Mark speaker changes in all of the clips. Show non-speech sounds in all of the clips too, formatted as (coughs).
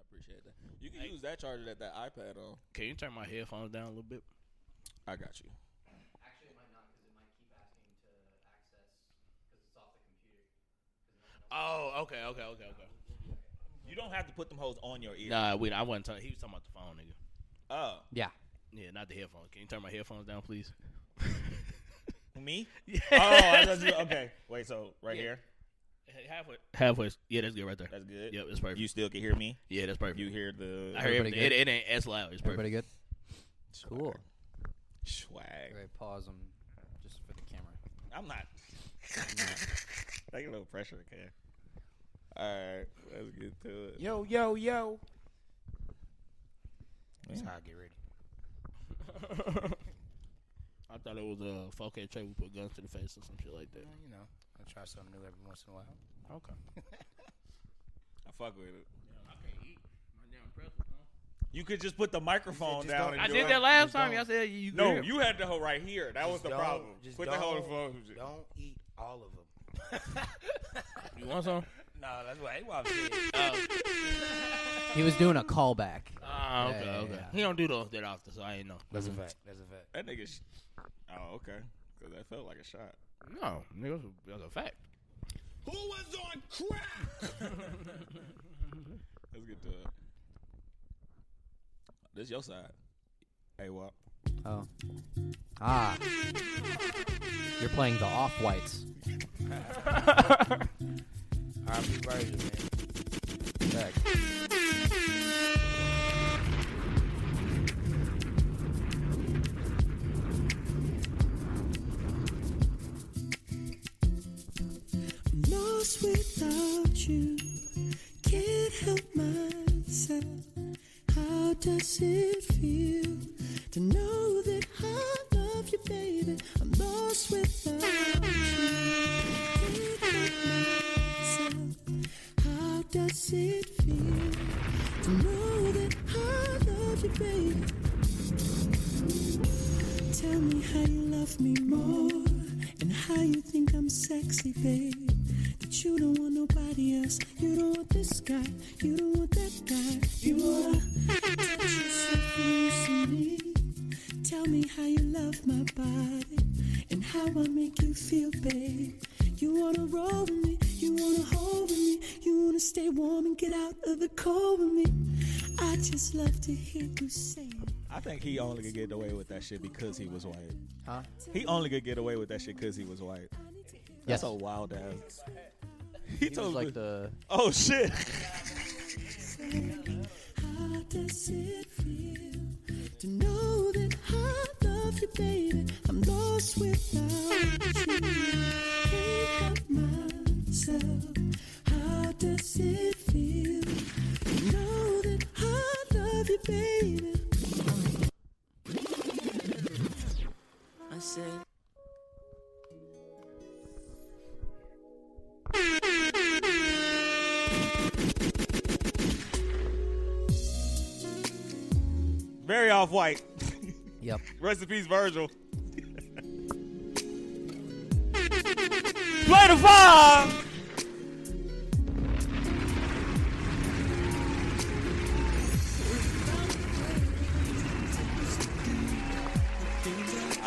Speaker 1: appreciate that. You can use that charger that that iPad on.
Speaker 2: Can you turn my headphones down a little bit?
Speaker 1: I got you.
Speaker 3: Actually, it might not because it might keep asking to access because it's off the computer. 'Cause no one else-
Speaker 2: Oh, okay, okay, okay, okay.
Speaker 1: You don't have to put them hoes on your ear.
Speaker 2: Nah, wait. I wasn't talking. He was talking about the phone, nigga.
Speaker 1: Oh,
Speaker 3: Yeah.
Speaker 2: Yeah, not the headphones. Can you turn my headphones down, please?
Speaker 1: me?
Speaker 2: yeah.
Speaker 1: (laughs) Oh, I thought you- okay. Wait, so right
Speaker 2: Yeah.
Speaker 1: here,
Speaker 2: Halfway. Halfway. Yeah, that's good right there.
Speaker 1: that's good.
Speaker 2: Yep, that's perfect.
Speaker 1: You still can hear me.
Speaker 2: yeah, that's perfect.
Speaker 1: You hear the
Speaker 2: I heard
Speaker 3: Everybody
Speaker 2: everything. It, it ain't as loud. It's
Speaker 3: Everybody
Speaker 2: perfect.
Speaker 3: good?
Speaker 1: swag.
Speaker 3: Cool.
Speaker 1: swag.
Speaker 3: Okay, pause them just for the camera.
Speaker 1: I'm not. (laughs) I get a little pressure, okay. All right, let's get to it.
Speaker 3: Yo, yo, yo. That's
Speaker 1: Yeah.
Speaker 3: how I get ready.
Speaker 2: (laughs) I thought it was a 4K tray. We put guns to the face or some shit like that.
Speaker 3: You know, I try something new every once in a while.
Speaker 2: Okay.
Speaker 1: (laughs) I fuck with it.
Speaker 2: I can't eat. My damn pretzel.
Speaker 1: You could just put the microphone
Speaker 3: just don't
Speaker 1: down. And
Speaker 2: I
Speaker 1: do
Speaker 2: did
Speaker 1: it.
Speaker 2: that last
Speaker 3: Just
Speaker 2: time.
Speaker 3: don't-
Speaker 2: I said you. could
Speaker 1: No,
Speaker 2: hear.
Speaker 1: you had the hoe right here. That was
Speaker 3: Just
Speaker 1: the
Speaker 3: don't-
Speaker 1: problem.
Speaker 3: just
Speaker 1: Put the hoe in
Speaker 3: don't-
Speaker 1: front of you.
Speaker 3: Don't eat all of them.
Speaker 2: (laughs) You want some? Uh,
Speaker 3: No, that's why he He was doing a callback.
Speaker 2: Ah, okay,
Speaker 3: yeah,
Speaker 2: okay.
Speaker 3: yeah.
Speaker 2: He don't do those that often, so I ain't know.
Speaker 3: That's a fact. That's a fact.
Speaker 1: Mm-hmm. That nigga. Sh- oh, okay. Because that felt like a shot.
Speaker 2: No, nigga, that's a fact.
Speaker 1: Who was on crack? Let's get to it. This your side. Hey, what?
Speaker 3: Oh. Ah. You're playing the off whites.
Speaker 4: R.B. Virgil, man.
Speaker 5: lost without you. Can't help myself. How does it feel to know that I love you, baby? I'm lost without you. Can't help myself. How does it feel to know that I love you, baby? Tell me how you love me more and how you think I'm sexy, babe. That you don't want nobody else. You don't want this guy. You don't want that guy. You wanna touch yourself loosely. Tell me how you love my body and how I make you feel, babe. You wanna roll with me. You wanna hold with me. You wanna stay warm and get out of the cold with me. I just love to hear you say it.
Speaker 1: I think he only could get away with that shit because he was white.
Speaker 3: Huh?
Speaker 1: He only could get away with that shit because he was white.
Speaker 5: I need to hear
Speaker 3: Yes.
Speaker 1: That's a wild ass. (laughs) He,
Speaker 3: He was
Speaker 1: told
Speaker 3: like
Speaker 1: like
Speaker 3: the.
Speaker 1: Oh shit.
Speaker 5: How does it feel to know that I love you, baby? I'm lost without you. Can't help myself. How does it feel to know that I love you, baby? I said.
Speaker 1: Very off white. (laughs)
Speaker 3: Yep.
Speaker 1: Rest in peace, Virgil. Play the five.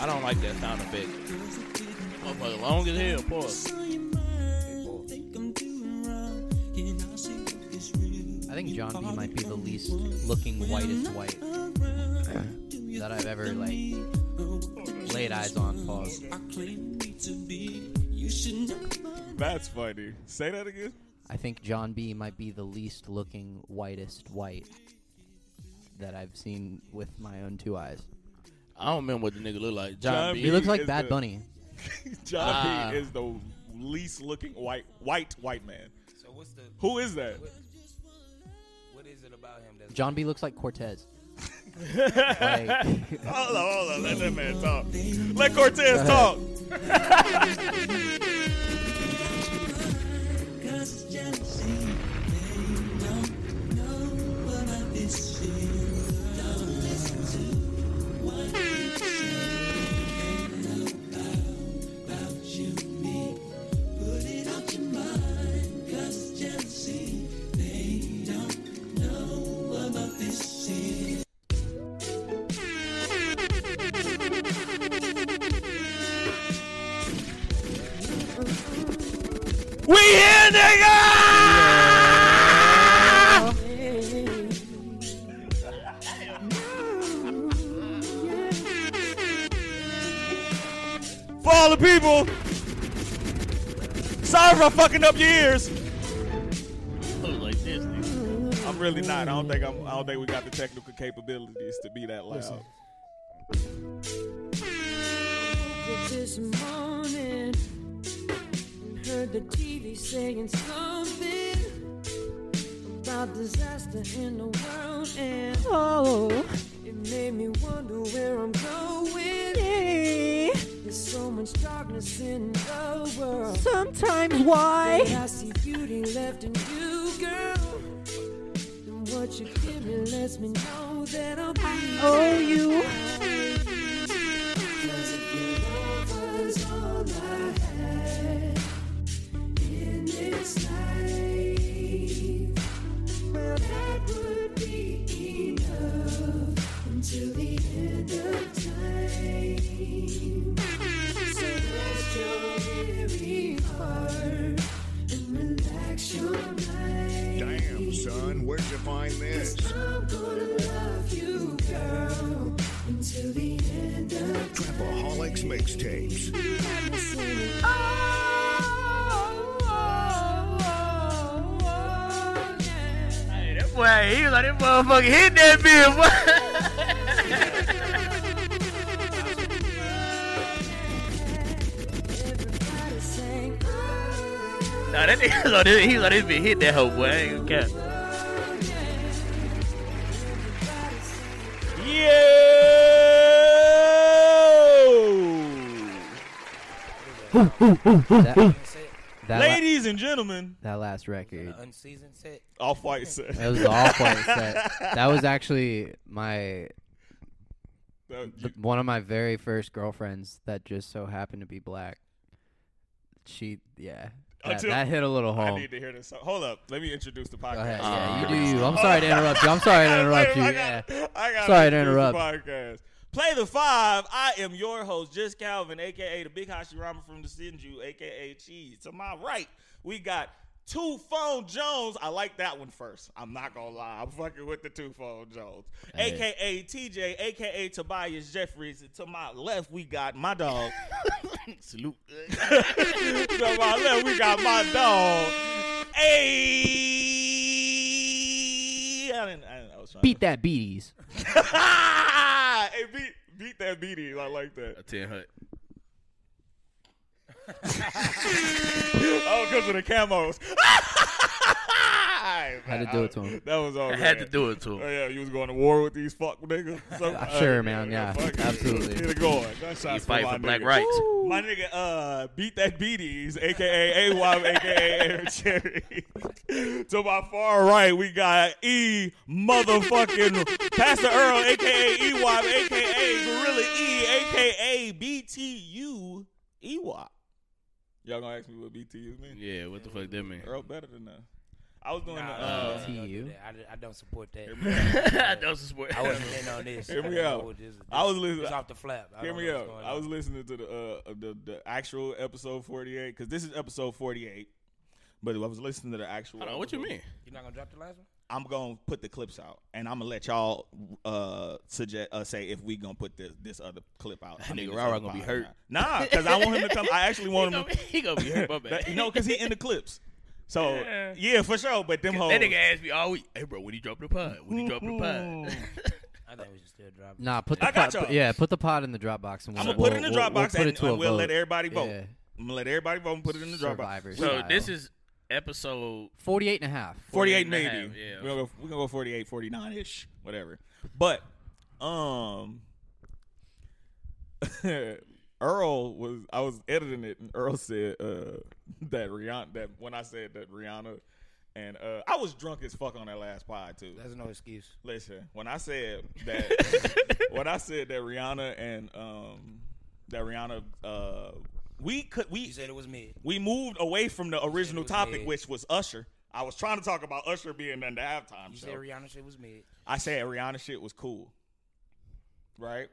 Speaker 2: I don't like that sound effect. Motherfucker, long as hell. Pause.
Speaker 3: I think John B might be the least looking whitest white that I've ever like laid eyes on. Pause.
Speaker 1: That's funny. Say that again.
Speaker 3: I think John B might be the least looking whitest white that I've seen with my own two eyes.
Speaker 2: I don't remember what the nigga look like. John,
Speaker 1: John
Speaker 2: B.
Speaker 3: He looks
Speaker 1: is
Speaker 3: like Bad
Speaker 1: the-
Speaker 3: Bunny.
Speaker 1: (laughs) John B
Speaker 3: Ah.
Speaker 1: is the least looking white white white man.
Speaker 4: So what's the
Speaker 1: Who is that?
Speaker 4: what is it about him
Speaker 1: (laughs)
Speaker 4: that's
Speaker 3: John B looks like Cortez. like,
Speaker 1: Hold on, hold on. Let that man talk. Let Cortez talk. (laughs)
Speaker 5: Cause jealousy, they don't know about this feeling. Don't listen to what they say. They know about, about you, me. Put it out your mind. Cause jealousy, they don't know
Speaker 2: We here, nigga! For all the people, sorry for fucking up your ears.
Speaker 1: like this. nigga. I'm really not. I don't think I'm. I don't think we got the technical capabilities to be that loud.
Speaker 5: This morning, heard the TV saying something about disaster in the world, and oh, it made me wonder where I'm going. There's so much darkness in the world. Sometimes, why? I see beauty left in you, girl. And what you give me lets me know that I'm. Oh, you. Till the end of time. So rest your weary heart and relax your mind.
Speaker 6: Damn, son, where'd you find this?
Speaker 5: I'm gonna love you, girl, until the end of time.
Speaker 6: Trapaholics mixtapes.
Speaker 2: Wait, he was like, this motherfucker hit that bitch.
Speaker 5: Everybody sang, oh,
Speaker 2: (laughs) Nah, that nigga was like, this, he was like, this bitch hit that hoe, boy. I ain't gonna cap.
Speaker 1: Yo!
Speaker 3: That,
Speaker 4: Set,
Speaker 3: that, la-
Speaker 1: Ladies and gentlemen,
Speaker 3: (laughs) that last record.
Speaker 4: the unseasoned set.
Speaker 1: off white set.
Speaker 3: That was the all point
Speaker 1: (laughs)
Speaker 3: set. That was actually my the, one of my very first girlfriends that just so happened to be black. She, yeah, that,
Speaker 1: Until-
Speaker 3: that hit a little
Speaker 1: I
Speaker 3: home.
Speaker 1: need to hear this. song. Hold up, let me introduce the
Speaker 3: Go ahead.
Speaker 1: podcast.
Speaker 3: yeah, you do you. I'm sorry to interrupt you. I'm sorry
Speaker 1: (laughs)
Speaker 3: to interrupt you.
Speaker 1: I
Speaker 3: Yeah.
Speaker 1: gotta- I gotta
Speaker 3: Sorry to
Speaker 1: introduce
Speaker 3: interrupt.
Speaker 1: The podcast. Play the five. I am your host, Just Calvin, aka the Big Hashirama from the Sinju, aka Cheese. To my right, we got Two Phone Jones. I like that one first. I'm not gonna lie. I'm fucking with the Two Phone Jones,
Speaker 3: Hey.
Speaker 1: aka TJ, aka Tobias Jeffries. And to my left, we got my
Speaker 3: (laughs)
Speaker 1: dog. (laughs)
Speaker 2: Salute.
Speaker 1: to my left, we got my dog. Hey, I didn't. I, didn't, I was trying to-
Speaker 3: Beat that beaties.
Speaker 1: (laughs) hey, beat beat that beaties. I like that.
Speaker 2: A
Speaker 1: (laughs)
Speaker 2: 10 hut.
Speaker 1: Oh, because of the camos. (laughs)
Speaker 3: Had to do it to him.
Speaker 1: That was all.
Speaker 2: I had to do it to
Speaker 1: Oh
Speaker 2: him.
Speaker 1: yeah, you was going to war with these
Speaker 3: (laughs)
Speaker 1: fuck niggas. So,
Speaker 3: Sure, man, yeah, absolutely.
Speaker 1: Get it going. Gunshots
Speaker 2: He fight
Speaker 1: my
Speaker 2: for black
Speaker 1: nigga.
Speaker 2: rights.
Speaker 1: My nigga, uh, beat that beaties, aka AWOP, aka
Speaker 2: (laughs)
Speaker 1: Aaron Cherry. to my far right, we got E motherfucking Pastor Earl, aka EWOP, aka Gorilla E, aka BTU EWOP. Y'all gonna ask me what BTU mean?
Speaker 2: Yeah, what the fuck that mean?
Speaker 1: Earl better than that. I was doing
Speaker 4: Nah,
Speaker 1: the
Speaker 4: uh,
Speaker 1: uh,
Speaker 4: don't do
Speaker 3: TU.
Speaker 4: that. I, d- I don't support that.
Speaker 2: (laughs)
Speaker 4: (laughs)
Speaker 2: I don't support.
Speaker 4: I wasn't in on this.
Speaker 1: Hear me
Speaker 4: I don't know
Speaker 1: out.
Speaker 4: what this is.
Speaker 1: I was
Speaker 4: This
Speaker 1: listening-
Speaker 4: is off the flap. I
Speaker 1: Hear
Speaker 4: don't
Speaker 1: me
Speaker 4: know
Speaker 1: out.
Speaker 4: what's going
Speaker 1: I
Speaker 4: on.
Speaker 1: was listening to the uh the, the actual episode forty eight because this is episode forty eight. But I was listening to the actual.
Speaker 2: Hold on, what you
Speaker 1: episode.
Speaker 2: mean?
Speaker 4: You not gonna drop the last one?
Speaker 1: I'm gonna put the clips out, and I'm gonna let y'all uh suggest uh, say if we gonna put this this other clip out.
Speaker 2: That
Speaker 1: on
Speaker 2: nigga
Speaker 1: this
Speaker 2: Rara
Speaker 1: other
Speaker 2: gonna be
Speaker 1: pod
Speaker 2: hurt.
Speaker 1: or not. Nah, because I want him to come. I actually
Speaker 2: (laughs) He
Speaker 1: want him.
Speaker 2: gonna, he gonna be hurt, my
Speaker 1: to, (laughs) that,
Speaker 2: bad.
Speaker 1: no, because he in the clips. So
Speaker 2: (laughs) Yeah.
Speaker 1: yeah, for sure. But them hoes.
Speaker 2: That nigga asked me all week, hey bro, when you drop the pod? When you drop the (laughs) pod?
Speaker 4: I think we should still drop it.
Speaker 3: Nah, put the
Speaker 1: I got
Speaker 3: pot.
Speaker 1: y'all.
Speaker 3: yeah, put the pot in the Dropbox and
Speaker 1: I'm
Speaker 3: we'll,
Speaker 1: gonna put it in the
Speaker 3: we'll-
Speaker 1: Dropbox
Speaker 3: we'll put
Speaker 1: and
Speaker 3: it to a
Speaker 1: and we'll
Speaker 3: vote.
Speaker 1: let everybody vote.
Speaker 3: Yeah.
Speaker 1: I'm gonna let everybody vote and put it in the Dropbox.
Speaker 3: Survivor
Speaker 2: so
Speaker 3: style.
Speaker 2: this is episode
Speaker 3: 48 and a half.
Speaker 1: 48
Speaker 2: and a half,
Speaker 1: maybe.
Speaker 2: yeah.
Speaker 1: We're gonna go we're gonna go 48, 49 ish, whatever. But um (laughs) Earl was I was editing it and Earl said uh that Rihanna that when I said that Rihanna and uh I was drunk as fuck on that last pod too.
Speaker 4: That's no excuse.
Speaker 1: Listen, when I said
Speaker 4: (laughs)
Speaker 1: that, when I said that Rihanna and um that Rihanna, uh, we could
Speaker 4: You
Speaker 1: we
Speaker 4: said it was mid.
Speaker 1: we moved away from the original
Speaker 4: was
Speaker 1: topic,
Speaker 4: mid.
Speaker 1: which was Usher. I was trying to talk about Usher being done the halftime
Speaker 4: You
Speaker 1: show.
Speaker 4: said Rihanna shit was mid.
Speaker 1: I said Rihanna shit was cool, right?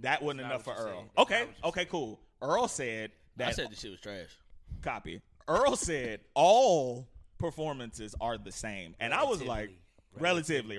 Speaker 1: That wasn't
Speaker 4: not
Speaker 1: enough for
Speaker 4: what you
Speaker 1: Earl.
Speaker 4: said. That's
Speaker 1: Okay,
Speaker 4: not what you
Speaker 1: okay, cool. Earl said that
Speaker 2: I said the shit was trash.
Speaker 1: copy. Earl said all performances are the same, and I was like.
Speaker 4: Relatively.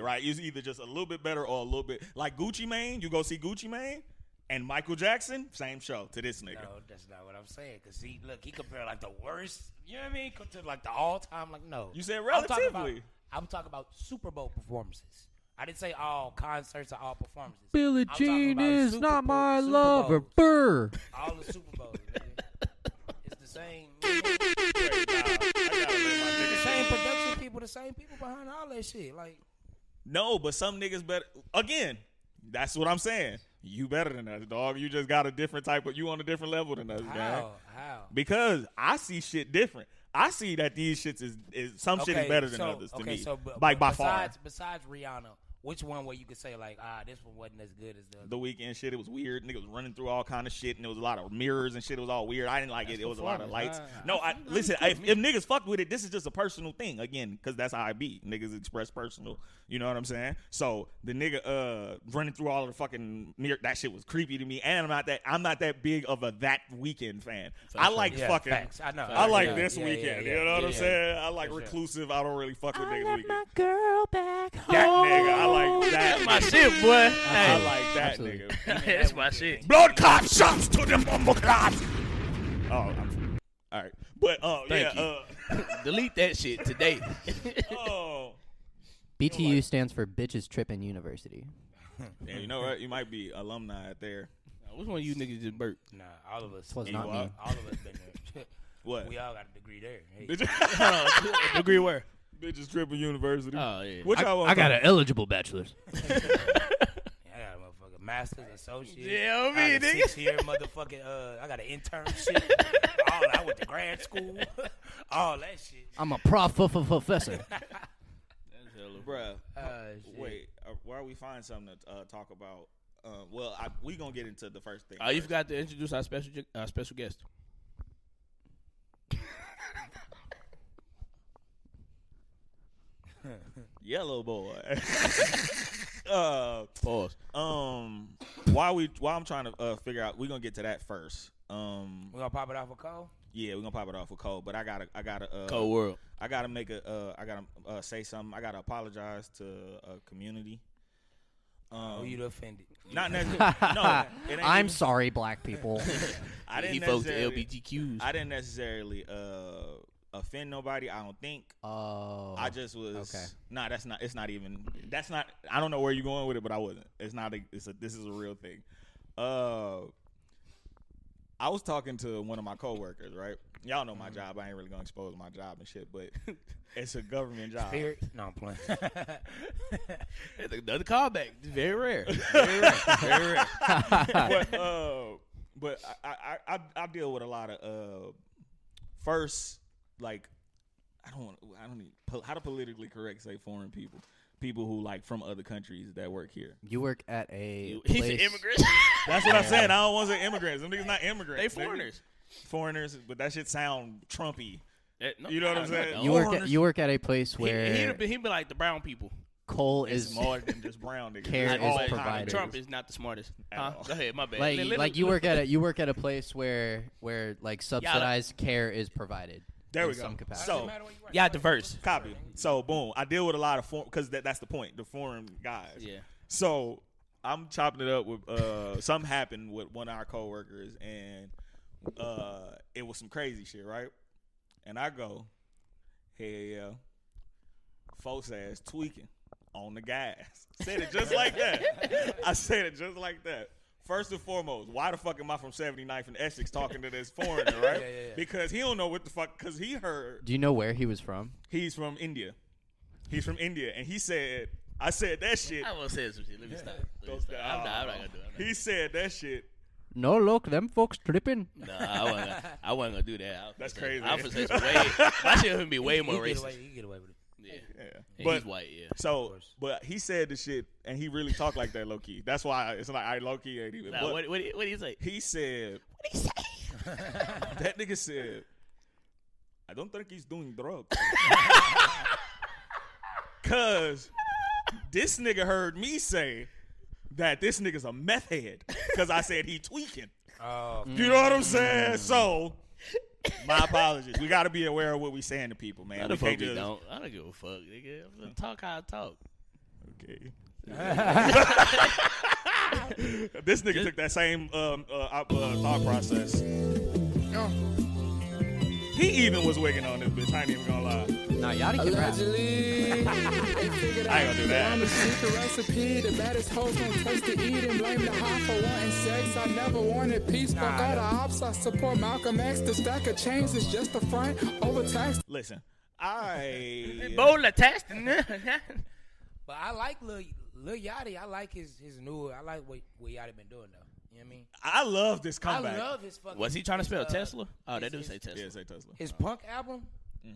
Speaker 1: Relatively, right? It's either just a little bit better or a little bit like Gucci Mane. You go see Gucci Mane and Michael Jackson, same show to this nigga.
Speaker 4: No, that's not what I'm saying. Cause he look, he compared like the worst. You know what I mean? Co- To like the all time. Like no.
Speaker 1: You said
Speaker 4: I'm talking,
Speaker 1: relatively.
Speaker 4: about, I'm talking about Super Bowl performances. I didn't say all concerts or all performances.
Speaker 3: Billie
Speaker 4: I'm talking
Speaker 3: Jean
Speaker 4: about
Speaker 3: is
Speaker 4: Super
Speaker 3: not
Speaker 4: Bowl-
Speaker 3: my
Speaker 4: Super
Speaker 3: lover.
Speaker 4: Bowls.
Speaker 3: Brr.
Speaker 4: All the Super Bowls. Nigga. It's the same. It's the same production people. The same people behind all that shit. Like
Speaker 1: No, but some niggas better. Again, that's what I'm saying. You better than us, dog. You just got a different type of. You on a different level than us, man.
Speaker 4: how? How?
Speaker 1: Because I see shit different. I see that these shits is, is some shit is better than
Speaker 4: so-
Speaker 1: others to me.
Speaker 4: so, but,
Speaker 1: like by far,
Speaker 4: besides, Besides Rihanna, which one where you could say like, ah, this one wasn't as good as the other?
Speaker 1: the weekend shit. It was weird. Nigga was running through all kind of shit, and it was a lot of mirrors and shit. It was all weird. I didn't like it. It was a lot of lights.
Speaker 4: performance.
Speaker 1: No, I listen. I, if, if niggas fuck with it, this is just a personal thing again, because that's how I be. Niggas express personal. You know what I'm saying? So the nigga uh running through all of the fucking mirror, that shit was creepy to me. And I'm not that. I'm not that big of a that weekend fan. I like
Speaker 4: Yeah,
Speaker 1: fucking.
Speaker 4: facts. I know.
Speaker 1: I like
Speaker 4: Yeah,
Speaker 1: this
Speaker 4: yeah, yeah,
Speaker 1: weekend.
Speaker 4: yeah,
Speaker 1: you know what
Speaker 4: yeah,
Speaker 1: I'm
Speaker 4: yeah.
Speaker 1: saying? I like
Speaker 4: For sure.
Speaker 1: reclusive. I don't really fuck with
Speaker 5: I
Speaker 1: niggas
Speaker 5: left
Speaker 1: weekend.
Speaker 5: my girl back home.
Speaker 1: That nigga, I like that.
Speaker 2: my shit, boy.
Speaker 1: I
Speaker 2: Hey,
Speaker 1: like that
Speaker 3: Absolutely.
Speaker 1: nigga.
Speaker 2: (laughs) that's my shit.
Speaker 1: Blood cop shots to the mumble cops. Oh, I'm all right. But uh,
Speaker 2: Thank
Speaker 1: yeah,
Speaker 2: Oh, uh, (laughs) Delete
Speaker 1: (laughs)
Speaker 2: that shit (laughs) today.
Speaker 1: uh, (laughs) oh,
Speaker 3: BTU stands for Bitches Trippin' University.
Speaker 1: yeah, you know what? You might be alumni out there.
Speaker 2: Which one of you niggas just burped?
Speaker 4: Nah, all of us.
Speaker 3: Plus
Speaker 1: You
Speaker 3: not
Speaker 1: are?
Speaker 3: me.
Speaker 4: All of us been there. (laughs)
Speaker 1: What?
Speaker 4: we all got a degree there.
Speaker 1: (laughs)
Speaker 4: Hey, (laughs)
Speaker 1: Bitch-
Speaker 2: Agree where?
Speaker 1: Bitches tripping university.
Speaker 2: Oh yeah.
Speaker 1: Which I, was
Speaker 3: an eligible
Speaker 1: (laughs)
Speaker 3: bachelor's.
Speaker 4: I got a motherfucking master's, associate.
Speaker 2: Yeah, I
Speaker 4: I
Speaker 2: mean,
Speaker 4: got a
Speaker 2: nigga.
Speaker 4: six year motherfucking. Uh, I got an internship. (laughs) all I went to grad school. (laughs) all that shit.
Speaker 3: I'm a prof f- f-
Speaker 1: (laughs)
Speaker 3: professor.
Speaker 1: bruh.
Speaker 4: Uh, shit.
Speaker 1: Wait, uh, why we find something to uh, talk about? Uh, well, I, we gonna get into the first thing.
Speaker 2: Oh, you
Speaker 1: first.
Speaker 2: forgot to introduce our special ju- our special guest.
Speaker 1: Yellow boy. uh,
Speaker 2: Pause.
Speaker 1: um, why we? Why I'm trying to uh, figure out? We are gonna get to that first. Um,
Speaker 4: We gonna pop it off with Cole?
Speaker 1: yeah, we are gonna pop it off with cold, but I gotta, I gotta, uh,
Speaker 2: Cold world.
Speaker 1: I gotta make a. Uh, I gotta uh, say something. I gotta apologize to a community.
Speaker 4: Who
Speaker 1: Um,
Speaker 4: Oh, you done offended?
Speaker 1: (laughs) not necessarily. no, it ain't
Speaker 3: I'm
Speaker 1: even-
Speaker 3: sorry, black people.
Speaker 1: (laughs) I didn't
Speaker 2: He folks the
Speaker 1: necessarily-
Speaker 2: LBGQs.
Speaker 1: I didn't necessarily uh, offend nobody. I don't think.
Speaker 3: Oh,
Speaker 1: I just was.
Speaker 3: okay.
Speaker 1: Nah, that's not. It's not even. That's not. I don't know where you're going with it, but I wasn't. It's not. A, it's a. This is a real thing. Uh, I was talking to one of my coworkers. Right. Y'all know my
Speaker 2: Mm-hmm.
Speaker 1: job. I ain't really gonna expose my job and shit,
Speaker 2: (laughs)
Speaker 1: but it's a government job.
Speaker 4: Spirit? No, I'm playing.
Speaker 2: That's Another callback.
Speaker 1: (laughs)
Speaker 2: Very rare. Very rare. Very rare.
Speaker 1: but uh, but I, I, I I deal with a lot of uh, first like I don't want I don't need po- how to politically correct say foreign people people who like from other countries that work here.
Speaker 3: you work at a
Speaker 2: He's
Speaker 3: place-
Speaker 2: an immigrant.
Speaker 1: (laughs) That's what I'm saying. I don't want to say immigrants. Them niggas not immigrants.
Speaker 2: they
Speaker 1: nigga.
Speaker 2: foreigners.
Speaker 1: Foreigners, but that shit sound Trumpy.
Speaker 2: That- Eh, no,
Speaker 1: You know what
Speaker 2: I-
Speaker 1: I'm
Speaker 2: I
Speaker 1: saying?
Speaker 2: don't.
Speaker 3: You work at you work at a place
Speaker 2: He-
Speaker 3: where
Speaker 2: He'd be, he'd be like the brown people.
Speaker 3: coal
Speaker 1: It's
Speaker 3: is
Speaker 1: more than just brown niggas.
Speaker 3: Care
Speaker 1: It's
Speaker 3: is
Speaker 1: all
Speaker 2: Like,
Speaker 3: provided.
Speaker 2: Trump is not the smartest.
Speaker 1: At
Speaker 2: Huh?
Speaker 1: all.
Speaker 2: Go ahead, my bad.
Speaker 3: like
Speaker 2: Let- let-
Speaker 3: like you work at
Speaker 1: (laughs)
Speaker 3: a you work at a place where where like subsidized care is provided.
Speaker 1: There
Speaker 3: in
Speaker 1: we go.
Speaker 3: Some capacity.
Speaker 1: So
Speaker 2: Y'all diverse.
Speaker 1: copy. So boom, I deal with a lot of foreign because that, that's the point. The foreign guys.
Speaker 2: (laughs) Yeah.
Speaker 1: So I'm chopping it up with uh something happened with one of our coworkers and uh it was some crazy shit, right? And I go, Hell yeah. Folks ass tweaking on the gas. Said it just like that. I said it just like that. First and foremost, why the fuck am I from 79th and Essex talking to this foreigner, right?
Speaker 4: (laughs) yeah, yeah.
Speaker 1: Because he don't know what the fuck because he heard
Speaker 3: Do you know where he was from?
Speaker 1: He's from India. He's from India, and he said, "I said that shit."
Speaker 2: I will say some shit. Let me stop. Let me
Speaker 1: Don't
Speaker 2: stop.
Speaker 1: stop.
Speaker 2: I'm not, I'm not gonna do it. I'm not-
Speaker 1: He said that shit.
Speaker 3: No, look, them folks tripping.
Speaker 2: No, I wasn't. Gonna, I wasn't gonna do that. I was
Speaker 1: That's
Speaker 2: gonna say-
Speaker 1: crazy.
Speaker 2: I was gonna say some way. My shit would be way
Speaker 4: You
Speaker 2: more
Speaker 4: get
Speaker 2: racist.
Speaker 4: away, you get away with it.
Speaker 2: Yeah,
Speaker 1: Yeah,
Speaker 2: And
Speaker 1: but
Speaker 2: he's white. Yeah,
Speaker 1: so,
Speaker 4: course.
Speaker 1: but he said the shit, and he really talked like that, low key. That's why it's like I low key ain't even.
Speaker 2: nah,
Speaker 1: but
Speaker 2: what, what, what do you say?
Speaker 1: he said,
Speaker 2: What do you say?
Speaker 1: (laughs) that nigga said, "I don't think he's doing drugs," (laughs) cause this nigga heard me say that this nigga's a meth head, cause I said he tweaking.
Speaker 4: Oh,
Speaker 2: Mm.
Speaker 1: You know what I'm saying? So My apologies. We got to be aware of what we saying to people, man.
Speaker 2: Other
Speaker 1: We can't
Speaker 2: folks
Speaker 1: just-
Speaker 2: don't. I don't give a fuck, nigga. I'm gonna talk how I talk.
Speaker 1: Okay.
Speaker 2: (laughs)
Speaker 1: this nigga took that same um, uh, op- uh, thought process. He even was wigging on this bitch. I ain't even gonna lie.
Speaker 3: Nah, Yachty can rap.
Speaker 2: (laughs)
Speaker 7: Allegedly, they figured
Speaker 1: I ain't gonna do that.
Speaker 7: I'm a secret recipe. The baddest hoes gon' taste to eat and blame the high for wanting sex. I never wanted peace. Fuck all the ops. I support Malcolm X. The stack of chains is just a front. Overtaxed.
Speaker 1: Listen, I
Speaker 2: Bowl attached. (laughs)
Speaker 4: But I like Lil, Lil Yachty. I like his his new. I like what what Yachty been doing though. You know what I mean?
Speaker 1: I (laughs) love this comeback.
Speaker 4: I (laughs) love his fucking.
Speaker 2: Was he trying to spell
Speaker 4: uh,
Speaker 2: Tesla? Oh, that
Speaker 4: his-
Speaker 2: do
Speaker 4: his-
Speaker 2: say Tesla.
Speaker 1: yeah, say Tesla.
Speaker 4: His punk album.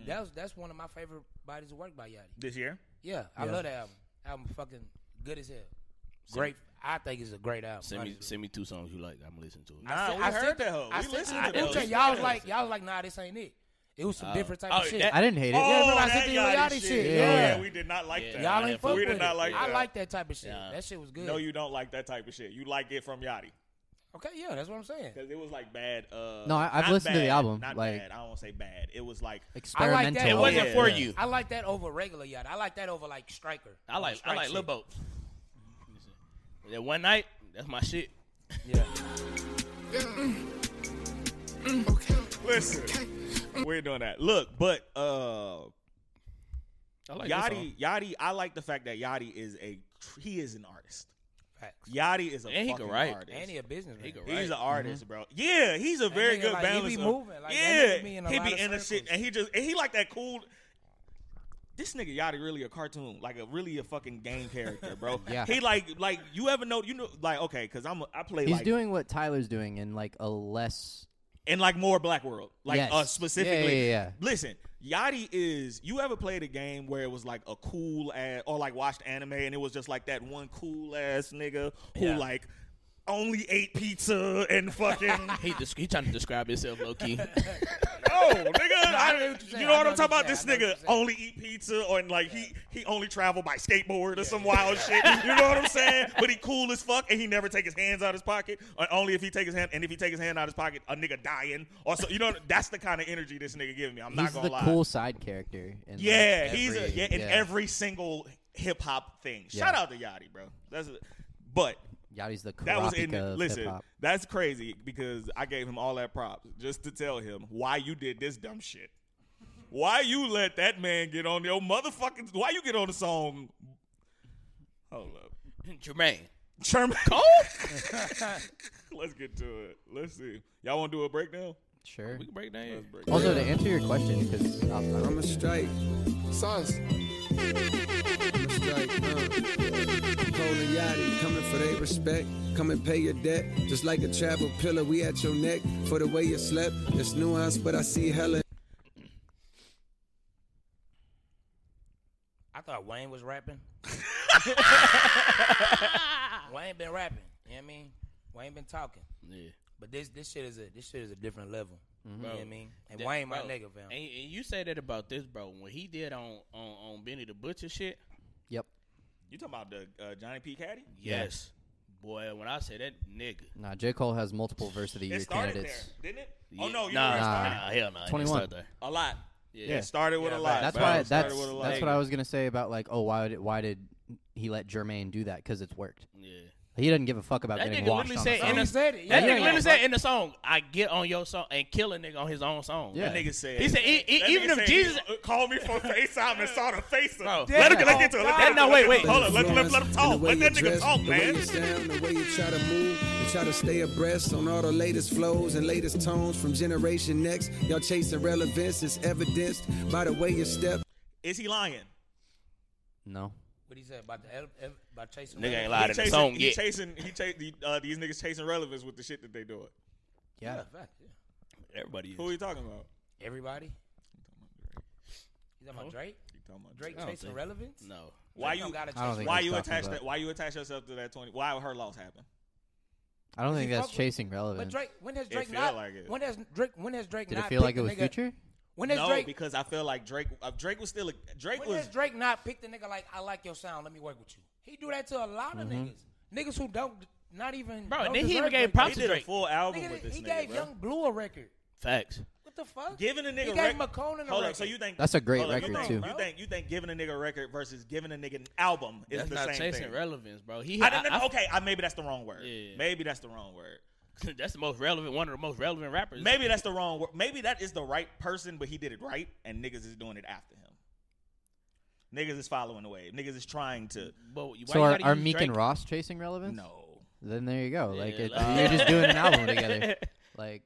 Speaker 4: That was that's one of my favorite bodies of work by Yachty.
Speaker 1: This year,
Speaker 4: Yeah, I love that album. Album fucking good as hell. Great. I think it's a great album.
Speaker 2: Send me,
Speaker 4: honestly.
Speaker 2: send me two songs you like. I'm gonna listen to it.
Speaker 1: Nah,
Speaker 4: sent-
Speaker 1: we heard
Speaker 4: sent-
Speaker 1: that hoe.
Speaker 4: I
Speaker 1: We
Speaker 4: sent-
Speaker 1: listened
Speaker 4: I
Speaker 1: to that
Speaker 4: looked
Speaker 1: hoe. Uh,
Speaker 4: at Y'all was like, y'all was like, nah, this ain't it. It was some different type
Speaker 2: Oh,
Speaker 4: of shit.
Speaker 2: that-
Speaker 3: I didn't hate it.
Speaker 1: oh,
Speaker 4: Yeah, remember I
Speaker 1: that
Speaker 4: sent you the
Speaker 1: Yachty
Speaker 4: Yachty
Speaker 1: shit.
Speaker 4: shit.
Speaker 1: Oh,
Speaker 3: Yeah.
Speaker 1: yeah, we did not like that.
Speaker 4: y'all
Speaker 2: I
Speaker 4: ain't
Speaker 2: didn't
Speaker 4: fuck
Speaker 2: fuck
Speaker 1: we
Speaker 4: with
Speaker 1: did
Speaker 4: it.
Speaker 1: not like
Speaker 4: I
Speaker 1: that.
Speaker 4: like that type of shit.
Speaker 2: Yeah.
Speaker 4: That shit was good.
Speaker 1: No, you don't like that type of shit. You like it from Yachty
Speaker 4: Okay, yeah, that's what I'm saying.
Speaker 1: because it was like bad. Uh,
Speaker 3: No, I- I've
Speaker 1: not
Speaker 3: listened to the
Speaker 1: bad,
Speaker 3: album,
Speaker 1: Not
Speaker 3: like-
Speaker 1: bad. I don't say bad. It was like
Speaker 4: like
Speaker 3: Experimental.
Speaker 4: that. It wasn't
Speaker 1: for
Speaker 2: you.
Speaker 4: I like that over regular yacht. I like that over like striker.
Speaker 2: I like, I like Lil Boat. That one night, that's my shit.
Speaker 4: Yeah.
Speaker 7: Mm,
Speaker 1: listen.
Speaker 4: (laughs)
Speaker 1: We're doing that. Look, but uh,
Speaker 2: I like that song.
Speaker 1: Yachty, Yachty, I like the fact that Yachty is a tr- he is an artist.
Speaker 4: Facts.
Speaker 1: Yachty is a
Speaker 2: And he can
Speaker 1: fucking
Speaker 2: write.
Speaker 1: artist.
Speaker 4: And he a businessman.
Speaker 2: He can
Speaker 1: He's
Speaker 2: Right.
Speaker 1: an artist, bro. Mm-hmm. Yeah, he's a very
Speaker 4: nigga,
Speaker 1: good
Speaker 4: like, he
Speaker 1: balance.
Speaker 4: be
Speaker 1: of-
Speaker 4: moving. Like, that
Speaker 1: yeah,
Speaker 4: nigga be in a
Speaker 1: he
Speaker 4: lot
Speaker 1: be
Speaker 4: of
Speaker 1: in the shit,
Speaker 4: circles.
Speaker 1: and he just and he like that cool. This nigga Yachty really a cartoon, like a really a fucking game character,
Speaker 4: (laughs)
Speaker 1: bro.
Speaker 3: Yeah.
Speaker 1: He like like you ever know you know like okay, cause I'm a, I
Speaker 3: (laughs)
Speaker 1: play
Speaker 3: He's
Speaker 1: like
Speaker 3: doing what Tyler's doing in like a less.
Speaker 1: and like more Black World, like
Speaker 3: Yes.
Speaker 1: uh, specifically.
Speaker 3: Yeah, yeah, yeah.
Speaker 1: Listen, Yachty is. You ever played a game where it was like a cool ass, or like watched anime, and it was just like that one cool ass nigga who
Speaker 4: Yeah.
Speaker 1: like only ate pizza and fucking.
Speaker 2: (laughs) He, dis- he trying to describe himself low key.
Speaker 1: No, nigga. I,
Speaker 4: know what you're
Speaker 1: you
Speaker 4: saying.
Speaker 1: know
Speaker 4: I
Speaker 1: what
Speaker 4: know
Speaker 1: I'm talking about?
Speaker 4: what you're
Speaker 1: This
Speaker 4: saying. I know
Speaker 1: nigga
Speaker 4: what you're saying.
Speaker 1: only eat pizza or and like he he only travel by skateboard or some wild
Speaker 4: (laughs)
Speaker 1: shit. You know what I'm saying? But he cool as fuck and he never take his hands out his pocket. Or only if he take his hand and if he take his hand out his pocket, a nigga dying. Or so you know that's the kind of energy this nigga giving me. I'm not
Speaker 3: He's
Speaker 1: gonna
Speaker 3: the
Speaker 1: lie.
Speaker 3: cool side character. In like,
Speaker 1: yeah, he's a,
Speaker 3: every-
Speaker 1: yeah in every single hip hop thing. Shout
Speaker 3: Yeah.
Speaker 1: out to Yachty, bro. That's a, but
Speaker 3: Yachty's the
Speaker 1: that was
Speaker 3: Kurapika
Speaker 1: in
Speaker 3: of
Speaker 1: listen
Speaker 3: hip-hop.
Speaker 1: that's crazy because i gave him all that props just to tell him why you did this dumb shit why you let that man get on your motherfucking why you get on the song hold up
Speaker 2: (laughs) Jermaine.
Speaker 1: Sherman. (laughs)
Speaker 2: (laughs)
Speaker 1: let's get to it let's see y'all want to do a breakdown
Speaker 3: Sure.
Speaker 2: We can break down.
Speaker 3: Also, to answer your question, because
Speaker 7: I'm a strike. Sauce. I'm a strike. Uh. Cola Yachty, coming for their respect. Come and pay your debt. Just like a travel pillar, we at your neck. For the way you slept, it's nuanced, but I see hella.
Speaker 4: I thought Wayne was
Speaker 1: (laughs)
Speaker 4: rapping. (laughs) Wayne been rapping. You know what I mean? Wayne been talking.
Speaker 2: Yeah.
Speaker 4: But this this shit is a this shit is a different level.
Speaker 1: Mm-hmm.
Speaker 4: You know what I mean? And
Speaker 2: That-
Speaker 4: Wayne my
Speaker 2: bro,
Speaker 4: nigga, fam.
Speaker 2: And, and you say that about this, bro. When he did on on, on Benny the Butcher shit,
Speaker 3: yep.
Speaker 1: you talking about the uh, johnny p caddy
Speaker 2: yes, boy. When I say that nigga,
Speaker 3: Nah, J. Cole has multiple verse of the year
Speaker 1: it started there
Speaker 3: candidates.
Speaker 1: didn't it oh
Speaker 2: Yeah.
Speaker 1: no you
Speaker 2: nah,
Speaker 1: know where it
Speaker 2: nah,
Speaker 1: started?
Speaker 2: nah, hell no.
Speaker 3: 21.
Speaker 1: a lot
Speaker 2: Yeah.
Speaker 1: it started with
Speaker 4: Yeah,
Speaker 1: a lot
Speaker 3: That's
Speaker 1: bro.
Speaker 3: why.
Speaker 1: It
Speaker 3: That's
Speaker 1: started
Speaker 3: that's
Speaker 1: with a lot.
Speaker 3: what I was gonna say about like, oh, why did why did he let Jermaine do that? Because it's worked.
Speaker 2: Yeah.
Speaker 3: He doesn't give a fuck about
Speaker 2: That
Speaker 3: getting
Speaker 2: nigga
Speaker 3: washed
Speaker 2: literally
Speaker 3: on
Speaker 2: said
Speaker 3: the song.
Speaker 2: in the
Speaker 4: He said it.
Speaker 2: That
Speaker 4: Yeah.
Speaker 2: nigga
Speaker 4: Yeah.
Speaker 2: literally said in the song, "I get on your song and kill a nigga on his own song."
Speaker 3: Yeah.
Speaker 1: That nigga said.
Speaker 2: He said, e- e-
Speaker 1: that
Speaker 2: even
Speaker 1: nigga
Speaker 2: if
Speaker 1: said he
Speaker 2: Jesus-
Speaker 1: uh, called me from (laughs) FaceTime and saw the face of.
Speaker 2: Bro,
Speaker 1: let him
Speaker 3: yeah.
Speaker 1: let get to it. Let
Speaker 2: That-
Speaker 1: him-
Speaker 2: no, wait, wait.
Speaker 1: Hold on. Let, let, let him talk.
Speaker 7: And the way
Speaker 1: Let that
Speaker 7: you
Speaker 1: nigga
Speaker 7: dress,
Speaker 1: talk,
Speaker 7: the way
Speaker 1: man.
Speaker 7: you sound, the way you try to move, and try to stay abreast on all the latest flows and latest tones from Generation Next. Y'all chasing relevance is evidenced by the way you step.
Speaker 1: Is he lying?
Speaker 3: No.
Speaker 4: What he said about the ele- ele- about chasing
Speaker 2: Nigga ain't
Speaker 4: Wayne?
Speaker 2: lied
Speaker 1: he
Speaker 2: in the
Speaker 1: chasing,
Speaker 2: song
Speaker 1: he
Speaker 2: yet.
Speaker 1: chasing. He chas- the, uh, These niggas chasing relevance with the shit that they doing.
Speaker 3: Yeah.
Speaker 4: Yeah, fact, yeah.
Speaker 2: Everybody
Speaker 1: Who are
Speaker 2: is.
Speaker 1: you talking about?
Speaker 4: Everybody. You talking about Drake?
Speaker 1: You talking about
Speaker 4: Drake
Speaker 2: I don't
Speaker 4: chasing
Speaker 2: think-
Speaker 4: relevance?
Speaker 2: No.
Speaker 1: Why
Speaker 4: Drake
Speaker 1: you?
Speaker 4: don't gotta
Speaker 3: I don't
Speaker 4: chase
Speaker 3: think-
Speaker 1: Why
Speaker 3: he's
Speaker 1: you
Speaker 3: talking
Speaker 1: attach
Speaker 3: about-
Speaker 1: that? Why you attach yourself to that twenty? Why her loss happen?
Speaker 3: I don't think that's
Speaker 4: fuck with-
Speaker 3: chasing
Speaker 4: But
Speaker 3: relevance.
Speaker 4: Drake, when has Drake
Speaker 1: feel
Speaker 4: not?
Speaker 1: like it.
Speaker 4: When has Drake? When has Drake
Speaker 3: Did
Speaker 4: not?
Speaker 3: it feel like
Speaker 4: picked
Speaker 3: it
Speaker 4: a
Speaker 3: was
Speaker 4: nigga-
Speaker 3: Future?
Speaker 4: When has
Speaker 1: No,
Speaker 4: Drake?
Speaker 1: because I feel like Drake. Uh, Drake was still. A, Drake
Speaker 4: when
Speaker 1: was.
Speaker 4: has Drake not picked a nigga like I like your sound? Let me work with you. He do that to a lot
Speaker 1: Mhm.
Speaker 4: of niggas. Niggas who don't, not even.
Speaker 2: Bro,
Speaker 4: don't
Speaker 2: then he even
Speaker 4: deserve
Speaker 2: gave
Speaker 4: Drake.
Speaker 2: props
Speaker 1: he Mm-hmm.
Speaker 2: to
Speaker 1: did a
Speaker 2: Drake.
Speaker 1: full album
Speaker 4: Nigga,
Speaker 1: with this
Speaker 4: he
Speaker 1: nigga,
Speaker 4: gave
Speaker 1: bro.
Speaker 4: Young Blue a record.
Speaker 2: Facts.
Speaker 4: What the fuck?
Speaker 1: Giving a nigga
Speaker 4: He
Speaker 1: rec-
Speaker 4: gave McCone and a
Speaker 1: Hold
Speaker 4: record.
Speaker 1: up, so you think
Speaker 3: That's a great
Speaker 1: hold up,
Speaker 3: record,
Speaker 1: you think,
Speaker 3: too.
Speaker 1: You think you think giving a nigga a record versus giving a nigga an album is
Speaker 2: That's
Speaker 1: the
Speaker 2: not
Speaker 1: same
Speaker 2: chasing
Speaker 1: thing?
Speaker 2: relevance, bro. He,
Speaker 1: I didn't.
Speaker 2: I-
Speaker 1: okay, I, maybe that's the wrong word.
Speaker 2: Yeah.
Speaker 1: Maybe that's the wrong word.
Speaker 2: I- that's (laughs) the most relevant, one of the most relevant rappers.
Speaker 1: Maybe that's the wrong word. Maybe that is the right person, but he did it right, and niggas is doing it after him. Niggas is following the wave. Niggas is trying to.
Speaker 2: But why
Speaker 3: So
Speaker 2: you
Speaker 3: are,
Speaker 2: gotta
Speaker 3: are
Speaker 2: use
Speaker 3: Meek
Speaker 2: Drake?
Speaker 3: and Ross chasing relevance?
Speaker 1: No,
Speaker 3: Then there you go. like
Speaker 2: Yeah,
Speaker 3: it,
Speaker 2: like-
Speaker 3: you're just doing an album
Speaker 2: (laughs)
Speaker 3: together. Like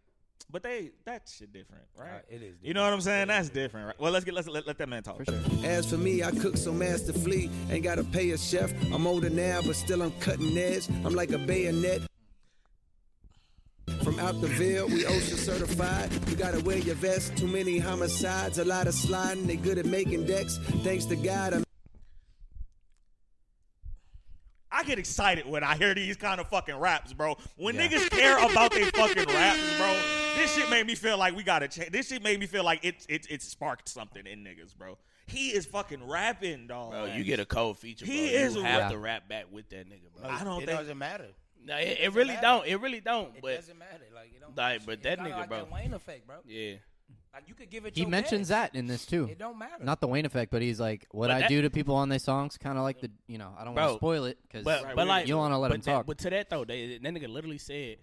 Speaker 1: but they that shit different, right?
Speaker 4: Uh, it is
Speaker 1: You know what I'm saying? That's different. Right? Well, let's get let's let, let that man talk.
Speaker 3: for sure.
Speaker 7: As for me, I cook so masterfully. Ain't gotta pay a chef. I'm older now, but still I'm cutting edge. I'm like a bayonet. From out the veil, we ocean certified. You gotta wear your vest. Too many homicides, a lot of sliding. They good at making decks. Thanks to God, I'm
Speaker 1: I get excited when I hear these kind of fucking raps, bro. When
Speaker 3: Yeah.
Speaker 1: niggas care about their fucking raps, bro, this shit made me feel like we gotta change. This shit made me feel like it it it sparked something in niggas, bro. He is fucking rapping, dog.
Speaker 2: Bro, you get a cold feature. Bro.
Speaker 1: He
Speaker 2: you
Speaker 1: is a
Speaker 2: have
Speaker 1: rap-
Speaker 2: to rap back with that nigga, bro.
Speaker 1: I don't
Speaker 4: it
Speaker 1: think-
Speaker 4: doesn't matter.
Speaker 2: No, it, it really
Speaker 4: matter.
Speaker 2: don't. It really don't.
Speaker 4: It
Speaker 2: But
Speaker 4: doesn't matter. Like you don't.
Speaker 2: Like, but
Speaker 4: it's
Speaker 2: that
Speaker 4: kinda
Speaker 2: nigga,
Speaker 4: like
Speaker 2: bro.
Speaker 4: That Wayne effect, bro.
Speaker 2: yeah,
Speaker 4: Like you could give it.
Speaker 3: He
Speaker 4: your
Speaker 3: mentions
Speaker 4: best.
Speaker 3: that in this too.
Speaker 4: It don't matter.
Speaker 3: Not the Wayne effect, but he's like, what
Speaker 2: But
Speaker 3: I
Speaker 2: that-
Speaker 3: do to people on their songs, kind of like the, you know, I don't want
Speaker 2: Bro,
Speaker 3: to spoil it because
Speaker 2: but but like
Speaker 3: you want to let
Speaker 2: but
Speaker 3: him
Speaker 2: that-
Speaker 3: talk.
Speaker 2: But to that though, they, that nigga literally said,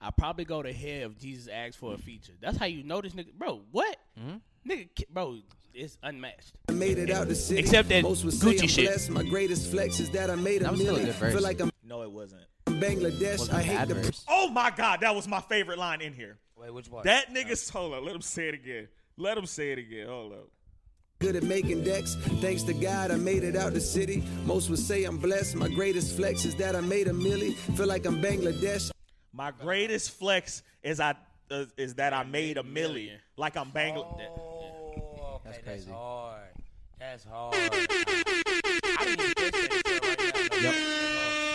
Speaker 2: "I probably go to hell if Jesus asks for a feature." That's how you know this nigga, bro. What
Speaker 3: Mm-hmm.
Speaker 2: nigga, ki- bro, it's unmatched.
Speaker 7: I made it out the city.
Speaker 2: Except that
Speaker 7: Most would
Speaker 2: Gucci
Speaker 7: say I'm
Speaker 2: shit.
Speaker 7: blessed.
Speaker 2: (laughs)
Speaker 7: My greatest flex is that I made a
Speaker 3: That was still a
Speaker 7: million.
Speaker 3: good verse.
Speaker 7: Feel like I'm
Speaker 1: No, it wasn't.
Speaker 7: in Bangladesh.
Speaker 3: Wasn't
Speaker 7: I
Speaker 3: a
Speaker 7: hate
Speaker 3: bad
Speaker 7: the
Speaker 3: verse.
Speaker 1: Oh my god, that was my favorite line in here.
Speaker 4: Wait, which part?
Speaker 1: That nigga's hold up. Let him say it again. Let him say it again. Hold up.
Speaker 7: Good at making decks. Thanks to God, I made it out the city. Most would say I'm blessed. My greatest flex is that I made a milli. Feel like I'm Bangladesh.
Speaker 1: My greatest flex is I uh, is that I made a million.
Speaker 2: million.
Speaker 1: Like I'm bangling.
Speaker 4: Oh, okay,
Speaker 3: That's
Speaker 4: that's
Speaker 3: crazy.
Speaker 4: hard.
Speaker 2: (laughs)
Speaker 4: That's hard. I didn't even catch that shit right now.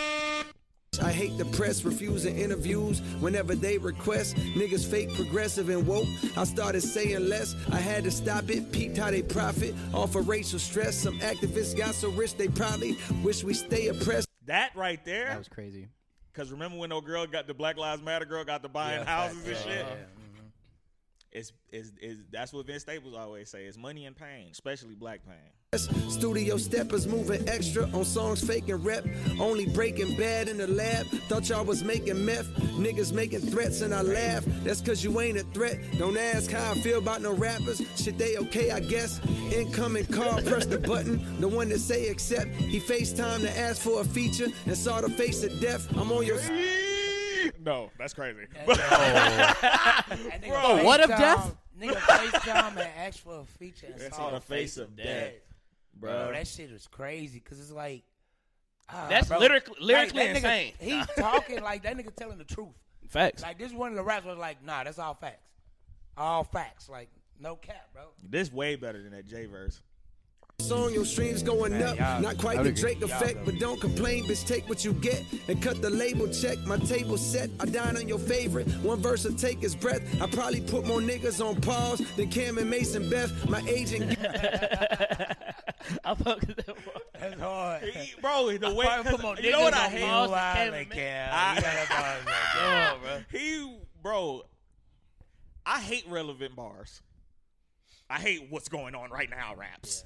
Speaker 7: I hate the press, refusing interviews whenever they request. Niggas fake, progressive, and woke. I started saying less. I had to stop it. Peeped how they profit off of racial stress. Some activists got so rich they probably wish we stay oppressed.
Speaker 1: That right
Speaker 3: that
Speaker 1: there.
Speaker 3: was crazy.
Speaker 1: Because remember when no girl got the Black Lives Matter girl got the buying
Speaker 4: Yeah,
Speaker 1: houses and
Speaker 4: facts, yeah,
Speaker 1: shit.
Speaker 4: yeah, yeah.
Speaker 1: It's is is that's what Vince Staples always say. It's money and pain, especially black pain.
Speaker 7: Studio steppers moving extra on songs faking rep. Only breaking bad in the lab. Thought y'all was making meth. Niggas making threats and I laugh. That's cause you ain't a threat. Don't ask how I feel about no rappers. Shit, they okay, I guess. Incoming
Speaker 1: (laughs)
Speaker 7: call, press the button. The one that say accept. He FaceTime to ask for a feature and saw the face of death. I'm on your.
Speaker 1: No, that's crazy.
Speaker 4: That nigga
Speaker 1: Bro,
Speaker 3: what of
Speaker 4: FaceTime-
Speaker 3: death?
Speaker 4: Nigga FaceTime and asked for a feature. and
Speaker 1: That's
Speaker 4: saw
Speaker 1: all the face of death,
Speaker 4: Bro,
Speaker 1: bro.
Speaker 4: that shit was crazy because it's like. ah,
Speaker 2: That's
Speaker 4: bro.
Speaker 2: lyric- lyrically
Speaker 4: that nigga-
Speaker 2: insane.
Speaker 4: He's talking like that nigga telling the truth.
Speaker 2: (laughs) Facts.
Speaker 4: Like this one of the raps was like, nah, that's all facts. All facts. Like, no cap, bro.
Speaker 1: This way better than that J verse.
Speaker 7: song, your streams going up.
Speaker 4: y'all-
Speaker 7: Not quite
Speaker 3: I
Speaker 7: the
Speaker 3: would agree.
Speaker 7: Drake effect, but don't complain, bitch. Take what you get and cut the label check. My table set, I dine on your favorite. One verse will take his breath. I probably put more niggas on pause than Cam and Mason Beth. My agent,
Speaker 2: (laughs) I fuck with that one.
Speaker 4: That's hard.
Speaker 1: Bro, the way
Speaker 2: probably put
Speaker 1: 'cause
Speaker 2: more
Speaker 1: you know what
Speaker 2: niggas
Speaker 1: I
Speaker 2: on
Speaker 1: hate.
Speaker 2: Mars.
Speaker 1: (laughs)
Speaker 4: I,
Speaker 2: Come on, bro.
Speaker 1: He, bro, I hate relevant bars. I hate what's going on right now, raps.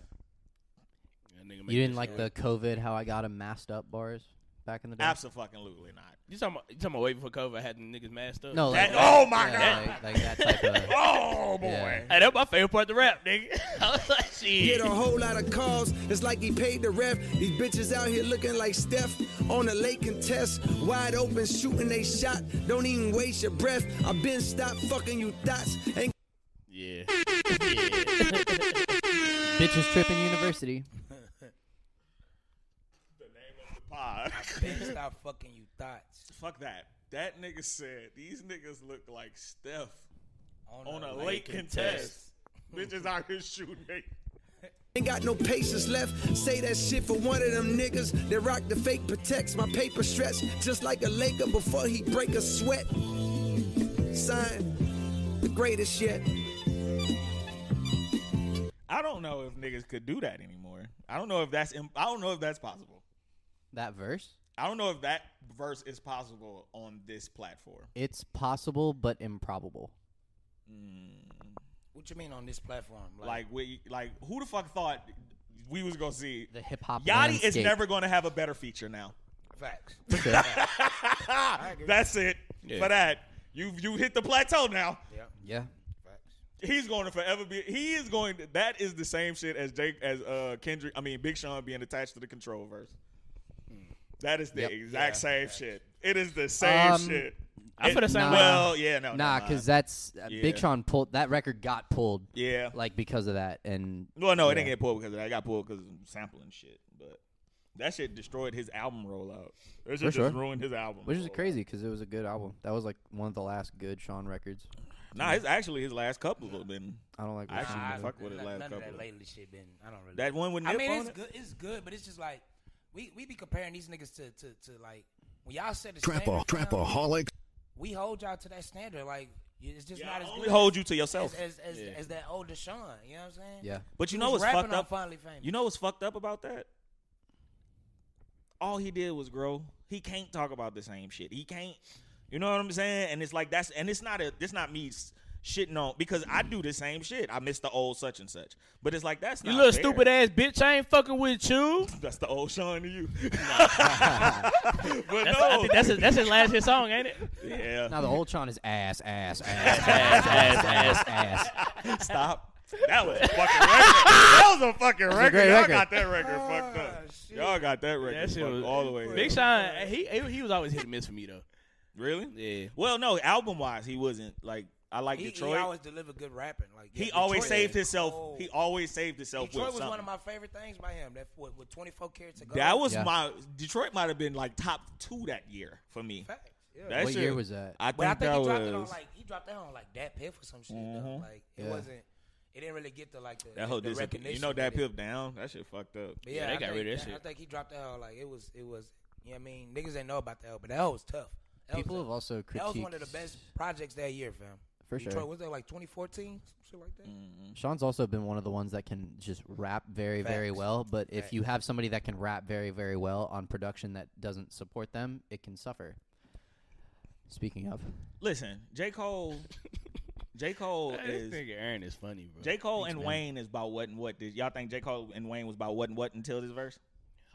Speaker 2: That nigga make
Speaker 3: You didn't
Speaker 2: this
Speaker 3: like
Speaker 2: shit.
Speaker 3: the COVID, how I got him masked up bars back in the day?
Speaker 1: Absolutely not.
Speaker 2: You talking about? You talking about waiting for COVID? Had the niggas masked up.
Speaker 3: No, like,
Speaker 1: That- oh my
Speaker 3: yeah,
Speaker 1: God.
Speaker 3: Like, like that type of.
Speaker 1: (laughs) Oh boy.
Speaker 3: Yeah.
Speaker 2: Hey, that's my favorite part of the rap, nigga. I was like,
Speaker 7: get
Speaker 2: shit.
Speaker 7: a whole lot of calls. It's like he paid the ref. These bitches out here looking like Steph on a late contest. Wide open, shooting they shot. Don't even waste your breath. i been stopped fucking you thoughts. Ain't
Speaker 2: Yeah. yeah. (laughs)
Speaker 3: Bitches Tripping
Speaker 1: (laughs)
Speaker 3: University.
Speaker 1: Pod.
Speaker 4: Bitch,
Speaker 1: (laughs)
Speaker 4: stop fucking you thoughts.
Speaker 1: Fuck that. That nigga said these niggas look like Steph on a
Speaker 4: late
Speaker 1: late contest. Bitches out here shooting. they-
Speaker 7: Ain't got no patience left. Say that shit for one of them niggas that rock the fake protects. My paper stretch just like a Laker before he break a sweat. Sign the greatest yet.
Speaker 1: I don't know if niggas could do that anymore. I don't know if that's. Im- I don't know if that's possible.
Speaker 3: That verse?
Speaker 1: I don't know if that verse is possible on this platform.
Speaker 3: It's possible, but improbable.
Speaker 4: What you mean on this platform?
Speaker 1: Mm. Like we like who the fuck thought we was gonna see
Speaker 3: The hip hop.
Speaker 1: Yachty is never gonna have a better feature now.
Speaker 4: (laughs)
Speaker 1: (laughs)
Speaker 4: facts. (laughs)
Speaker 1: That's it for that. You you hit the plateau now.
Speaker 3: Yeah.
Speaker 4: Facts.
Speaker 1: He's going to forever be. He is going. To, that is the same shit as Jake as uh Kendrick. I mean Big Sean being attached to the Control verse.
Speaker 4: Hmm.
Speaker 1: That is the
Speaker 3: Yep.
Speaker 1: exact same shit. It is the same
Speaker 3: Um,
Speaker 1: shit.
Speaker 2: I
Speaker 1: It-
Speaker 2: feel the same way.
Speaker 1: Well, yeah, no,
Speaker 3: Nah,
Speaker 1: no,
Speaker 3: because that's uh, Big
Speaker 1: Yeah.
Speaker 3: Sean pulled that record got pulled.
Speaker 1: yeah,
Speaker 3: Like because of that, and
Speaker 1: Well, no, it
Speaker 3: Yeah.
Speaker 1: didn't get pulled because of that. It got pulled because of sampling shit. But that shit destroyed his album rollout. That shit
Speaker 3: For
Speaker 1: just
Speaker 3: sure.
Speaker 1: ruined his album.
Speaker 3: which is
Speaker 1: rollout.
Speaker 3: crazy because it was a good album. That was like one of the last good Sean records.
Speaker 1: Nah, it's actually his last couple of them.
Speaker 3: I don't like.
Speaker 1: I
Speaker 3: what
Speaker 1: actually
Speaker 3: Sean
Speaker 1: don't
Speaker 3: did.
Speaker 1: fuck with his
Speaker 4: None-
Speaker 1: last
Speaker 4: none of
Speaker 1: couple.
Speaker 4: that lately shit been. I don't really.
Speaker 1: That one with
Speaker 4: I
Speaker 1: Nip
Speaker 4: mean,
Speaker 1: on
Speaker 4: it's
Speaker 1: it.
Speaker 4: good. It's good, but it's just like we we be comparing these niggas to to, to like when y'all said the
Speaker 6: Trapper,
Speaker 4: standard, now,
Speaker 6: trapaholic.
Speaker 4: We hold y'all to that standard. Like it's just
Speaker 1: Yeah,
Speaker 4: not as
Speaker 1: only
Speaker 4: good
Speaker 1: hold you to
Speaker 4: as
Speaker 1: yourself.
Speaker 4: as, as, as that old Deshaun. You know what I'm saying?
Speaker 3: Yeah.
Speaker 1: But you
Speaker 4: He
Speaker 1: know
Speaker 4: was
Speaker 1: what's
Speaker 4: rapping
Speaker 1: fucked
Speaker 4: on
Speaker 1: up?
Speaker 4: Finally famous.
Speaker 1: You know what's fucked up about that? All he did was grow. He can't talk about the same shit. He can't. You know what I'm saying? And it's like that's and it's not a it's not me s- shitting on because I do the same shit. I miss the old such and such. But it's like that's
Speaker 2: You
Speaker 1: not
Speaker 2: little
Speaker 1: fair.
Speaker 2: stupid ass bitch. I ain't fucking with you.
Speaker 1: That's the old Sean to you. (laughs) but
Speaker 2: (laughs) That's, I
Speaker 1: no.
Speaker 2: think that's his, that's his last hit song, ain't it?
Speaker 1: (laughs) yeah.
Speaker 3: Now the old Sean is ass,
Speaker 1: (laughs)
Speaker 3: ass, ass, ass, ass, ass, ass.
Speaker 1: (laughs) Stop. That was a fucking record. That was a fucking record.
Speaker 3: great
Speaker 1: Y'all
Speaker 3: record.
Speaker 1: got that record fucked up.
Speaker 4: shit.
Speaker 1: Y'all got that record
Speaker 2: That shit
Speaker 1: fucked
Speaker 2: was-
Speaker 1: all the way.
Speaker 2: Big
Speaker 1: up.
Speaker 2: Sean, he he he was always hit and miss for me though.
Speaker 1: Really?
Speaker 2: Yeah.
Speaker 1: Well, no, album wise, he wasn't like I like
Speaker 4: he,
Speaker 1: Detroit.
Speaker 4: he always delivered good rapping. Like yeah,
Speaker 1: He always
Speaker 4: Detroit
Speaker 1: saved
Speaker 4: was
Speaker 1: himself.
Speaker 4: cold.
Speaker 1: He always saved himself
Speaker 4: Detroit
Speaker 1: with
Speaker 4: was
Speaker 1: something.
Speaker 4: one of my favorite things by him. That with, with 24 carats to go.
Speaker 1: that was
Speaker 3: Yeah.
Speaker 1: my Detroit might have been like top two that year for me.
Speaker 4: facts. Yeah.
Speaker 1: That
Speaker 3: What
Speaker 1: shit-
Speaker 3: year was that?
Speaker 1: I think,
Speaker 4: But I think
Speaker 1: that
Speaker 4: he dropped
Speaker 1: was Mm-hmm.
Speaker 4: it on like he dropped that on like that piff or some shit. Though. Like it
Speaker 3: Yeah.
Speaker 4: wasn't. It didn't really get the like the,
Speaker 1: that whole
Speaker 4: the
Speaker 1: disappointment.
Speaker 4: recognition.
Speaker 1: You know that
Speaker 4: that it-
Speaker 1: Piff down. That shit fucked up.
Speaker 2: Yeah,
Speaker 4: But yeah,
Speaker 2: they
Speaker 4: I
Speaker 2: got
Speaker 4: think,
Speaker 2: rid of that
Speaker 4: I
Speaker 2: shit.
Speaker 4: think he dropped that L. Like it was, it was. You know what I mean? Niggas ain't know about that L, but that L was tough. That
Speaker 3: People
Speaker 4: was,
Speaker 3: have also critiqued.
Speaker 4: that was one of the best projects that year, fam.
Speaker 3: For
Speaker 4: Detroit,
Speaker 3: sure.
Speaker 4: was that like 2014, some shit like that?
Speaker 1: Mm-hmm.
Speaker 3: Sean's also been one of the ones that can just rap very, very
Speaker 4: Facts.
Speaker 3: well. But if
Speaker 4: Facts.
Speaker 3: you have somebody that can rap very, very well on production that doesn't support them, it can suffer. Speaking of,
Speaker 1: Listen, J Cole. J
Speaker 2: (laughs)
Speaker 1: Cole
Speaker 2: This
Speaker 1: is
Speaker 2: nigga Aaron is funny, bro.
Speaker 1: J Cole and
Speaker 3: man.
Speaker 1: Wayne is about what and what. Did y'all think J Cole and Wayne was about what and what until this verse?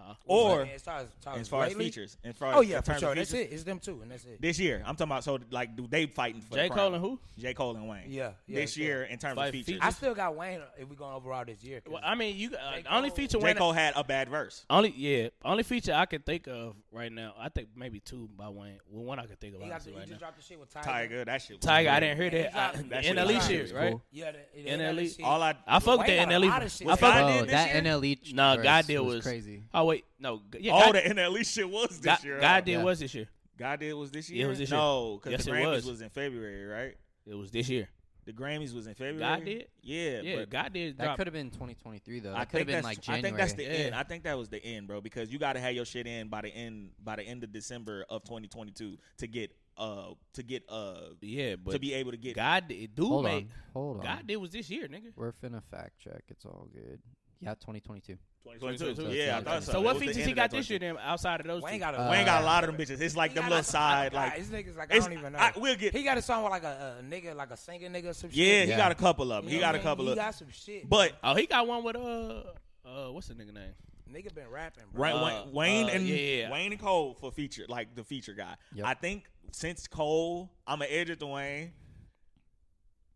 Speaker 2: Huh?
Speaker 1: Or
Speaker 4: as far as, as, far
Speaker 1: as
Speaker 4: as
Speaker 1: far as
Speaker 4: lately?
Speaker 1: features, as far
Speaker 4: Oh
Speaker 1: as-
Speaker 4: yeah,
Speaker 1: in
Speaker 4: for
Speaker 1: terms of
Speaker 4: sure. That's
Speaker 1: features?
Speaker 4: it. It's them too, and that's it.
Speaker 1: This year, I'm talking about. So like, do they fighting for the
Speaker 2: J Cole
Speaker 1: crown.
Speaker 2: and who?
Speaker 1: J Cole and Wayne.
Speaker 4: Yeah, yeah,
Speaker 1: this
Speaker 4: yeah.
Speaker 1: year, in terms
Speaker 2: Fight
Speaker 1: of features,
Speaker 2: features?
Speaker 4: I still got Wayne. If we going overall this year, 'cause
Speaker 2: Well, I mean, you uh, only
Speaker 4: Cole-
Speaker 2: feature
Speaker 1: J
Speaker 2: Wayne.
Speaker 1: Cole had a bad verse.
Speaker 2: Only yeah, only feature I can think of right now. I think maybe two by Wayne. Well, one I can think of
Speaker 4: he, got the,
Speaker 2: honestly
Speaker 4: he
Speaker 2: right
Speaker 4: just
Speaker 2: now.
Speaker 4: dropped the shit with Tiger.
Speaker 1: Tiger, that shit. was
Speaker 2: Tiger, I
Speaker 1: weird.
Speaker 2: didn't hear
Speaker 4: he
Speaker 2: that. I,
Speaker 4: dropped-
Speaker 2: the
Speaker 1: That shit
Speaker 2: NLE
Speaker 1: was
Speaker 2: shit,
Speaker 1: cool.
Speaker 2: right?
Speaker 4: Yeah, the, the
Speaker 2: NLE.
Speaker 4: shit.
Speaker 1: All I,
Speaker 2: I fuck with the
Speaker 4: Wayne got a lot
Speaker 2: NLE.
Speaker 4: of shit.
Speaker 2: E I
Speaker 1: Was
Speaker 2: fuck
Speaker 1: God
Speaker 2: with
Speaker 1: did
Speaker 3: oh,
Speaker 1: this
Speaker 3: that
Speaker 1: year?
Speaker 3: NLE
Speaker 2: no
Speaker 3: verse
Speaker 2: God deal
Speaker 3: was,
Speaker 2: was,
Speaker 3: crazy.
Speaker 2: Oh wait, no, g- yeah,
Speaker 1: all
Speaker 2: God,
Speaker 1: the NLE shit was this
Speaker 2: God,
Speaker 1: year. huh?
Speaker 2: God did
Speaker 3: Yeah.
Speaker 2: was this year.
Speaker 1: God did was this year.
Speaker 2: Yeah, it was this year.
Speaker 1: no, because
Speaker 2: Yes,
Speaker 1: the
Speaker 2: it
Speaker 1: Grammys was.
Speaker 2: was.
Speaker 1: in February, right?
Speaker 2: It was this year.
Speaker 1: The Grammys was in February.
Speaker 2: did?
Speaker 1: Yeah,
Speaker 2: Yeah,
Speaker 1: but
Speaker 2: God did
Speaker 3: That
Speaker 2: drop.
Speaker 3: could have been 2023 though.
Speaker 1: I
Speaker 3: That could
Speaker 1: think
Speaker 3: have been
Speaker 1: that's
Speaker 3: like
Speaker 1: I
Speaker 3: January.
Speaker 1: think that's the
Speaker 2: Yeah.
Speaker 1: end. I think that was the end, bro. Because you got to have your shit in by the end by the end of December of 2022 to get uh to get uh
Speaker 2: Yeah, but
Speaker 1: to be able to get
Speaker 2: God did. Dude,
Speaker 3: Hold
Speaker 2: made,
Speaker 3: on, hold on.
Speaker 2: God did was this year, nigga.
Speaker 3: We're finna fact check. It's all good. Yeah, 2022.
Speaker 1: 2022.
Speaker 2: 2022.
Speaker 1: Yeah, I thought
Speaker 3: So
Speaker 1: so.
Speaker 2: So
Speaker 1: It
Speaker 2: what
Speaker 1: was the
Speaker 2: features
Speaker 1: end
Speaker 2: he
Speaker 1: of that
Speaker 2: got this year
Speaker 1: 22.
Speaker 2: then? Outside of those,
Speaker 4: Wayne
Speaker 2: two?
Speaker 4: got a
Speaker 3: Uh,
Speaker 1: Wayne got a lot of them bitches. It's like
Speaker 4: He
Speaker 1: them
Speaker 4: got
Speaker 1: little
Speaker 4: a-
Speaker 1: side
Speaker 4: I- I-
Speaker 1: like.
Speaker 4: his niggas like I
Speaker 1: it's-
Speaker 4: don't even know.
Speaker 1: I- we'll get.
Speaker 4: he got a song with like a, a nigga, like a singer nigga, or some shit.
Speaker 1: Yeah, he
Speaker 3: Yeah.
Speaker 1: got a couple of them.
Speaker 4: You know
Speaker 1: He
Speaker 4: what I
Speaker 1: got a
Speaker 4: mean?
Speaker 1: couple
Speaker 4: He
Speaker 1: of.
Speaker 4: got some shit.
Speaker 1: But
Speaker 2: Oh, he got one with uh, uh, what's the nigga name?
Speaker 4: nigga been rapping, bro.
Speaker 1: Right,
Speaker 2: Uh,
Speaker 1: Wayne, Wayne
Speaker 2: uh,
Speaker 1: and
Speaker 2: yeah, yeah.
Speaker 1: Wayne and Cole for feature, like the feature guy.
Speaker 3: Yep.
Speaker 1: I think since Cole, I'm an edge at the Wayne,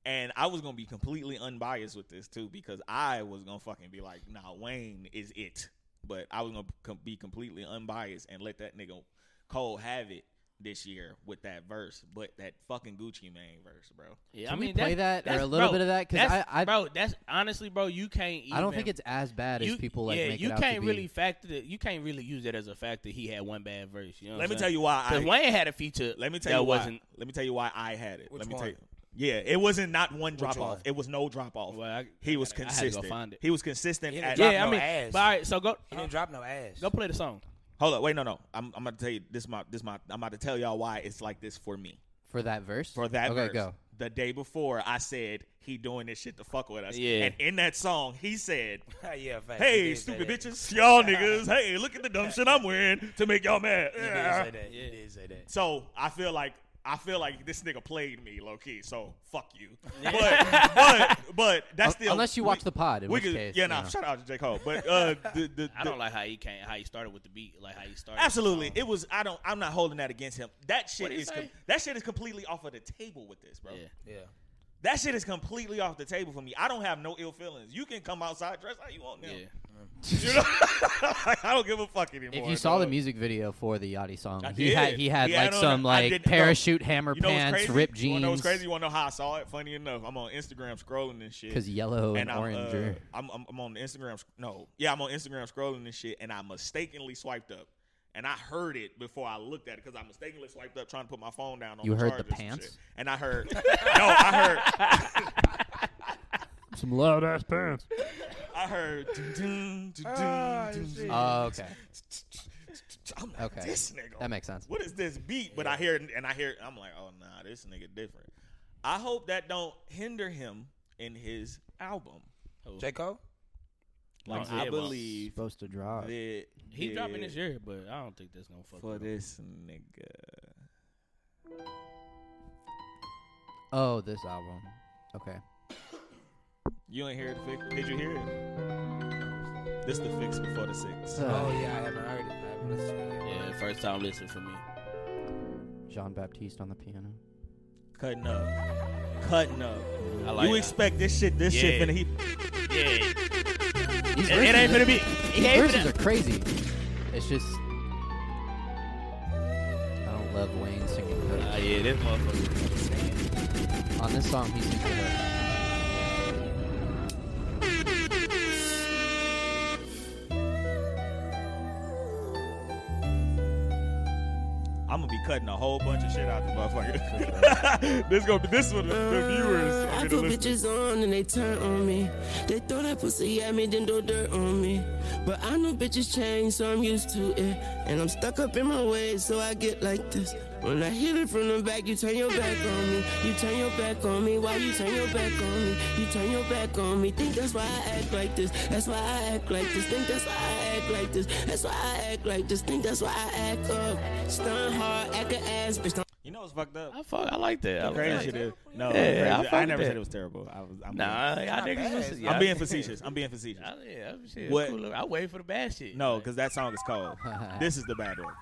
Speaker 1: and I was gonna be completely unbiased with this too because I was gonna fucking be like, nah, Wayne is it, but I was gonna com- be completely unbiased and let that nigga Cole have it this year with that verse, but that fucking Gucci Mane verse, bro.
Speaker 2: Yeah,
Speaker 3: Can we play that or
Speaker 2: that's-
Speaker 3: a little
Speaker 2: bro,
Speaker 3: bit of that? 'Cause
Speaker 2: that's-
Speaker 3: I- I-
Speaker 2: bro, that's honestly, bro, you can't. Even,
Speaker 3: I don't think it's as bad as
Speaker 2: you-
Speaker 3: people like
Speaker 2: Yeah,
Speaker 3: make
Speaker 2: you
Speaker 3: it out
Speaker 2: can't
Speaker 3: to be.
Speaker 2: really factor. That, you can't really use that as a factor. He had one bad verse. You know
Speaker 1: Let me tell you why. I,
Speaker 2: Because Wayne had a feature.
Speaker 1: Let me tell
Speaker 2: that
Speaker 1: you why.
Speaker 2: wasn't.
Speaker 1: Let me tell you why I had it.
Speaker 4: Which
Speaker 1: let me
Speaker 4: one?
Speaker 1: tell you. Yeah, it wasn't not one drop
Speaker 4: one?
Speaker 1: off. It was no drop off.
Speaker 2: Well, I-
Speaker 1: he was
Speaker 2: I gotta- I had to go
Speaker 1: consistent.
Speaker 2: find it.
Speaker 1: He was consistent.
Speaker 4: He
Speaker 1: At,
Speaker 4: didn't drop
Speaker 2: yeah, I
Speaker 4: no
Speaker 2: mean,
Speaker 4: ass.
Speaker 2: but all right. So go,
Speaker 4: He didn't drop no ass.
Speaker 2: go play the song.
Speaker 1: Hold up, wait, no, no. I'm, I'm about to tell you this. My, this my. I'm about to tell y'all why it's like this for me.
Speaker 3: for that verse.
Speaker 1: For that
Speaker 3: okay,
Speaker 1: verse,
Speaker 3: go.
Speaker 1: the day before, I said he doing this shit to fuck with us.
Speaker 2: Yeah.
Speaker 1: And in that song, he said,
Speaker 4: (laughs) yeah, facts. He
Speaker 1: "Hey,
Speaker 4: did say
Speaker 1: stupid
Speaker 4: that.
Speaker 1: bitches,
Speaker 4: (laughs)
Speaker 1: y'all niggas. Hey, look at the dumb shit I'm wearing to make y'all mad."
Speaker 4: He did say that. He did say that.
Speaker 1: So I feel like I feel like this nigga played me low key, so fuck you. But but but that's still
Speaker 3: Unless you
Speaker 1: we-
Speaker 3: watch the pod, in
Speaker 1: we
Speaker 3: which
Speaker 1: could-
Speaker 3: case,
Speaker 1: yeah, nah,
Speaker 3: no.
Speaker 1: shout out to J
Speaker 2: (laughs)
Speaker 1: Cole, but uh, the,
Speaker 4: (laughs)
Speaker 1: the,
Speaker 2: I
Speaker 1: the-
Speaker 2: don't like how he can't how he started with the beat, like how he started. the
Speaker 1: absolutely,
Speaker 2: song.
Speaker 1: it was. I don't. I'm not holding that against him. That shit
Speaker 2: um, What'd he
Speaker 1: is com-
Speaker 2: say?
Speaker 1: that shit is completely off of the table with this, bro.
Speaker 2: Yeah.
Speaker 4: Yeah.
Speaker 1: That shit is completely off the table for me. I don't have no ill feelings. You can come outside dress how you want now.
Speaker 2: Yeah.
Speaker 1: You know? (laughs) I don't give a fuck anymore.
Speaker 3: If you saw the
Speaker 1: dog.
Speaker 3: music video for the Yachty song,
Speaker 1: I
Speaker 3: he had
Speaker 1: did.
Speaker 3: he had
Speaker 1: He
Speaker 3: like
Speaker 1: had on-
Speaker 3: some
Speaker 1: I
Speaker 3: like
Speaker 1: didn't know.
Speaker 3: parachute hammer
Speaker 1: You know what's
Speaker 3: pants,
Speaker 1: crazy?
Speaker 3: ripped
Speaker 1: You wanna know
Speaker 3: jeans,
Speaker 1: what's crazy? You want to know how I saw it? Funny enough, I'm on Instagram scrolling and shit.
Speaker 3: because yellow and,
Speaker 1: I'm,
Speaker 3: orange.
Speaker 1: uh,
Speaker 3: are-
Speaker 1: I'm, I'm I'm on Instagram. sc- No, yeah, I'm on Instagram scrolling and shit, and I mistakenly swiped up, and I heard it before I looked at it because I mistakenly swiped up trying to put my phone down. on
Speaker 3: You
Speaker 1: the
Speaker 3: heard the
Speaker 1: chargers and
Speaker 3: pants?
Speaker 1: shit. and I heard. (laughs) no, I heard. (laughs)
Speaker 8: Some loud ass pants.
Speaker 1: I heard. dun, dun, dun, dun,
Speaker 4: Ah,
Speaker 1: dun,
Speaker 4: shit.
Speaker 1: dun.
Speaker 3: Oh, okay.
Speaker 1: I'm like,
Speaker 3: Okay.
Speaker 1: this nigga.
Speaker 3: That makes sense.
Speaker 1: What is this beat? But I hear it and I hear it, I'm like, oh nah, this nigga different. I hope that don't hinder him in his album.
Speaker 4: J Cole.
Speaker 2: Like
Speaker 1: I
Speaker 2: Zeb.
Speaker 1: believe
Speaker 3: Supposed to drop.
Speaker 1: that
Speaker 2: He
Speaker 1: that
Speaker 2: dropping this year, but I don't think that's gonna fuck.
Speaker 1: for
Speaker 2: with him.
Speaker 1: this nigga.
Speaker 3: Oh, this album. Okay.
Speaker 1: You ain't hear the fix? Did you hear it? This the fix before the six.
Speaker 4: Oh yeah, I haven't heard it. I haven't listened to it.
Speaker 2: Yeah, first time listening for me.
Speaker 3: Jean Baptiste on the piano.
Speaker 1: Cutting up. Cutting up.
Speaker 2: I like.
Speaker 1: you
Speaker 2: that.
Speaker 1: expect this shit, this shit
Speaker 2: Yeah.
Speaker 1: finna he
Speaker 2: Yeah.
Speaker 3: These
Speaker 2: It- it ain't
Speaker 3: verses-
Speaker 2: finna be.
Speaker 3: These
Speaker 2: It ain't
Speaker 3: verses
Speaker 2: finna-
Speaker 3: are crazy. It's just I don't love Wayne singing.
Speaker 2: Ah,
Speaker 3: But
Speaker 2: yeah, this motherfucker.
Speaker 3: on this song, he sings. the hook.
Speaker 1: I'm gonna be cutting a whole bunch of shit out the
Speaker 2: (laughs)
Speaker 1: motherfucker. (laughs) this gonna be this one the, the viewers.
Speaker 9: Uh, I
Speaker 1: are
Speaker 9: put
Speaker 1: gonna listen.
Speaker 9: bitches on and they turn on me. They throw that pussy at me, then do dirt on me. But I know bitches change, so I'm used to it. And I'm stuck up in my ways, so I get like this. When I hit it from the back, you turn your back on me. You turn your back on me. Why you turn your back on me? You turn your back on me. Think that's why I act like this. That's why I act like this. Think that's why I act like this. That's why I act like this. Think that's why I act up. Stun hard, act a ass, bitch. Don't
Speaker 1: You know what's fucked up?
Speaker 2: I fuck. I like that. I
Speaker 1: The
Speaker 2: like
Speaker 1: crazy
Speaker 2: that.
Speaker 1: shit is no.
Speaker 2: Yeah,
Speaker 1: crazy-
Speaker 2: I
Speaker 1: I,
Speaker 2: fuck
Speaker 1: never
Speaker 2: that.
Speaker 1: said it was terrible. I was. I'm
Speaker 2: Nah, I, I niggas. was-
Speaker 1: Being,
Speaker 2: yeah,
Speaker 1: I'm being
Speaker 2: I-
Speaker 1: facetious. I'm being facetious.
Speaker 2: I- Yeah, I'm shit.
Speaker 1: What-
Speaker 2: Cool. I wait for the bad shit.
Speaker 1: No, because that song is
Speaker 3: (laughs)
Speaker 1: cold. this is the bad one.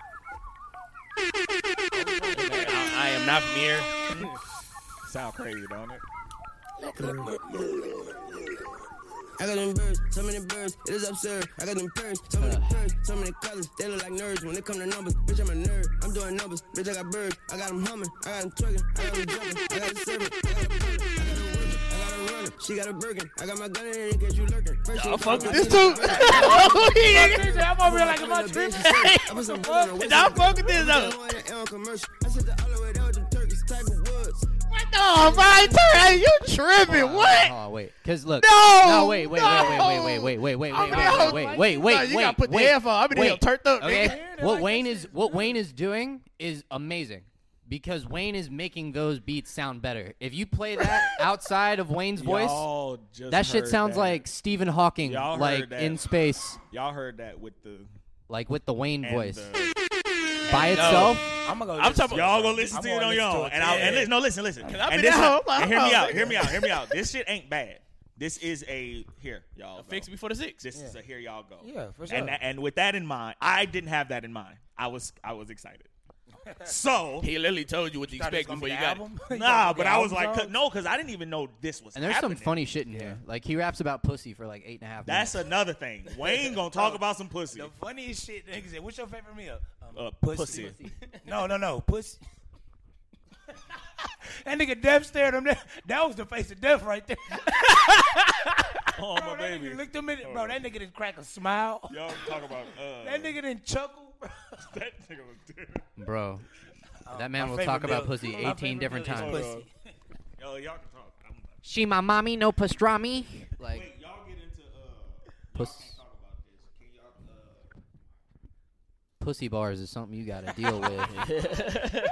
Speaker 2: I, I am not mere.
Speaker 10: (laughs)
Speaker 1: Sound crazy, don't it?
Speaker 9: I got them birds, so many birds, it is absurd. I got them birds, so many birds, so many colors, they look like nerds. When it come to numbers, bitch, I'm a nerd. I'm doing numbers, bitch, I got birds. I got them humming, I got them twerking, I got them jumping, I got them serving, I got them pulling, I got them working, I got them running. She got a Birkin, I got my gun in it in case you lurking. First she
Speaker 2: fuck
Speaker 9: fuck
Speaker 2: with
Speaker 9: my bitch, I'm fucking
Speaker 2: (laughs) I'm over here like I'm
Speaker 9: with
Speaker 2: not
Speaker 9: a
Speaker 2: tripping.
Speaker 9: bitch, she serving. I
Speaker 2: (laughs)
Speaker 9: put some birds in her waist,
Speaker 2: Don't
Speaker 9: I'm
Speaker 2: fuck with this
Speaker 9: I'm
Speaker 2: though.
Speaker 9: going to L commercial. I said the other way down with them turkeys, type of woods.
Speaker 2: No, right there. You
Speaker 3: Hold
Speaker 2: tripping?
Speaker 3: on,
Speaker 2: What?
Speaker 3: Hold on, Oh, wait. Cause look.
Speaker 2: No,
Speaker 3: No. Wait. Wait.
Speaker 2: no.
Speaker 3: Wait. Wait. Wait. Wait. Wait. Wait.
Speaker 2: I'm
Speaker 3: Wait.
Speaker 2: in
Speaker 3: Wait.
Speaker 2: hell.
Speaker 3: Wait. Wait. Wait. Wait.
Speaker 2: No, you gotta
Speaker 3: wait,
Speaker 2: put the
Speaker 3: wait,
Speaker 2: headphone. I'm in
Speaker 3: wait.
Speaker 2: hell turned up,
Speaker 3: Okay.
Speaker 2: nigga.
Speaker 3: What Wayne is what Wayne is doing is amazing because Wayne is making those beats sound better. If you play
Speaker 2: (laughs)
Speaker 3: that outside of Wayne's voice,
Speaker 1: Y'all just
Speaker 3: that shit
Speaker 1: heard
Speaker 3: sounds
Speaker 1: that.
Speaker 3: like Stephen Hawking,
Speaker 1: Y'all heard
Speaker 3: like
Speaker 1: that.
Speaker 3: in space,
Speaker 1: y'all heard that with the
Speaker 3: like with the Wayne
Speaker 1: and uh,
Speaker 3: voice
Speaker 1: the-
Speaker 3: by
Speaker 2: no.
Speaker 3: itself.
Speaker 4: I'm gonna go.
Speaker 2: I'm talking about-
Speaker 1: y'all gonna listen
Speaker 4: I'm
Speaker 1: to it
Speaker 4: gonna
Speaker 1: on your
Speaker 4: listen to
Speaker 1: own.
Speaker 4: it
Speaker 1: And, I,
Speaker 2: too.
Speaker 1: and listen, no, listen, listen.
Speaker 2: Cause I've
Speaker 1: and
Speaker 2: been at home, like,
Speaker 1: and hear me
Speaker 2: oh,
Speaker 1: out. Hear me
Speaker 2: nigga.
Speaker 1: out. Hear me out. This shit ain't bad. This is a here, y'all.
Speaker 2: Fix
Speaker 1: go.
Speaker 2: me for the six.
Speaker 1: This is a here y'all go.
Speaker 4: Yeah, for
Speaker 1: And
Speaker 4: sure.
Speaker 1: and with that in mind, I didn't have that in mind. I was I was excited. So
Speaker 2: He literally told you what to
Speaker 4: Thought it was
Speaker 2: expect
Speaker 4: gonna
Speaker 2: before
Speaker 4: be
Speaker 2: you
Speaker 4: the
Speaker 2: got it.
Speaker 4: album?
Speaker 1: nah, but I was
Speaker 4: Album
Speaker 1: like,
Speaker 4: songs?
Speaker 1: no, because I didn't even know this was.
Speaker 3: And there's
Speaker 1: happening.
Speaker 3: some funny shit in here. Like he raps about pussy for like eight and a half.
Speaker 1: That's
Speaker 3: minutes.
Speaker 1: another thing. Wayne gonna
Speaker 2: (laughs) Oh.
Speaker 1: talk about some pussy.
Speaker 4: The funniest shit, nigga. Said, What's your favorite meal? Um,
Speaker 1: Uh,
Speaker 4: (laughs)
Speaker 1: pussy.
Speaker 4: No, no, no, pussy. (laughs) that nigga Dev stared him. There. That was the face of death right there.
Speaker 1: (laughs) Oh
Speaker 4: Bro,
Speaker 1: my
Speaker 4: that
Speaker 1: baby. Oh.
Speaker 4: nigga looked him in. the- Bro, that nigga didn't crack a smile.
Speaker 1: Y'all talk
Speaker 4: (laughs)
Speaker 1: about uh,
Speaker 4: That nigga didn't chuckle. bro.
Speaker 1: (laughs) That nigga was different.
Speaker 3: bro. That man
Speaker 4: my
Speaker 3: will
Speaker 4: favorite
Speaker 3: talk about
Speaker 4: meal-
Speaker 3: pussy
Speaker 4: my
Speaker 3: 18
Speaker 4: favorite
Speaker 3: different
Speaker 4: meal is
Speaker 3: times.
Speaker 4: pussy.
Speaker 1: Hold on. Yo, y'all can talk. I'm,
Speaker 3: She my mommy, no pastrami. Like
Speaker 1: wait, y'all get into uh,
Speaker 3: puss,
Speaker 1: talk about this. Can y'all? Uh,
Speaker 3: pussy bars is something you got to deal with.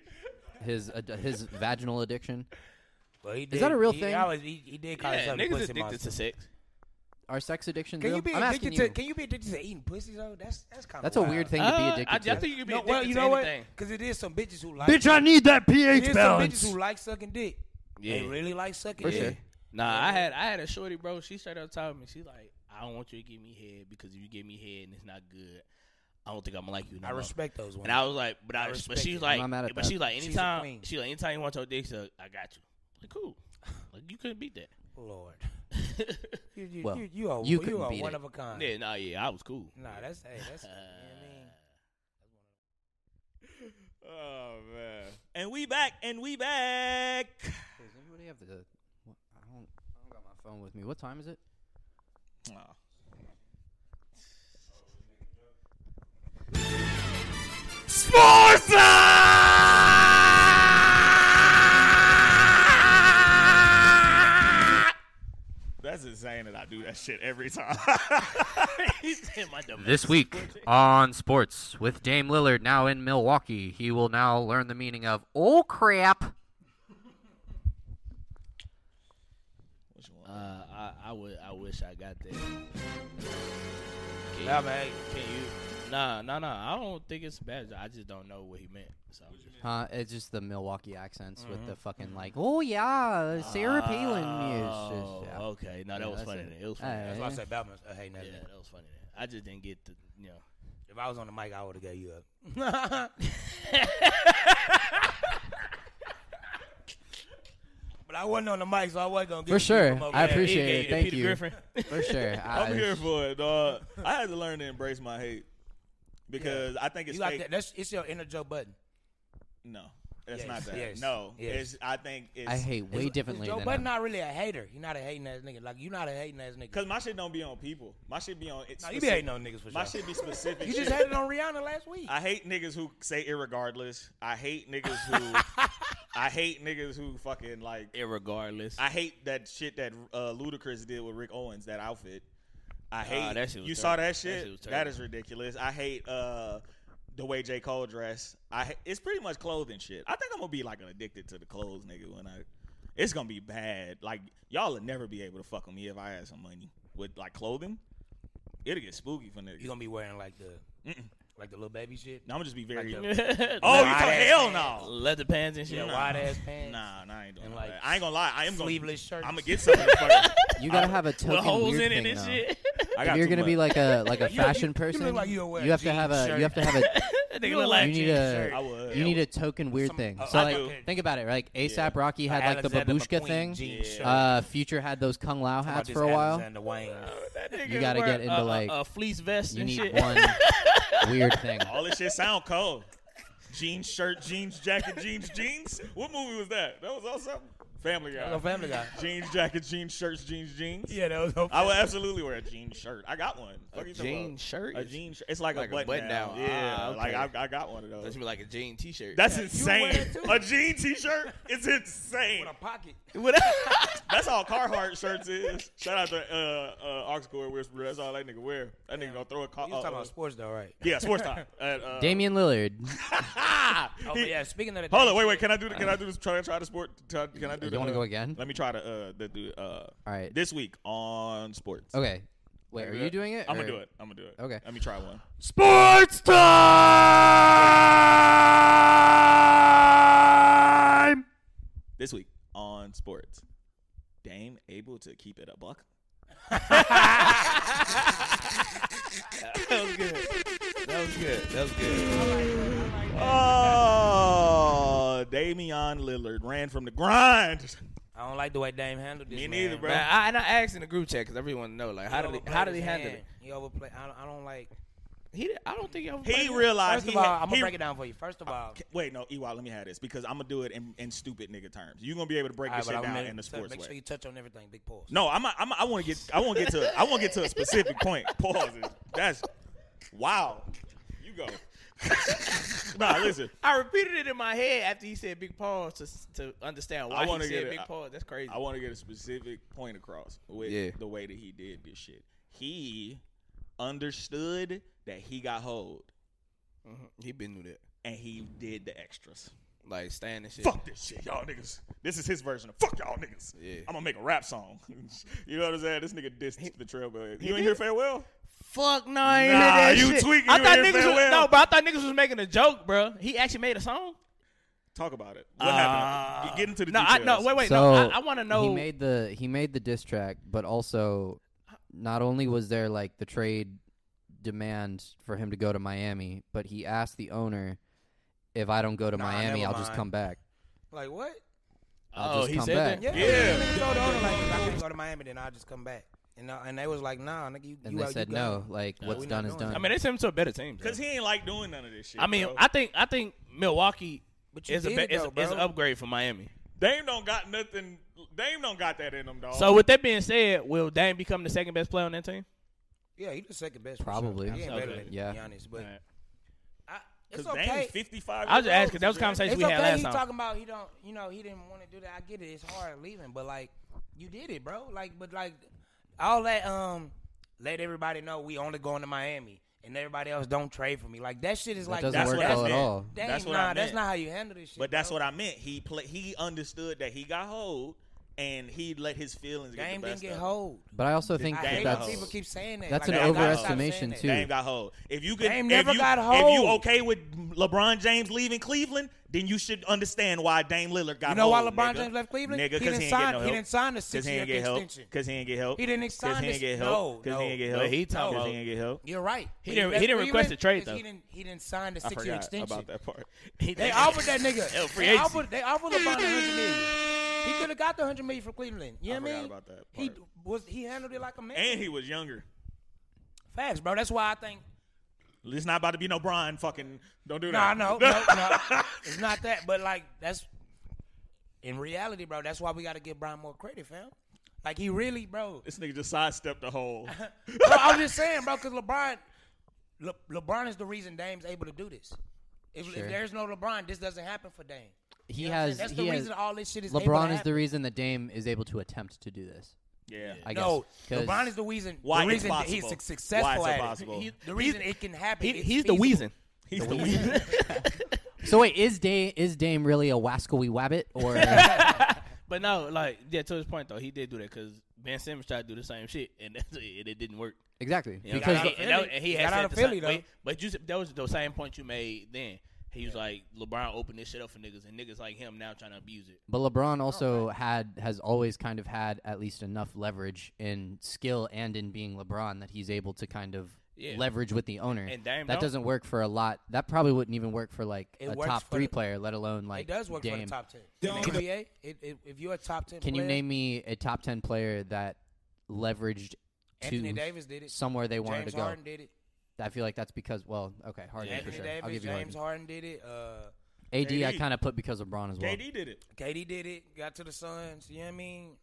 Speaker 4: (laughs)
Speaker 3: his ad- his vaginal addiction.
Speaker 4: Well, he
Speaker 3: that a real
Speaker 4: he
Speaker 3: thing?
Speaker 4: Always, he, he did call
Speaker 2: Yeah,
Speaker 4: himself a
Speaker 2: niggas
Speaker 4: pussy
Speaker 2: addicted
Speaker 4: monster.
Speaker 2: to sex.
Speaker 3: Are sex addictions
Speaker 4: Can
Speaker 3: real?
Speaker 4: you be
Speaker 3: I'm
Speaker 4: addicted
Speaker 3: asking
Speaker 4: to?
Speaker 3: you.
Speaker 4: Can you be addicted to eating pussy though? That's that's kind of
Speaker 3: That's a weird thing to be
Speaker 2: Uh, I
Speaker 3: addicted
Speaker 2: just
Speaker 3: to.
Speaker 2: think you can be
Speaker 4: No,
Speaker 2: addicted
Speaker 4: well, you
Speaker 2: to
Speaker 4: know what?
Speaker 2: anything.
Speaker 4: Because it is some bitches who like.
Speaker 10: Bitch, I need that
Speaker 4: it
Speaker 10: pH
Speaker 4: is some bitches
Speaker 10: balance.
Speaker 4: who like sucking dick. They
Speaker 2: Yeah.
Speaker 4: really like sucking
Speaker 3: For
Speaker 4: dick.
Speaker 3: sure.
Speaker 2: Nah, I had I had a shorty, bro. She straight up told me, she like, I don't want you to give me head because if you give me head and it's not good, I don't think I'm gonna like you. No
Speaker 4: I
Speaker 2: more."
Speaker 4: respect those women.
Speaker 2: And I was like, but I,
Speaker 4: I
Speaker 2: but
Speaker 4: respect
Speaker 2: she's
Speaker 4: it.
Speaker 2: like,
Speaker 3: I'm not mad at
Speaker 2: but
Speaker 3: that.
Speaker 2: she's like,
Speaker 4: She's a
Speaker 2: anytime,
Speaker 4: queen.
Speaker 2: she like, anytime you want your dick sucked, I got you. Like, cool. Like you couldn't beat that. (laughs)
Speaker 4: Lord,
Speaker 2: yeah,
Speaker 4: you you
Speaker 3: Well,
Speaker 4: you, you are
Speaker 3: you
Speaker 4: you,
Speaker 3: couldn't
Speaker 4: are
Speaker 3: beat
Speaker 4: one
Speaker 3: it.
Speaker 4: of a kind.
Speaker 2: nah, yeah, I was cool. Uh,
Speaker 4: Nah, that's hey,
Speaker 2: (laughs)
Speaker 4: that's. you know what I mean?
Speaker 1: (laughs) Oh man. And we back. And we back.
Speaker 3: Does anybody have the? What, I don't. I don't got my phone with me. What time is it?
Speaker 1: Oh. Sports Night! That's insane that I do that shit every time.
Speaker 2: He said my dumb ass.
Speaker 3: week on sports with Dame Lillard now in Milwaukee, he will now learn the meaning of "oh crap."
Speaker 2: Uh, I, I would, I wish I got that. Can
Speaker 4: Nah,
Speaker 2: you-
Speaker 4: man.
Speaker 2: Can you? Nah, nah, nah. I don't think it's bad. I just don't know what he meant. So
Speaker 3: Huh? It's just the Milwaukee accents with the fucking like, "oh yeah, Sarah Palin." Is
Speaker 2: Oh,
Speaker 3: just, yeah.
Speaker 2: okay. No, that
Speaker 3: Yeah,
Speaker 2: was
Speaker 3: that's
Speaker 2: funny.
Speaker 3: it.
Speaker 2: then. It was funny.
Speaker 3: Alright.
Speaker 4: That's why I said about my, uh, hey,
Speaker 2: Yeah,
Speaker 4: nothing.
Speaker 2: that was funny. then. I just didn't get the, you know.
Speaker 4: If I was on the mic, I would have gave you up. but I wasn't on the mic, so I wasn't gonna. Give
Speaker 3: For
Speaker 4: it to you
Speaker 3: sure.
Speaker 4: from over
Speaker 3: I
Speaker 4: there.
Speaker 3: appreciate-
Speaker 2: Yeah,
Speaker 3: it.
Speaker 2: yeah,
Speaker 3: Thank
Speaker 2: Peter
Speaker 3: you.
Speaker 2: Griffin.
Speaker 3: For
Speaker 1: (laughs)
Speaker 3: sure,
Speaker 1: I'm
Speaker 3: I-
Speaker 1: here for it, dog. I had to learn to embrace my hate because I think it's
Speaker 4: You got
Speaker 1: fake.
Speaker 4: that? That's it's your inner Joe Button.
Speaker 1: No, that's
Speaker 4: Yes,
Speaker 1: not that.
Speaker 4: yes,
Speaker 1: no,
Speaker 4: yes.
Speaker 1: it's. I think it's.
Speaker 3: I hate way
Speaker 4: It's-
Speaker 3: differently
Speaker 4: Joe
Speaker 3: than
Speaker 4: Budden
Speaker 3: I-
Speaker 4: not really a hater. He not a hating ass nigga. Like you not a hating ass nigga.
Speaker 1: Cause my shit don't be on people. My shit be on. It's
Speaker 4: Nah, you be hating on niggas for
Speaker 1: My
Speaker 4: sure.
Speaker 1: shit be specific.
Speaker 4: You
Speaker 1: shit.
Speaker 4: just hated on Rihanna last week.
Speaker 1: I hate niggas who say irregardless. I hate niggas
Speaker 2: (laughs)
Speaker 1: who. I hate niggas who fucking like.
Speaker 2: Irregardless.
Speaker 1: I hate that shit that uh, Ludacris did with Rick Owens. That outfit. I hate.
Speaker 2: that shit was
Speaker 1: you saw
Speaker 2: terrible.
Speaker 1: that
Speaker 2: That
Speaker 1: shit.
Speaker 2: shit was
Speaker 1: that
Speaker 2: terrible.
Speaker 1: is ridiculous. I hate uh, the way J Cole dressed. I ha- it's pretty much clothing shit. I think I'm gonna be like an addicted to the clothes, nigga. When I, it's gonna be bad. Like y'all would never be able to fuck with me if I had some money with like clothing. It'll get spooky for niggas.
Speaker 4: you gonna be wearing like the like the little baby shit.
Speaker 1: I'm gonna just be very.
Speaker 4: Like
Speaker 1: (laughs) oh,
Speaker 4: the-
Speaker 1: you
Speaker 4: Wide
Speaker 1: talking
Speaker 4: ass
Speaker 1: hell
Speaker 4: pants.
Speaker 1: no.
Speaker 2: Leather pants and shit.
Speaker 4: Yeah,
Speaker 2: Nah.
Speaker 4: wide ass pants.
Speaker 1: Nah, nah, I ain't doing
Speaker 4: And,
Speaker 1: all
Speaker 4: like,
Speaker 1: that. I ain't gonna lie. I am gonna
Speaker 4: sleeveless shirts.
Speaker 1: I'm gonna get something. fucking-
Speaker 3: You
Speaker 1: (laughs)
Speaker 3: gotta have a
Speaker 2: With
Speaker 3: token
Speaker 2: holes
Speaker 3: weird
Speaker 2: in it
Speaker 3: thing,
Speaker 2: and
Speaker 3: though.
Speaker 2: shit.
Speaker 1: I
Speaker 3: If
Speaker 1: got
Speaker 3: you're
Speaker 1: too
Speaker 3: gonna be
Speaker 1: much.
Speaker 3: like a like a
Speaker 4: you- you
Speaker 3: fashion
Speaker 4: look
Speaker 3: person,
Speaker 4: like you'll wear a
Speaker 3: have to
Speaker 4: jean
Speaker 3: have a
Speaker 4: shirt.
Speaker 3: you have to have a
Speaker 2: That nigga
Speaker 4: You
Speaker 2: look
Speaker 4: look
Speaker 2: like
Speaker 3: you need
Speaker 1: I
Speaker 3: a
Speaker 1: would.
Speaker 3: you need a token weird
Speaker 4: Some-
Speaker 3: thing. (laughs)
Speaker 4: uh,
Speaker 3: So
Speaker 4: I
Speaker 3: like
Speaker 4: do.
Speaker 3: think about it. Like ASAP Rocky had like the
Speaker 4: Alexander
Speaker 3: babushka
Speaker 4: McQueen
Speaker 3: thing.
Speaker 4: jean
Speaker 1: Yeah.
Speaker 4: shirt.
Speaker 3: Uh, Future had those Kung Lao
Speaker 4: How about
Speaker 3: hats
Speaker 4: this
Speaker 3: for a while.
Speaker 4: Alexander Wayne.
Speaker 2: Oh, That nigga
Speaker 3: You gotta
Speaker 2: wear
Speaker 3: get into,
Speaker 2: a- a-
Speaker 3: like,
Speaker 2: a fleece vest
Speaker 3: You
Speaker 2: and
Speaker 3: need
Speaker 2: shit. (laughs)
Speaker 3: one weird thing.
Speaker 1: All this shit sound cold. Jeans shirt, jeans jacket, jeans jeans. What movie was that? That was all something. Family
Speaker 4: That was
Speaker 1: Guy.
Speaker 2: Oh,
Speaker 4: on Family Guy.
Speaker 1: Jeans jacket, jeans shirts, jeans jeans.
Speaker 4: yeah, that was. on
Speaker 1: I would absolutely wear a jean shirt. I got one. What
Speaker 11: A
Speaker 1: are you talking
Speaker 11: jean
Speaker 1: about?
Speaker 11: shirt
Speaker 1: A
Speaker 11: is-
Speaker 1: jean shirt. It's like,
Speaker 11: like
Speaker 1: a button, down. Yeah,
Speaker 11: Ah,
Speaker 1: like
Speaker 11: okay.
Speaker 1: I, I got one of
Speaker 11: That
Speaker 1: those.
Speaker 11: should be like a jean T-shirt.
Speaker 1: That's
Speaker 4: wear
Speaker 1: insane.
Speaker 4: it too.
Speaker 1: A jean t-shirt. It's insane.
Speaker 4: With a pocket. (laughs)
Speaker 1: That's all Carhartt shirts is. Shout out to uh, uh, Oxcore Whisperer. That's all that nigga wear. That nigga gonna throw a car. uh,
Speaker 4: You was talking about sports though, right?
Speaker 1: (laughs) yeah, sports
Speaker 4: (laughs)
Speaker 1: time. At, uh, Ah!
Speaker 3: Damian Lillard.
Speaker 4: Oh, but yeah. Speaking of the
Speaker 1: Hold on, wait, wait. Can I do? The, can I do this? Try, try the sport. Try, can I do?
Speaker 3: You
Speaker 1: the,
Speaker 3: wanna
Speaker 1: uh,
Speaker 3: go again?
Speaker 1: Let me try to. Uh, the, do. Uh,
Speaker 3: All right.
Speaker 1: This week on sports.
Speaker 3: Okay. Wait, are you doing it?
Speaker 1: I'm gonna
Speaker 3: or-
Speaker 1: do it. I'm gonna do it.
Speaker 3: Okay.
Speaker 1: Let me try one.
Speaker 10: Sports time.
Speaker 1: This week on sports, Dame able to keep it a buck. (laughs)
Speaker 11: that was good. That was good. That was good.
Speaker 1: Oh, Damian Lillard ran from the grind.
Speaker 4: I don't like the way Dame handled this.
Speaker 1: Me
Speaker 4: man.
Speaker 1: neither, bro.
Speaker 11: Man, I, and I asked in the group chat because everyone know like how
Speaker 4: He
Speaker 11: did he,
Speaker 4: overplayed
Speaker 11: how did he
Speaker 4: his
Speaker 11: handle
Speaker 4: hand.
Speaker 11: it?
Speaker 4: He overplayed. I don't, I don't like.
Speaker 11: He did, I don't think he overplayed
Speaker 1: He
Speaker 11: it.
Speaker 1: realized
Speaker 4: First of
Speaker 1: he
Speaker 4: all,
Speaker 1: had-
Speaker 4: I'm gonna
Speaker 1: he-
Speaker 4: break it down for you. First of all,
Speaker 1: Wait, no, EY, let me have this because I'm gonna do it in, in stupid nigga terms. You're gonna be able to break
Speaker 4: all right,
Speaker 1: this
Speaker 4: but
Speaker 1: shit
Speaker 4: I'm
Speaker 1: down
Speaker 4: gonna
Speaker 1: in the
Speaker 4: touch-
Speaker 1: sports
Speaker 4: Make sure
Speaker 1: way.
Speaker 4: you touch on everything. Big pause.
Speaker 1: no, I'm, not- I'm not- I want to get I want to get to I want to get to a specific point. (laughs) Pauses. That's wow. You go. nah,
Speaker 2: (laughs)
Speaker 1: listen.
Speaker 11: I repeated it in my head after he said big pause to to understand
Speaker 1: I
Speaker 11: why he
Speaker 1: wanna get
Speaker 11: said
Speaker 1: it.
Speaker 11: big
Speaker 1: I-
Speaker 11: pause. That's crazy.
Speaker 1: I want to get a specific point across with
Speaker 11: Yeah.
Speaker 1: the way that he did this shit. He understood that he got hold
Speaker 4: Mm-hmm.
Speaker 11: he been knew that.
Speaker 1: and he did the extras.
Speaker 2: like staying and shit.
Speaker 1: Fuck this shit, y'all niggas. This is his version of fuck y'all niggas.
Speaker 2: Yeah.
Speaker 1: I'm gonna make a rap song. (laughs) you know what I'm saying? This nigga dissed the trailblazers. You ain't
Speaker 2: did?
Speaker 1: hear farewell?
Speaker 2: Fuck no, I ain't
Speaker 1: Nah,
Speaker 2: into that
Speaker 1: you
Speaker 2: shit.
Speaker 1: tweaking,
Speaker 2: I
Speaker 1: you
Speaker 2: thought
Speaker 1: in
Speaker 2: niggas was,
Speaker 1: farewell.
Speaker 2: no, but I thought niggas was making a joke, bro. He actually made a song.
Speaker 1: Talk about it. What happened? Get- Get into the
Speaker 2: No, I
Speaker 1: details.
Speaker 2: no wait wait
Speaker 3: so
Speaker 2: no I, I want to know.
Speaker 3: He made the he made the diss track, but also not only was there like the trade demand for him to go to Miami, but he asked the owner, "If I don't go to
Speaker 4: Nah,
Speaker 3: Miami,
Speaker 4: never
Speaker 3: I'll just
Speaker 4: mind.
Speaker 3: come back."
Speaker 4: Like what?
Speaker 3: I'll
Speaker 2: oh,
Speaker 3: just
Speaker 2: he
Speaker 3: come back.
Speaker 2: said that.
Speaker 4: Yeah.
Speaker 1: Yeah.
Speaker 4: Nigga told the owner like if I can go to Miami, then I'll just come back. And I, and they was like, nah, nigga, you.
Speaker 3: And
Speaker 4: you
Speaker 3: they
Speaker 4: out, you
Speaker 3: said
Speaker 4: go.
Speaker 3: no. Like
Speaker 4: Nah,
Speaker 3: what's
Speaker 4: we not
Speaker 3: done is
Speaker 4: doing
Speaker 3: done.
Speaker 4: that.
Speaker 2: I mean, they sent him to a better team. bro.
Speaker 1: Cause he ain't like doing none of this shit.
Speaker 2: I mean,
Speaker 1: bro.
Speaker 2: I think I think Milwaukee
Speaker 4: But you
Speaker 2: is a
Speaker 4: did
Speaker 2: be-
Speaker 4: it
Speaker 2: is,
Speaker 4: though,
Speaker 2: is an
Speaker 4: bro.
Speaker 2: upgrade from Miami.
Speaker 1: Dame don't got nothing. Dame don't got that in him, dog.
Speaker 2: So with that being said, will Dame become the second best player on that team?
Speaker 4: Yeah, he the second best. for sure.
Speaker 3: Probably.
Speaker 4: He ain't
Speaker 2: Okay.
Speaker 4: better than it,
Speaker 3: Yeah.
Speaker 4: To be honest, but
Speaker 2: Alright.
Speaker 4: I,
Speaker 1: Cause
Speaker 4: it's
Speaker 1: Dame's
Speaker 4: okay.
Speaker 1: 55.
Speaker 2: I
Speaker 1: years
Speaker 2: was just
Speaker 1: old,
Speaker 2: asking. That was a
Speaker 1: man.
Speaker 2: conversation
Speaker 4: It's
Speaker 2: we had
Speaker 4: okay.
Speaker 2: last
Speaker 4: He
Speaker 2: time.
Speaker 4: talking about he don't, you know, he didn't want to do that. I get it. It's hard leaving, but like, you did it, bro. Like, but like, all that um, let everybody know we only going to Miami, and everybody else don't trade for me. Like that shit is
Speaker 3: That
Speaker 4: like
Speaker 3: doesn't
Speaker 4: that's
Speaker 1: That's
Speaker 3: work
Speaker 1: what I
Speaker 4: what
Speaker 3: though
Speaker 1: meant.
Speaker 3: at all.
Speaker 4: That
Speaker 1: That's
Speaker 4: ain't-
Speaker 1: what
Speaker 4: nah,
Speaker 1: I
Speaker 4: that's
Speaker 1: meant.
Speaker 4: not how you
Speaker 1: (laughs)
Speaker 4: handle this shit.
Speaker 1: But that's
Speaker 4: bro.
Speaker 1: what I meant. He play, He understood that he got hold, and he let his feelings
Speaker 4: Dame
Speaker 1: get the
Speaker 4: didn't
Speaker 1: best
Speaker 4: get
Speaker 1: of him.
Speaker 4: hold.
Speaker 3: But I also
Speaker 1: Did
Speaker 3: think
Speaker 4: I
Speaker 1: Dame
Speaker 3: that
Speaker 4: hate
Speaker 1: got
Speaker 4: when
Speaker 3: that's
Speaker 1: hold?
Speaker 4: people keep saying that.
Speaker 3: that's
Speaker 4: Like,
Speaker 3: an
Speaker 4: I gotta stop
Speaker 3: overestimation,
Speaker 4: saying that.
Speaker 3: too.
Speaker 1: Dame got hold. If you could,
Speaker 4: Dame
Speaker 1: if
Speaker 4: never
Speaker 1: you,
Speaker 4: got
Speaker 1: If you
Speaker 4: hold.
Speaker 1: okay with LeBron James leaving Cleveland, then you should understand why Dame Lillard got.
Speaker 4: You know why
Speaker 1: hold,
Speaker 4: LeBron
Speaker 1: nigga.
Speaker 4: James left Cleveland?
Speaker 1: Nigga,
Speaker 4: He
Speaker 1: because
Speaker 4: didn't
Speaker 1: he, ain't
Speaker 4: sign-
Speaker 1: get no
Speaker 4: he
Speaker 1: help.
Speaker 4: didn't sign the
Speaker 1: he
Speaker 4: six-year
Speaker 1: ain't get help.
Speaker 4: extension.
Speaker 1: Because he ain't get help.
Speaker 4: He didn't
Speaker 1: Because
Speaker 4: sign
Speaker 1: he ain't
Speaker 4: this-
Speaker 1: get
Speaker 4: no,
Speaker 1: help. Because he
Speaker 4: no.
Speaker 1: ain't get
Speaker 4: No,
Speaker 1: help.
Speaker 2: he talking
Speaker 1: 'Cause
Speaker 2: about-
Speaker 1: he ain't get help.
Speaker 4: You're right.
Speaker 2: He
Speaker 4: When
Speaker 2: didn't-
Speaker 4: left
Speaker 2: he didn't request
Speaker 4: Cleveland,
Speaker 2: a trade,
Speaker 4: 'cause He
Speaker 2: though.
Speaker 4: didn't. He didn't sign the
Speaker 1: I
Speaker 4: six year
Speaker 1: forgot
Speaker 4: extension.
Speaker 1: about that part.
Speaker 4: They offered that nigga.
Speaker 2: (laughs) Hell, free
Speaker 4: they,
Speaker 2: agency.
Speaker 4: offered,
Speaker 2: (laughs)
Speaker 4: they offered LeBron 100 million. He could have got the 100 million for Cleveland. You
Speaker 1: I
Speaker 4: know what I
Speaker 1: forgot
Speaker 4: mean?
Speaker 1: about that
Speaker 4: He
Speaker 1: part.
Speaker 4: was he handled it like a man.
Speaker 1: And he was younger.
Speaker 4: Facts, bro. That's why I think.
Speaker 1: It's not about to be no Brian fucking. Don't do
Speaker 4: Nah,
Speaker 1: that. (laughs)
Speaker 4: no, no, no. It's not that, but like that's in reality, bro. That's why we got to give Brian more credit, fam. Like
Speaker 1: (laughs)
Speaker 4: he really, bro.
Speaker 1: This nigga just sidestepped the whole.
Speaker 4: Bro, I'm just saying, bro, because LeBron, Le- LeBron is the reason Dame's able to do this. If, if
Speaker 3: Sure.
Speaker 4: there's no LeBron, this doesn't happen for Dame.
Speaker 3: he
Speaker 4: You know what I'm
Speaker 3: has
Speaker 4: saying? That's
Speaker 3: he
Speaker 4: the
Speaker 3: has
Speaker 4: reason all this shit is. able to
Speaker 3: LeBron is the
Speaker 4: happen.
Speaker 3: reason that Dame is able to attempt to do this.
Speaker 1: yeah.
Speaker 3: I
Speaker 4: No,
Speaker 3: guess. 'cause-
Speaker 4: LeBron is the reason.
Speaker 1: Why
Speaker 4: the
Speaker 1: it's
Speaker 4: reason that he's
Speaker 1: possible.
Speaker 4: suc- successful
Speaker 1: Why it's
Speaker 4: at it.
Speaker 1: impossible.
Speaker 4: He- the reason it can happen.
Speaker 2: He,
Speaker 4: it's
Speaker 2: he's the
Speaker 4: feasible.
Speaker 2: reason.
Speaker 1: He's the weasel.
Speaker 2: (laughs)
Speaker 3: So wait, is Dame is Dame really a wascally wabbit
Speaker 2: (laughs)
Speaker 3: or uh,
Speaker 2: But no, like yeah, to his point though, he did do that because Ben Simmons tried to do the same shit and (laughs) that's it, it didn't work.
Speaker 3: exactly?
Speaker 2: You know what
Speaker 3: Because
Speaker 2: I'm
Speaker 4: got
Speaker 2: saying? and,
Speaker 4: out of
Speaker 2: that-
Speaker 4: Philly.
Speaker 2: and he
Speaker 4: He
Speaker 2: had
Speaker 4: got
Speaker 2: said
Speaker 4: out of
Speaker 2: the
Speaker 4: Philly,
Speaker 2: same, wait,
Speaker 4: though.
Speaker 2: but you said- that was the same point you made then. He was like LeBron opened this shit up for niggas and niggas like him now trying to abuse it.
Speaker 3: But LeBron also had has always kind of had at least enough leverage in skill and in being LeBron that he's able to kind of
Speaker 2: Yeah.
Speaker 3: leverage with the owner.
Speaker 2: And Dame
Speaker 3: that
Speaker 2: don't.
Speaker 3: doesn't work for a lot. That probably wouldn't even work for like
Speaker 4: It
Speaker 3: a
Speaker 4: works
Speaker 3: top
Speaker 4: for
Speaker 3: three
Speaker 4: the-
Speaker 3: player, let alone like
Speaker 4: It does work for
Speaker 3: Dame.
Speaker 4: the top ten. In the NBA, it, it, if you're a top ten,
Speaker 3: Can you
Speaker 4: player,
Speaker 3: name me a top ten player that leveraged
Speaker 4: Anthony
Speaker 3: to
Speaker 4: Davis did it.
Speaker 3: somewhere they wanted
Speaker 4: James
Speaker 3: to go?
Speaker 4: Harden did it.
Speaker 3: I feel like that's because well, okay, Harden for
Speaker 4: Anthony
Speaker 3: sure. I'll
Speaker 4: Davis,
Speaker 3: give you
Speaker 4: James
Speaker 3: Harden.
Speaker 4: Harden did it. Uh,
Speaker 3: AD, I
Speaker 1: KD.
Speaker 3: kind of put because of LeBron as well.
Speaker 1: KD did it.
Speaker 4: Katie did it. Got to the Suns. You know what I mean?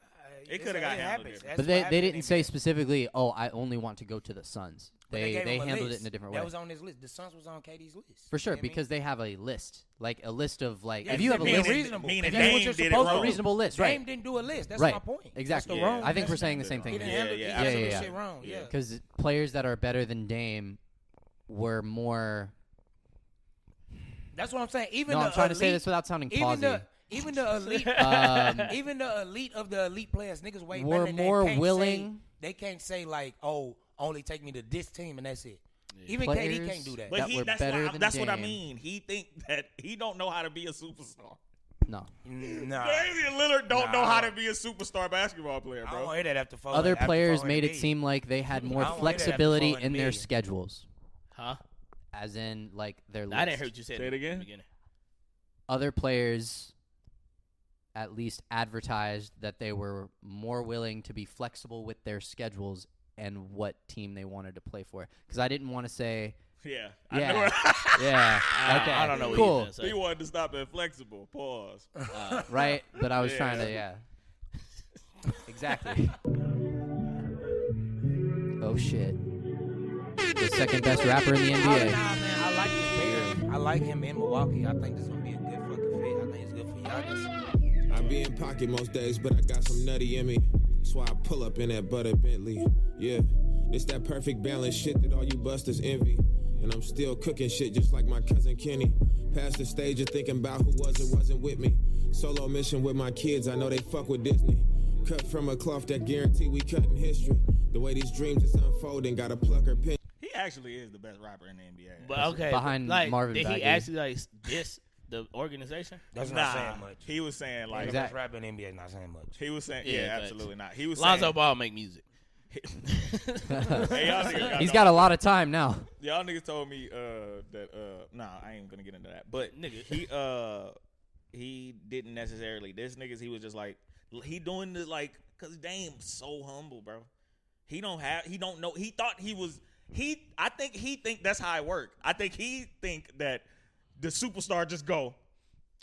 Speaker 4: Uh, it's-
Speaker 1: coulda got
Speaker 4: it
Speaker 1: handled
Speaker 4: happens.
Speaker 1: different.
Speaker 4: That's
Speaker 3: But
Speaker 4: what
Speaker 3: they, they
Speaker 4: happened in
Speaker 3: didn't say
Speaker 4: NBA.
Speaker 3: specifically, oh, I only want to go to the Suns.
Speaker 4: But
Speaker 3: They they,
Speaker 4: gave him a
Speaker 3: handled it
Speaker 4: list.
Speaker 3: in a different
Speaker 4: That
Speaker 3: way.
Speaker 4: was on his list. The Suns was on Katie's list.
Speaker 3: For
Speaker 4: You know
Speaker 3: sure,
Speaker 4: what I mean?
Speaker 3: because they have a list, like a list of like
Speaker 4: Yeah,
Speaker 3: if you have a
Speaker 4: being
Speaker 3: list,
Speaker 4: reasonable.
Speaker 1: meaning
Speaker 4: If that's what
Speaker 1: Dame
Speaker 4: you're
Speaker 1: did it
Speaker 4: supposed to
Speaker 1: wrong.
Speaker 4: do.
Speaker 3: reasonable list,
Speaker 4: Dame
Speaker 3: right?
Speaker 4: didn't do a list. That's
Speaker 3: right?
Speaker 4: my point. That's
Speaker 3: Exactly.
Speaker 4: the
Speaker 1: Yeah.
Speaker 4: wrong.
Speaker 3: I think
Speaker 4: that's
Speaker 3: we're
Speaker 4: the-
Speaker 3: saying the same
Speaker 4: He
Speaker 3: thing.
Speaker 4: didn't
Speaker 1: Yeah,
Speaker 3: here.
Speaker 4: handle
Speaker 1: yeah,
Speaker 4: the
Speaker 3: yeah,
Speaker 4: absolute
Speaker 3: yeah.
Speaker 4: shit wrong. Yeah.
Speaker 3: Because players that are better than Dame were more.
Speaker 4: That's what I'm saying. Even
Speaker 3: No,
Speaker 4: the
Speaker 3: I'm trying to say
Speaker 4: elite-
Speaker 3: this without sounding
Speaker 4: even
Speaker 3: plausible.
Speaker 4: the even
Speaker 1: (laughs)
Speaker 4: the elite
Speaker 3: Um,
Speaker 4: (laughs) even the elite of the elite players, niggas way
Speaker 3: Were
Speaker 4: better than
Speaker 3: more
Speaker 4: they can't
Speaker 3: willing-
Speaker 4: Say, they can't say like, oh, only take me to this team and that's it. Even KD
Speaker 3: Players-
Speaker 4: can't do that.
Speaker 1: But
Speaker 3: That
Speaker 1: he,
Speaker 3: were
Speaker 1: that's
Speaker 3: better
Speaker 1: why,
Speaker 3: than
Speaker 1: that's what I
Speaker 3: Dame.
Speaker 1: mean. He think that he don't know how to be a superstar.
Speaker 3: no,
Speaker 4: nah,
Speaker 1: Damian Lillard don't
Speaker 4: Nah,
Speaker 1: know how
Speaker 4: I
Speaker 1: to
Speaker 4: don't-
Speaker 1: be a superstar basketball player,
Speaker 4: I don't
Speaker 1: bro.
Speaker 4: hear that after four.
Speaker 3: other
Speaker 4: after
Speaker 3: players
Speaker 4: four
Speaker 3: made it
Speaker 4: NBA.
Speaker 3: seem like they had more
Speaker 4: I don't hear that after
Speaker 3: flexibility
Speaker 4: four
Speaker 3: in their
Speaker 4: NBA.
Speaker 3: schedules,
Speaker 2: Huh?
Speaker 3: as in like their. List.
Speaker 2: I didn't hear what you said.
Speaker 1: Say it
Speaker 2: at the
Speaker 1: again?
Speaker 2: beginning.
Speaker 3: other players at least advertised that they were more willing to be flexible with their schedules and what team they wanted to play for. Because I didn't want to
Speaker 2: (laughs)
Speaker 3: say,
Speaker 1: Yeah, I know
Speaker 3: yeah,
Speaker 1: where- (laughs)
Speaker 3: yeah, okay,
Speaker 2: I don't know. What
Speaker 3: cool,
Speaker 2: He uh, was gonna
Speaker 1: he
Speaker 2: say.
Speaker 1: wanted to stop at flexible. Pause.
Speaker 3: (laughs) right? But I was
Speaker 1: Yeah.
Speaker 3: trying to, yeah, exactly. oh shit! The second best rapper in the
Speaker 4: Oh, nah,
Speaker 3: NBA.
Speaker 4: man, I like this pair. I like him in Milwaukee. I think this is gonna be a good fucking fit. I think it's good for Giannis.
Speaker 12: I be in pocket most days, but I got some nutty in me. That's why I pull up in that butter Bentley. Yeah, it's that perfect balance shit that all you busters envy. And I'm still cooking shit just like my cousin Kenny. past the stage of thinking about who was and wasn't with me. Solo mission with my kids, I know they fuck with Disney. Cut from a cloth that guarantee we cutting history. The way these dreams is unfolding, gotta pluck her pin.
Speaker 1: (laughs) He actually is the best rapper in the NBA.
Speaker 2: But okay, behind like, Marvin, did he actually like
Speaker 11: (laughs)
Speaker 2: this the organization?
Speaker 4: That's
Speaker 1: nah,
Speaker 4: not saying much.
Speaker 1: He was saying like
Speaker 4: Like exactly. rapping in the NBA is not saying much.
Speaker 1: he was saying yeah,
Speaker 2: facts.
Speaker 1: absolutely not. He was
Speaker 2: Lonzo
Speaker 1: saying,
Speaker 2: Ball make music.
Speaker 1: (laughs) Hey, y'all
Speaker 3: (laughs)
Speaker 1: niggas
Speaker 3: He's
Speaker 1: no-
Speaker 3: got a lot of time now.
Speaker 1: Y'all niggas told me uh, that uh, nah, I ain't gonna get into that. But
Speaker 2: Nigga.
Speaker 1: he uh, he didn't necessarily. This niggas, he was just like he doing the like, cause Dame so humble, bro. He don't have, he don't know. He thought he was. He, I think he think that's how I work. I think he think that the superstar just go.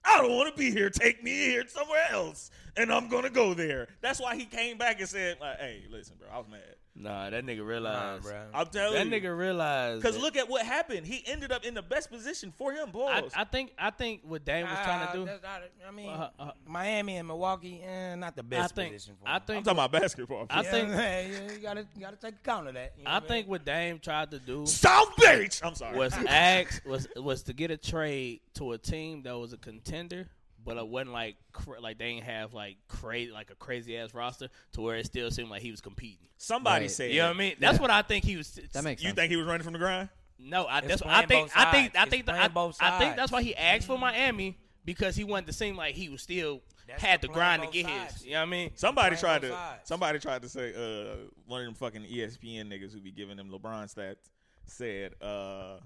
Speaker 1: I don't want to be here. Take me here somewhere else, and I'm gonna go there. That's why he came back and said, like, "Hey, listen, bro, I was mad.
Speaker 11: Nah, that nigga
Speaker 4: Nah,
Speaker 11: realized.
Speaker 4: bro.
Speaker 1: I'm telling
Speaker 11: that
Speaker 1: you,
Speaker 11: nigga realized.
Speaker 1: Because
Speaker 11: that-
Speaker 1: look at what happened. He ended up in the best position for him,
Speaker 2: I,
Speaker 1: balls.
Speaker 2: I think I think what Dame was trying to
Speaker 4: Uh,
Speaker 2: do.
Speaker 4: that's not a- I mean,
Speaker 2: Uh, uh,
Speaker 4: Miami and Milwaukee, eh, not the
Speaker 2: I
Speaker 4: best
Speaker 2: think
Speaker 4: position for
Speaker 2: I
Speaker 4: him.
Speaker 1: am
Speaker 2: think
Speaker 1: talking about basketball.
Speaker 2: I
Speaker 4: Yeah,
Speaker 2: think-
Speaker 4: yeah, you gotta you gotta take account of that. you know
Speaker 2: I
Speaker 4: what mean?
Speaker 2: think what Dame tried to do
Speaker 1: South Beach. I'm sorry.
Speaker 2: was ask was was to get a trade to a team that was a contender, but it wasn't like cra- like they ain't have like crazy like a crazy ass roster to where it still seemed like he was competing.
Speaker 1: Somebody
Speaker 3: Right.
Speaker 1: said.
Speaker 2: You know what I mean? That's what I think he was.
Speaker 3: That makes
Speaker 1: You
Speaker 3: sense.
Speaker 1: think he was running from the grind?
Speaker 2: No, I,
Speaker 4: It's
Speaker 2: that's I
Speaker 4: playing
Speaker 2: think
Speaker 4: both
Speaker 2: I think I
Speaker 4: sides.
Speaker 2: think
Speaker 4: It's
Speaker 2: the, I,
Speaker 4: playing both
Speaker 2: I think
Speaker 4: sides. Mm-hmm.
Speaker 2: that's why he asked for Miami because he wanted to seem like he was still
Speaker 4: That's
Speaker 2: had
Speaker 4: the
Speaker 2: to
Speaker 4: playing
Speaker 2: grind to
Speaker 4: both
Speaker 2: get
Speaker 4: sides.
Speaker 2: his. You know what I mean?
Speaker 1: Somebody
Speaker 4: Playing
Speaker 1: tried
Speaker 4: both
Speaker 1: to.
Speaker 4: sides.
Speaker 1: Somebody tried to say uh, one of them fucking E ESPN niggas who be giving them LeBron stats said, uh,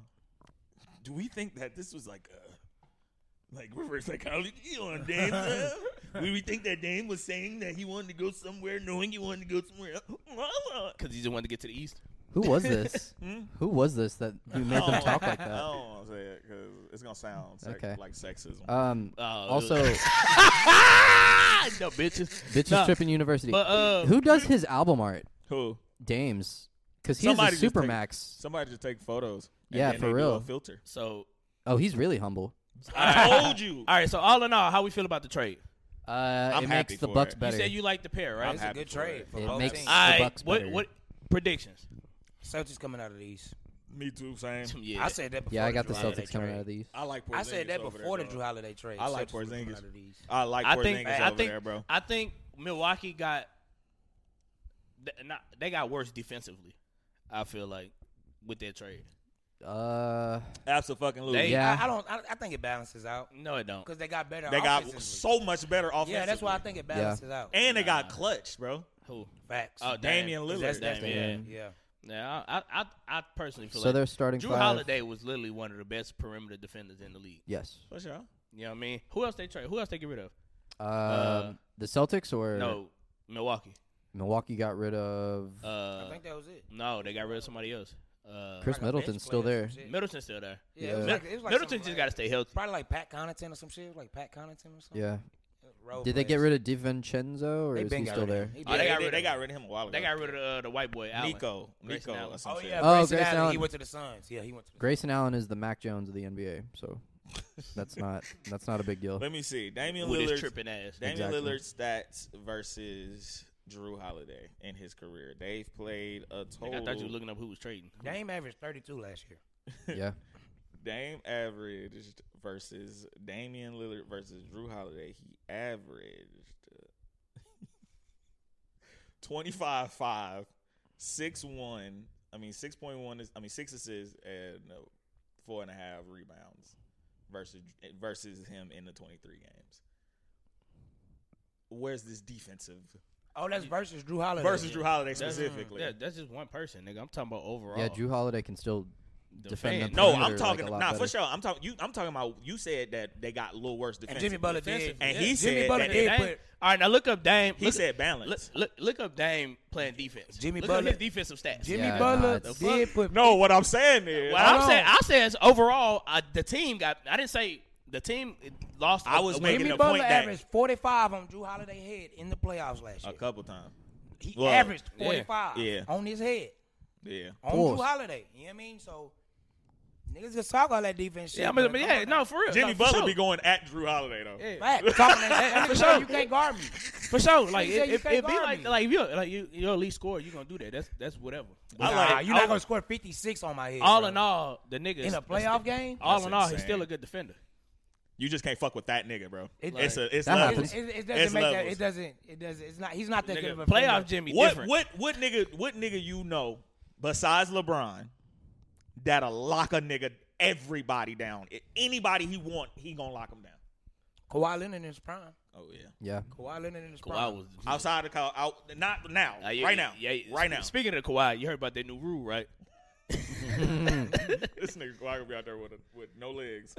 Speaker 1: "Do we think that this was like a like reverse psychology on
Speaker 2: (laughs)
Speaker 1: Dame? uh, Do we think that Dame was saying that he wanted to go somewhere, knowing he wanted to go somewhere else?" (laughs)
Speaker 2: Because he just wanted to get to the East.
Speaker 3: Who was
Speaker 1: (laughs)
Speaker 3: this?
Speaker 1: Hmm?
Speaker 3: Who was this that you made them talk like
Speaker 1: I
Speaker 3: that?
Speaker 1: don't want to say it because it's gonna sound sex-
Speaker 3: Okay.
Speaker 1: like sexism.
Speaker 3: Um.
Speaker 2: Oh,
Speaker 3: also,
Speaker 4: (laughs)
Speaker 2: Ah, no bitches.
Speaker 3: bitches
Speaker 2: Nah,
Speaker 3: tripping university.
Speaker 2: But uh,
Speaker 3: Who does his album art?
Speaker 1: Who?
Speaker 3: Dames, because he's a
Speaker 1: Somebody just take-
Speaker 3: supermax.
Speaker 1: Somebody just take photos. and
Speaker 3: Yeah,
Speaker 1: then
Speaker 3: for
Speaker 1: they do
Speaker 3: real.
Speaker 1: a filter.
Speaker 2: so
Speaker 3: Oh, he's really humble.
Speaker 1: I
Speaker 2: Oh.
Speaker 1: told you.
Speaker 2: all right. So all in all, how we feel about the trade?
Speaker 3: Uh,
Speaker 1: I'm
Speaker 3: it
Speaker 1: happy
Speaker 3: makes the
Speaker 1: for
Speaker 3: Bucks
Speaker 1: it. You
Speaker 3: better.
Speaker 2: You said you like the pair, right?
Speaker 1: I'm
Speaker 4: it's a
Speaker 1: happy
Speaker 4: good
Speaker 1: for
Speaker 4: trade
Speaker 1: it.
Speaker 4: for
Speaker 3: It
Speaker 4: both
Speaker 3: makes-
Speaker 4: teams.
Speaker 3: I-
Speaker 2: All
Speaker 3: The
Speaker 2: right.
Speaker 3: Bucks
Speaker 2: What
Speaker 3: better.
Speaker 2: what predictions?
Speaker 4: Celtics coming out of the East.
Speaker 1: Me too. Same.
Speaker 2: (laughs) Yeah.
Speaker 4: I said that
Speaker 3: (laughs)
Speaker 4: before.
Speaker 3: yeah, I got the
Speaker 4: Drew Holiday
Speaker 3: Celtics coming
Speaker 4: trade.
Speaker 3: out of the East.
Speaker 1: I like. Porzingis
Speaker 4: I said that
Speaker 1: over
Speaker 4: before
Speaker 1: there,
Speaker 4: the
Speaker 1: bro.
Speaker 4: Drew Holiday trade.
Speaker 1: I like
Speaker 4: Celtics was coming
Speaker 1: Porzingis.
Speaker 4: out of the East.
Speaker 1: I like
Speaker 2: I
Speaker 1: Porzingis
Speaker 2: think
Speaker 1: over
Speaker 2: I think
Speaker 1: there, bro.
Speaker 2: I think Milwaukee got th- not, they got worse defensively. I feel like with that trade.
Speaker 3: Uh,
Speaker 1: Absolutely.
Speaker 2: They-
Speaker 1: They,
Speaker 3: Yeah.
Speaker 4: I, I don't. I, I think it balances out
Speaker 2: No, it don't.
Speaker 4: because they got better.
Speaker 1: they got
Speaker 4: offensively.
Speaker 1: so much better offensively.
Speaker 4: Yeah, that's why I think it balances out.
Speaker 1: And they got clutch, bro. Uh,
Speaker 2: Who?
Speaker 4: Facts.
Speaker 2: Oh,
Speaker 1: Damian
Speaker 2: Dame.
Speaker 1: Lillard.
Speaker 2: That's
Speaker 1: That's
Speaker 2: Dame. Yeah.
Speaker 4: yeah.
Speaker 2: Yeah. I, I I I personally feel
Speaker 3: so
Speaker 2: like
Speaker 3: they're starting
Speaker 2: Drew
Speaker 3: five.
Speaker 2: Holiday was literally one of the best perimeter defenders in the league.
Speaker 3: Yes.
Speaker 1: For sure.
Speaker 2: You know what I mean? Who else they trade? Who else they get rid of? Uh,
Speaker 3: Um, the Celtics or
Speaker 2: No, Milwaukee.
Speaker 3: Milwaukee got rid of
Speaker 4: I
Speaker 2: Uh,
Speaker 4: think that was it.
Speaker 2: no, they got rid of somebody else. Uh,
Speaker 3: Chris
Speaker 4: Like a
Speaker 3: Middleton's
Speaker 4: bench
Speaker 3: still
Speaker 4: player or
Speaker 3: there.
Speaker 4: some shit.
Speaker 2: Middleton's still there.
Speaker 4: Yeah, it was
Speaker 3: Yeah.
Speaker 4: like, it was like
Speaker 2: Middleton
Speaker 4: something
Speaker 2: just
Speaker 4: like-
Speaker 2: got to stay healthy.
Speaker 4: Probably like Pat Connaughton or some shit. Like Pat Connaughton or something.
Speaker 3: Yeah.
Speaker 4: Role
Speaker 3: Did they get
Speaker 4: players.
Speaker 3: rid of DiVincenzo or
Speaker 4: They
Speaker 3: is
Speaker 4: been
Speaker 3: he
Speaker 4: got
Speaker 3: still
Speaker 4: rid of
Speaker 3: there?
Speaker 4: him. He
Speaker 1: Oh,
Speaker 4: been-
Speaker 1: they, got
Speaker 4: they
Speaker 1: rid,
Speaker 4: did.
Speaker 1: they got rid of him a while ago.
Speaker 2: They got rid of uh, the white boy Allen.
Speaker 1: Nico.
Speaker 2: Grayson
Speaker 1: Nico.
Speaker 2: Allen.
Speaker 1: or some
Speaker 4: Oh
Speaker 1: shit.
Speaker 4: yeah,
Speaker 3: Oh,
Speaker 4: Grayson
Speaker 3: Grayson
Speaker 4: Allen. He
Speaker 3: Allen.
Speaker 4: went to the Suns. Yeah, he went to the
Speaker 3: Grayson Allen is the Mac Jones of the NBA, so that's not that's not a big
Speaker 4: (laughs)
Speaker 3: deal.
Speaker 1: Let me see. Damian
Speaker 2: with his
Speaker 1: Lillard.
Speaker 2: tripping ass.
Speaker 1: Damian
Speaker 3: Exactly.
Speaker 1: Lillard's stats versus Drew Holiday in his career. They've played a
Speaker 2: Like,
Speaker 1: total.
Speaker 2: I thought you were looking up who was trading.
Speaker 4: Suns. Dame averaged 32 last year.
Speaker 3: yeah.
Speaker 1: Dame averaged versus Damian Lillard versus Drew Holiday. He averaged uh, (laughs) 25 5, 6 1. I mean, 6.1 is, I mean, 6 assists and uh, 4.5 rebounds versus versus him in the 23 games. Where's this defensive?
Speaker 4: Oh, that's versus Drew Holiday.
Speaker 1: Versus Drew Holiday
Speaker 2: That's-
Speaker 1: specifically.
Speaker 2: Yeah, that's just one person, nigga. I'm talking about overall.
Speaker 3: Yeah, Drew Holiday can still defend
Speaker 2: Defend.
Speaker 3: them.
Speaker 1: No,
Speaker 3: perimeter,
Speaker 1: I'm
Speaker 3: like,
Speaker 1: talking
Speaker 3: a lot
Speaker 1: nah for
Speaker 3: better.
Speaker 1: sure. I'm talking you I'm talking about you said that they got a little worse
Speaker 4: And
Speaker 1: defense.
Speaker 4: Jimmy Butler did.
Speaker 2: Defensive.
Speaker 1: And
Speaker 2: Yeah.
Speaker 1: he
Speaker 4: Jimmy
Speaker 1: said
Speaker 4: Butler
Speaker 1: that
Speaker 4: did.
Speaker 1: they-
Speaker 2: Dame-
Speaker 4: put-
Speaker 2: all right, now look up Dame.
Speaker 1: He
Speaker 2: look,
Speaker 1: said balance.
Speaker 2: Look, look, look up Dame playing defense.
Speaker 4: Jimmy
Speaker 2: look
Speaker 4: Butler-
Speaker 2: Up his defensive stats.
Speaker 4: Jimmy
Speaker 3: Yeah,
Speaker 4: Butler
Speaker 3: nah, it's-
Speaker 4: did put
Speaker 1: no, what I'm saying is,
Speaker 2: Well, I'm
Speaker 4: Hold
Speaker 2: saying,
Speaker 4: on.
Speaker 2: I said overall, uh, the team got. I didn't say the team lost.
Speaker 1: I was
Speaker 2: a- a
Speaker 1: making
Speaker 4: Jimmy
Speaker 1: the
Speaker 2: win.
Speaker 4: Butler
Speaker 1: point that-
Speaker 4: averaged 45 on Drew Holiday head in the playoffs last
Speaker 1: a
Speaker 4: year.
Speaker 1: couple times.
Speaker 4: He
Speaker 1: Well,
Speaker 4: averaged
Speaker 2: yeah.
Speaker 4: 45
Speaker 1: Yeah.
Speaker 4: on his head
Speaker 1: Yeah,
Speaker 4: on
Speaker 3: Pause.
Speaker 4: Drew Holiday. You know what I mean? So niggas just talk all that defense shit.
Speaker 2: Yeah, I mean,
Speaker 4: but
Speaker 2: but yeah,
Speaker 4: come
Speaker 2: no,
Speaker 4: on
Speaker 2: for real.
Speaker 1: Jimmy
Speaker 2: no, for
Speaker 1: Butler
Speaker 2: sure.
Speaker 1: be going at Drew Holiday though.
Speaker 2: Yeah. (laughs)
Speaker 4: now.
Speaker 1: (laughs)
Speaker 4: Fact. Talking that shit.
Speaker 2: For
Speaker 4: for
Speaker 2: sure.
Speaker 4: sure. You can't guard me.
Speaker 2: For sure, like
Speaker 4: You said you
Speaker 2: if, if,
Speaker 4: can't
Speaker 2: if he
Speaker 4: guard
Speaker 2: like
Speaker 4: me.
Speaker 2: like if you like you your elite score, you gonna do that. That's that's whatever.
Speaker 1: I
Speaker 4: nah,
Speaker 1: like-
Speaker 4: you're
Speaker 1: I-
Speaker 4: not gonna score 56 on my head.
Speaker 2: all
Speaker 4: bro.
Speaker 2: in all, the nigga
Speaker 4: in
Speaker 2: is-
Speaker 4: a playoff game.
Speaker 2: All
Speaker 1: That's
Speaker 2: in all, he's
Speaker 1: insane.
Speaker 2: still a good defender.
Speaker 1: You just can't fuck with that nigga, bro.
Speaker 4: It-
Speaker 1: it's a, it's
Speaker 4: That
Speaker 1: levels.
Speaker 4: happens. It- it doesn't
Speaker 1: It's
Speaker 4: make that-
Speaker 1: levels.
Speaker 4: it doesn't- it doesn't- it's not- he's not that good of a
Speaker 2: playoff
Speaker 4: defender.
Speaker 2: Jimmy
Speaker 1: What
Speaker 2: different.
Speaker 1: what what nigga what nigga you know besides LeBron that'll lock a nigga everybody down? I- Anybody he want, he gonna lock him down. (laughs)
Speaker 4: Kawhi Leonard in his prime.
Speaker 1: Oh yeah.
Speaker 3: Yeah.
Speaker 4: Kawhi Leonard in his
Speaker 2: Kawhi
Speaker 4: prime.
Speaker 2: was-
Speaker 1: Outside of call out not now.
Speaker 2: Uh, yeah,
Speaker 1: right now.
Speaker 2: yeah, yeah.
Speaker 1: Right now.
Speaker 2: Speaking of Kawhi, you heard about that new rule, right?
Speaker 1: this nigga Kawhi gonna be out there with a, with no legs.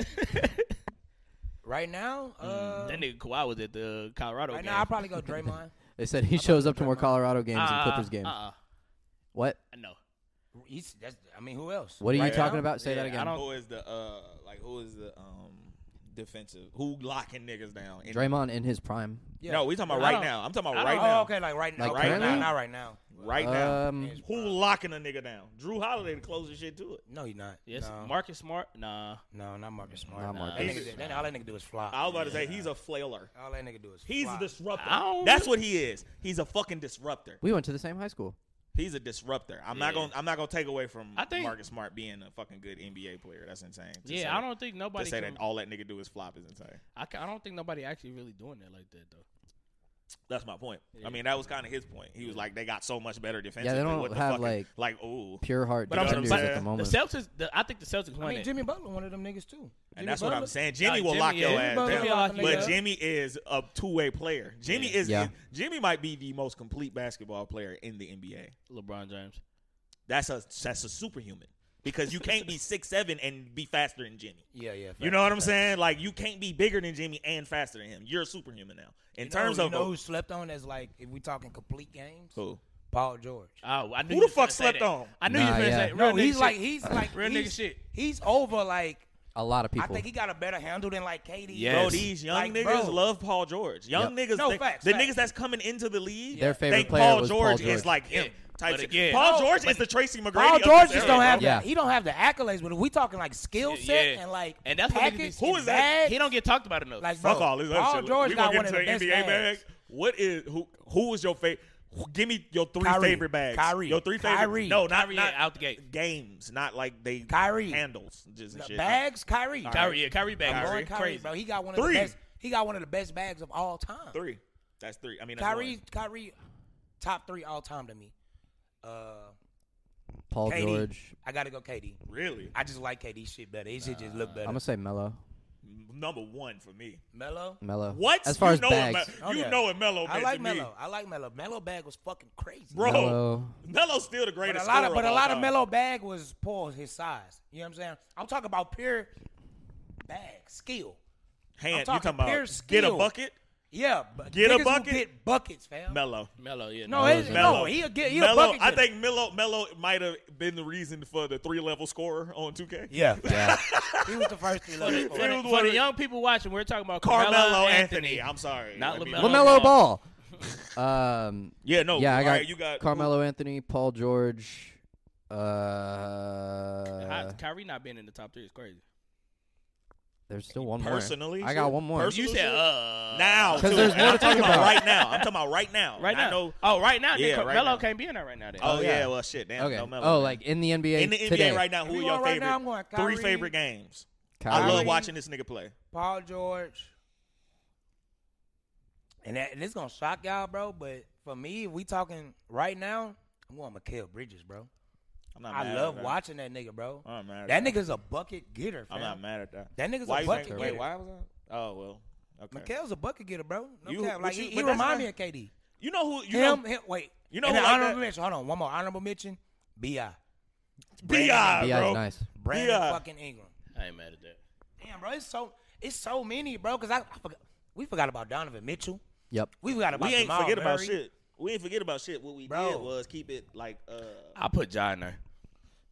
Speaker 4: Right now, uh,
Speaker 2: Mm, that nigga Kawhi was at the Colorado
Speaker 4: right
Speaker 2: game.
Speaker 4: now I
Speaker 2: (laughs)
Speaker 4: probably go Draymond.
Speaker 3: They said he shows up to more Colorado games
Speaker 2: Uh,
Speaker 3: than Clippers games.
Speaker 2: Uh,
Speaker 3: What?
Speaker 2: no.
Speaker 4: He's, that's, I mean, who else?
Speaker 3: What are you
Speaker 4: Right
Speaker 3: talking
Speaker 4: now?
Speaker 3: about? Say
Speaker 2: Yeah,
Speaker 3: that
Speaker 2: I
Speaker 3: again.
Speaker 2: don't-
Speaker 1: who is the uh like who is the um defensive who locking niggas down? And-
Speaker 3: Draymond in his prime.
Speaker 4: Yeah.
Speaker 1: No, we talking about
Speaker 2: I
Speaker 1: right
Speaker 2: don't-
Speaker 1: now. I'm talking
Speaker 2: I
Speaker 1: about
Speaker 2: don't-
Speaker 1: right
Speaker 4: oh,
Speaker 1: now.
Speaker 4: okay, like right now,
Speaker 3: Like
Speaker 4: right now,
Speaker 3: currently?
Speaker 4: not right now.
Speaker 1: Right now.
Speaker 3: Um,
Speaker 4: Yes.
Speaker 1: Who locking a nigga down? Drew Holiday the closest shit to it.
Speaker 4: No, he's not.
Speaker 2: Yes.
Speaker 4: no,
Speaker 2: Marcus Smart? Nah.
Speaker 4: no, not Marcus Smart.
Speaker 3: Not
Speaker 4: That
Speaker 3: Marcus.
Speaker 4: nigga, did- that, all that nigga do is fly.
Speaker 1: I was about to say he's a flailer.
Speaker 4: all that nigga do is
Speaker 1: He's
Speaker 4: fly.
Speaker 1: a disruptor.
Speaker 2: I don't
Speaker 1: That's what he is. He's a fucking disruptor.
Speaker 3: We went to the same high school.
Speaker 1: He's a disruptor. I'm not
Speaker 2: Yeah.
Speaker 1: gonna I'm not gonna take away from
Speaker 2: I think-
Speaker 1: Marcus Smart being a fucking good NBA player. That's insane. To say-
Speaker 2: Yeah, I don't think
Speaker 1: to
Speaker 2: nobody.
Speaker 1: say
Speaker 2: can-
Speaker 1: that all that nigga do is flop is insane.
Speaker 2: I, ca- I don't think nobody actually really doing that like that though.
Speaker 1: That's my point. I mean, that was kind of his point. He was like, they got so much better defensively.
Speaker 3: don't
Speaker 1: what the
Speaker 3: have,
Speaker 1: fucking-
Speaker 3: like,
Speaker 1: like ooh.
Speaker 3: Pure heart
Speaker 1: But I'm
Speaker 3: defenders
Speaker 1: saying-
Speaker 3: at the
Speaker 2: The
Speaker 3: moment.
Speaker 2: Celtics. The, I think the Celtics
Speaker 4: I
Speaker 2: won
Speaker 4: mean,
Speaker 2: it.
Speaker 4: Jimmy Butler, one of them niggas too. Jimmy
Speaker 1: And that's what I'm
Speaker 4: Butler.
Speaker 1: saying. Jimmy will
Speaker 2: Jimmy
Speaker 1: lock your
Speaker 2: is-
Speaker 1: ass
Speaker 4: Jimmy
Speaker 1: down.
Speaker 4: will lock a nigga
Speaker 1: But
Speaker 4: up.
Speaker 1: Jimmy is a two way player. Jimmy is
Speaker 3: Yeah.
Speaker 1: Jimmy might be the most complete basketball player in the NBA.
Speaker 2: LeBron James.
Speaker 1: That's a that's a superhuman because you
Speaker 3: (laughs)
Speaker 1: can't
Speaker 4: (laughs)
Speaker 1: be six seven and be faster than Jimmy.
Speaker 4: Yeah, yeah.
Speaker 1: You know what I'm saying? Like you can't be bigger than Jimmy and faster than him. You're a superhuman now. In terms
Speaker 4: you
Speaker 1: of
Speaker 4: know who
Speaker 1: a,
Speaker 4: slept on as like if we talking complete games,
Speaker 1: who,
Speaker 4: Paul George.
Speaker 2: Oh, I
Speaker 1: Who
Speaker 2: knew you
Speaker 1: the
Speaker 2: was finna
Speaker 1: fuck
Speaker 2: say
Speaker 1: slept
Speaker 2: that.
Speaker 1: on?
Speaker 2: I knew
Speaker 3: Nah,
Speaker 2: you were
Speaker 3: yeah.
Speaker 2: say.
Speaker 4: No,
Speaker 2: real nigga
Speaker 4: he's
Speaker 2: shit.
Speaker 4: like he's like
Speaker 2: real nigga
Speaker 4: he's-
Speaker 2: shit.
Speaker 4: He's over like
Speaker 3: a lot of
Speaker 4: I
Speaker 3: people. (laughs)
Speaker 4: think he got a better handle than like KD.
Speaker 2: Yes.
Speaker 1: Bro, these young
Speaker 4: Like,
Speaker 1: niggas
Speaker 4: bro.
Speaker 1: love Paul George. Young
Speaker 3: Yep.
Speaker 1: niggas,
Speaker 4: No,
Speaker 1: think-
Speaker 4: facts,
Speaker 1: the
Speaker 4: facts.
Speaker 1: niggas that's coming into the league,
Speaker 3: Their favorite
Speaker 1: think
Speaker 3: player
Speaker 1: Paul,
Speaker 3: was Paul
Speaker 1: George
Speaker 3: George.
Speaker 1: is like him. Type
Speaker 2: But
Speaker 1: shit.
Speaker 2: again-
Speaker 1: Paul
Speaker 2: No,
Speaker 1: George
Speaker 2: but-
Speaker 1: is the Tracy McGrady.
Speaker 4: Paul
Speaker 1: of this
Speaker 4: George just
Speaker 1: era,
Speaker 4: don't
Speaker 1: bro.
Speaker 4: have
Speaker 3: Yeah.
Speaker 4: the, he don't have the accolades, but if we talking like skill set
Speaker 2: Yeah.
Speaker 4: and like
Speaker 2: And that's what niggas be-
Speaker 4: package,
Speaker 1: Who is that?
Speaker 4: bags,
Speaker 2: He don't get talked about enough.
Speaker 4: like bro,
Speaker 1: Fuck all this other
Speaker 4: Paul
Speaker 1: shit.
Speaker 4: George
Speaker 1: we
Speaker 4: got
Speaker 1: gonna
Speaker 4: one
Speaker 1: get
Speaker 4: of
Speaker 1: into
Speaker 4: the
Speaker 1: the
Speaker 4: best
Speaker 1: NBA
Speaker 4: bags.
Speaker 1: bag. What is who? Who is your favorite? Give me your three
Speaker 4: Kyrie.
Speaker 1: favorite bags.
Speaker 4: Kyrie.
Speaker 1: Your three
Speaker 4: Kyrie.
Speaker 1: favorite. No, not,
Speaker 2: Kyrie
Speaker 1: not
Speaker 2: out the gate.
Speaker 1: Games, not like they
Speaker 4: Kyrie.
Speaker 1: handles. Just and
Speaker 4: The
Speaker 1: shit.
Speaker 4: bags, Kyrie.
Speaker 2: Kyrie, yeah, Kyrie
Speaker 4: I'm
Speaker 2: back.
Speaker 4: going Kyrie,
Speaker 2: Crazy.
Speaker 4: bro. He got one of
Speaker 1: Three.
Speaker 4: the best. He got one of the best bags of all time.
Speaker 1: Three. That's three. I mean, that's
Speaker 4: Kyrie,
Speaker 1: one.
Speaker 4: Kyrie, top three all time to me. Uh,
Speaker 3: Paul
Speaker 4: KD.
Speaker 3: George.
Speaker 4: I gotta go KD.
Speaker 1: Really,
Speaker 4: I just like KD shit better. His shit just look
Speaker 3: I'm
Speaker 4: better.
Speaker 3: gonna say Mello.
Speaker 1: number one for me.
Speaker 4: Melo.
Speaker 3: Mello.
Speaker 1: What?
Speaker 3: As far
Speaker 1: you
Speaker 3: as
Speaker 1: know
Speaker 3: bags,
Speaker 1: What, Mel-
Speaker 4: Oh,
Speaker 1: you
Speaker 4: yeah.
Speaker 1: know what Melo
Speaker 4: I
Speaker 1: meant
Speaker 4: like
Speaker 1: to me.
Speaker 4: Melo. I like Melo. Melo bag was fucking crazy.
Speaker 1: Bro.
Speaker 3: Melo.
Speaker 1: Melo's still the
Speaker 4: But
Speaker 1: greatest.
Speaker 4: a lot of
Speaker 1: scorer
Speaker 4: but a
Speaker 1: all
Speaker 4: lot of
Speaker 1: time.
Speaker 4: Melo bag was Paul his size. You know what I'm saying? I'm talking about pure bag skill.
Speaker 1: Hand,
Speaker 4: I'm
Speaker 1: you
Speaker 4: talking
Speaker 1: talking about
Speaker 4: pure
Speaker 1: get a
Speaker 4: skill.
Speaker 1: bucket?
Speaker 4: Yeah, but
Speaker 1: Get a
Speaker 4: niggas who
Speaker 1: bucket?
Speaker 4: Get buckets, fam.
Speaker 1: Mello.
Speaker 2: Mello, yeah.
Speaker 4: No,
Speaker 3: Melo's
Speaker 4: it's,
Speaker 3: in
Speaker 4: no,
Speaker 1: Melo.
Speaker 4: he'll get he'll
Speaker 1: Melo,
Speaker 4: bucket.
Speaker 1: I
Speaker 4: getter.
Speaker 1: think Melo Melo might have been the reason for the three level scorer on 2K. (laughs)
Speaker 4: Yeah,
Speaker 3: Yeah.
Speaker 4: he was the first three level
Speaker 2: (laughs) For
Speaker 4: scorer.
Speaker 1: He
Speaker 2: the,
Speaker 1: was
Speaker 2: for
Speaker 1: one
Speaker 2: the
Speaker 1: of-
Speaker 2: young people watching, we're talking about
Speaker 1: Carmelo
Speaker 2: Carmelo
Speaker 1: Anthony. I'm sorry.
Speaker 2: Not
Speaker 1: Let me-
Speaker 2: LaMelo.
Speaker 3: Lamelo
Speaker 2: (laughs)
Speaker 3: Ball. um.
Speaker 1: Yeah, no.
Speaker 3: yeah, I
Speaker 1: all
Speaker 3: got,
Speaker 1: right, you got
Speaker 3: Carmelo Anthony, Paul George.
Speaker 2: How-
Speaker 3: Uh,
Speaker 2: Kyrie not being in the top three is crazy.
Speaker 3: there's still one
Speaker 1: Personally,
Speaker 3: more. I got
Speaker 1: shit?
Speaker 3: one more.
Speaker 1: Personally?
Speaker 2: You
Speaker 1: Absolute
Speaker 2: said
Speaker 1: shit.
Speaker 2: uh
Speaker 1: now.
Speaker 3: Because
Speaker 1: too.
Speaker 3: there's
Speaker 1: And
Speaker 3: more
Speaker 1: I'm
Speaker 3: to
Speaker 1: talking
Speaker 3: talk
Speaker 1: about
Speaker 3: about.
Speaker 1: right now. I'm talking about right now.
Speaker 2: right
Speaker 1: And I
Speaker 2: now.
Speaker 1: know-
Speaker 2: oh, right now,
Speaker 1: Yeah,
Speaker 2: then Car-
Speaker 1: right
Speaker 2: Melo
Speaker 1: now.
Speaker 2: can't be in there right now. Then.
Speaker 1: Oh,
Speaker 3: yeah.
Speaker 1: yeah. Well, shit. Damn.
Speaker 3: okay.
Speaker 1: no Melo,
Speaker 3: oh,
Speaker 1: man.
Speaker 3: like in the NBA
Speaker 1: in the NBA
Speaker 3: today.
Speaker 1: right now,
Speaker 4: If
Speaker 1: who are
Speaker 4: you
Speaker 1: your
Speaker 4: want right
Speaker 1: favorite?
Speaker 4: now, I'm going
Speaker 1: three
Speaker 4: Kyrie.
Speaker 1: favorite games.
Speaker 3: Kyrie,
Speaker 1: I love
Speaker 4: Kyrie.
Speaker 1: watching this nigga play.
Speaker 4: Paul George. And that, this gonna shock y'all, bro. But for me, if we talking right now, I'm going Mikael Bridges, bro.
Speaker 1: I'm not.
Speaker 4: I
Speaker 1: mad
Speaker 4: love
Speaker 1: at that.
Speaker 4: watching that nigga, bro.
Speaker 1: I'm not mad at
Speaker 4: That
Speaker 1: that.
Speaker 4: nigga's a bucket getter, fam.
Speaker 1: I'm not mad at that.
Speaker 4: That nigga's
Speaker 1: why
Speaker 4: a
Speaker 1: you
Speaker 4: bucket
Speaker 1: think-
Speaker 4: getter.
Speaker 1: Wait, why was that? Oh well. Okay.
Speaker 4: Mikael's a bucket getter, bro. No
Speaker 1: You-
Speaker 4: cap.
Speaker 1: but
Speaker 4: Like
Speaker 1: you-
Speaker 4: he, he
Speaker 1: but that's
Speaker 4: remind me
Speaker 1: not-
Speaker 4: of KD.
Speaker 1: You know who? You
Speaker 4: him,
Speaker 1: know.
Speaker 4: him, wait.
Speaker 1: You know
Speaker 4: and
Speaker 1: who
Speaker 4: an
Speaker 1: like
Speaker 4: honorable
Speaker 1: that?
Speaker 4: mention. Hold on, one more honorable mention. Bi,
Speaker 1: Bi,
Speaker 3: B.I.
Speaker 1: bro.
Speaker 3: is nice.
Speaker 4: Brandon
Speaker 1: B.I.
Speaker 4: fucking Ingram.
Speaker 2: I ain't mad at that.
Speaker 4: Damn, bro, it's so it's so many, bro. Cause I, I forgot, we forgot about Donovan Mitchell.
Speaker 3: Yep.
Speaker 4: We forgot about
Speaker 1: We ain't
Speaker 4: Jamal
Speaker 1: forget about
Speaker 4: Murray.
Speaker 1: shit. We ain't forget about shit. What we
Speaker 4: Bro.
Speaker 1: did was keep it like. uh
Speaker 2: I put John there.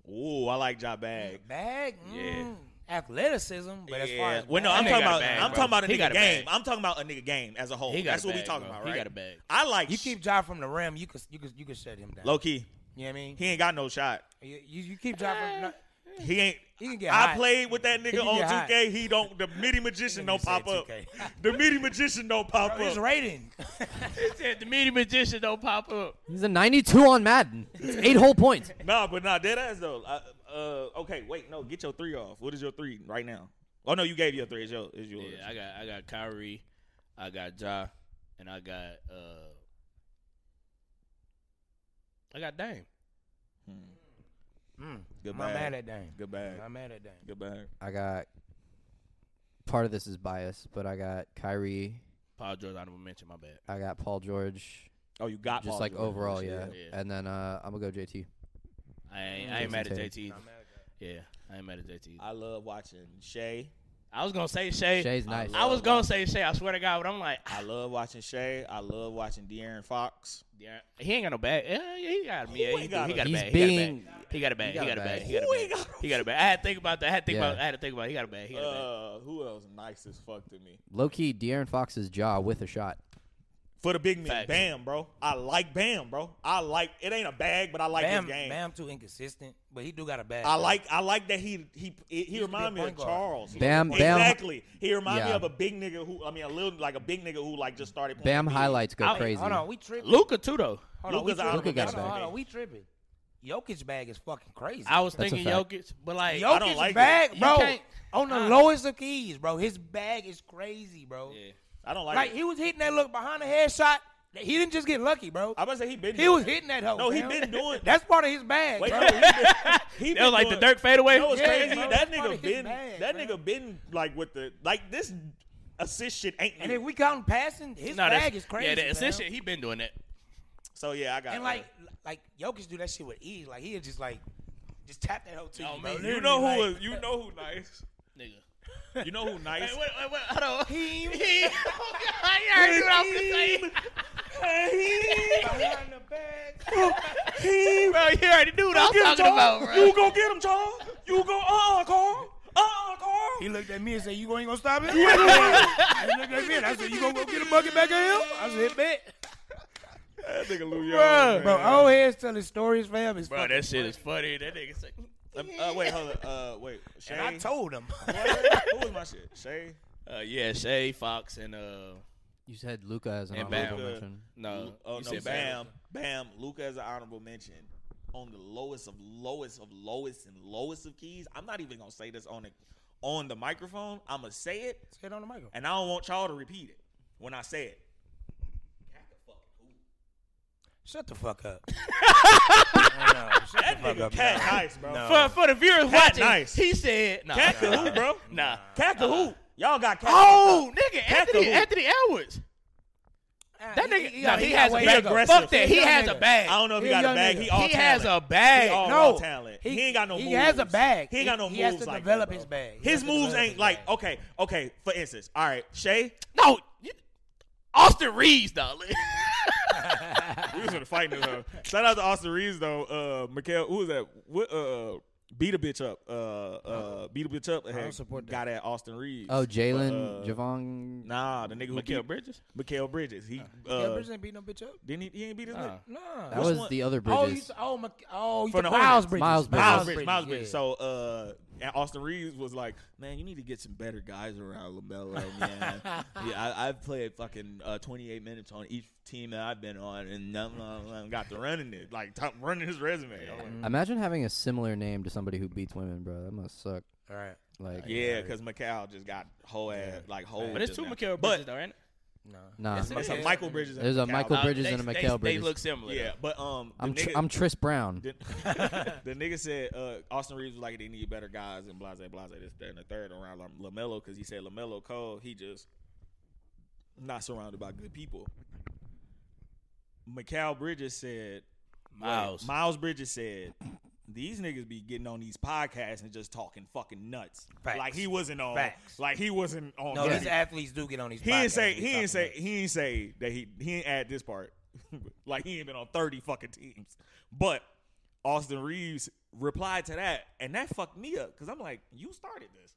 Speaker 1: Ooh, I like Ja Bag.
Speaker 4: Bag,
Speaker 2: Yeah.
Speaker 4: mm, athleticism, but as far
Speaker 1: Yeah.
Speaker 4: as
Speaker 1: well, no,
Speaker 4: bag-
Speaker 1: I'm talking
Speaker 2: That nigga got a
Speaker 1: about
Speaker 2: bag,
Speaker 1: I'm
Speaker 2: bro.
Speaker 1: talking about a
Speaker 2: He
Speaker 1: nigga
Speaker 2: got a
Speaker 1: game.
Speaker 2: bag.
Speaker 1: I'm talking about a nigga game as a whole.
Speaker 2: He got
Speaker 1: That's
Speaker 2: a
Speaker 1: what we
Speaker 2: bag,
Speaker 1: talking
Speaker 2: bro.
Speaker 1: about,
Speaker 2: He
Speaker 1: right?
Speaker 2: got a bag.
Speaker 1: I like
Speaker 4: you keep Ja from the rim, you could you could you could shut him down.
Speaker 1: low key.
Speaker 4: You know what I mean?
Speaker 1: He ain't got no shot.
Speaker 4: You, you, you keep Ja from
Speaker 1: Eh,
Speaker 4: no,
Speaker 1: He ain't.
Speaker 4: He can get
Speaker 1: I
Speaker 4: hot.
Speaker 1: played with that
Speaker 4: He
Speaker 1: nigga
Speaker 4: can
Speaker 1: on
Speaker 4: get hot.
Speaker 1: 2K. He don't. The midi magician don't
Speaker 4: Nigga said
Speaker 1: pop up.
Speaker 4: 2K.
Speaker 1: The midi magician don't pop
Speaker 4: bro, he's
Speaker 1: up.
Speaker 4: rating. (laughs)
Speaker 2: He said the media magician don't pop up.
Speaker 3: He's a 92 on Madden. It's eight whole
Speaker 1: (laughs)
Speaker 3: points.
Speaker 1: Nah, but nah, dead ass though. I, uh, okay, wait, no, get your three off. What is your three right now? Oh no, you gave your three. It's your, it's yours.
Speaker 2: Yeah, I got I got Kyrie, I got Ja, and I got uh I got Dame.
Speaker 4: Mm.
Speaker 1: Good
Speaker 4: I'm not
Speaker 1: bag.
Speaker 4: mad at Dame.
Speaker 1: Good bag.
Speaker 4: I'm not mad at Dame.
Speaker 1: Good bag.
Speaker 3: I got part of this is biased, but I got Kyrie,
Speaker 2: Paul George I didn't mention my bad.
Speaker 3: I got Paul George.
Speaker 1: Oh, you got
Speaker 3: just
Speaker 1: Paul
Speaker 3: like
Speaker 1: George.
Speaker 3: overall,
Speaker 1: Yeah.
Speaker 3: yeah.
Speaker 2: Yeah.
Speaker 3: And then uh, I'm gonna go JT.
Speaker 2: I ain't, I ain't
Speaker 3: Jason
Speaker 2: mad at
Speaker 3: Tatum.
Speaker 2: JT. Either.
Speaker 4: Not mad at Dame.
Speaker 2: Yeah, I ain't mad at JT. Either.
Speaker 1: I love watching Shay.
Speaker 2: I was gonna say Shay.
Speaker 3: Shay's nice.
Speaker 2: I was gonna say Shay. I swear to God, but I'm like,
Speaker 1: I love watching Shay. I love watching De'Aaron Fox.
Speaker 2: yeah, he ain't got no bag. Yeah, yeah, he got me.
Speaker 1: Who
Speaker 2: He,
Speaker 1: ain't
Speaker 2: do-
Speaker 1: got
Speaker 2: he
Speaker 1: a-
Speaker 2: got a
Speaker 3: He's
Speaker 2: bag.
Speaker 3: being-
Speaker 2: He got a bag. He got a bag. He got a
Speaker 1: Who ain't
Speaker 2: bag.
Speaker 1: got
Speaker 2: He got a bag. I had to think about that. I had to think
Speaker 3: Yeah.
Speaker 2: about. I had to think about. It. He got a bag. He got a bag.
Speaker 1: Uh, who else nice as fuck to me?
Speaker 3: Low key, De'Aaron Fox's jaw with a shot.
Speaker 1: For the big man,
Speaker 2: Facts.
Speaker 1: Bam, bro. I like Bam, bro. I like it ain't a bag, but I like
Speaker 4: Bam,
Speaker 1: his game.
Speaker 4: Bam too inconsistent, but he do got a bad.
Speaker 1: I like I like that he he he, he
Speaker 4: used to be a
Speaker 1: remind me
Speaker 4: point
Speaker 1: of
Speaker 4: guard.
Speaker 1: Charles.
Speaker 3: Bam- Bam-
Speaker 1: exactly. He remind me
Speaker 3: Yeah.
Speaker 1: of a big nigga who I mean a little like a big nigga who like just started. playing
Speaker 3: Bam
Speaker 1: the league.
Speaker 3: highlights go
Speaker 2: I-
Speaker 3: crazy.
Speaker 4: Hold on, we tripping.
Speaker 2: Luca too though.
Speaker 4: hold on, we
Speaker 1: Luka's out
Speaker 4: tripping.
Speaker 1: of the
Speaker 3: Luka got
Speaker 4: hold
Speaker 3: a
Speaker 4: on,
Speaker 3: bag.
Speaker 4: hold on, we tripping. Jokic bag is fucking crazy.
Speaker 2: I was
Speaker 4: (laughs)
Speaker 3: That's a
Speaker 2: thinking
Speaker 3: fact.
Speaker 2: Jokic, but like,
Speaker 4: Jokic
Speaker 1: I don't like it.
Speaker 4: bag,
Speaker 2: You
Speaker 4: bro.
Speaker 2: can't-
Speaker 4: On the
Speaker 2: Nah.
Speaker 4: lowest of keys, bro. His bag is crazy, bro.
Speaker 2: Yeah.
Speaker 1: I don't like.
Speaker 4: Like
Speaker 1: it.
Speaker 4: he was hitting that look behind the head shot. He didn't just get lucky, bro.
Speaker 1: I about to say he been.
Speaker 4: He
Speaker 1: doing
Speaker 4: was
Speaker 1: that.
Speaker 4: hitting that hoe.
Speaker 1: No, he
Speaker 4: fam.
Speaker 1: been
Speaker 4: (laughs)
Speaker 1: doing-
Speaker 4: That's part of his bag,
Speaker 1: Wait,
Speaker 4: bro.
Speaker 1: no,
Speaker 4: (laughs)
Speaker 1: he been, he
Speaker 2: that was like the
Speaker 1: doing-
Speaker 2: Dirk fadeaway.
Speaker 1: You know what's
Speaker 4: Yeah,
Speaker 1: crazy?
Speaker 4: bro,
Speaker 1: that
Speaker 4: that's part
Speaker 1: nigga
Speaker 4: of his
Speaker 1: been.
Speaker 4: bag,
Speaker 1: that
Speaker 4: man.
Speaker 1: nigga been like with the like this assist shit ain't.
Speaker 4: And
Speaker 1: new.
Speaker 4: if we counting passing, his
Speaker 2: Nah, that's-
Speaker 4: bag is crazy.
Speaker 2: Yeah, that
Speaker 4: fam.
Speaker 2: assist shit, he been doing that.
Speaker 1: so yeah, I got.
Speaker 4: And
Speaker 1: it.
Speaker 4: like, like Jokic do that shit with ease. Like he'll just like, just tap that hoe to
Speaker 2: Oh,
Speaker 4: you, bro.
Speaker 1: you
Speaker 2: man,
Speaker 4: Literally,
Speaker 1: know who
Speaker 4: like,
Speaker 1: is, you know who nice.
Speaker 2: Nigga.
Speaker 1: You know who nice.
Speaker 2: Hey, wait,
Speaker 1: (laughs)
Speaker 2: wait, (laughs) wait, hold on.
Speaker 4: He-
Speaker 2: He- (laughs)
Speaker 4: (laughs)
Speaker 2: I heard what I was gonna say. (laughs)
Speaker 4: behind the bag. (laughs)
Speaker 2: Bro, you already knew what I was talking about, bro.
Speaker 1: You go get him, Charles. You go, uh, uh Carl. Uh, uh Carl.
Speaker 4: He looked at me and said, "You ain't gonna
Speaker 1: (laughs)
Speaker 4: stop him." he looked at me and I said, "You gonna go get a bucket back at him?" I said, "Bet."
Speaker 1: That nigga Lou
Speaker 4: Bro, old heads telling stories, fam. Is
Speaker 2: Bro,
Speaker 4: fucking
Speaker 2: that shit is funny. That nigga said,
Speaker 1: Uh, wait, hold up. Uh, wait. Shay.
Speaker 4: And I told him.
Speaker 1: Who was my shit? Shay.
Speaker 2: uh, yeah, Shay, Fox, and, uh,
Speaker 3: You said Luca as an
Speaker 2: And
Speaker 3: honorable
Speaker 1: Bam.
Speaker 3: mention.
Speaker 2: no.
Speaker 1: Oh
Speaker 2: you
Speaker 1: no,
Speaker 2: said
Speaker 1: Bam. Bam. Luca as an honorable mention. On the lowest of lowest of lowest and lowest of keys. I'm not even gonna say this on the on the microphone. I'm gonna say it,
Speaker 4: Sit on the microphone.
Speaker 1: and I don't want y'all to repeat it when I say it.
Speaker 4: Shut the
Speaker 1: (laughs)
Speaker 4: fuck up. No, no, shut the fuck up.
Speaker 1: Cat
Speaker 4: no.
Speaker 1: nice, bro.
Speaker 4: No.
Speaker 2: For, for the viewers watching,
Speaker 1: nice.
Speaker 2: he said, Eh, nah.
Speaker 1: Cat the who, bro?
Speaker 2: Nah.
Speaker 1: Cat the who? Y'all got cat.
Speaker 2: Oh, nigga,
Speaker 1: Cat the
Speaker 2: Anthony,
Speaker 1: who?
Speaker 2: Anthony Edwards. That nigga,
Speaker 4: he- he
Speaker 2: no,
Speaker 4: got-
Speaker 2: he,
Speaker 4: he got
Speaker 2: has a
Speaker 4: way
Speaker 2: bag.
Speaker 1: to go.
Speaker 2: Fuck that, he
Speaker 4: Young
Speaker 2: has a
Speaker 4: nigga.
Speaker 1: I
Speaker 2: bag.
Speaker 1: don't know if he
Speaker 4: He
Speaker 1: got
Speaker 4: a
Speaker 1: a
Speaker 4: young
Speaker 1: bag.
Speaker 4: nigga.
Speaker 1: He
Speaker 4: He
Speaker 1: all
Speaker 2: he has
Speaker 1: talent.
Speaker 2: a bag.
Speaker 1: He all
Speaker 4: No.
Speaker 1: raw talent. He, ain't got no.
Speaker 4: he
Speaker 1: moves.
Speaker 4: has a bag.
Speaker 1: He ain't got no
Speaker 4: He
Speaker 1: moves
Speaker 4: has to
Speaker 1: like
Speaker 4: develop
Speaker 1: that,
Speaker 4: his
Speaker 1: bro.
Speaker 4: bag. He has
Speaker 1: His
Speaker 4: to
Speaker 1: moves
Speaker 4: develop
Speaker 1: ain't
Speaker 4: his
Speaker 1: like
Speaker 4: bag.
Speaker 1: okay, okay. For instance, all right, Shay,
Speaker 2: No, you- Austin (laughs) Reeves, dog.
Speaker 1: (laughs) we was in a fight this huh? Shout out to Austin Reeves though. Uh, Mikael, who was that? What? Uh, beat a bitch up. Uh, uh, beat a bitch up. I
Speaker 4: don't support that.
Speaker 1: Got at Austin Reeves.
Speaker 3: Oh, Jalen,
Speaker 1: But, uh,
Speaker 3: Javon.
Speaker 1: Nah, the nigga who
Speaker 2: Mikael
Speaker 1: beat-
Speaker 2: Bridges?
Speaker 1: Mikael Bridges. He
Speaker 4: Yeah,
Speaker 1: uh,
Speaker 4: Bridges ain't beat no bitch up.
Speaker 1: didn't he? He ain't beat his nigga.
Speaker 4: Nah.
Speaker 3: that was
Speaker 1: one?
Speaker 3: the other
Speaker 4: Oh, you,
Speaker 3: Bridges.
Speaker 4: oh, Mc, oh, you
Speaker 1: From
Speaker 4: from
Speaker 1: the
Speaker 4: Miles
Speaker 1: Hornets.
Speaker 4: Bridges.
Speaker 3: Miles Bridges.
Speaker 1: Miles Bridges. Miles Bridges.
Speaker 4: yeah.
Speaker 1: So uh, and Austin Reeves was like, "Man, you need to get some better guys around Lamelo,
Speaker 4: (laughs)
Speaker 1: man. yeah, I, I've played fucking uh, 28 minutes on each team that I've been on, and none of them got to running it, like top, running his resume. I'm like,
Speaker 3: Imagine having a similar name to somebody who beats women, bro. That must suck.
Speaker 4: all right,
Speaker 3: Like,
Speaker 1: yeah, because Macau just got whole ass like whole.
Speaker 2: But it's
Speaker 1: just
Speaker 2: two
Speaker 1: now.
Speaker 2: Mikael
Speaker 1: But
Speaker 2: Bridges, though, ain't it?
Speaker 4: no.
Speaker 3: nah.
Speaker 2: It's-
Speaker 1: it's a
Speaker 2: Yeah.
Speaker 1: Michael Bridges. and
Speaker 3: There's a
Speaker 1: Mikal.
Speaker 3: Michael
Speaker 2: Uh,
Speaker 3: Bridges
Speaker 2: they-
Speaker 3: and a
Speaker 2: they-
Speaker 3: Mikael Bridges.
Speaker 2: They look similar.
Speaker 1: Yeah,
Speaker 2: Yeah.
Speaker 1: but um, the
Speaker 3: I'm tr-
Speaker 1: nigga-
Speaker 3: I'm Tris Brown.
Speaker 1: the, (laughs) the nigga said uh, Austin Reeves was like they need better guys and blase blase this that and the third around Lam- Lamelo because he said Lamelo Cole he just not surrounded by good people. Mikal Bridges said
Speaker 2: Miles.
Speaker 1: wait, Miles Bridges said these niggas be getting on these podcasts and just talking fucking nuts
Speaker 4: Facts.
Speaker 1: like he wasn't on
Speaker 4: Facts.
Speaker 1: like he wasn't on
Speaker 4: No,
Speaker 1: none
Speaker 4: these
Speaker 1: of
Speaker 4: athletes do get on these.
Speaker 1: he ain't say
Speaker 4: podcasts
Speaker 1: he
Speaker 4: and
Speaker 1: ain't
Speaker 4: stuff,
Speaker 1: say he ain't say that he he ain't add this part. (laughs) like he ain't been on thirty fucking teams. But Austin Reeves replied to that, and that fucked me up because I'm like, you started this.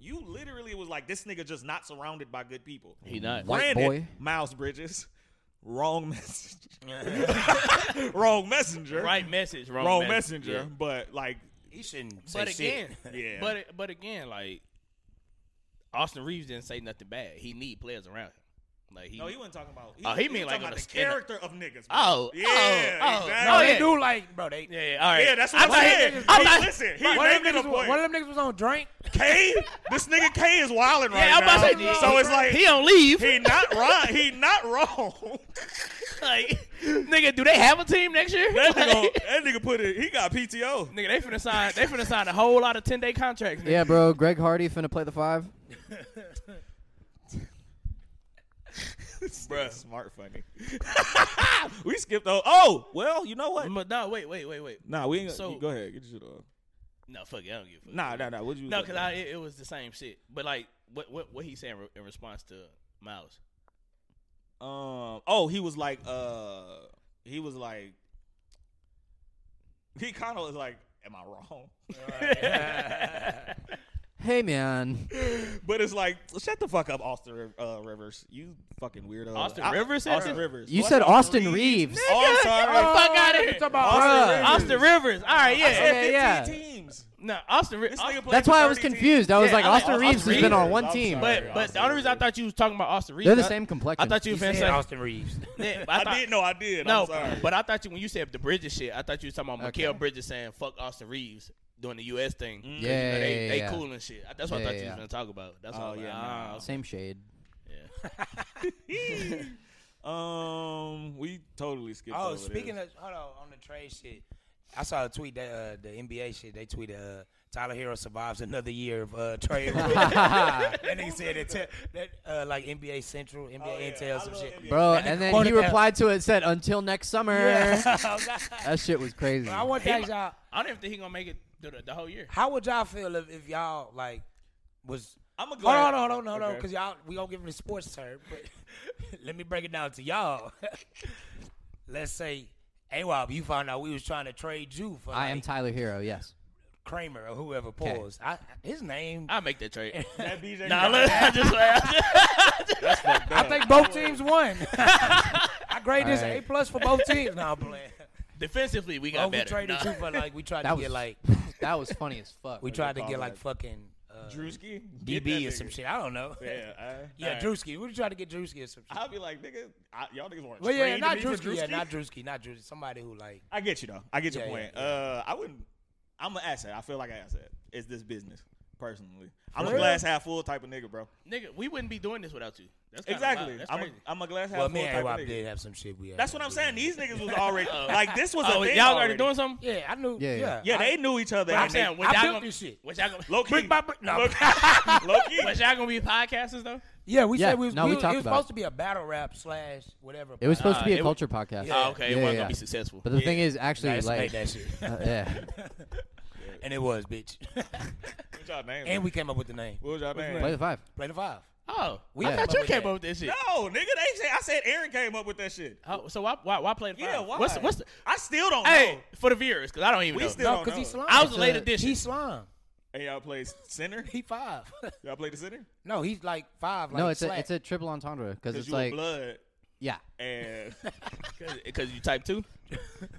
Speaker 1: You literally was like, this nigga just not surrounded by good people.
Speaker 2: He not.
Speaker 3: White
Speaker 1: Granted,
Speaker 3: boy.
Speaker 1: Miles Bridges, wrong message, (laughs)
Speaker 4: but-
Speaker 1: wrong messenger,
Speaker 2: Right message, wrong,
Speaker 1: Wrong,
Speaker 2: mess-
Speaker 1: messenger.
Speaker 2: Yeah.
Speaker 1: But like,
Speaker 4: he shouldn't. Say
Speaker 2: But again,
Speaker 1: (laughs)
Speaker 4: shit.
Speaker 1: Yeah.
Speaker 2: But but again, like Austin Reeves didn't say nothing bad. He need players around him. Like he.
Speaker 1: no, he wasn't talking about.
Speaker 2: Oh, he
Speaker 1: was
Speaker 2: mean like
Speaker 1: talking
Speaker 2: on
Speaker 1: about the
Speaker 2: a skin-
Speaker 1: character of niggas. bro.
Speaker 2: Oh,
Speaker 1: yeah,
Speaker 2: oh, oh.
Speaker 1: exactly.
Speaker 4: no,
Speaker 2: Oh,
Speaker 4: they
Speaker 2: yeah.
Speaker 4: do like, bro. They
Speaker 2: yeah, yeah, all right.
Speaker 1: Yeah, that's what
Speaker 2: I
Speaker 1: I'm
Speaker 2: thought he-
Speaker 1: saying.
Speaker 2: I
Speaker 1: He-
Speaker 2: thought-
Speaker 1: listen, he
Speaker 4: one,
Speaker 1: made me
Speaker 4: of them
Speaker 1: the
Speaker 4: niggas was,
Speaker 1: point.
Speaker 4: one of them niggas was on drink.
Speaker 1: K, this nigga K is wilding right
Speaker 2: Yeah, I'm
Speaker 1: now.
Speaker 2: about to say,
Speaker 1: so it's like
Speaker 2: he don't leave.
Speaker 1: He not wrong. He not wrong. (laughs)
Speaker 2: like, (laughs) nigga, do they have a team next year? (laughs)
Speaker 1: That nigga,
Speaker 2: Like,
Speaker 1: that nigga put it. He got PTO.
Speaker 2: nigga, they finna sign. They finna sign a whole lot of ten day contracts. Nigga.
Speaker 3: Yeah, bro. Greg Hardy finna play the five.
Speaker 1: (laughs) Bruh. Smart funny. we skipped over. Oh, well, you know what?
Speaker 2: But no, wait, wait, wait, wait.
Speaker 1: Nah, we ain't.
Speaker 2: So-
Speaker 1: you go ahead. Get your shit off.
Speaker 2: No, fuck it. I don't give a fuck.
Speaker 1: Nah, nah, nah. What you?
Speaker 2: No, because it, it was the same shit. But like, what what what he saying re- in response to Miles?
Speaker 1: Um. Oh, he was like. Uh. He was like. He kind of was like, "Am I
Speaker 2: (laughs)
Speaker 1: wrong?"
Speaker 3: Hey, man.
Speaker 1: but it's like, shut the fuck up, Austin uh, Rivers. You fucking weirdo.
Speaker 2: Austin
Speaker 1: I-
Speaker 2: Rivers said
Speaker 1: Austin
Speaker 2: that?
Speaker 1: Rivers.
Speaker 3: You
Speaker 1: What?
Speaker 3: said Austin Reeves.
Speaker 1: Oh, I'm sorry.
Speaker 2: Get the fuck out
Speaker 4: you
Speaker 2: of
Speaker 4: talking
Speaker 2: here,
Speaker 4: about
Speaker 1: Austin Rivers.
Speaker 2: Austin Rivers. All right, yeah,
Speaker 3: Okay, yeah.
Speaker 1: teams.
Speaker 2: No, Austin Rivers.
Speaker 1: This nigga played
Speaker 3: That's
Speaker 1: for
Speaker 3: why I was
Speaker 1: 13
Speaker 3: confused. I was
Speaker 2: Yeah,
Speaker 3: like,
Speaker 2: I like
Speaker 3: Austin
Speaker 2: Austin
Speaker 3: Reeves has been
Speaker 2: Reeves.
Speaker 3: on one
Speaker 1: I'm
Speaker 3: team.
Speaker 1: sorry.
Speaker 2: But but the only reason I thought you was talking about Austin Reeves,
Speaker 3: They're the
Speaker 2: I-
Speaker 3: same
Speaker 2: I
Speaker 3: complexion.
Speaker 2: thought you
Speaker 4: You
Speaker 2: was finna
Speaker 4: said
Speaker 2: say
Speaker 4: Austin Reeves.
Speaker 2: (laughs) Yeah, but
Speaker 1: I,
Speaker 2: I, thought,
Speaker 1: did. No, I did.
Speaker 2: No,
Speaker 1: I'm sorry.
Speaker 2: but I thought you when you said the Bridges shit, I thought you was talking about
Speaker 3: Okay.
Speaker 2: Mikael Bridges saying fuck Austin Reeves doing the U.S. thing. 'Cause, you know,
Speaker 3: Yeah,
Speaker 2: they,
Speaker 3: yeah,
Speaker 2: they
Speaker 3: yeah.
Speaker 2: cool and shit. I- That's what
Speaker 3: Yeah,
Speaker 2: I thought you
Speaker 3: yeah.
Speaker 2: was gonna talk about. That's
Speaker 1: Oh,
Speaker 2: all.
Speaker 1: yeah,
Speaker 2: Yeah,
Speaker 1: nah.
Speaker 3: Same shade.
Speaker 2: yeah.
Speaker 1: (laughs) um, we totally skipped.
Speaker 4: Oh,
Speaker 1: over
Speaker 4: speaking
Speaker 1: this.
Speaker 4: of hold on on the trade shit, I saw a tweet that uh, the NBA shit they tweeted uh, Tyler Hero survives another year of
Speaker 3: (laughs)
Speaker 4: uh, trade. that nigga said that, te- that uh, like NBA Central, NBA
Speaker 1: yeah.
Speaker 4: Intel,
Speaker 1: I
Speaker 4: some
Speaker 1: love
Speaker 4: shit.
Speaker 1: NBA.
Speaker 3: Bro,
Speaker 4: That nigga
Speaker 3: and then
Speaker 4: wanted
Speaker 3: he
Speaker 4: that-
Speaker 3: replied to it and said, until next summer.
Speaker 4: (laughs) Yeah.
Speaker 3: (laughs) That shit was crazy.
Speaker 4: I want
Speaker 2: He
Speaker 4: that
Speaker 2: mi-
Speaker 4: y'all.
Speaker 2: I don't even think he gonna make it through the, the whole year.
Speaker 4: How would y'all feel if, if y'all like was?
Speaker 1: I'm gonna go.
Speaker 4: Hold on,
Speaker 1: ahead.
Speaker 4: hold on, hold on,
Speaker 1: Okay.
Speaker 4: because y'all we gonna give him the sports term, but (laughs) let me break it down to y'all. (laughs) Let's say, AWOB, you found out we was trying to trade you for
Speaker 3: I am
Speaker 4: like,
Speaker 3: Tyler Hero, yes.
Speaker 4: Kramer or whoever paused. I, his name.
Speaker 2: I make that trade.
Speaker 1: that
Speaker 4: (laughs)
Speaker 1: BJ.
Speaker 2: nah, look, I just,
Speaker 1: (laughs)
Speaker 4: I think both teams won. (laughs) I grade this
Speaker 3: Alright.
Speaker 4: A plus for both teams. Now I'm playing.
Speaker 2: defensively we
Speaker 4: Oh,
Speaker 2: got
Speaker 4: we
Speaker 2: better.
Speaker 4: traded
Speaker 2: Nah.
Speaker 4: you for like we tried
Speaker 3: That
Speaker 4: to
Speaker 3: was
Speaker 4: get like
Speaker 3: that was funny as fuck.
Speaker 4: we
Speaker 3: Like,
Speaker 4: tried to
Speaker 1: call
Speaker 4: get
Speaker 1: it?
Speaker 4: like fucking uh,
Speaker 1: Drewski, Get that
Speaker 4: DB or
Speaker 1: nigga.
Speaker 4: some shit. I don't know. (laughs)
Speaker 1: Yeah, I,
Speaker 4: Yeah, Drewski. We tried to get Drewski or some shit.
Speaker 1: I'll be like, nigga, I, y'all niggas weren't.
Speaker 4: Well, yeah,
Speaker 1: trained to
Speaker 4: not
Speaker 1: me for
Speaker 4: Drewski. Yeah,
Speaker 1: Drewski.
Speaker 4: not Drewski. Not Drewski. Somebody who like
Speaker 1: I get you though. I get your
Speaker 4: Yeah,
Speaker 1: point.
Speaker 4: yeah,
Speaker 1: Uh, I wouldn't. I'm an asset. I feel like an asset. It's this business, personally. I'm a
Speaker 4: real?
Speaker 1: glass half full type of nigga, bro.
Speaker 2: Nigga, we wouldn't be doing this without you. That's kinda wild.
Speaker 1: Exactly.
Speaker 2: That's
Speaker 1: I'm a,
Speaker 2: crazy.
Speaker 1: I'm a glass half
Speaker 4: Well,
Speaker 1: full
Speaker 4: me
Speaker 1: type
Speaker 4: and
Speaker 1: of
Speaker 4: AWOP
Speaker 1: nigga.
Speaker 4: did have some shit. We had
Speaker 1: That's
Speaker 4: to
Speaker 1: what I'm
Speaker 4: do.
Speaker 1: saying. These niggas
Speaker 2: (laughs)
Speaker 1: was already like this was a
Speaker 2: oh,
Speaker 1: thing.
Speaker 2: y'all already doing something.
Speaker 4: Yeah, I knew.
Speaker 3: Yeah,
Speaker 4: Yeah,
Speaker 3: yeah.
Speaker 1: Yeah,
Speaker 4: I-
Speaker 1: they knew each other.
Speaker 4: I'm
Speaker 1: and they-
Speaker 4: saying,
Speaker 2: when
Speaker 4: I
Speaker 2: y'all
Speaker 4: built
Speaker 2: gonna-
Speaker 4: this shit.
Speaker 2: What y'all gonna?
Speaker 1: Low key.
Speaker 4: Brick by brick- no.
Speaker 1: Low key. Low key.
Speaker 2: What y'all gonna be podcasters though?
Speaker 4: Yeah, we
Speaker 3: Yeah,
Speaker 4: said we was.
Speaker 3: no, we
Speaker 4: it
Speaker 3: talked
Speaker 4: was
Speaker 3: about
Speaker 4: supposed
Speaker 3: it.
Speaker 4: to be a battle rap slash whatever. Uh,
Speaker 3: It was supposed to be
Speaker 2: it
Speaker 3: a
Speaker 2: was-
Speaker 3: culture podcast.
Speaker 2: Oh, okay,
Speaker 3: Yeah, yeah,
Speaker 2: it wasn't gonna be
Speaker 3: yeah.
Speaker 2: successful.
Speaker 3: But the thing is, actually,
Speaker 4: Let's make
Speaker 3: like,
Speaker 4: that shit.
Speaker 3: uh, yeah,
Speaker 4: (laughs) and it was, bitch.
Speaker 1: What y'all name?
Speaker 4: and we came up with the name.
Speaker 1: what was y'all name?
Speaker 3: play the five.
Speaker 4: Play the five.
Speaker 2: oh,
Speaker 4: We
Speaker 2: I
Speaker 4: came
Speaker 2: thought
Speaker 4: up
Speaker 2: you
Speaker 4: with
Speaker 2: came
Speaker 4: that.
Speaker 2: up with this shit.
Speaker 1: No, nigga, they say I said Aaron came up with that shit.
Speaker 2: Oh, so why why why play the five?
Speaker 1: Yeah, why?
Speaker 2: What's the, what's the,
Speaker 1: I still don't
Speaker 2: hey
Speaker 1: know.
Speaker 2: for the viewers? Because I don't even
Speaker 1: We
Speaker 2: know.
Speaker 1: still
Speaker 4: No,
Speaker 1: don't know.
Speaker 4: because he slime.
Speaker 2: I was a
Speaker 3: It's
Speaker 2: late
Speaker 3: a-
Speaker 2: edition.
Speaker 4: he slime.
Speaker 1: Hey, y'all play center?
Speaker 4: He five. (laughs)
Speaker 1: Y'all play the center?
Speaker 4: no, he's like five. Like
Speaker 3: No, it's
Speaker 4: slack. (laughs)
Speaker 3: a it's a triple entendre because
Speaker 1: Because
Speaker 3: it's
Speaker 1: you were
Speaker 3: like, (laughs)
Speaker 1: blood
Speaker 3: yeah,
Speaker 4: (laughs)
Speaker 2: (laughs)
Speaker 1: and
Speaker 2: because you type two. (laughs)
Speaker 4: Ow,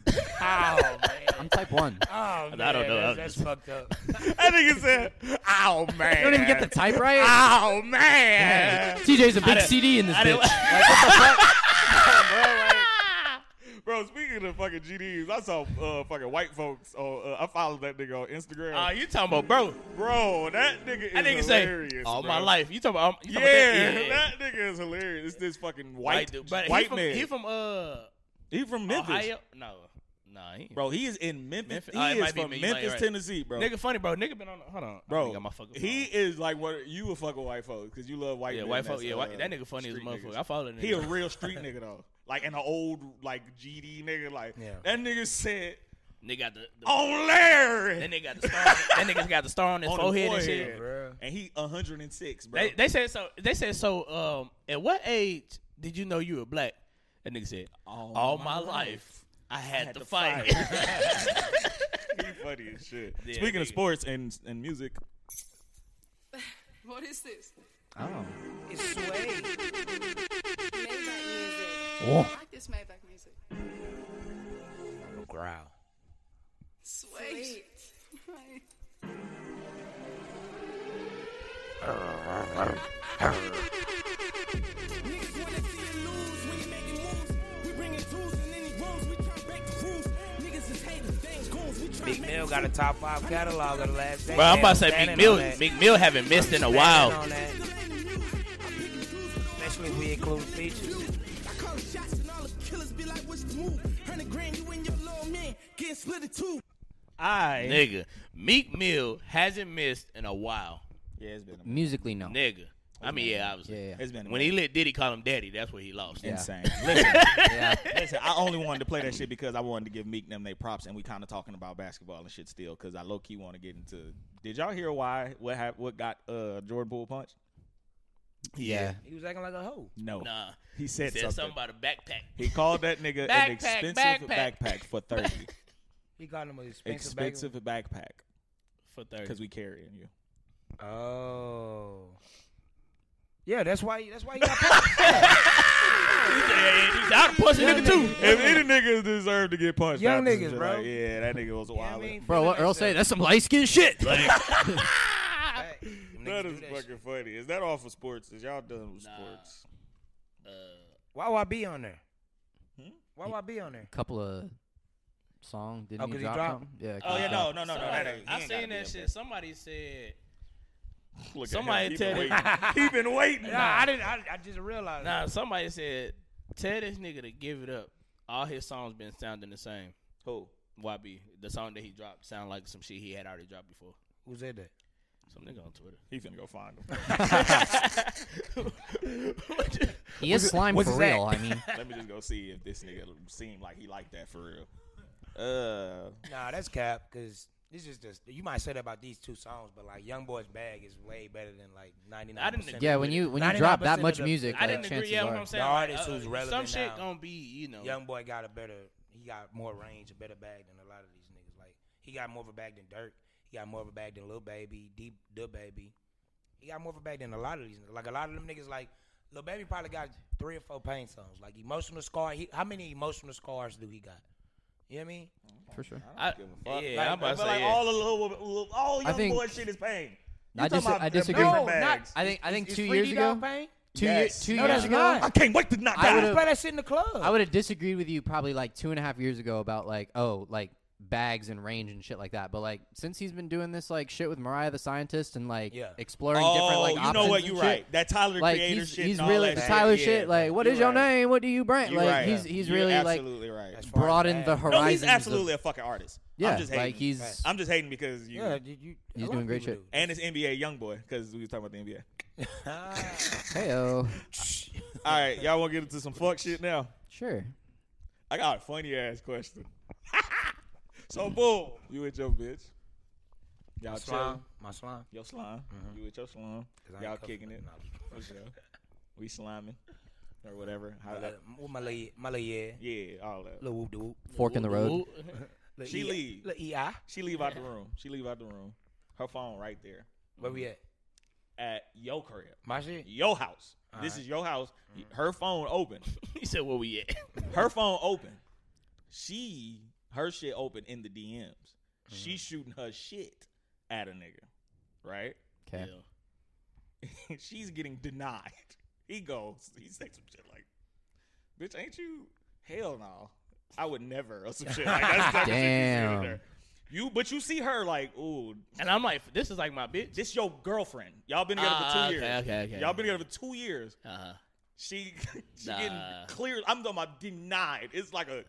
Speaker 4: Oh, man.
Speaker 3: I'm type one.
Speaker 4: Oh, man.
Speaker 2: I don't know.
Speaker 4: That's, that's fucked up.
Speaker 1: that nigga said, "Oh
Speaker 3: (laughs)
Speaker 1: man,
Speaker 3: you don't even get the type right.
Speaker 1: Oh man,
Speaker 3: TJ's a big CD in this
Speaker 2: I didn't-
Speaker 3: bitch.
Speaker 1: (laughs) bro. Speaking of fucking GDs, I saw uh, fucking white folks. On, uh, I followed that nigga on Instagram.
Speaker 2: Oh, you talking about bro?
Speaker 1: bro, that (laughs) nigga is
Speaker 2: That nigga
Speaker 1: hilarious.
Speaker 2: say all
Speaker 1: bro.
Speaker 2: my life. You talking about? um, You
Speaker 1: Yeah,
Speaker 2: talking about that?
Speaker 1: that nigga is hilarious. It's this fucking
Speaker 2: White
Speaker 1: white
Speaker 2: dude, but
Speaker 1: white
Speaker 2: he from,
Speaker 1: man.
Speaker 2: He from uh
Speaker 1: He from Memphis,
Speaker 2: Ohio. No, no, he ain't.
Speaker 1: bro. He is in Memphis.
Speaker 2: Memphis. Oh, it
Speaker 1: He is
Speaker 2: might be
Speaker 1: from
Speaker 2: me. You might
Speaker 1: Memphis,
Speaker 2: right.
Speaker 1: Tennessee, bro.
Speaker 2: Nigga, funny, bro. Nigga been on. Got my fucking phone. Yeah,
Speaker 1: Bro,
Speaker 2: white folk- Yeah, white- that nigga funny, bro. Nigga been on- hold on. got my fucking.
Speaker 1: he is like what you would fuck with white folks because you love white.
Speaker 2: Yeah,
Speaker 1: men.
Speaker 2: white folk.
Speaker 1: That's,
Speaker 2: Yeah,
Speaker 1: uh,
Speaker 2: white, that nigga funny as a
Speaker 1: street
Speaker 2: motherfucker.
Speaker 1: niggas.
Speaker 2: I follow that nigga.
Speaker 1: He a real
Speaker 2: (laughs)
Speaker 1: street nigga though, like an old like GD nigga. Like
Speaker 4: Yeah.
Speaker 1: that nigga said
Speaker 2: nigga got the. the
Speaker 1: on Larry,
Speaker 2: That nigga got the star. that nigga got the star on his
Speaker 1: (laughs) On the
Speaker 2: forehead, and
Speaker 1: forehead.
Speaker 2: shit.
Speaker 4: Bruh.
Speaker 1: and he 106, bro.
Speaker 2: They, they said so. They said so. Um, at what age did you know you were black? That nigga said,
Speaker 1: All
Speaker 2: "All, my
Speaker 1: my
Speaker 2: life,
Speaker 1: life,
Speaker 2: I had,
Speaker 1: had
Speaker 2: to,
Speaker 1: to
Speaker 2: fight." (laughs)
Speaker 1: he funny as shit.
Speaker 2: Yeah,
Speaker 1: Speaking of
Speaker 2: nigga.
Speaker 1: sports and and music,
Speaker 13: What is this?
Speaker 3: Oh,
Speaker 4: It's sway.
Speaker 13: Maybach music. I like this Maybach music.
Speaker 4: Growl.
Speaker 13: Sweet. Right.
Speaker 5: Niggas wanna see you lose when you're making moves. We bringing tools in any rooms, we turn back to rules. Niggas is haters, things goons, we try
Speaker 4: Meek Mill got a top five catalog of the last day.
Speaker 2: Bro, I'm about to say Meek Mill. Meek Mill haven't missed in a while.
Speaker 4: Especially if we include features.
Speaker 14: Call the shots and all the killers be like, what's the move? Hundred grand, you and your little man getting split in two.
Speaker 2: I nigga Meek Mill hasn't missed in a while.
Speaker 1: Yeah, it's been a
Speaker 3: Musically, no.
Speaker 2: nigga. I mean, yeah, obviously.
Speaker 3: Yeah, yeah.
Speaker 1: It's been a
Speaker 2: when he let Diddy call him daddy. That's what he lost. (laughs)
Speaker 1: Insane. (laughs) Listen, listen, I only wanted to play that shit because I wanted to give Meek them their props, and we kind of talking about basketball and shit still because I low key want to get into. Did y'all hear why what hap- what got uh, Jordan Poole punched?
Speaker 3: Yeah.
Speaker 4: He was acting like a hoe.
Speaker 1: No,
Speaker 2: Nah.
Speaker 1: he said,
Speaker 2: Said
Speaker 1: something.
Speaker 2: something about a backpack.
Speaker 1: He called that nigga
Speaker 2: Backpack,
Speaker 1: an expensive
Speaker 2: backpack.
Speaker 1: backpack, for thirty.
Speaker 2: (laughs)
Speaker 4: He got him an expensive,
Speaker 1: expensive backpack
Speaker 2: for thirty.
Speaker 1: because we carrying you.
Speaker 4: bag. Oh. Yeah, that's why. That's why you got punched.
Speaker 2: (laughs)
Speaker 4: Yeah.
Speaker 2: I'd punch a
Speaker 4: Young
Speaker 2: nigga, too.
Speaker 1: If any niggas deserve to get punched,
Speaker 4: Young
Speaker 1: I'd just
Speaker 4: niggas,
Speaker 1: be
Speaker 4: bro.
Speaker 1: like, yeah, that nigga was wild.
Speaker 3: Bro, what Earl say? That's some light skin shit. Like,
Speaker 1: that is fucking funny. Is that all for sports? Is y'all done with sports?
Speaker 2: Uh,
Speaker 4: Why would I be on there? Why would I be on there?
Speaker 3: (laughs) couple of song didn't
Speaker 4: Oh,
Speaker 3: he
Speaker 4: 'cause he
Speaker 3: drop?
Speaker 4: dropped?
Speaker 3: something? Yeah.
Speaker 1: Oh, yeah, no, no, no, no.
Speaker 2: Somebody-
Speaker 1: that ain't- he
Speaker 2: I
Speaker 1: ain't
Speaker 2: seen
Speaker 1: gotta be
Speaker 2: that
Speaker 1: up
Speaker 2: shit.
Speaker 1: there.
Speaker 2: Somebody said.
Speaker 1: Look at him.
Speaker 2: somebody
Speaker 1: He been
Speaker 2: tell (laughs)
Speaker 1: waiting. He been waiting.
Speaker 4: Nah, I didn't. I, I just realized.
Speaker 2: Nah, somebody said tell this nigga to give it up. All his songs been sounding the same.
Speaker 1: Who?
Speaker 2: YB. The song that he dropped sound like some shit he had already dropped before.
Speaker 4: Who said that?
Speaker 2: Some nigga on Twitter.
Speaker 1: He finna go find him.
Speaker 3: He is slime for real. I mean,
Speaker 1: Let me just go see if this nigga seemed like he liked that for real. Uh,
Speaker 4: Nah, that's cap. Cause this is just you might say that about these two songs, but like Young Boy's Bag is way better than like ninety nine. percent.
Speaker 3: yeah, when you when you drop that much music,
Speaker 2: I
Speaker 3: like,
Speaker 2: didn't agree.
Speaker 3: chances
Speaker 2: Yeah,
Speaker 3: are.
Speaker 2: what I'm saying.
Speaker 4: The
Speaker 2: like,
Speaker 4: artist
Speaker 2: uh,
Speaker 4: who's relevant
Speaker 2: Some shit
Speaker 4: now.
Speaker 2: gonna be, you know.
Speaker 4: Young Boy got a better. He got more range, a better bag than a lot of these niggas. Like he got more of a bag than Dirk. He got more of a bag than Lil Baby, Deep the Baby. He got more of a bag than a lot of these niggas. Like a lot of them niggas. Like Lil Baby probably got three or four pain songs. Like emotional scar. He, how many emotional scars do he got? You know what I mean?
Speaker 3: For sure.
Speaker 2: I,
Speaker 1: fuck.
Speaker 2: yeah,
Speaker 1: Like,
Speaker 2: I'm about to
Speaker 1: but
Speaker 2: say.
Speaker 1: like
Speaker 2: yeah.
Speaker 1: all the little, little all
Speaker 3: I
Speaker 1: young
Speaker 3: think-
Speaker 1: boy shit is pain. You
Speaker 3: I,
Speaker 1: talking
Speaker 3: dis-
Speaker 1: about
Speaker 3: I
Speaker 1: the
Speaker 3: disagree.
Speaker 1: different
Speaker 4: No,
Speaker 1: bags.
Speaker 3: I think I think
Speaker 4: Is
Speaker 3: two
Speaker 4: Free
Speaker 3: years
Speaker 4: D Dog
Speaker 3: ago.
Speaker 4: Pain?
Speaker 3: Two,
Speaker 1: Yes.
Speaker 3: year, two
Speaker 4: No,
Speaker 3: years
Speaker 4: that's
Speaker 3: ago,
Speaker 4: not.
Speaker 1: I can't wait to knock
Speaker 3: I
Speaker 1: that.
Speaker 3: would've-
Speaker 1: out.
Speaker 4: Play that shit in the club.
Speaker 3: I would have disagreed with you probably like two and a half years ago about like oh like bags and range and shit like that. But like since he's been doing this like shit with Mariah the Scientist and like
Speaker 4: Yeah.
Speaker 3: exploring different
Speaker 1: Oh,
Speaker 3: like
Speaker 1: you know
Speaker 3: options
Speaker 1: what?
Speaker 3: and
Speaker 1: You
Speaker 3: shit,
Speaker 1: right. That Tyler the
Speaker 3: Like
Speaker 1: Creator
Speaker 3: he's,
Speaker 1: shit.
Speaker 3: he's
Speaker 1: and all
Speaker 3: really
Speaker 1: that shit.
Speaker 3: Tyler
Speaker 1: Yeah.
Speaker 3: shit. Like what is
Speaker 1: You
Speaker 3: your
Speaker 1: right.
Speaker 3: name? What do you bring?
Speaker 1: You
Speaker 3: like
Speaker 1: right.
Speaker 3: he's he's
Speaker 1: You're
Speaker 3: really like
Speaker 1: absolutely right.
Speaker 4: As far as
Speaker 3: broadened the
Speaker 4: bags.
Speaker 3: horizon.
Speaker 1: No, he's absolutely a fucking artist.
Speaker 3: yeah.
Speaker 1: I'm just hating.
Speaker 3: like he's
Speaker 1: I'm just hating because you
Speaker 4: Yeah, you, you, a
Speaker 3: He's
Speaker 4: lot
Speaker 3: doing
Speaker 4: of
Speaker 3: great
Speaker 4: people
Speaker 3: shit.
Speaker 1: and it's NBA YoungBoy because we was talking about the NBA.
Speaker 3: (laughs)
Speaker 4: do. Ah.
Speaker 3: heyo
Speaker 1: (laughs) All right, y'all want to get into some fuck shit now?
Speaker 3: sure.
Speaker 1: I got a funny ass question. (laughs) so boom, you with your bitch? Y'all
Speaker 4: My slime,
Speaker 1: chilling?
Speaker 4: my slime.
Speaker 1: Your slime? You with your slime?
Speaker 4: Mm-hmm. 'Cause I ain't
Speaker 1: Y'all
Speaker 4: cuffing
Speaker 1: kicking it?
Speaker 4: nothing.
Speaker 1: For sure. We sliming or whatever. How
Speaker 4: Uh,
Speaker 1: that?
Speaker 4: with my leg, my leg, yeah.
Speaker 1: Yeah, all that.
Speaker 4: Little whoop de whoop.
Speaker 3: Fork in the road.
Speaker 2: Ooh,
Speaker 4: (laughs) Little
Speaker 1: She
Speaker 4: E-
Speaker 1: leave.
Speaker 4: Little EI.
Speaker 1: She leave out the room. She leave out the room. Her phone right there
Speaker 4: Where we at?
Speaker 1: at your crib,
Speaker 4: My shit?
Speaker 1: your house. this
Speaker 4: Alright. Mm.
Speaker 1: is your house. Her phone open.
Speaker 2: (laughs) He said, "Where we at?"
Speaker 1: her phone open. She her shit open in the DMs.
Speaker 2: Mm-hmm.
Speaker 1: She shooting her shit at a nigga, right?
Speaker 3: Okay.
Speaker 2: Yeah.
Speaker 1: (laughs) She's getting denied. He goes, he says some shit like, "Bitch, ain't you? Hell no, I would never." Or some shit like that's the type of shit you see in
Speaker 3: Damn.
Speaker 1: there. You, but you see her like, ooh,
Speaker 2: And I'm like, "This is like my bitch."
Speaker 1: this your girlfriend. Y'all been together for two
Speaker 2: Ah, okay,
Speaker 1: years.
Speaker 2: okay, okay.
Speaker 1: Y'all been together for two years.
Speaker 2: (laughs) Uh-huh.
Speaker 1: She, (laughs) she
Speaker 2: Nah.
Speaker 1: getting clear. I'm talking about denied. It's like a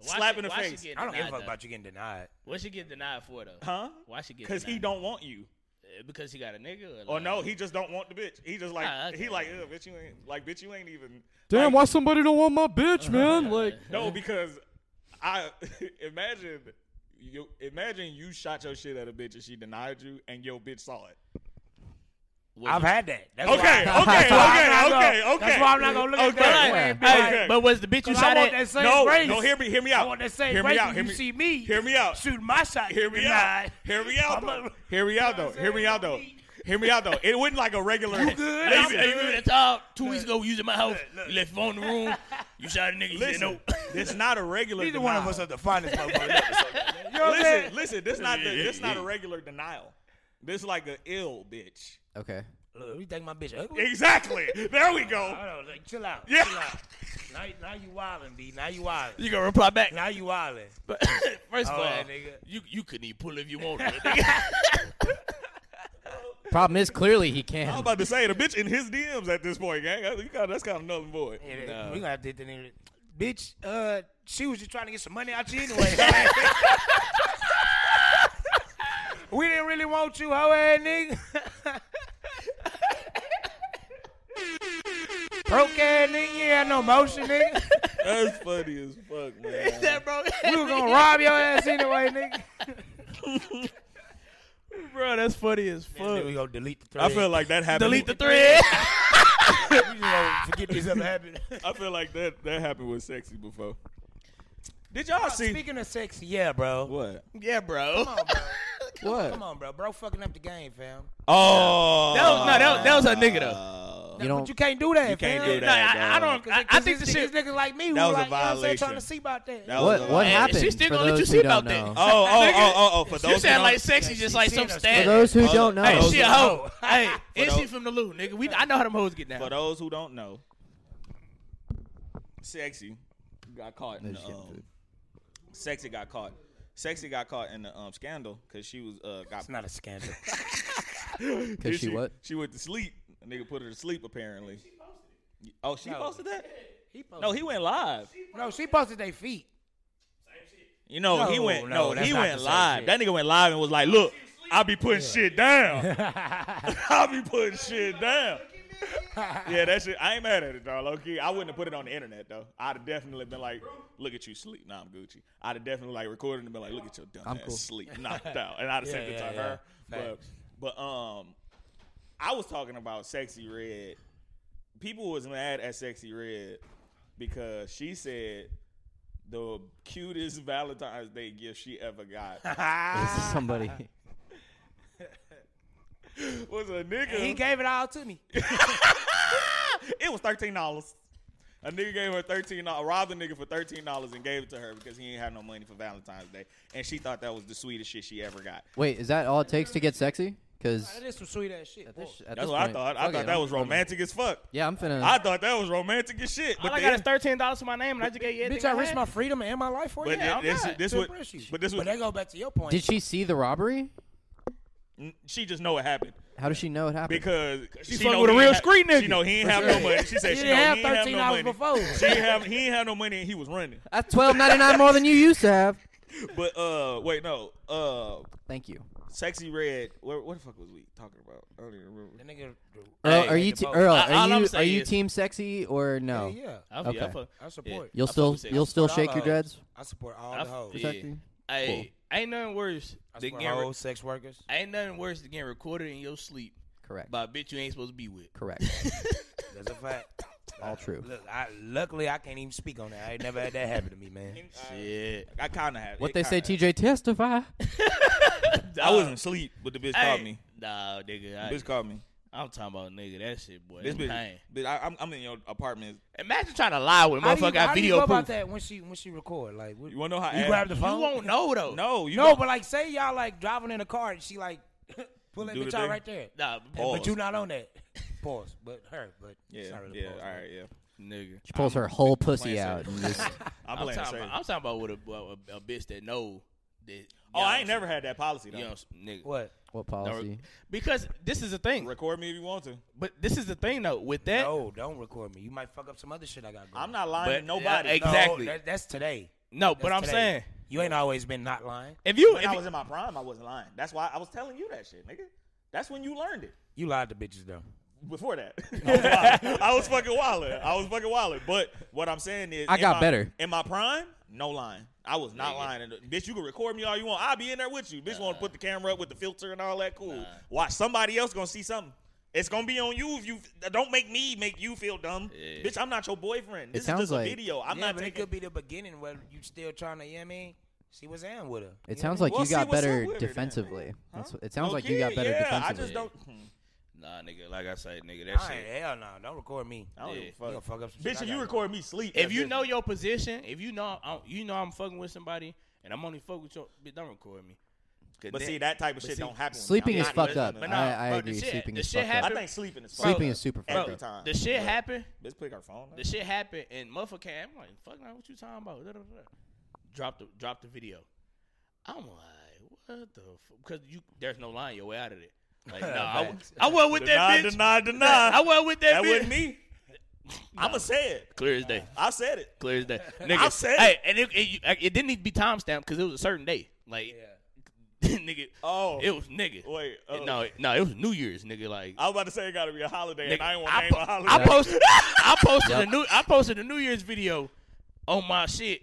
Speaker 2: Why
Speaker 1: slap
Speaker 2: she-
Speaker 1: in the
Speaker 2: why she
Speaker 1: face.
Speaker 2: getting
Speaker 4: I don't give a
Speaker 2: denied,
Speaker 4: fuck
Speaker 2: though?
Speaker 4: about you getting denied.
Speaker 2: What she get denied for though?
Speaker 1: Huh?
Speaker 2: Why she get?
Speaker 1: Because he
Speaker 2: denied?
Speaker 1: don't want you.
Speaker 2: Uh, because he got a nigga.
Speaker 1: Or
Speaker 2: like-
Speaker 1: no, he just don't want the bitch. He just like
Speaker 2: Ah, okay.
Speaker 1: he like Ugh, bitch. You ain't like bitch. You ain't even
Speaker 10: Damn,
Speaker 1: Like,
Speaker 10: why somebody don't want my bitch, man? Like,
Speaker 4: (laughs)
Speaker 1: No, because I (laughs) imagine you imagine you shot your shit at a bitch and she denied you and your bitch saw it.
Speaker 2: Was
Speaker 4: I've
Speaker 2: it-
Speaker 4: had that. That's
Speaker 1: Okay,
Speaker 4: why I-
Speaker 1: okay,
Speaker 4: (laughs) that's why I'm not
Speaker 1: okay,
Speaker 4: gonna-
Speaker 1: okay,
Speaker 4: That's why I'm not gonna look
Speaker 1: Okay.
Speaker 2: Hey,
Speaker 4: at that.
Speaker 1: Yeah.
Speaker 4: way,
Speaker 2: hey,
Speaker 1: Okay.
Speaker 2: but was the bitch you
Speaker 4: Cause I
Speaker 2: shot
Speaker 4: want
Speaker 2: at?
Speaker 4: that same
Speaker 1: no,
Speaker 4: race.
Speaker 1: no, hear me, hear me out.
Speaker 4: I want that same
Speaker 1: hear me
Speaker 4: race
Speaker 1: out.
Speaker 4: when
Speaker 1: Hear
Speaker 4: you
Speaker 1: me,
Speaker 4: see me.
Speaker 1: Hear me out.
Speaker 4: Shooting my shot.
Speaker 1: Hear me out.
Speaker 4: denied.
Speaker 1: Hear me out.
Speaker 4: I'm
Speaker 1: Though.
Speaker 4: a-
Speaker 1: Hear me out though. Hear me out though. Hear me out though. It wasn't like a regular.
Speaker 4: You good?
Speaker 2: Hey,
Speaker 4: I'm
Speaker 2: you- hey, you
Speaker 4: good.
Speaker 2: remember that time two weeks ago we used at my house? You left your phone in the room. You shot a nigga. You said
Speaker 1: Listen,
Speaker 2: no.
Speaker 1: it's not a regular.
Speaker 4: Neither one of
Speaker 1: denial.
Speaker 4: us are
Speaker 1: (laughs)
Speaker 4: the finest motherfuckers ever, so- (laughs) You know what I'm
Speaker 1: Listen,
Speaker 4: saying?
Speaker 1: listen. This not the, this not a regular denial. This like a ill bitch.
Speaker 3: Okay.
Speaker 4: Look, you think my bitch ugly?
Speaker 1: Exactly. There we go.
Speaker 4: Hold on, like, chill out.
Speaker 1: Yeah.
Speaker 4: Chill out. Now, now you wildin', B. Now you wildin'.
Speaker 2: You gonna reply back?
Speaker 4: Now you wildin'.
Speaker 2: But (coughs) first of all,
Speaker 4: Alright, nigga.
Speaker 2: you you couldn't even pull if you
Speaker 4: (laughs)
Speaker 2: wanted. nigga.
Speaker 3: (laughs) Problem is, clearly he can.
Speaker 1: I was about to say the bitch in his DMs at this point, gang. That's, you got- that's kind of nothing boy.
Speaker 4: Yeah, that-
Speaker 1: Nah.
Speaker 4: We gotta did the nigga. Bitch, uh, she was just trying to get some money out you
Speaker 1: (laughs)
Speaker 4: anyway. we didn't really want you, hoe ass nigga. Broke ass nigga, you ain't had no motion, nigga.
Speaker 1: That's funny as
Speaker 4: (laughs)
Speaker 1: fuck, man.
Speaker 4: We was (laughs) gonna rob your ass anyway, (laughs) nigga.
Speaker 2: (laughs) Bro, that's funny as fuck.
Speaker 4: We gonna delete the thread.
Speaker 1: I feel like that happened.
Speaker 2: (laughs) Delete the thread.
Speaker 4: we just gonna forget this ever happened.
Speaker 1: I feel like that that happened with sexy before. Did y'all see?
Speaker 4: Uh, Speaking of sexy, yeah, bro.
Speaker 1: What?
Speaker 2: yeah, bro.
Speaker 4: Come on, bro.
Speaker 1: What?
Speaker 4: Come on, bro. Bro, fucking up the game, fam.
Speaker 1: Oh,
Speaker 2: That was, no, that, was- that was a nigga though.
Speaker 3: you don't.
Speaker 4: But you can't do that.
Speaker 1: You can't
Speaker 4: fam.
Speaker 1: do
Speaker 2: No, I-
Speaker 1: that.
Speaker 2: I, I
Speaker 1: dog.
Speaker 2: don't. I, I think the shit.
Speaker 4: These niggas like me who
Speaker 1: That was a
Speaker 4: like, you know what I'm saying,
Speaker 1: violation.
Speaker 4: trying to see about that.
Speaker 1: That was
Speaker 3: What-
Speaker 1: a
Speaker 3: what
Speaker 1: lie.
Speaker 3: happened?
Speaker 2: She still
Speaker 3: For
Speaker 2: gonna let you (laughs)
Speaker 3: those
Speaker 2: see
Speaker 3: who don't
Speaker 2: about that.
Speaker 3: know.
Speaker 1: Oh, oh,
Speaker 2: Nigga,
Speaker 1: oh, oh, oh! For those
Speaker 2: you
Speaker 1: who
Speaker 2: sound
Speaker 1: don't-
Speaker 2: like sexy, just like
Speaker 4: she
Speaker 2: some
Speaker 4: seen us.
Speaker 3: For
Speaker 2: stat.
Speaker 3: those who
Speaker 1: Oh,
Speaker 3: don't know,
Speaker 1: hey,
Speaker 2: Hey,
Speaker 1: those
Speaker 2: she a
Speaker 1: who
Speaker 2: hoe. Hey,
Speaker 1: For
Speaker 2: is she
Speaker 1: those-
Speaker 2: from the Lou, nigga? We I know how them hoes get
Speaker 1: For
Speaker 2: down.
Speaker 1: those who don't know, sexy got caught in the um, sexy got caught. Sexy got caught in the um scandal because she was uh got
Speaker 4: It's not
Speaker 3: (laughs)
Speaker 1: (laughs)
Speaker 4: a scandal.
Speaker 1: Yeah,
Speaker 3: because she what?
Speaker 1: She went to sleep. A nigga put her to sleep apparently. Oh, she
Speaker 4: No.
Speaker 1: posted that?
Speaker 4: He posted-
Speaker 1: No, he went live.
Speaker 4: no, she posted their feet.
Speaker 1: You know, he
Speaker 4: No,
Speaker 1: went
Speaker 4: no,
Speaker 1: no,
Speaker 4: that's
Speaker 1: he
Speaker 4: not
Speaker 1: went
Speaker 4: the same
Speaker 1: live.
Speaker 4: shit.
Speaker 1: That nigga went live and was like, "Look, I be putting shit down. (laughs) I be putting shit down." yeah, that shit. I ain't mad at it, dog. Low key, I wouldn't have put it on the internet though. I'd have definitely been like, "Look at you sleep." Nah, I'm Gucci. I'd have definitely like recorded and been like, "Look at your dumb
Speaker 3: I'm
Speaker 1: ass
Speaker 3: cool.
Speaker 4: (laughs)
Speaker 1: sleep knocked out," and I'd have
Speaker 4: Yeah,
Speaker 1: sent it
Speaker 4: yeah,
Speaker 1: to
Speaker 4: yeah.
Speaker 1: her. But,
Speaker 4: Facts.
Speaker 1: but um, I was talking about sexy red. People was mad at sexy red because she said the cutest Valentine's Day gift she ever got
Speaker 3: Somebody.
Speaker 1: (laughs) was a nigga.
Speaker 4: He gave it all to me.
Speaker 1: (laughs) it was thirteen dollars. A nigga gave her thirteen dollars, robbed a nigga for thirteen dollars and gave it to her because he ain't had no money for Valentine's Day, and she thought that was the sweetest shit she ever got.
Speaker 3: Wait, is that all it takes to get sexy? Because
Speaker 4: That is some sweet ass shit. boy.
Speaker 1: That's what I thought. I thought that was romantic as fuck.
Speaker 3: Yeah, I'm finna.
Speaker 1: I thought that was romantic as shit. But
Speaker 2: All I
Speaker 1: then-
Speaker 2: got is thirteen dollars to my name, and I just gave you.
Speaker 4: Bitch,
Speaker 2: everything
Speaker 4: I risked
Speaker 2: had.
Speaker 4: my freedom and my life for you.
Speaker 1: But
Speaker 4: Yeah,
Speaker 1: thi-
Speaker 4: I'm
Speaker 1: this-
Speaker 4: not.
Speaker 1: this
Speaker 4: to
Speaker 1: would-
Speaker 4: impress you.
Speaker 1: but this would-
Speaker 4: that go back to your point.
Speaker 3: Did she see the robbery?
Speaker 1: she just know what happened
Speaker 3: How does she know it happened?
Speaker 1: because she,
Speaker 2: fucked
Speaker 1: know
Speaker 2: with
Speaker 1: he
Speaker 2: a real
Speaker 1: ain't ha-
Speaker 2: street nigga.
Speaker 1: She know he ain't have no money. She said
Speaker 4: He
Speaker 1: she know
Speaker 4: didn't have
Speaker 1: he ain't have no money
Speaker 4: $13 before.
Speaker 1: She ain't have he ain't have no money and he was running.
Speaker 3: That's twelve ninety
Speaker 1: (laughs)
Speaker 3: nine more than you used to
Speaker 2: (laughs)
Speaker 3: have.
Speaker 1: But uh, wait, no, uh,
Speaker 3: Thank you.
Speaker 1: sexy red. Where, what the fuck was we talking about? I don't even remember.
Speaker 4: That nigga.
Speaker 3: (laughs) Earl,
Speaker 2: Hey,
Speaker 3: are you
Speaker 4: the
Speaker 3: t-
Speaker 4: vote.
Speaker 3: Earl?
Speaker 2: I- all
Speaker 3: Are
Speaker 2: I'm
Speaker 3: you are
Speaker 2: saying
Speaker 3: you
Speaker 2: is-
Speaker 3: team sexy or no?
Speaker 4: Yeah, yeah.
Speaker 2: I,
Speaker 3: Okay.
Speaker 2: yeah, I, fuck-
Speaker 4: I support.
Speaker 2: yeah, I
Speaker 3: You'll
Speaker 2: fuck
Speaker 3: still
Speaker 2: with sexy.
Speaker 3: you'll still
Speaker 4: All
Speaker 3: shake your
Speaker 4: hoes.
Speaker 3: dreads.
Speaker 4: I support all
Speaker 2: I-
Speaker 4: the hoes.
Speaker 2: yeah.
Speaker 3: Sexy?
Speaker 2: Hey, ain't nothing worse
Speaker 4: I
Speaker 2: than
Speaker 4: support
Speaker 2: getting. re-
Speaker 4: hoes, sex workers.
Speaker 2: Ain't nothing worse than getting recorded in your sleep
Speaker 3: Correct.
Speaker 2: by a bitch you ain't supposed to be with. (laughs)
Speaker 3: Correct.
Speaker 4: That's a fact.
Speaker 3: All true.
Speaker 4: Look, I, luckily I can't even speak on that. I ain't never had that happen to me, man.
Speaker 2: Shit.
Speaker 1: I kind of had
Speaker 3: What
Speaker 1: it
Speaker 3: they say,
Speaker 1: kinda
Speaker 3: TJ?
Speaker 2: (laughs)
Speaker 3: Testify.
Speaker 1: happened. I wasn't asleep, but the bitch called me.
Speaker 2: Nah, nigga. I,
Speaker 1: Bitch called me.
Speaker 2: I'm talking about nigga. That shit, boy.
Speaker 1: This
Speaker 2: This
Speaker 1: bitch, bitch I, I'm, I'm in your apartment.
Speaker 2: Imagine trying to lie when
Speaker 4: How do you-
Speaker 2: motherfucker
Speaker 4: how
Speaker 2: got
Speaker 4: do you
Speaker 2: video
Speaker 4: go about
Speaker 2: proof.
Speaker 4: that when she when she record? Like, what,
Speaker 1: You
Speaker 4: you,
Speaker 1: wanna know how? ass-
Speaker 4: grab the phone.
Speaker 2: You won't know though.
Speaker 1: No, you
Speaker 4: no,
Speaker 1: don't-
Speaker 4: but like, say y'all like driving in a car and she like (laughs) pull that
Speaker 1: Do
Speaker 4: bitch
Speaker 1: the
Speaker 4: out
Speaker 1: thing.
Speaker 4: right there.
Speaker 2: Nah,
Speaker 1: Oh.
Speaker 4: But you not on that. Pause. But her. But it's
Speaker 1: Yeah,
Speaker 4: not really
Speaker 1: yeah,
Speaker 4: pause,
Speaker 1: all
Speaker 4: man.
Speaker 1: right, yeah.
Speaker 2: nigga.
Speaker 3: She pulls her whole pussy
Speaker 1: playing
Speaker 3: out.
Speaker 1: safe.
Speaker 3: and just-
Speaker 1: I'm
Speaker 2: I'm
Speaker 1: playing
Speaker 2: talking,
Speaker 1: safe.
Speaker 2: about, I'm talking about with a, a, a bitch that know that.
Speaker 1: Oh, I ain't never had that policy
Speaker 2: You know,
Speaker 1: though.
Speaker 2: nigga.
Speaker 4: What?
Speaker 3: What
Speaker 2: Don't-
Speaker 3: policy?
Speaker 2: Because this is the thing.
Speaker 1: Record me if you want to.
Speaker 2: But this is the thing though. With that, no,
Speaker 4: No, don't record me. You might fuck up some other shit I got going.
Speaker 1: I'm not lying
Speaker 2: But-
Speaker 1: to nobody.
Speaker 2: yeah,
Speaker 4: No,
Speaker 2: exactly.
Speaker 4: that- that's today.
Speaker 2: but
Speaker 4: That's
Speaker 2: I'm
Speaker 4: today.
Speaker 2: saying
Speaker 4: you ain't always been not lying.
Speaker 2: if you
Speaker 1: When
Speaker 2: if
Speaker 1: I
Speaker 2: you-
Speaker 1: was in my prime, I wasn't lying. That's why I was telling you that shit, nigga. That's when you learned it.
Speaker 4: You lied to bitches though.
Speaker 1: Before that,
Speaker 3: (laughs)
Speaker 1: I was, wildin'. I was fucking wildin'. I was fucking wildin'. But what I'm saying is,
Speaker 3: I
Speaker 1: in
Speaker 3: got
Speaker 1: my-
Speaker 3: better.
Speaker 1: in my prime. No lying. I was not lying. And, uh, bitch, you can record me all you want. I'll be in there with you. Bitch, want to put the camera up with the filter and all that. Cool. Watch somebody else gonna see something. It's gonna be on you if you don't make me make you feel dumb. Bitch, I'm not your boyfriend. This is
Speaker 3: sounds
Speaker 1: just
Speaker 3: like-
Speaker 1: a video. I'm
Speaker 4: yeah,
Speaker 1: not
Speaker 4: but it
Speaker 1: taking.
Speaker 4: could be the beginning where you still trying to. You know what I mean? See what's in with her. You
Speaker 3: It
Speaker 4: know
Speaker 3: sounds
Speaker 4: what
Speaker 3: like
Speaker 1: We'll
Speaker 3: you
Speaker 1: see
Speaker 3: got
Speaker 1: what's up
Speaker 3: better
Speaker 1: with it then.
Speaker 3: defensively. That's what, it sounds
Speaker 1: Okay,
Speaker 3: like you got better
Speaker 1: yeah,
Speaker 3: defensively.
Speaker 1: I just don't.
Speaker 2: nah, nigga, like I say, nigga,
Speaker 4: I mean?
Speaker 2: that
Speaker 4: I
Speaker 2: shit.
Speaker 4: ain't- Hmm. hell no, don't record me.
Speaker 1: I don't
Speaker 2: Yeah.
Speaker 1: give
Speaker 4: You
Speaker 1: a
Speaker 4: gonna
Speaker 1: fuck.
Speaker 4: fuck up some shit
Speaker 1: Bitch,
Speaker 4: I
Speaker 1: if
Speaker 4: got
Speaker 1: you
Speaker 4: going.
Speaker 1: record me sleep.
Speaker 2: if
Speaker 1: that's
Speaker 2: you
Speaker 1: different.
Speaker 2: know your position, if you know I'm, you know I'm fucking with somebody, and I'm only fucking with your, bitch, don't record me.
Speaker 1: But see, that type of
Speaker 11: But
Speaker 1: shit
Speaker 11: see,
Speaker 1: don't happen.
Speaker 3: Sleeping
Speaker 1: I'm
Speaker 3: is
Speaker 1: not
Speaker 3: fucked
Speaker 1: listening.
Speaker 3: up. I, I agree.
Speaker 2: shit-
Speaker 3: sleeping
Speaker 2: the
Speaker 3: is
Speaker 2: shit
Speaker 3: fucked
Speaker 2: happened-
Speaker 3: up.
Speaker 1: I think sleeping is
Speaker 2: Bro,
Speaker 1: fucked
Speaker 3: Sleeping
Speaker 1: up.
Speaker 3: is super
Speaker 1: Every
Speaker 3: fucked up.
Speaker 1: time.
Speaker 2: The shit
Speaker 1: Bro,
Speaker 2: happened.
Speaker 1: Bitch, pick her phone. up.
Speaker 2: The shit happened, and motherfucker, came, I'm like, fuck, now what you talking about? Da, da, da, da. Drop the drop the video. I'm like, what the? Because you, there's no line your way out of it.
Speaker 1: (laughs)
Speaker 2: Like, no, I, w- I went with
Speaker 1: Deny,
Speaker 2: that bitch.
Speaker 1: deny, deny.
Speaker 2: (laughs) I went with
Speaker 1: That
Speaker 2: that. bitch.
Speaker 1: wasn't me. I'ma say it.
Speaker 2: Clear as day.
Speaker 1: I said it.
Speaker 2: Clear as
Speaker 1: (laughs)
Speaker 2: day. Nigga,
Speaker 1: I said
Speaker 2: hey, and it, it, it didn't need to be timestamped because it was a certain day. Like, (laughs) nigga.
Speaker 1: Oh,
Speaker 2: it was nigga.
Speaker 1: Wait, oh.
Speaker 2: no, it- no, it was New Year's, nigga. Like,
Speaker 1: I was about to say it got to be a holiday, and
Speaker 2: Nigga,
Speaker 1: I ain't want to name
Speaker 2: po-
Speaker 1: a holiday.
Speaker 2: I posted, I posted
Speaker 1: Yup.
Speaker 2: a new, I posted a New Year's video on my shit.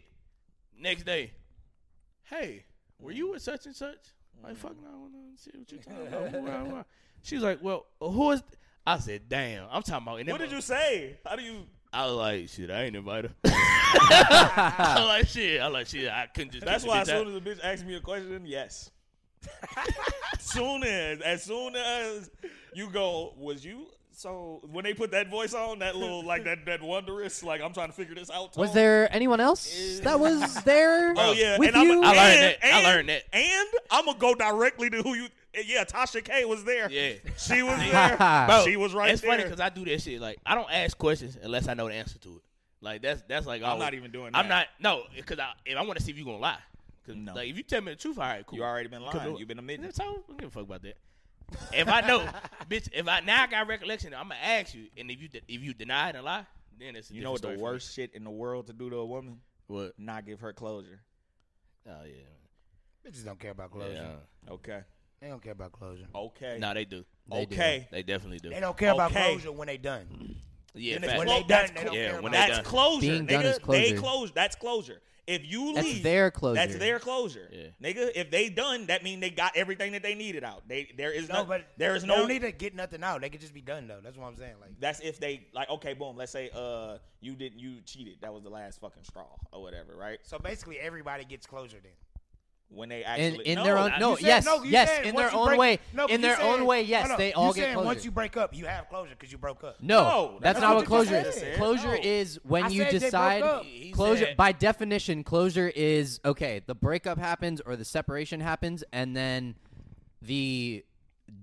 Speaker 2: Next day, (laughs) hey, were you with such and such? Like, fuck no, I want to see what you talking about.
Speaker 14: (laughs)
Speaker 2: Blah, blah, blah. She's like, well, who is? th-" I said, damn, I'm talking about. (laughs) and
Speaker 1: What
Speaker 2: then-
Speaker 1: did you say? How do you?
Speaker 2: I was like, shit, I ain't invited. (laughs) I was like shit. I was like shit. I couldn't just.
Speaker 1: That's
Speaker 2: keep the
Speaker 1: why as
Speaker 2: bitch out.
Speaker 1: soon as a bitch asks me a question,
Speaker 2: (laughs)
Speaker 1: yes. soon as, as soon as you go, was you? So when they put that voice on, that little like that that wondrous, like I'm trying to figure this out.
Speaker 3: Was
Speaker 1: tone.
Speaker 3: there anyone else that was there?
Speaker 1: Oh yeah,
Speaker 3: with
Speaker 1: and I'm,
Speaker 3: you.
Speaker 1: and- And, And I'm gonna go directly to who you. Yeah, Tasha K was there.
Speaker 2: Yeah,
Speaker 1: she
Speaker 2: (laughs)
Speaker 1: was (laughs)
Speaker 3: (laughs)
Speaker 1: there.
Speaker 2: Bro,
Speaker 1: she was right
Speaker 2: It's
Speaker 1: there.
Speaker 2: funny because I do that shit. Like I don't ask questions unless I know the answer to it. Like that's that's like
Speaker 1: I'm
Speaker 2: always-
Speaker 1: not even doing
Speaker 2: I'm not
Speaker 1: that.
Speaker 2: no because I if I want to see if you gonna lie. 'Cause,
Speaker 1: No.
Speaker 2: Like if you tell me the truth, all right, cool.
Speaker 1: You already been
Speaker 2: Because
Speaker 1: lying.
Speaker 2: it-
Speaker 1: You've been a midget.
Speaker 2: That's all. I don't give a fuck about that. If I know, (laughs) bitch, if I now I got recollection, I'm gonna ask you, and if you de- if you deny it and lie, then it's a
Speaker 1: you know what the
Speaker 2: different story
Speaker 1: worst shit in the world to do to a woman?
Speaker 2: What?
Speaker 1: Not give her closure.
Speaker 2: for me. Oh yeah.
Speaker 4: Bitches don't care about closure.
Speaker 1: Okay.
Speaker 4: They don't care about closure.
Speaker 1: Okay.
Speaker 2: No, they do.
Speaker 1: They do. Okay.
Speaker 2: They definitely do.
Speaker 4: They don't care about
Speaker 1: Okay.
Speaker 4: closure when they done.
Speaker 2: Yeah,
Speaker 1: Then it's
Speaker 2: facts.
Speaker 1: clo- that's clo-
Speaker 2: yeah, when they
Speaker 1: that's
Speaker 2: done.
Speaker 1: closure.
Speaker 3: Being
Speaker 1: nigga.
Speaker 3: done is
Speaker 1: They
Speaker 3: closure.
Speaker 1: closure. That's closure. If you leave,
Speaker 3: That's their closure.
Speaker 1: That's their closure,
Speaker 2: Yeah.
Speaker 1: nigga. If they done, that mean they got everything that they needed out. They there is
Speaker 4: No,
Speaker 1: no,
Speaker 4: but
Speaker 1: there is
Speaker 4: they
Speaker 1: no
Speaker 4: don't need to get nothing out. They could just be done though. That's what I'm saying. Like
Speaker 1: That's if they like okay, boom. Let's say uh you didn't you cheated. That was the last fucking straw or whatever, right?
Speaker 4: so, basically, everybody gets closure then.
Speaker 1: When they
Speaker 3: in,
Speaker 1: actually
Speaker 3: in
Speaker 1: no,
Speaker 3: their own
Speaker 1: not-
Speaker 3: no
Speaker 4: You said-
Speaker 3: yes
Speaker 4: no, you
Speaker 3: yes
Speaker 4: said
Speaker 3: in
Speaker 4: once
Speaker 3: their
Speaker 4: you
Speaker 3: own
Speaker 4: break-
Speaker 3: way
Speaker 4: no, but
Speaker 3: in
Speaker 4: you
Speaker 3: their
Speaker 4: said-
Speaker 3: own way yes
Speaker 4: hold up.
Speaker 3: they
Speaker 4: you
Speaker 3: all get
Speaker 4: saying
Speaker 3: closure.
Speaker 4: Once you break up, you have closure because you broke up.
Speaker 3: no,
Speaker 1: No,
Speaker 3: that's,
Speaker 1: that's
Speaker 3: not
Speaker 1: what
Speaker 3: what
Speaker 1: you
Speaker 3: closure
Speaker 1: just
Speaker 3: is.
Speaker 1: said.
Speaker 3: Closure
Speaker 1: No.
Speaker 3: is when
Speaker 4: I
Speaker 3: you
Speaker 4: said they broke
Speaker 3: decide
Speaker 4: up.
Speaker 2: He
Speaker 3: closure
Speaker 2: said-
Speaker 3: by definition closure is okay, the breakup happens or the separation happens and then the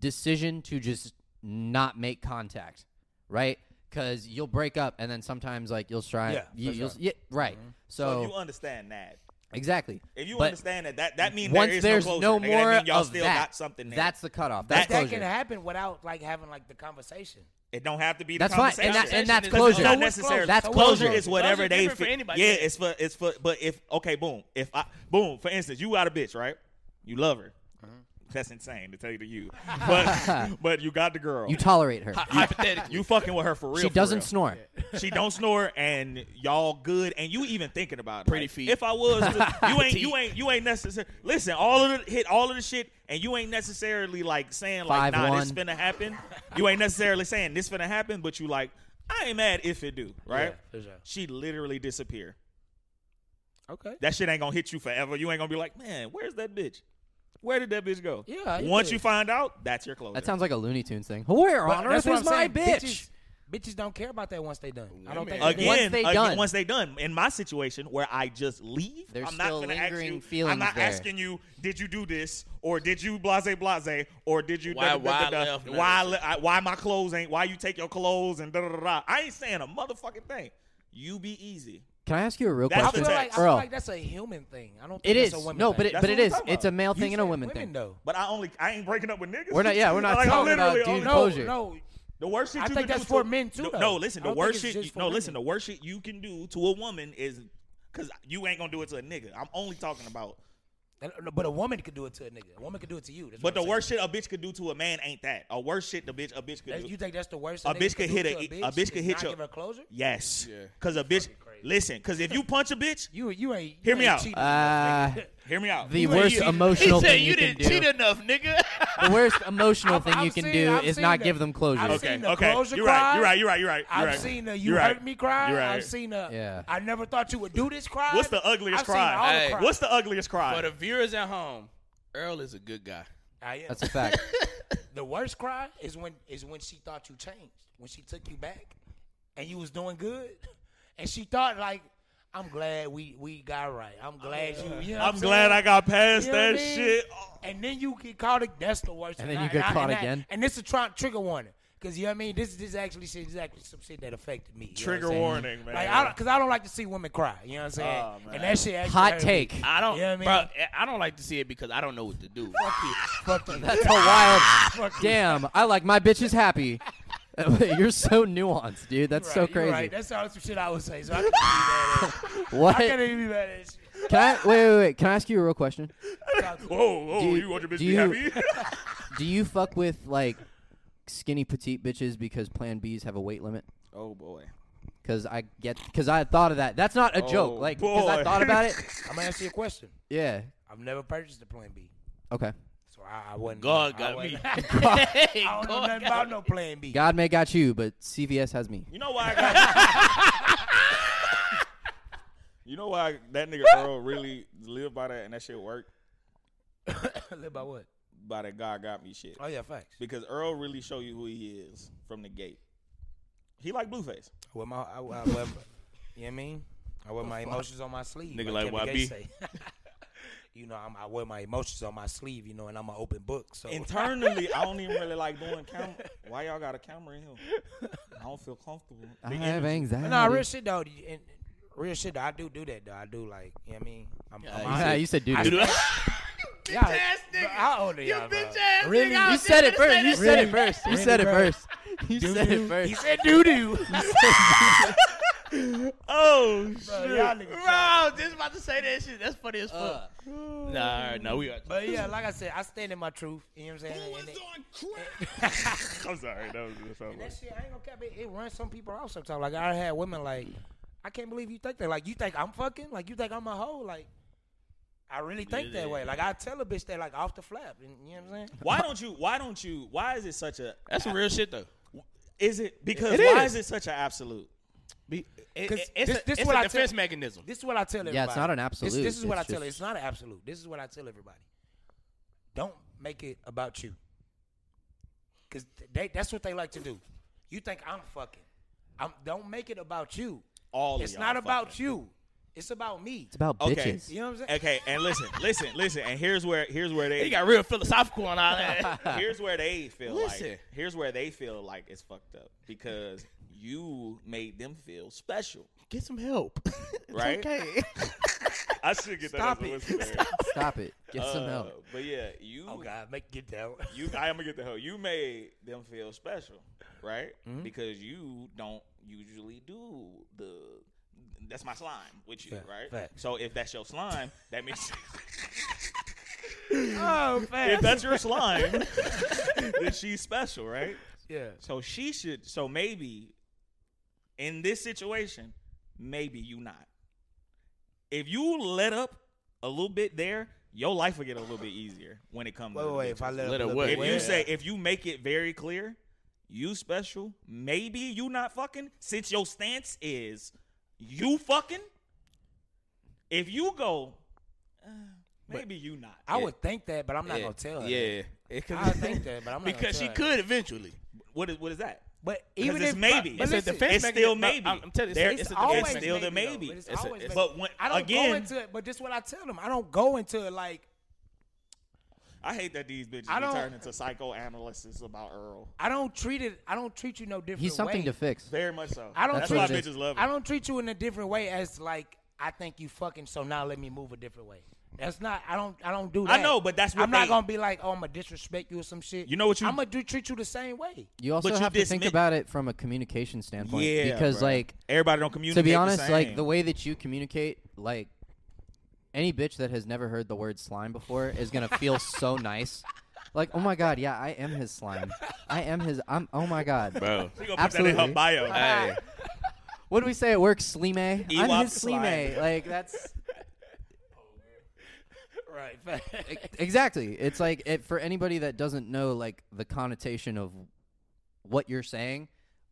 Speaker 3: decision to just not make contact, right? Cuz you'll break up and then sometimes like you'll try
Speaker 4: Yeah,
Speaker 3: you,
Speaker 4: for
Speaker 3: will
Speaker 4: sure.
Speaker 3: yeah, right.
Speaker 1: Mm-hmm. so
Speaker 3: So,
Speaker 1: if you understand that.
Speaker 3: exactly.
Speaker 1: If you
Speaker 3: But
Speaker 1: understand that, that that means
Speaker 3: once
Speaker 1: there is
Speaker 3: there's
Speaker 1: no,
Speaker 3: no
Speaker 1: closure, nigga.
Speaker 3: more
Speaker 1: that mean y'all
Speaker 3: of
Speaker 1: still
Speaker 3: that,
Speaker 1: got something. There.
Speaker 3: that's the cutoff. That's
Speaker 4: That, that
Speaker 3: closure.
Speaker 4: can happen without like having like the conversation.
Speaker 1: It don't have to be. The
Speaker 3: That's fine, and that-
Speaker 1: conversation.
Speaker 3: and that's
Speaker 1: 'Cause it's
Speaker 3: closure.
Speaker 1: not
Speaker 3: So what's
Speaker 1: necessary.
Speaker 3: closure? That's
Speaker 1: closure.
Speaker 3: closure.
Speaker 1: Is whatever
Speaker 2: Closure's
Speaker 1: they
Speaker 2: different for
Speaker 1: feel.
Speaker 2: anybody,
Speaker 1: yeah,
Speaker 2: yeah.
Speaker 1: it's for it's for. But if okay, boom. If I boom, for instance, you got a bitch, right? You love her.
Speaker 2: Uh-huh.
Speaker 1: That's insane to tell you to you,
Speaker 3: (laughs)
Speaker 1: but but you got the girl.
Speaker 3: You tolerate her.
Speaker 2: Hypothetically,
Speaker 1: You fucking with her for real.
Speaker 3: she
Speaker 1: for
Speaker 3: doesn't
Speaker 1: real.
Speaker 3: snore.
Speaker 1: She don't snore, and y'all good, and you even thinking about it.
Speaker 2: Pretty
Speaker 1: Like,
Speaker 2: feet.
Speaker 1: If I was,
Speaker 2: (laughs)
Speaker 1: to- you ain't, you ain't, you ain't necessary. Listen, all of the hit, all of the shit, and you ain't necessarily like saying
Speaker 3: Five,
Speaker 1: like, nah, this
Speaker 3: one.
Speaker 1: finna happen. You ain't necessarily saying this finna happen, but you like, I ain't mad if it do, right?
Speaker 4: Yeah, for sure.
Speaker 1: She literally disappear.
Speaker 4: Okay.
Speaker 1: That shit ain't gonna hit you forever. You ain't gonna be like, man, where's that bitch? Where did that bitch go?
Speaker 4: Yeah, you
Speaker 1: Once
Speaker 4: did.
Speaker 1: you find out, that's your closure.
Speaker 3: Uh, That sounds like a Looney Tunes thing. Where on
Speaker 4: But that's
Speaker 3: earth
Speaker 4: what
Speaker 3: is
Speaker 4: I'm
Speaker 3: my
Speaker 4: saying.
Speaker 3: bitch?
Speaker 4: Bitches, bitches don't care about that once they done. I don't think
Speaker 1: again,
Speaker 4: They
Speaker 3: Once they
Speaker 1: again,
Speaker 3: done.
Speaker 1: once they done. In my situation, where I just leave,
Speaker 3: There's
Speaker 1: I'm not
Speaker 3: still
Speaker 1: gonna ask
Speaker 3: lingering
Speaker 1: you. I'm
Speaker 3: feelings
Speaker 1: not
Speaker 3: there.
Speaker 1: asking you, did you do this or did you blase blase or did you
Speaker 2: Why-
Speaker 1: da- da- da-
Speaker 2: why
Speaker 1: da-
Speaker 2: left none
Speaker 1: why
Speaker 2: of
Speaker 1: le- I- why my clothes ain't why you take your clothes and da da da. da. I ain't saying a motherfucking thing. You be easy.
Speaker 3: Can I ask you a real
Speaker 1: That's
Speaker 4: I
Speaker 1: the
Speaker 4: feel
Speaker 3: question,
Speaker 1: text.
Speaker 4: like I feel
Speaker 3: Earl?
Speaker 4: like that's a human thing. I don't. Think
Speaker 3: it is
Speaker 4: that's a woman
Speaker 3: no,
Speaker 4: thing.
Speaker 3: but it,
Speaker 1: That's
Speaker 3: but it
Speaker 1: what we
Speaker 3: is.
Speaker 1: talking
Speaker 3: It's
Speaker 1: about.
Speaker 3: a male
Speaker 4: You
Speaker 3: thing and
Speaker 4: said
Speaker 3: a women,
Speaker 4: women
Speaker 3: thing.
Speaker 4: though.
Speaker 1: But I only I ain't breaking up with niggas.
Speaker 3: We're not- yeah, we're not
Speaker 1: (laughs) Like, I
Speaker 3: talking about
Speaker 1: literally
Speaker 3: dude
Speaker 1: only-
Speaker 4: No,
Speaker 3: Closure.
Speaker 4: no.
Speaker 1: The worst shit
Speaker 4: I
Speaker 1: you
Speaker 4: think
Speaker 1: can
Speaker 4: that's
Speaker 1: do
Speaker 4: for
Speaker 1: to,
Speaker 4: men, too,
Speaker 1: No,
Speaker 4: though.
Speaker 1: no, listen.
Speaker 4: I
Speaker 1: The
Speaker 4: don't think
Speaker 1: worst
Speaker 4: it's
Speaker 1: shit.
Speaker 4: just
Speaker 1: you-
Speaker 4: for
Speaker 1: No, listen. The
Speaker 4: women.
Speaker 1: worst shit you can do to a woman is because you ain't gonna do it to a nigga. I'm only talking about.
Speaker 4: But a woman could do it to a nigga. A woman could do it to you. That's
Speaker 1: But
Speaker 4: what
Speaker 1: the
Speaker 4: I'm
Speaker 1: worst shit a bitch could do to a man ain't that. A worst shit the bitch a bitch could
Speaker 4: saying.
Speaker 1: do.
Speaker 4: That- You think that's the worst?
Speaker 1: A
Speaker 4: nigga
Speaker 1: bitch could hit
Speaker 4: do
Speaker 1: a- e,
Speaker 4: to
Speaker 1: a bitch could
Speaker 4: is
Speaker 1: hit
Speaker 4: not
Speaker 1: your-
Speaker 4: Give her closure.
Speaker 1: Yes.
Speaker 11: Yeah.
Speaker 1: Cause a bitch. Listen, cause if
Speaker 4: (laughs)
Speaker 1: you (laughs) punch a bitch,
Speaker 4: You you ain't.
Speaker 1: Hear
Speaker 4: you
Speaker 1: me
Speaker 4: ain't
Speaker 1: out.
Speaker 4: cheating.
Speaker 3: Uh,
Speaker 1: hear me out.
Speaker 3: the
Speaker 1: You
Speaker 3: worst
Speaker 1: ain't-
Speaker 3: emotional
Speaker 2: he said
Speaker 3: thing
Speaker 2: you,
Speaker 3: you can
Speaker 2: didn't
Speaker 3: do.
Speaker 2: cheat enough, nigga.
Speaker 3: The worst emotional
Speaker 4: I've-
Speaker 3: thing you
Speaker 4: I've
Speaker 3: can
Speaker 4: seen-
Speaker 3: do
Speaker 4: I've
Speaker 3: is
Speaker 4: seen
Speaker 3: not
Speaker 4: that.
Speaker 3: give them closure.
Speaker 4: I've
Speaker 1: Okay.
Speaker 4: seen the
Speaker 1: Okay.
Speaker 4: closure
Speaker 1: You're right.
Speaker 4: cry.
Speaker 1: You're right. You're right. You're right.
Speaker 4: I've
Speaker 1: you're right.
Speaker 3: (laughs)
Speaker 4: seen the you
Speaker 1: You're
Speaker 4: hurt
Speaker 1: right.
Speaker 4: me cry.
Speaker 1: You're right.
Speaker 4: I've seen the
Speaker 3: Yeah.
Speaker 4: I never thought you would do this cry.
Speaker 1: What's the ugliest
Speaker 4: I've
Speaker 1: cry?
Speaker 4: Seen all
Speaker 2: Hey,
Speaker 4: the cries.
Speaker 1: What's the ugliest cry?
Speaker 2: For the viewers at home, Earl is a good guy.
Speaker 4: I am.
Speaker 3: That's a fact.
Speaker 4: (laughs) The worst cry is when is when she thought you changed, when she took you back, and you was doing good, and she thought like I'm glad we we got right. I'm glad you. you know what
Speaker 1: I'm
Speaker 4: saying?
Speaker 1: glad I got past
Speaker 4: You know what I
Speaker 1: that
Speaker 4: mean?
Speaker 1: shit.
Speaker 4: And then you get caught. ag- That's the worst.
Speaker 3: And then you
Speaker 4: I-
Speaker 3: get
Speaker 4: I-
Speaker 3: caught
Speaker 4: and I-
Speaker 3: again.
Speaker 4: and this is trying trigger warning. Cause you know what I mean. This this actually shit is actually some shit that affected me. you know what I'm
Speaker 1: Trigger
Speaker 4: saying?
Speaker 1: warning, man.
Speaker 4: Like, I don't, cause I don't like to see women cry. You know what I'm saying?
Speaker 2: Oh, man.
Speaker 4: and that shit. Actually hurt me.
Speaker 2: I don't,
Speaker 4: You know what I mean?
Speaker 2: bro. I- I don't like to see it because I don't know what to do. Fuck you.
Speaker 4: Fuck you. (laughs)
Speaker 3: That's a wild.
Speaker 4: Fuck you.
Speaker 3: Damn, I like my bitches happy. (laughs) You're so nuanced, dude. That's
Speaker 4: Right,
Speaker 3: so
Speaker 4: you're
Speaker 3: crazy.
Speaker 4: Right. That's all some shit I would
Speaker 3: (laughs)
Speaker 4: say. So I can't be mad at it.
Speaker 3: What?
Speaker 4: I can't even be mad at it.
Speaker 3: Can I wait, wait, wait? Can I ask you a real question?
Speaker 1: (laughs) Whoa, whoa, you want your bitch to be happy?
Speaker 3: (laughs)
Speaker 1: (laughs)
Speaker 3: do you fuck with like skinny petite bitches because Plan Bs have a weight limit?
Speaker 11: Oh boy.
Speaker 3: Because I get, because I thought of that. That's not a
Speaker 11: Oh,
Speaker 3: joke. Like, because
Speaker 11: boy.
Speaker 3: I thought about it.
Speaker 4: (laughs) I'm gonna ask you a question.
Speaker 3: Yeah.
Speaker 4: I've never purchased a Plan B,
Speaker 3: Okay.
Speaker 4: so I, I wouldn't.
Speaker 2: God
Speaker 4: I
Speaker 2: got
Speaker 4: wouldn't-
Speaker 2: me.
Speaker 4: (laughs)
Speaker 3: (laughs)
Speaker 4: I don't know
Speaker 2: God
Speaker 4: nothing
Speaker 2: got
Speaker 4: about no Plan B.
Speaker 3: God may got you, but CVS has me.
Speaker 1: You know why I
Speaker 4: (laughs)
Speaker 1: got You know why that
Speaker 4: (laughs)
Speaker 1: nigga Earl really lived by that and that shit worked?
Speaker 4: Live by what?
Speaker 1: By that God got me shit.
Speaker 4: Oh yeah, facts.
Speaker 1: Because Earl really show you who he is from the gate. He like Blueface.
Speaker 4: Well, my, I, I, wear- you know what I mean? I wear my
Speaker 1: The fuck?
Speaker 4: emotions on my sleeve.
Speaker 1: Nigga
Speaker 4: like
Speaker 1: like
Speaker 4: Kevin
Speaker 1: YB.
Speaker 4: Gates say. (laughs) you know, I'm, I wear my emotions on my sleeve. You know, and I'm an open book. So
Speaker 1: Internally, I don't even really like
Speaker 4: (laughs)
Speaker 1: doing camera. Why y'all got a camera in here? I don't feel comfortable.
Speaker 3: I
Speaker 1: The
Speaker 3: have
Speaker 1: energy.
Speaker 3: anxiety.
Speaker 4: Nah, real shit though. you- And real shit though. I do do that though. I do like. You know what I mean? I'm,
Speaker 3: Yeah, you said- you said do
Speaker 4: I-
Speaker 3: that.
Speaker 2: (laughs)
Speaker 4: Y'all- bro, How old are y'all? bro? Really?
Speaker 3: You said it first. You said it first. You
Speaker 4: Really,
Speaker 3: said it
Speaker 4: bro?
Speaker 3: first. (laughs) You said it
Speaker 4: Doo-doo.
Speaker 3: first.
Speaker 4: He said
Speaker 3: (laughs)
Speaker 4: doo doo.
Speaker 1: Oh shit!
Speaker 2: Y'all
Speaker 3: Uh,
Speaker 2: niggas bro, just about to say that shit. That's funny as fuck. Nah, alright, nah, we are-
Speaker 4: But yeah, like I said, I stand in my truth. You know what I'm saying? And it- (laughs)
Speaker 1: I'm sorry, that was just
Speaker 4: And that shit, I ain't gonna cap it. It runs some people off sometimes. Like I had women like, I can't believe you think that. Like you think I'm fucking. Like you think I'm a hoe. Like I really think that way. Like I tell a bitch that like off the flap. And you know what I'm saying?
Speaker 1: Why don't you? Why don't you? Why is it such a?
Speaker 2: That's some real shit though.
Speaker 1: Is it because
Speaker 2: It
Speaker 1: why
Speaker 2: is.
Speaker 1: is it such an absolute?
Speaker 2: It-
Speaker 4: 'Cause
Speaker 2: it- it's
Speaker 4: this-
Speaker 2: a,
Speaker 4: this
Speaker 2: it's
Speaker 4: what
Speaker 2: a
Speaker 4: I tell-
Speaker 2: defense mechanism.
Speaker 4: This is what I tell everybody.
Speaker 3: Yeah, it's not an
Speaker 4: This-
Speaker 3: absolute.
Speaker 4: This, is what
Speaker 3: It's
Speaker 4: I tell.
Speaker 3: just-
Speaker 4: It's not an absolute. This is what I tell everybody. Don't make it about you. Cause they that's what they like to do. You think I'm fucking. I'm don't make it about you.
Speaker 1: All of
Speaker 4: It's
Speaker 1: y'all
Speaker 4: not about
Speaker 1: fucking.
Speaker 4: you. It's about me. It's
Speaker 3: about
Speaker 1: Okay.
Speaker 4: You know what I'm saying?
Speaker 1: Okay, and listen, listen, listen, and here's where here's where they
Speaker 2: He got real philosophical and all
Speaker 4: (laughs)
Speaker 2: that.
Speaker 1: here's where they feel
Speaker 2: Listen.
Speaker 1: like here's where they feel like it's fucked up because you made them feel special,
Speaker 2: Get some help. (laughs)
Speaker 1: right?
Speaker 3: (laughs)
Speaker 2: okay.
Speaker 1: (laughs) I should get
Speaker 2: Stop
Speaker 1: that.
Speaker 2: it.
Speaker 1: As a listener.
Speaker 3: Stop it. Get some
Speaker 1: Uh,
Speaker 3: help.
Speaker 1: But yeah, you.
Speaker 4: Oh God, make get down.
Speaker 1: You, I am gonna get the hell. You made them feel special, right?
Speaker 3: Mm-hmm.
Speaker 1: Because you don't usually do the. That's my slime with you,
Speaker 4: Fact,
Speaker 1: right?
Speaker 4: fact.
Speaker 1: So if that's your slime, that
Speaker 4: (laughs)
Speaker 1: means
Speaker 4: Oh man.
Speaker 1: if that's your
Speaker 2: (laughs)
Speaker 4: (laughs)
Speaker 1: slime, then she's special, right?
Speaker 4: Yeah.
Speaker 1: So she should. So maybe in this situation, maybe you not. If you let up a little bit there, your life will get a little bit easier when it comes.
Speaker 4: Wait,
Speaker 1: to
Speaker 4: wait,
Speaker 1: the
Speaker 4: wait, if I
Speaker 1: bitches.
Speaker 4: let up
Speaker 2: Let
Speaker 4: a
Speaker 2: her
Speaker 4: little
Speaker 2: what?
Speaker 4: bit,
Speaker 1: If you
Speaker 4: yeah.
Speaker 1: say if you make it very clear, you special. Maybe you not fucking since your stance is you fucking. If you go, uh, maybe you not.
Speaker 4: I would think that, but I'm not
Speaker 2: Yeah.
Speaker 4: gonna tell her.
Speaker 2: Yeah.
Speaker 4: that. I would think that, but I'm not gonna
Speaker 2: because she
Speaker 4: tell her
Speaker 2: could eventually.
Speaker 1: What is what is that?
Speaker 4: But
Speaker 1: Even
Speaker 4: even
Speaker 1: it's
Speaker 4: if
Speaker 1: maybe,
Speaker 4: but
Speaker 2: It's a
Speaker 4: listen,
Speaker 2: defense
Speaker 1: it's still
Speaker 2: mechanism.
Speaker 1: maybe.
Speaker 2: No, I'm- I'm telling you,
Speaker 1: There-
Speaker 2: it's-
Speaker 1: it's,
Speaker 2: it's
Speaker 4: always
Speaker 1: still the
Speaker 4: maybe, though,
Speaker 1: maybe.
Speaker 4: but it's
Speaker 1: It's a-
Speaker 4: always
Speaker 1: it's-
Speaker 4: maybe.
Speaker 1: but when
Speaker 4: I don't go
Speaker 1: again,
Speaker 4: into it. But this is what I tell them. I don't go into it like
Speaker 1: I hate that these bitches
Speaker 4: I
Speaker 1: be
Speaker 4: don't-
Speaker 1: turn into psychoanalysts about Earl.
Speaker 4: I don't treat it. I don't treat you no different.
Speaker 3: He's something
Speaker 4: way.
Speaker 3: to fix.
Speaker 1: Very much so.
Speaker 4: I don't
Speaker 1: That's
Speaker 4: treat
Speaker 1: why
Speaker 4: you,
Speaker 1: bitches love
Speaker 4: I
Speaker 1: him.
Speaker 4: don't treat you in a different way as like I think you fucking. So now let me move a different way. That's not. I don't. I don't do that.
Speaker 1: I know, but that's what
Speaker 4: I'm not
Speaker 1: they-
Speaker 4: gonna be like. Oh, I'm gonna disrespect you or some shit.
Speaker 1: You know what you-
Speaker 4: I'm gonna do treat you the same way.
Speaker 3: You also
Speaker 1: But you
Speaker 3: have to think
Speaker 1: dismiss-
Speaker 3: about it from a communication standpoint.
Speaker 1: Yeah,
Speaker 3: because
Speaker 1: bruh.
Speaker 3: like
Speaker 1: everybody don't communicate.
Speaker 3: to be
Speaker 1: the
Speaker 3: honest, like
Speaker 1: same.
Speaker 3: the way that you communicate, like any bitch that has never heard the word slime before is gonna feel
Speaker 1: (laughs)
Speaker 3: so nice. Like, oh my god, yeah, I am his slime. I am his. I'm. Oh my god,
Speaker 2: Bro.
Speaker 1: She gonna put that
Speaker 3: absolutely.
Speaker 1: in her bio.
Speaker 2: Hey.
Speaker 3: What do we say at work? Slime. I'm
Speaker 1: Ewok
Speaker 3: his slime.
Speaker 1: slime.
Speaker 3: Like that's
Speaker 4: Right.
Speaker 1: (laughs)
Speaker 3: exactly. It's like it, for anybody that doesn't know like the connotation of what you're saying,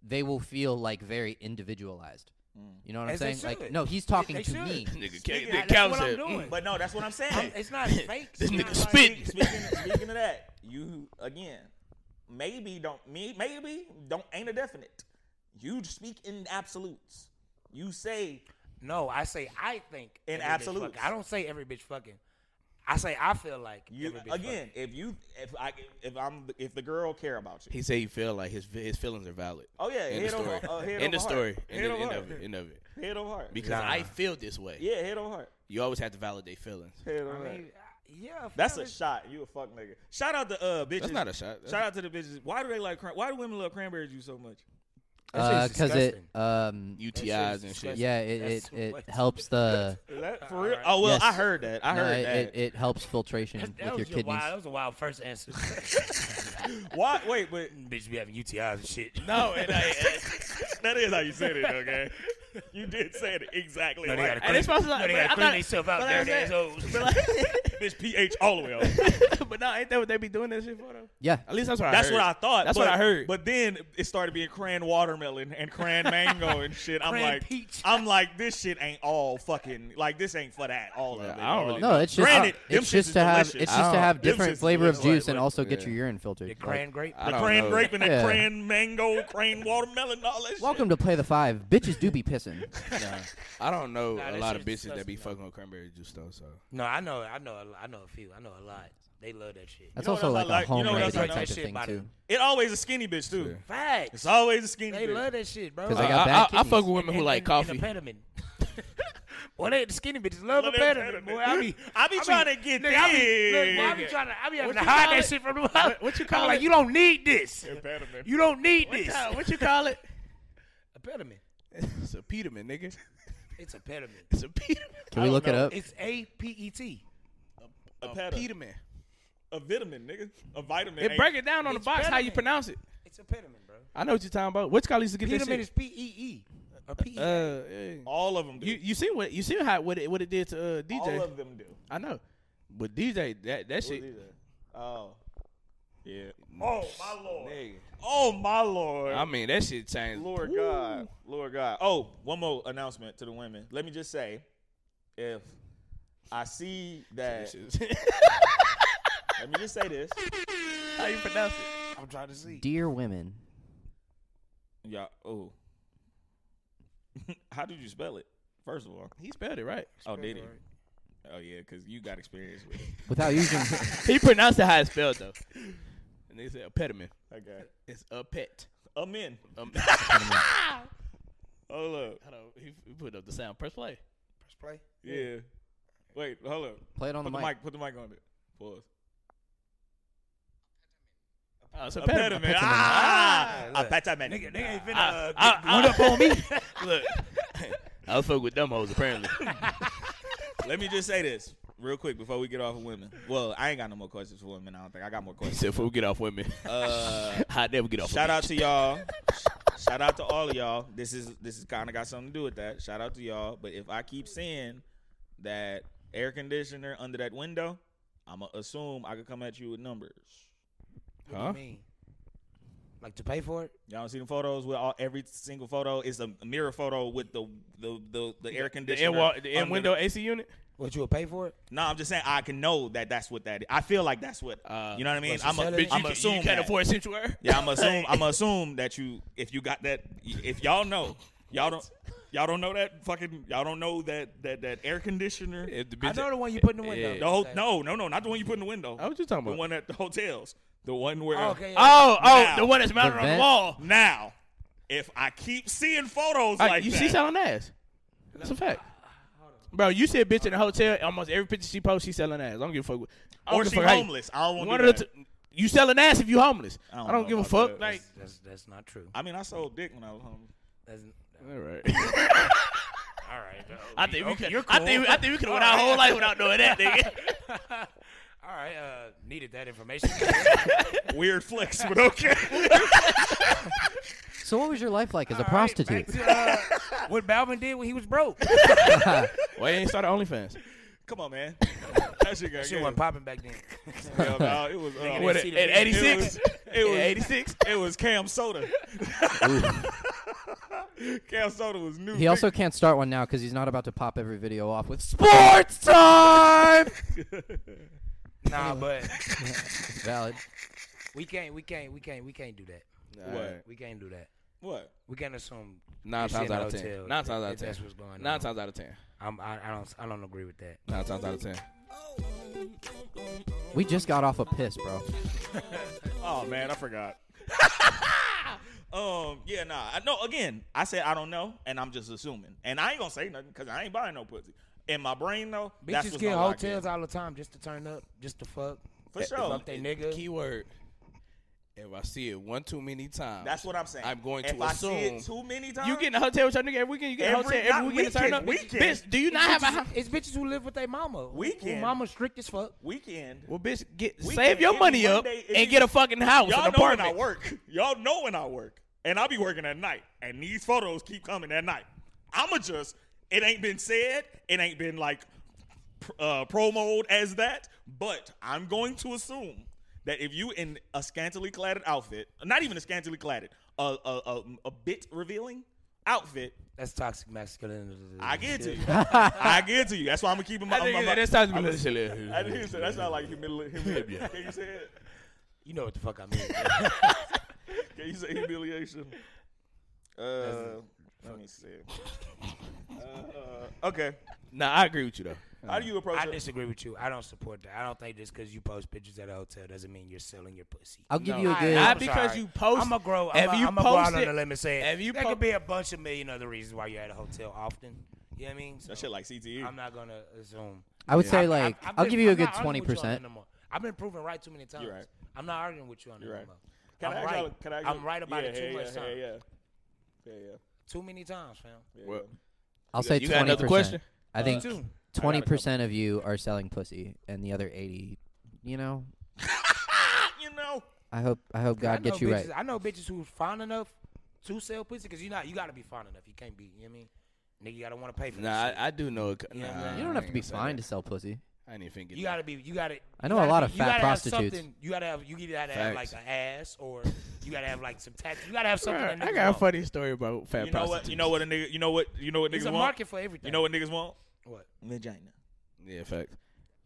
Speaker 3: they will feel like very individualized.
Speaker 2: Mm.
Speaker 3: You know what
Speaker 4: As they
Speaker 3: I'm saying? Like,
Speaker 4: should.
Speaker 3: no, he's
Speaker 4: They-
Speaker 3: talking
Speaker 4: they
Speaker 3: to
Speaker 4: should.
Speaker 3: me.
Speaker 2: Nigga,
Speaker 1: Speaking-
Speaker 2: Nigga
Speaker 1: that's
Speaker 2: Cal
Speaker 4: what I'm
Speaker 2: said,
Speaker 4: doing.
Speaker 2: mm,
Speaker 1: But no, that's what I'm saying.
Speaker 4: I'm-
Speaker 1: (laughs)
Speaker 4: it's not fake.
Speaker 2: This
Speaker 4: It's
Speaker 2: nigga
Speaker 4: not
Speaker 1: Like,
Speaker 2: spit.
Speaker 4: (laughs)
Speaker 1: speak- Speaking, speaking of that, you again, maybe don't me maybe don't ain't a definite. You speak in absolutes. You say
Speaker 4: No, I say I think
Speaker 1: In
Speaker 4: every bitch
Speaker 1: absolutes.
Speaker 4: fucking. I don't say every bitch fucking. I say I feel like (laughs)
Speaker 1: You,
Speaker 4: every bitch
Speaker 1: again, if you if I if I'm if the girl care about you,
Speaker 2: He said he felt like his his feelings are valid.
Speaker 1: Oh, yeah,
Speaker 2: in the
Speaker 1: head over-
Speaker 2: story,
Speaker 1: uh, head
Speaker 2: in the
Speaker 1: over heart.
Speaker 2: story, in
Speaker 1: Head
Speaker 2: the
Speaker 1: over
Speaker 2: end
Speaker 1: heart.
Speaker 2: of it, end of it.
Speaker 1: Head over heart.
Speaker 2: Because
Speaker 1: Nah.
Speaker 2: I feel this way.
Speaker 1: Yeah, head on heart.
Speaker 2: You always have to validate feelings.
Speaker 1: Head on
Speaker 4: I
Speaker 1: heart.
Speaker 4: mean, yeah, if
Speaker 1: That's
Speaker 4: y'all
Speaker 1: a shot. You a fuck nigga. Shout out to uh bitches.
Speaker 2: That's not a shot. That's-
Speaker 1: Shout out to the bitches. Why do they like? cran- Why do women love cranberry juice so much? (laughs)
Speaker 3: because Uh, it um
Speaker 2: UTIs and shit.
Speaker 3: Yeah, it it, it helps the.
Speaker 1: Is that for real? Oh well,
Speaker 3: Yes.
Speaker 1: I heard that. I
Speaker 3: No,
Speaker 1: heard
Speaker 3: it,
Speaker 1: that.
Speaker 3: It, it helps filtration
Speaker 4: That, that
Speaker 3: with your
Speaker 4: was your
Speaker 3: kidneys.
Speaker 4: wild. That was a wild first answer.
Speaker 1: (laughs) Why? Wait, but
Speaker 4: (laughs) bitch be having UTIs and shit.
Speaker 2: No, it ain't.
Speaker 4: (laughs)
Speaker 1: that is how you said it. Okay, you did say it exactly.
Speaker 4: No, they
Speaker 1: like-
Speaker 4: gotta clean, no, they gotta clean themselves
Speaker 2: (laughs)
Speaker 4: out
Speaker 2: but I
Speaker 4: there, these hoes.
Speaker 1: bitch pH all the way up.
Speaker 2: but no, ain't that what they be doing that shit for though?
Speaker 3: Yeah.
Speaker 2: At least that's what I
Speaker 1: That's
Speaker 2: heard.
Speaker 1: what I thought.
Speaker 2: That's
Speaker 1: but-
Speaker 2: what I heard.
Speaker 1: But then it started being cran watermelon and cran mango
Speaker 2: (laughs)
Speaker 1: and shit. I'm
Speaker 2: Cran
Speaker 1: like,
Speaker 2: peach.
Speaker 1: I'm like, this shit ain't all fucking like this ain't for that. All of it.
Speaker 2: I don't really
Speaker 3: No, it's just
Speaker 1: Granted, them
Speaker 3: it's
Speaker 1: shits
Speaker 3: just
Speaker 1: is
Speaker 3: to have
Speaker 1: delicious.
Speaker 3: it's just to
Speaker 1: Them
Speaker 3: have
Speaker 1: shits
Speaker 3: different
Speaker 1: is
Speaker 3: flavor of
Speaker 1: delicious.
Speaker 3: juice and also get
Speaker 2: yeah.
Speaker 3: your urine filtered. The
Speaker 4: cran grape?
Speaker 2: I
Speaker 1: The
Speaker 2: don't
Speaker 1: cran
Speaker 2: know.
Speaker 1: grape and the
Speaker 3: Yeah.
Speaker 1: cran mango, cran watermelon, all that shit.
Speaker 3: Welcome to play the five. Bitches do be pissing. (laughs)
Speaker 2: Nah, I don't know
Speaker 4: Nah,
Speaker 2: a
Speaker 4: that
Speaker 2: lot of
Speaker 4: shit's
Speaker 2: bitches that be fucking on cranberry juice though. So
Speaker 4: No, I know, I know, a- I know a few. I know a lot. They love that shit.
Speaker 3: That's
Speaker 1: You know
Speaker 3: also
Speaker 1: what
Speaker 3: like
Speaker 1: else I
Speaker 3: a
Speaker 1: like? You know
Speaker 3: home
Speaker 1: what else
Speaker 3: remedy
Speaker 1: I
Speaker 3: type
Speaker 1: know?
Speaker 3: of
Speaker 4: That shit
Speaker 3: thing
Speaker 4: about
Speaker 3: too.
Speaker 1: It always a skinny bitch too.
Speaker 4: Facts.
Speaker 1: It's always a skinny
Speaker 4: They
Speaker 1: bitch.
Speaker 4: love that shit, bro.
Speaker 3: 'Cause they
Speaker 2: I,
Speaker 3: got
Speaker 2: I,
Speaker 3: bad
Speaker 2: I, I fuck with
Speaker 3: kidneys.
Speaker 2: women who like
Speaker 4: And
Speaker 2: coffee.
Speaker 4: a pediment. well, they the skinny bitches love,
Speaker 1: Love
Speaker 4: a
Speaker 1: that pediment.
Speaker 4: pediment. Boy, I be,
Speaker 1: I be trying to get
Speaker 4: nigga, I be, look,
Speaker 1: thick.
Speaker 4: boy, I be trying to, I be having
Speaker 2: What
Speaker 4: to
Speaker 2: you
Speaker 4: hide
Speaker 2: call
Speaker 4: that
Speaker 2: it?
Speaker 4: shit from the What,
Speaker 2: what you
Speaker 4: I'm
Speaker 2: call
Speaker 4: like,
Speaker 2: it?
Speaker 4: you don't need this.
Speaker 1: A pediment.
Speaker 4: You don't need
Speaker 2: What,
Speaker 4: this.
Speaker 2: time- what you call
Speaker 4: (laughs)
Speaker 2: it?
Speaker 4: A pediment.
Speaker 2: It's a Peterman, nigga.
Speaker 4: It's a pediment.
Speaker 2: It's a Peterman.
Speaker 3: Can we look it up?
Speaker 4: It's A P E T.
Speaker 1: A
Speaker 2: A
Speaker 1: peta.
Speaker 2: Peterman.
Speaker 1: A vitamin, nigga. A vitamin.
Speaker 2: It
Speaker 1: ain't-
Speaker 2: break it down on the
Speaker 4: It's
Speaker 2: box how you
Speaker 4: Peterman.
Speaker 2: pronounce it.
Speaker 4: It's a pediment, bro.
Speaker 2: I know what you're talking about. Which college to get this
Speaker 4: Pediment
Speaker 2: shit?
Speaker 4: is P E E. A P E.
Speaker 2: uh, yeah.
Speaker 1: All of them do.
Speaker 2: you you see what you see how what it what it did to uh, DJ.
Speaker 1: all of them do.
Speaker 2: I know, but DJ that that
Speaker 1: What
Speaker 2: shit.
Speaker 1: is that? Oh. Yeah. Oh my lord. Oh my
Speaker 2: I
Speaker 1: lord.
Speaker 2: mean that shit changed.
Speaker 1: Lord
Speaker 2: Woo.
Speaker 1: God. Lord God. Oh, one more announcement to the women. Let me just say, if I see that (laughs) let me just say this.
Speaker 2: how you pronounce it?
Speaker 4: I'm trying to see.
Speaker 3: Dear women,
Speaker 1: Yeah. Oh. (laughs) How did you spell it? First of all.
Speaker 2: He spelled it right.
Speaker 1: Oh, did he? Oh yeah, because you got experience with it.
Speaker 2: (laughs)
Speaker 3: without
Speaker 1: (laughs)
Speaker 3: using
Speaker 2: He pronounced it how it's spelled though. And they said a pediment.
Speaker 1: Okay.
Speaker 2: It's a pet.
Speaker 1: Amen. (laughs)
Speaker 2: Um,
Speaker 1: Hold up.
Speaker 2: hold on, he, he put up the sound. Press play.
Speaker 4: Press play.
Speaker 1: Yeah. Wait, hold up.
Speaker 3: play it on the
Speaker 1: Put the
Speaker 3: mic.
Speaker 1: mic. Put the mic on it. Pause.
Speaker 2: Oh, it's a,
Speaker 1: A
Speaker 2: pediment.
Speaker 1: pediment. Ah, a pediment.
Speaker 4: Nigga, nigga ain't finna.
Speaker 2: I,
Speaker 4: uh,
Speaker 2: I, I, up on me. ah. (laughs) Look, I was fucking with dumb
Speaker 1: (laughs)
Speaker 2: hoes apparently.
Speaker 1: Let me just say this real quick before we get off of women. Well, I ain't got no more questions for women. I don't think I got more
Speaker 2: He
Speaker 1: questions.
Speaker 2: said, "Before we get off women, (laughs)
Speaker 1: Uh,
Speaker 2: I never get off."
Speaker 1: shout out to y'all. (laughs) Sh- Shout out to all of y'all. This is this is kind of got something to do with that. Shout out to y'all. But if I keep seeing that air conditioner under that window, I'ma assume I could come at you with numbers.
Speaker 4: What
Speaker 2: Huh?
Speaker 4: do you mean? Like to pay for it?
Speaker 1: Y'all see the photos with all every single photo is a mirror photo with the the the, the air
Speaker 2: the
Speaker 1: conditioner
Speaker 2: end wall, the end
Speaker 1: under
Speaker 2: window AC unit.
Speaker 4: What you would pay for it?
Speaker 1: No, I'm just saying I can know that that's what that is. I feel like that's what
Speaker 2: Uh,
Speaker 1: you know what I mean.
Speaker 4: what's
Speaker 1: I'm a,
Speaker 4: the
Speaker 1: I'm assuming.
Speaker 4: salary?
Speaker 2: you, can, you can't
Speaker 1: that.
Speaker 2: afford sanctuary.
Speaker 1: Yeah, I'm assume I'm assume that you if you got that if y'all know y'all don't y'all don't know that fucking y'all don't know that that that air conditioner.
Speaker 2: If the
Speaker 4: I
Speaker 2: bitch-
Speaker 4: know the one you put in the window.
Speaker 2: Yeah.
Speaker 1: The whole, no, no, no, not the one you put in the window.
Speaker 2: Oh, what you talking
Speaker 1: The
Speaker 2: about?
Speaker 1: one at the hotels. The one where
Speaker 4: Oh, okay.
Speaker 2: Oh, oh,
Speaker 1: Now.
Speaker 2: the one that's mounted
Speaker 3: The
Speaker 2: on the
Speaker 3: vent?
Speaker 2: wall.
Speaker 1: now if I keep seeing photos
Speaker 2: All right,
Speaker 1: like
Speaker 2: you
Speaker 1: that,
Speaker 2: see selling ass. That's a fact. Bro, you see a bitch in a hotel. Almost every picture she posts, she selling ass. I don't give a fuck. With, I don't
Speaker 1: or
Speaker 2: give a
Speaker 1: she
Speaker 2: fuck how you-
Speaker 1: homeless, I don't
Speaker 2: One
Speaker 1: want
Speaker 2: of
Speaker 1: to.
Speaker 2: the two, you selling ass if you homeless. I
Speaker 1: I
Speaker 2: don't,
Speaker 1: don't know
Speaker 2: give a
Speaker 1: about
Speaker 2: fuck.
Speaker 1: that.
Speaker 2: Like,
Speaker 4: That's that's not true.
Speaker 1: I mean, I sold dick when I was home.
Speaker 4: That's
Speaker 2: all right.
Speaker 4: (laughs) all right.
Speaker 1: Oh,
Speaker 2: I think we could.
Speaker 4: you're
Speaker 2: I think
Speaker 4: cool.
Speaker 2: I think we could went our whole life without knowing that, nigga.
Speaker 4: (laughs) All right. Uh, needed that information.
Speaker 1: Weird flex, but okay.
Speaker 3: So what was your life like as a
Speaker 4: All right, back
Speaker 3: prostitute?
Speaker 4: to, (laughs) uh, what Balvin did when he was broke.
Speaker 3: (laughs)
Speaker 2: Why you ain't started OnlyFans?
Speaker 1: Come on, man. (laughs) That shit got
Speaker 4: Shit
Speaker 1: gay.
Speaker 4: (laughs) wasn't popping back then.
Speaker 1: Yeah, dog, it was. uh,
Speaker 2: What at
Speaker 4: see the
Speaker 2: eighty
Speaker 1: It
Speaker 2: six?
Speaker 1: was, it was
Speaker 2: Eighty six.
Speaker 1: (laughs) It was Cam
Speaker 4: (laughs)
Speaker 1: Soda. Cam Soda was new.
Speaker 3: He also can't start one now because he's not about to pop every video off with
Speaker 2: Sports time.
Speaker 4: (laughs)
Speaker 2: (laughs)
Speaker 4: Nah, but
Speaker 3: valid.
Speaker 4: we can't. We can't. We can't. We can't do that.
Speaker 1: What?
Speaker 4: We can't do that.
Speaker 1: What?
Speaker 4: We can assume
Speaker 2: Nine
Speaker 4: you're
Speaker 2: times
Speaker 4: sitting
Speaker 2: out
Speaker 4: in
Speaker 2: of
Speaker 4: a
Speaker 2: ten.
Speaker 4: hotel
Speaker 2: Nine
Speaker 4: if-
Speaker 2: times out of
Speaker 4: if
Speaker 2: ten.
Speaker 4: That's what's going on.
Speaker 2: Nine times out of ten.
Speaker 4: I'm, I, I don't I don't agree with that.
Speaker 2: Nine times out of ten.
Speaker 3: We just got off a piss, bro.
Speaker 1: (laughs) Oh man, I
Speaker 4: (laughs)
Speaker 1: forgot. um, yeah, nah. I know. Again, I said I don't know, and I'm just assuming. And I ain't gonna say nothing because I ain't buying no pussy. In my brain though, that's
Speaker 4: Bitches
Speaker 1: what's
Speaker 4: get
Speaker 1: gonna lock in.
Speaker 4: hotels all the time just to turn up, just to fuck.
Speaker 1: For
Speaker 4: To
Speaker 1: sure.
Speaker 4: Fuck they nigga.
Speaker 2: Keyword. If I see it one too many times,
Speaker 1: That's what I'm saying.
Speaker 2: I'm going
Speaker 1: if
Speaker 2: to
Speaker 1: I
Speaker 2: assume
Speaker 1: See it too many times.
Speaker 2: you get in a hotel with your nigga every weekend. You get in a
Speaker 1: Every-
Speaker 2: hotel every
Speaker 1: not
Speaker 2: weekend. to turn up.
Speaker 1: weekend, weekend.
Speaker 2: Bitch, do you not have
Speaker 4: It's
Speaker 2: a
Speaker 4: bitches- It's bitches who live with their mama.
Speaker 1: Weekend.
Speaker 4: Who mama strict as fuck.
Speaker 1: Weekend.
Speaker 2: Well, bitch, get
Speaker 1: Weekend,
Speaker 2: save your
Speaker 1: any
Speaker 2: money
Speaker 1: one
Speaker 2: up
Speaker 1: day, if
Speaker 2: and
Speaker 1: you-
Speaker 2: get a fucking house,
Speaker 1: Y'all
Speaker 2: an
Speaker 1: know when
Speaker 2: apartment.
Speaker 1: I work. Y'all know when I work, and I'll be working at night. And these photos keep coming at night. I'ma just. It ain't been said. It ain't been like pr- uh, promoed as that. But I'm going to assume that if you in a scantily cladded outfit, not even a scantily cladded, a a, a, a bit revealing outfit.
Speaker 4: That's toxic masculinity.
Speaker 1: I get to you. I get to you. That's why I'm gonna keep in my.
Speaker 2: That nigga
Speaker 1: my- my-
Speaker 2: said, "That's toxic
Speaker 1: I'm gonna-
Speaker 2: masculinity."
Speaker 1: I didn't say that's not like humili- humiliation. Can you say it?
Speaker 4: You know what the fuck I mean.
Speaker 1: Can you say humiliation? (laughs) Uh, let me see. Uh, okay.
Speaker 2: Nah, I agree with you though.
Speaker 1: How do you approach
Speaker 4: I
Speaker 1: it?
Speaker 4: disagree with you. I don't support that. I don't think just because you post pictures at a hotel doesn't mean you're selling your pussy.
Speaker 3: I'll give
Speaker 4: No.
Speaker 3: you a
Speaker 4: I-
Speaker 3: good.
Speaker 4: I'm
Speaker 2: Not because
Speaker 4: sorry.
Speaker 2: you post-
Speaker 4: I'ma grow.
Speaker 2: if
Speaker 4: I'ma,
Speaker 2: you
Speaker 4: I'ma go out
Speaker 2: post
Speaker 4: on
Speaker 2: it-
Speaker 4: a limb and say
Speaker 2: if you
Speaker 4: there
Speaker 2: po-
Speaker 4: could be a bunch of million other reasons why you're at a hotel often. You know what I mean? So
Speaker 1: That shit like E. CTE.
Speaker 4: I'm not gonna assume.
Speaker 3: I would say
Speaker 4: I've-
Speaker 3: like
Speaker 4: I've- I've
Speaker 3: I'll
Speaker 4: been-
Speaker 3: give you a
Speaker 4: I'm
Speaker 3: good
Speaker 4: not arguing
Speaker 3: twenty
Speaker 4: with you on that
Speaker 3: percent.
Speaker 4: no more. I've been proven right too many times.
Speaker 1: You're right.
Speaker 4: I'm not arguing with you on that
Speaker 1: You're
Speaker 4: no
Speaker 1: right.
Speaker 4: more.
Speaker 1: Can
Speaker 4: I'm
Speaker 1: I ask y'all-
Speaker 4: right.
Speaker 1: can I ask
Speaker 4: I'm
Speaker 1: you-
Speaker 4: right about
Speaker 1: yeah,
Speaker 4: it too
Speaker 1: yeah,
Speaker 4: much
Speaker 1: yeah,
Speaker 4: time.
Speaker 1: Yeah, yeah, yeah.
Speaker 4: Too many times, fam.
Speaker 1: yeah,
Speaker 2: Well,
Speaker 3: I'll
Speaker 2: You
Speaker 3: say
Speaker 2: got- you got
Speaker 3: twenty percent.
Speaker 2: another question?
Speaker 3: I
Speaker 4: Uh,
Speaker 3: think
Speaker 4: two. I got a
Speaker 3: twenty percent of you are selling pussy, and the other eighty, you
Speaker 2: (laughs)
Speaker 3: know.
Speaker 1: yeah. You know,
Speaker 3: I hope I hope
Speaker 4: I
Speaker 3: Oh, God
Speaker 4: know
Speaker 3: gets you right.
Speaker 4: bitches, I know bitches who's fine enough to sell pussy because you not you gotta be fine enough. You can't be. You know what I mean? Nigga, you gotta want to pay for
Speaker 2: Nah,
Speaker 4: that.
Speaker 2: I, I do know. it-
Speaker 4: Yeah,
Speaker 2: nah,
Speaker 4: man.
Speaker 3: You
Speaker 2: I
Speaker 3: don't have
Speaker 2: ain't
Speaker 3: to be
Speaker 2: gonna say
Speaker 3: fine to
Speaker 2: that.
Speaker 3: sell pussy.
Speaker 2: I ain't even thinking.
Speaker 4: You gotta be. You gotta.
Speaker 3: I
Speaker 4: you
Speaker 3: know a
Speaker 4: gotta
Speaker 3: lot
Speaker 4: be-
Speaker 3: of
Speaker 4: you
Speaker 3: fat
Speaker 4: gotta have
Speaker 3: prostitutes.
Speaker 4: something- You gotta have. You either gotta have like
Speaker 2: Facts.
Speaker 4: an ass, or you gotta have like some tattoos. You gotta have something.
Speaker 2: Bruh,
Speaker 4: that
Speaker 2: I
Speaker 4: niggas
Speaker 2: got a
Speaker 4: want.
Speaker 2: funny story about fat
Speaker 1: you know what? You know what a nigga? You know what? You know what niggas
Speaker 4: There's a
Speaker 1: want?
Speaker 4: market for everything.
Speaker 1: You know what niggas want?
Speaker 4: What?
Speaker 1: Vagina.
Speaker 2: Yeah, fact.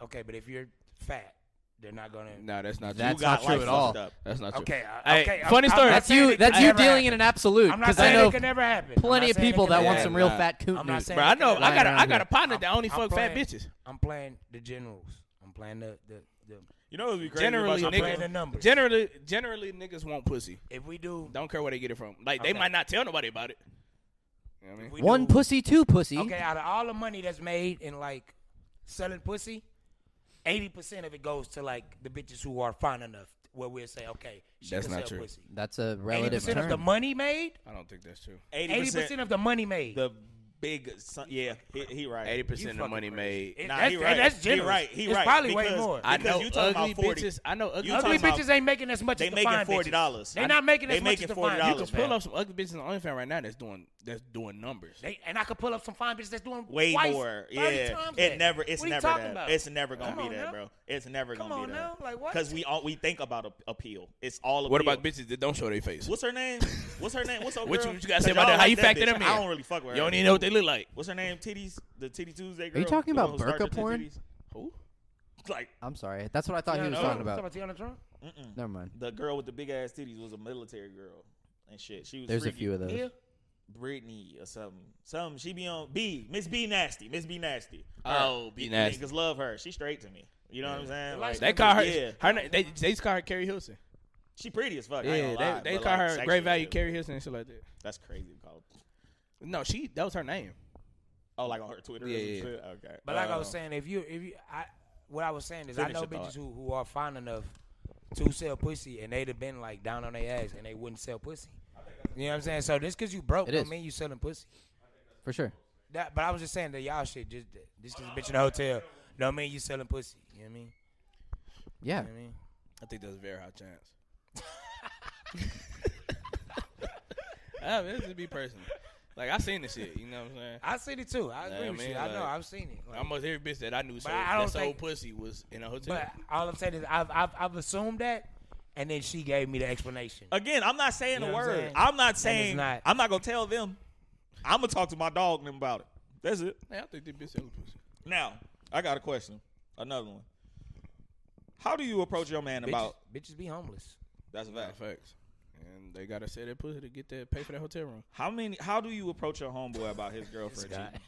Speaker 4: Okay, but if you're fat, they're not gonna.
Speaker 2: No, that's not
Speaker 3: That's
Speaker 2: true.
Speaker 1: got
Speaker 3: not true
Speaker 1: life
Speaker 3: at all.
Speaker 1: fucked up.
Speaker 2: That's not true.
Speaker 4: Okay, I-
Speaker 2: Hey,
Speaker 4: okay. I'm-
Speaker 2: funny
Speaker 4: I'm
Speaker 2: story.
Speaker 4: not
Speaker 3: That's
Speaker 4: saying
Speaker 3: you.
Speaker 4: it
Speaker 3: That's
Speaker 4: could
Speaker 3: you
Speaker 4: never
Speaker 3: dealing in
Speaker 4: happen.
Speaker 3: an absolute
Speaker 4: I'm not
Speaker 3: because I
Speaker 4: saying
Speaker 3: know
Speaker 4: it could never happen. I'm
Speaker 3: plenty
Speaker 4: not
Speaker 3: of
Speaker 4: saying it
Speaker 3: people
Speaker 4: could
Speaker 3: that
Speaker 4: never
Speaker 3: want
Speaker 2: Yeah,
Speaker 3: some
Speaker 4: happen.
Speaker 3: real
Speaker 2: nah.
Speaker 3: fat coot
Speaker 4: I'm not
Speaker 3: dudes.
Speaker 4: saying
Speaker 2: Bro, I
Speaker 4: it could
Speaker 2: know-
Speaker 4: never
Speaker 2: I got a-
Speaker 4: happen.
Speaker 2: I got a partner that only
Speaker 4: I'm
Speaker 2: fuck fat
Speaker 4: playing-
Speaker 2: bitches.
Speaker 4: I'm playing the generals. I'm playing the the. the
Speaker 1: You know what would be crazy?
Speaker 2: Generally,
Speaker 1: about
Speaker 4: I'm
Speaker 1: some
Speaker 4: playing the
Speaker 2: niggas,
Speaker 1: people?
Speaker 4: numbers.
Speaker 2: generally, generally, niggas want pussy.
Speaker 4: if we do,
Speaker 2: Don't care where they get it from. Like they
Speaker 4: Okay.
Speaker 2: might not tell nobody about it. You know what I mean?
Speaker 4: we
Speaker 3: One
Speaker 4: do-
Speaker 3: pussy, two pussy.
Speaker 4: Okay, out of all the money that's made in like selling pussy, eighty percent of it goes to like the bitches who are fine enough. Where we'll say, okay, she
Speaker 2: That's
Speaker 4: can
Speaker 2: not
Speaker 4: sell
Speaker 2: true.
Speaker 4: pussy.
Speaker 3: That's a
Speaker 4: Eighty
Speaker 3: relative
Speaker 4: percent of the
Speaker 3: term.
Speaker 4: money made.
Speaker 2: I don't think that's true.
Speaker 4: Eighty
Speaker 1: 80%
Speaker 4: percent of the money made.
Speaker 1: the big. Son, yeah, he, he right.
Speaker 2: Eighty
Speaker 4: You
Speaker 2: percent of the
Speaker 4: fucking
Speaker 2: money made.
Speaker 4: crazy. It-
Speaker 1: Nah,
Speaker 4: that's,
Speaker 1: he right.
Speaker 4: That's
Speaker 1: He
Speaker 4: generous.
Speaker 1: right, he
Speaker 4: it's
Speaker 1: right.
Speaker 4: probably way
Speaker 1: Because
Speaker 4: more.
Speaker 2: I
Speaker 1: Because
Speaker 2: know
Speaker 1: you talking about
Speaker 2: ugly
Speaker 1: 40.
Speaker 2: bitches. I know ugly.
Speaker 1: You
Speaker 4: Ugly
Speaker 1: talking about-
Speaker 4: bitches ain't making as much.
Speaker 1: They
Speaker 4: as the
Speaker 1: making
Speaker 4: fine bitches.
Speaker 1: $40.
Speaker 4: They
Speaker 1: I-
Speaker 4: not making
Speaker 1: they
Speaker 4: as much
Speaker 1: making
Speaker 4: as the fine
Speaker 2: You
Speaker 1: $40.
Speaker 2: can
Speaker 4: bitches.
Speaker 2: pull
Speaker 4: man.
Speaker 2: up some ugly bitches on OnlyFans right now that's doing that's doing numbers.
Speaker 4: They, and I could pull up some fine bitches that's doing
Speaker 1: Way
Speaker 4: twice,
Speaker 1: more,
Speaker 4: 30
Speaker 1: yeah.
Speaker 4: times
Speaker 1: It
Speaker 4: that.
Speaker 1: never, it's
Speaker 4: what are you
Speaker 1: never
Speaker 4: talking
Speaker 1: that.
Speaker 4: About?
Speaker 1: It's never gonna
Speaker 4: Come
Speaker 1: be
Speaker 4: on
Speaker 1: that,
Speaker 4: now.
Speaker 1: bro. It's never
Speaker 4: Come
Speaker 1: gonna
Speaker 4: on
Speaker 1: be
Speaker 4: now,
Speaker 1: that.
Speaker 4: like what?
Speaker 1: Because we all we think about a, appeal. It's all. Appeal.
Speaker 2: What about bitches that don't show their face?
Speaker 1: What's her name? What's her name? What's her
Speaker 2: What
Speaker 1: girl?
Speaker 2: you, what you gotta
Speaker 1: 'Cause
Speaker 2: say about
Speaker 1: y'all
Speaker 2: that? How
Speaker 1: like
Speaker 2: you factor
Speaker 1: bitch.
Speaker 2: them in?
Speaker 1: I don't really fuck with her.
Speaker 2: You don't even know what they look like.
Speaker 1: What's her name? Titties. The Titty Tuesday girl.
Speaker 3: you talking
Speaker 1: The
Speaker 3: about
Speaker 1: one who started
Speaker 3: burka
Speaker 1: the
Speaker 3: porn?
Speaker 1: titties?
Speaker 2: Who?
Speaker 1: (laughs) Like
Speaker 3: I'm sorry. That's what I thought he was
Speaker 1: no.
Speaker 3: talking
Speaker 4: Talking
Speaker 3: about.
Speaker 4: about Tiana Trump?
Speaker 3: Never mind.
Speaker 1: the girl with the big ass titties was a military girl and shit. She was
Speaker 3: There's a
Speaker 1: freaky.
Speaker 3: few of those.
Speaker 1: Brittany or something. Something she be on B Miss B nasty. Miss B nasty.
Speaker 2: Oh, be nasty.
Speaker 1: Niggas love her. She straight to me. You know what I'm saying? Like,
Speaker 2: They call her.
Speaker 1: Yeah,
Speaker 2: her na- they they just call her Carrie Hilson.
Speaker 1: she pretty as fuck. I
Speaker 2: Yeah,
Speaker 1: ain't gonna lie,
Speaker 2: they, they
Speaker 1: but,
Speaker 2: call
Speaker 1: like,
Speaker 2: her
Speaker 1: sexually,
Speaker 2: Great Value Carrie Hilson and shit like that.
Speaker 1: That's crazy. to call her-
Speaker 2: No, she that was her name.
Speaker 1: Oh, like on her Twitter.
Speaker 2: Yeah,
Speaker 1: or some
Speaker 2: yeah.
Speaker 1: Shit? Okay.
Speaker 4: But like I was
Speaker 1: Um,
Speaker 4: saying, if you if you I what I was saying is I
Speaker 1: Finish
Speaker 4: know
Speaker 1: your thought.
Speaker 4: bitches who, who are fine enough to sell pussy and they'd have been like down on their ass and they wouldn't sell pussy. You know what I'm saying? So just cause you broke
Speaker 3: It
Speaker 4: don't
Speaker 3: is.
Speaker 4: mean you selling pussy.
Speaker 3: For sure.
Speaker 4: That, but I was just saying that y'all shit just this just bitch in the hotel don't mean you selling pussy. You know what I mean?
Speaker 3: Yeah.
Speaker 4: You know what I mean?
Speaker 2: I think that's a very high chance. (laughs) I mean, this is me personally. Like I seen this shit. You know what I'm saying?
Speaker 4: I seen it too. I
Speaker 2: Nah,
Speaker 4: agree
Speaker 2: I
Speaker 4: with
Speaker 2: mean,
Speaker 4: you. I know.
Speaker 2: like,
Speaker 4: I've seen it. Like,
Speaker 2: Almost every bitch that I knew so
Speaker 4: I don't
Speaker 2: that sold
Speaker 4: think-
Speaker 2: pussy was in a hotel.
Speaker 4: but all I'm saying is I've, I've I've assumed that, and then she gave me the explanation.
Speaker 1: Again, I'm not saying
Speaker 4: You
Speaker 1: a
Speaker 4: know what I'm
Speaker 1: word.
Speaker 4: saying?
Speaker 1: I'm not
Speaker 4: it's
Speaker 1: saying.
Speaker 4: not.
Speaker 1: I'm not gonna tell them. I'm gonna talk to my dog and them about it. That's it.
Speaker 2: Hey, I think this bitch selling pussy.
Speaker 1: Now, I got a question. Another one. How do you approach your man
Speaker 4: bitches,
Speaker 1: about?
Speaker 4: bitches be homeless.
Speaker 1: That's a fact.
Speaker 2: Facts. and they gotta sell their pussy to get that pay for that hotel room.
Speaker 1: How many? How do you approach your homeboy about his girlfriend cheating?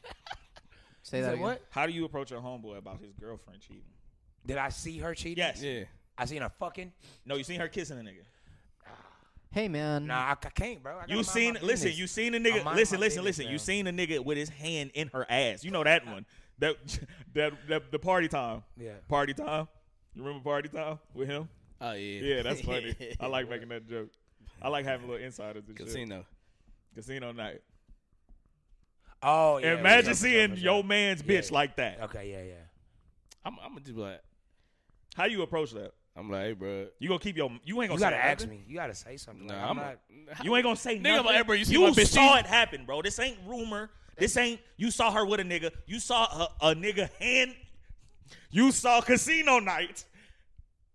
Speaker 3: Say that again.
Speaker 1: How do you approach your homeboy about his girlfriend cheating?
Speaker 4: Did I see her cheating?
Speaker 1: Yes.
Speaker 2: Yeah.
Speaker 4: I seen her fucking.
Speaker 1: No, you seen her kissing a nigga.
Speaker 3: Hey man.
Speaker 4: Nah, I, I can't, bro. I gotta
Speaker 1: You
Speaker 4: mind
Speaker 1: seen?
Speaker 4: my
Speaker 1: Listen,
Speaker 4: business.
Speaker 1: you seen a
Speaker 4: I
Speaker 1: nigga.
Speaker 4: mind
Speaker 1: Listen, listen,
Speaker 4: my business,
Speaker 1: listen.
Speaker 4: bro.
Speaker 1: You seen a nigga with his hand in her ass. You know that
Speaker 4: (laughs)
Speaker 1: one. That that that the party time.
Speaker 4: Yeah.
Speaker 1: Party time. You remember party time with him?
Speaker 2: Oh yeah.
Speaker 1: Yeah, that's funny. I like making that joke. I like having little insiders. And shit.
Speaker 2: Casino.
Speaker 1: Casino night.
Speaker 4: Oh yeah.
Speaker 1: Imagine
Speaker 4: what's up, what's up,
Speaker 1: seeing
Speaker 4: what's up?
Speaker 1: your man's bitch
Speaker 2: Yeah.
Speaker 1: like that.
Speaker 4: Okay, yeah, yeah.
Speaker 2: I'm, I'm gonna just be like,
Speaker 1: How you approach that?
Speaker 2: I'm like, hey, bro.
Speaker 1: You gonna keep your? (laughs) You ain't gonna
Speaker 4: You
Speaker 1: say
Speaker 4: gotta ask
Speaker 1: nothing?
Speaker 4: me. You gotta say something.
Speaker 2: Nah,
Speaker 4: Like, I'm
Speaker 2: I'm a-
Speaker 1: (laughs)
Speaker 4: not.
Speaker 1: You ain't gonna say
Speaker 2: Nigga,
Speaker 1: nothing.
Speaker 2: I'm like, hey, bro, you see
Speaker 1: you
Speaker 2: my bitch
Speaker 1: saw
Speaker 2: cheating?
Speaker 1: it happen, bro. This ain't rumor. This ain't you saw her with a nigga. You saw a, a nigga hand. You saw casino night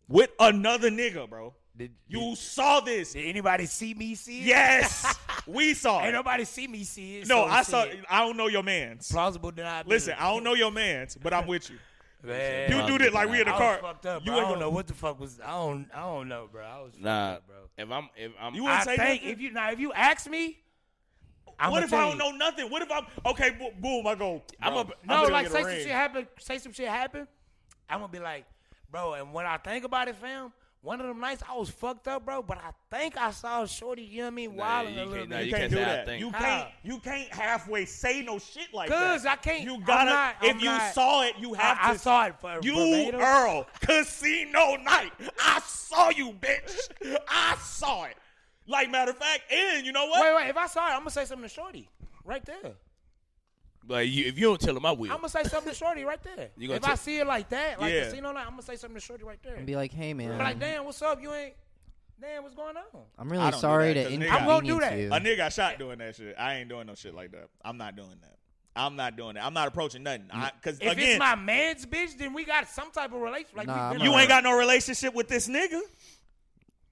Speaker 1: with another nigga, bro.
Speaker 4: Did,
Speaker 1: You saw this.
Speaker 4: did anybody see me see it? (laughs)
Speaker 1: Yes, we saw
Speaker 4: Ain't
Speaker 1: it.
Speaker 4: nobody see me see it.
Speaker 1: No,
Speaker 4: so
Speaker 1: I
Speaker 4: see
Speaker 1: saw.
Speaker 4: it.
Speaker 1: I don't know your man's.
Speaker 4: Plausible deniability.
Speaker 1: Listen, I don't know your man's, but I'm with you.
Speaker 4: Man,
Speaker 1: You do this like we in the
Speaker 4: I
Speaker 1: car.
Speaker 4: was fucked up.
Speaker 1: You
Speaker 4: bro. I
Speaker 1: ain't
Speaker 4: don't
Speaker 1: gonna
Speaker 4: know what the fuck was. I don't. I don't know, bro. I was fucked
Speaker 2: Nah,
Speaker 4: up, bro.
Speaker 2: if I'm if I'm
Speaker 1: You
Speaker 4: I
Speaker 1: wouldn't say
Speaker 4: think
Speaker 1: nothing?
Speaker 4: if you now if you ask me, I'm
Speaker 1: what if I don't know nothing? What if I'm okay? bo- Boom! I go.
Speaker 2: I'm
Speaker 1: bro,
Speaker 2: a-
Speaker 1: gonna
Speaker 4: No, like
Speaker 1: get a
Speaker 4: say some
Speaker 1: ring.
Speaker 4: shit happen. Say some shit happen. I'm gonna be like, bro. And when I think about it, fam, one of them nights I was fucked up, bro. But I think I saw Shorty. You know what I mean?
Speaker 2: Nah,
Speaker 4: Wilding
Speaker 2: you
Speaker 4: a little
Speaker 2: can't- nah,
Speaker 4: bit.
Speaker 1: You can't do
Speaker 2: say I
Speaker 1: that.
Speaker 2: think.
Speaker 1: You
Speaker 4: How?
Speaker 1: can't. You can't halfway say no shit like that.
Speaker 4: Cause I can't.
Speaker 1: You
Speaker 4: I'm
Speaker 1: gotta.
Speaker 4: not-
Speaker 1: if
Speaker 4: I'm
Speaker 1: you
Speaker 4: not-
Speaker 1: saw it, you have
Speaker 4: I,
Speaker 1: to.
Speaker 4: I saw it for
Speaker 1: You
Speaker 4: verbatim.
Speaker 1: Earl, casino night. I saw you, bitch. I saw it. Like matter of fact, and you know what?
Speaker 4: Wait, wait. If I saw it, I'm gonna say something to Shorty right there.
Speaker 2: like you, if you don't tell him, I will.
Speaker 4: I'm gonna say something to Shorty right there.
Speaker 2: You gonna
Speaker 4: If I
Speaker 2: tell-
Speaker 4: see it like that, like
Speaker 1: Yeah.
Speaker 4: casino night, I'm gonna say something to Shorty right there.
Speaker 3: And be like, hey man.
Speaker 4: I'm like, damn, what's up? You ain't. Damn, what's going on?
Speaker 3: I'm
Speaker 1: I
Speaker 3: really
Speaker 1: don't do
Speaker 3: sorry
Speaker 1: that
Speaker 3: to
Speaker 1: 'cause nigga- I
Speaker 3: inconvenience
Speaker 4: won't do that.
Speaker 3: you.
Speaker 1: A nigga got shot doing that shit. I ain't doing no shit like that. I'm not doing that. I'm not doing that. I'm not approaching nothing. I, Cause
Speaker 4: If
Speaker 1: again,
Speaker 4: it's my man's bitch, then we got some type of relationship. Like
Speaker 3: Nah,
Speaker 4: we
Speaker 3: I'm
Speaker 4: really-
Speaker 1: you ain't got no relationship with this nigga.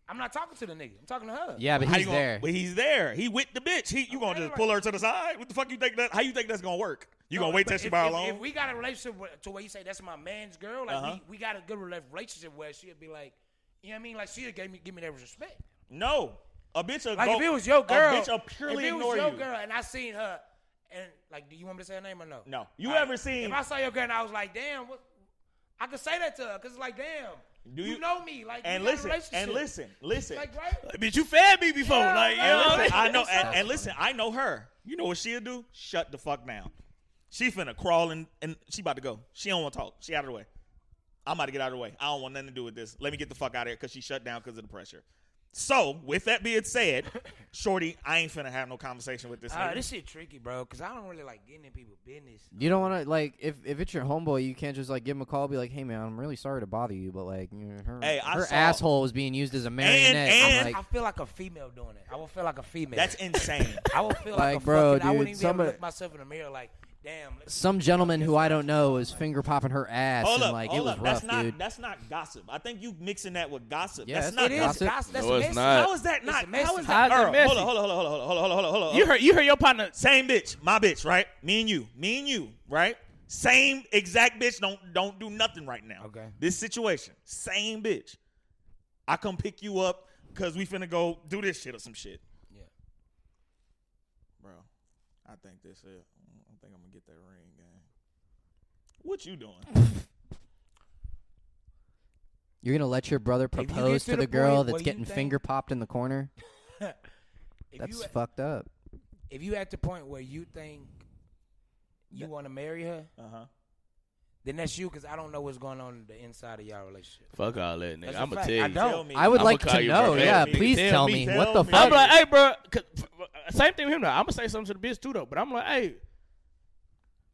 Speaker 4: I'm not talking to the nigga. I'm talking to her.
Speaker 3: yeah, but
Speaker 1: How
Speaker 3: he's
Speaker 1: you gonna-
Speaker 3: there.
Speaker 1: But he's there. He with the bitch. He, you gonna
Speaker 4: Okay,
Speaker 1: just
Speaker 4: right.
Speaker 1: pull her to the side? What the fuck you think that? How you think that's gonna work? You gonna wait till
Speaker 4: But
Speaker 1: she
Speaker 4: if-
Speaker 1: by
Speaker 4: if,
Speaker 1: alone?
Speaker 4: If we got a relationship where, to where you say that's my man's girl, like
Speaker 1: Uh-huh.
Speaker 4: we, we got a good rela- relationship where she'd be like, you know what I mean? Like she'd give me give me that respect.
Speaker 1: no, a bitch. A
Speaker 4: Like
Speaker 1: go,
Speaker 4: if it was your girl,
Speaker 1: a bitch. A purely
Speaker 4: if it
Speaker 1: ignore
Speaker 4: was your
Speaker 1: you.
Speaker 4: girl, and I seen her, and like, do you want me to say her name or no?
Speaker 1: No. You
Speaker 4: Alright.
Speaker 1: ever seen-
Speaker 4: If I saw your girl and I was like, damn, what? I could say that to her because it's like, damn,
Speaker 1: Do
Speaker 4: you,
Speaker 1: you-
Speaker 4: know me, like,
Speaker 1: And
Speaker 4: we got a
Speaker 1: listen, and
Speaker 4: relationship.
Speaker 1: listen, listen.
Speaker 4: like, right?
Speaker 2: Like, bitch, you fed me before.
Speaker 4: Yeah,
Speaker 2: like,
Speaker 4: I
Speaker 2: you know what
Speaker 1: And listen,
Speaker 2: I'm saying?
Speaker 1: I know, and,
Speaker 3: That's
Speaker 1: and listen, I know her. You know what she'll do? Shut the fuck down. She finna crawl and, and she about to go. She don't want to talk. She out of the way. I'm about to get out of the way. I don't want nothing to do with this. Let me get the fuck out of here because she shut down because of the pressure. So, with that being (laughs) said, Shorty, I ain't finna have no conversation with this.
Speaker 4: Ah,
Speaker 1: nigga.
Speaker 4: this shit tricky, bro, because I don't really like getting in people's business.
Speaker 3: You don't want to like if if it's your homeboy, you can't just like give him a call, be like, hey man, I'm really sorry to bother you, but like you know, her
Speaker 1: Hey, I
Speaker 3: her
Speaker 1: saw-
Speaker 3: asshole was being used as a marionette.
Speaker 1: and-
Speaker 3: I'm
Speaker 4: I
Speaker 3: like,
Speaker 4: feel like a female doing it. I will feel like a female.
Speaker 1: That's insane.
Speaker 4: (laughs) I would feel like,
Speaker 3: Like,
Speaker 4: a
Speaker 3: bro,
Speaker 4: fucking, I wouldn't
Speaker 3: dude,
Speaker 4: even be
Speaker 3: somebody-
Speaker 4: able to look myself in the mirror like, damn. let me-
Speaker 3: some gentleman who I don't know was finger popping her ass,
Speaker 1: hold
Speaker 3: and
Speaker 1: up,
Speaker 3: like
Speaker 1: hold
Speaker 3: it was
Speaker 1: up.
Speaker 3: rough,
Speaker 1: that's not
Speaker 3: dude.
Speaker 1: that's not gossip. I think you mixing that with gossip.
Speaker 3: Yeah,
Speaker 1: that's
Speaker 3: that's
Speaker 1: not
Speaker 4: It is
Speaker 3: gossip.
Speaker 4: gossip. That's
Speaker 2: No, it's
Speaker 4: messy.
Speaker 2: not.
Speaker 1: How is that
Speaker 4: It's
Speaker 1: not?
Speaker 4: messy.
Speaker 1: How is
Speaker 4: How
Speaker 1: that?
Speaker 2: is it
Speaker 1: Earl,
Speaker 2: messy?
Speaker 1: hold on, hold on, hold on, hold on, hold on, hold on, hold on.
Speaker 2: You heard you heard your partner.
Speaker 1: Same bitch, my bitch, right? Me and you, me and you, right? Same exact bitch. Don't don't do nothing right now.
Speaker 4: Okay.
Speaker 1: This situation, same bitch. I come pick you up because we finna go do this shit or some shit.
Speaker 4: Yeah.
Speaker 1: Bro, I think this it. I think I'm gonna get that ring, gang. What you
Speaker 4: (laughs)
Speaker 1: doing?
Speaker 3: You're gonna let your brother
Speaker 4: you get
Speaker 3: propose
Speaker 4: to
Speaker 3: to
Speaker 4: the
Speaker 3: the, girl
Speaker 4: point where
Speaker 3: that's
Speaker 4: you
Speaker 3: getting
Speaker 4: think-
Speaker 3: finger popped in the corner?
Speaker 4: (laughs) If
Speaker 3: That's
Speaker 4: you,
Speaker 3: fucked up.
Speaker 4: if you at the point where you think you want to marry her,
Speaker 1: Uh huh.
Speaker 4: then that's you because I don't know what's going on in the inside of y'all relationship.
Speaker 2: Fuck all that,
Speaker 4: That's
Speaker 2: nigga.
Speaker 4: a
Speaker 2: I'm gonna
Speaker 4: fact.
Speaker 2: tell you.
Speaker 4: I don't.
Speaker 1: Tell me.
Speaker 3: I would
Speaker 2: I'ma
Speaker 3: like
Speaker 2: call
Speaker 3: to
Speaker 2: you,
Speaker 3: know.
Speaker 2: bro.
Speaker 3: Yeah,
Speaker 2: Tell me.
Speaker 3: please
Speaker 2: Tell
Speaker 3: tell
Speaker 2: me.
Speaker 3: me
Speaker 1: Tell
Speaker 3: what the
Speaker 1: me.
Speaker 2: I'm
Speaker 3: fuck.
Speaker 2: like, hey, bro. 'cause- Same thing with him. Though. I'm gonna say something to the bitch too, though. But I'm like, hey,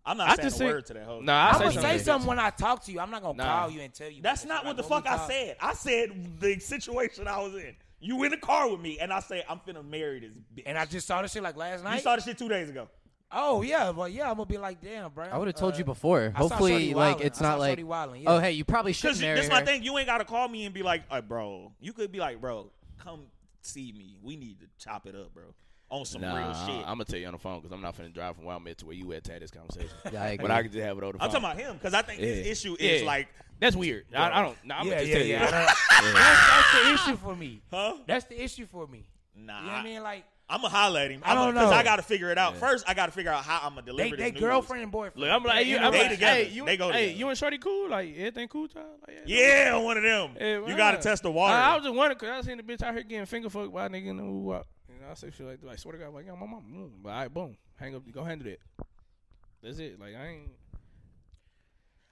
Speaker 1: I'm
Speaker 2: I
Speaker 1: not saying
Speaker 2: just
Speaker 1: a
Speaker 2: think-
Speaker 1: word to that hoe.
Speaker 2: nah.
Speaker 4: I'm
Speaker 2: I
Speaker 4: gonna
Speaker 2: say
Speaker 4: say
Speaker 2: something.
Speaker 4: something when I talk to you. I'm not gonna
Speaker 2: Nah.
Speaker 4: call you and tell you.
Speaker 1: That's
Speaker 4: this.
Speaker 1: not
Speaker 4: Like,
Speaker 1: what the
Speaker 4: when we
Speaker 1: fuck I
Speaker 4: talk-
Speaker 1: said. I said the situation I was in. You in the car with me, and I say I'm finna marry this bitch.
Speaker 4: And I just saw this shit like last
Speaker 1: you
Speaker 4: night.
Speaker 1: saw the shit two days ago.
Speaker 4: oh yeah, well yeah, I'm gonna be like, damn,
Speaker 1: (laughs)
Speaker 4: bro.
Speaker 3: I would have told
Speaker 4: uh,
Speaker 3: you before.
Speaker 4: I saw Shorty
Speaker 3: Hopefully, like
Speaker 4: wildin'.
Speaker 3: it's
Speaker 4: I saw
Speaker 3: not like,
Speaker 4: Shorty wildin', yeah.
Speaker 3: oh hey, you probably should
Speaker 1: Cause you-
Speaker 3: marry
Speaker 1: that's
Speaker 3: her.
Speaker 1: my thing. You ain't gotta call me and be like, "Hey, bro." You could be like, "Bro, come see me. We need to chop it up, bro, on some
Speaker 2: Nah,
Speaker 1: real shit."
Speaker 2: I'm
Speaker 1: I'm,
Speaker 2: gonna tell you on the phone because I'm not finna drive from where I'm at to where you at to have this conversation.
Speaker 3: (laughs) Yeah, I
Speaker 2: but I
Speaker 3: agree.
Speaker 2: can just have it over the phone.
Speaker 1: talking about him because I think his
Speaker 2: Yeah.
Speaker 1: issue is
Speaker 2: Yeah.
Speaker 1: like,
Speaker 2: that's weird. I, I don't. Nah, I'm (laughs)
Speaker 4: Yeah,
Speaker 2: gonna just
Speaker 4: yeah,
Speaker 2: tell you.
Speaker 4: yeah. I don't- That's, that's the issue for me.
Speaker 1: huh?
Speaker 4: That's the issue for me.
Speaker 1: Nah.
Speaker 4: You know what I mean? Like,
Speaker 1: I'm gonna holler at him.
Speaker 4: I
Speaker 1: I'ma-
Speaker 4: don't
Speaker 1: Cause
Speaker 4: know.
Speaker 1: I gotta figure it out.
Speaker 4: Yeah.
Speaker 1: First, I gotta figure out how I'm gonna deliver
Speaker 4: They,
Speaker 1: this
Speaker 4: they
Speaker 1: new
Speaker 4: girlfriend
Speaker 1: music.
Speaker 4: and boyfriend.
Speaker 2: Look, I'm like, you, I'm
Speaker 1: They
Speaker 2: like,
Speaker 1: together.
Speaker 2: hey, you,
Speaker 1: They go
Speaker 2: hey,
Speaker 1: together.
Speaker 2: you and Shorty cool? Like, everything cool, time? Like,
Speaker 1: Yeah, one of them.
Speaker 2: Hey,
Speaker 1: you
Speaker 2: why
Speaker 1: gotta
Speaker 2: not?
Speaker 1: test the water.
Speaker 2: I, I was just wondering because I seen the bitch out here getting finger fucked by a nigga in the woo wop. You know, I say shit like, that. like swear to God, like, yo, my mom, mm. but all right, boom, hang up, go handle that. That's it. Like, I ain't.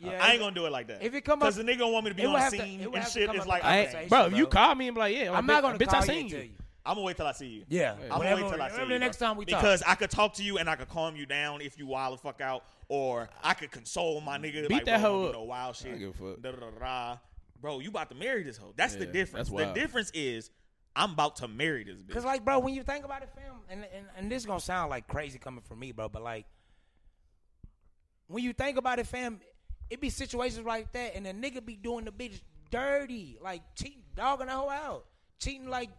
Speaker 1: I ain't gonna do it like that.
Speaker 4: If it come
Speaker 1: because
Speaker 4: up-
Speaker 1: the nigga want me to be
Speaker 4: it would
Speaker 1: on
Speaker 4: have to-
Speaker 1: scene
Speaker 4: it would
Speaker 1: and
Speaker 4: have to
Speaker 1: shit,
Speaker 4: come
Speaker 1: it's
Speaker 4: up
Speaker 1: like,
Speaker 4: in
Speaker 1: I-
Speaker 4: conversation,
Speaker 2: bro, if you
Speaker 4: bro.
Speaker 2: call me and be like, yeah, like,
Speaker 4: I'm not
Speaker 2: bitch-
Speaker 4: gonna
Speaker 2: bitch, I
Speaker 4: call you
Speaker 2: seen
Speaker 4: and
Speaker 2: you.
Speaker 4: tell you.
Speaker 1: I'm gonna wait till I see you.
Speaker 4: Yeah,
Speaker 1: I'm gonna
Speaker 4: whenever-
Speaker 1: wait till I see
Speaker 4: whenever
Speaker 1: you.
Speaker 4: the next time we talk.
Speaker 1: because I could talk to you and I could calm you down if you wild the fuck out, or I could console my nigga.
Speaker 2: Beat
Speaker 1: like,
Speaker 2: that
Speaker 1: bro,
Speaker 2: hoe
Speaker 1: don't
Speaker 2: up.
Speaker 1: do No wild shit.
Speaker 2: I don't give a fuck.
Speaker 1: Da, da, da, da. Bro, you about to marry this hoe. That's the
Speaker 2: Yeah,
Speaker 1: difference.
Speaker 2: that's
Speaker 1: the
Speaker 2: wild.
Speaker 1: difference is I'm about to marry this bitch.
Speaker 4: Cause like, bro, when you think about it, fam, and, and and this gonna sound like crazy coming from me, bro, but like, when you think about it, fam, it be situations like that, and the nigga be doing the bitch dirty, like cheating, dogging the hoe out, cheating like.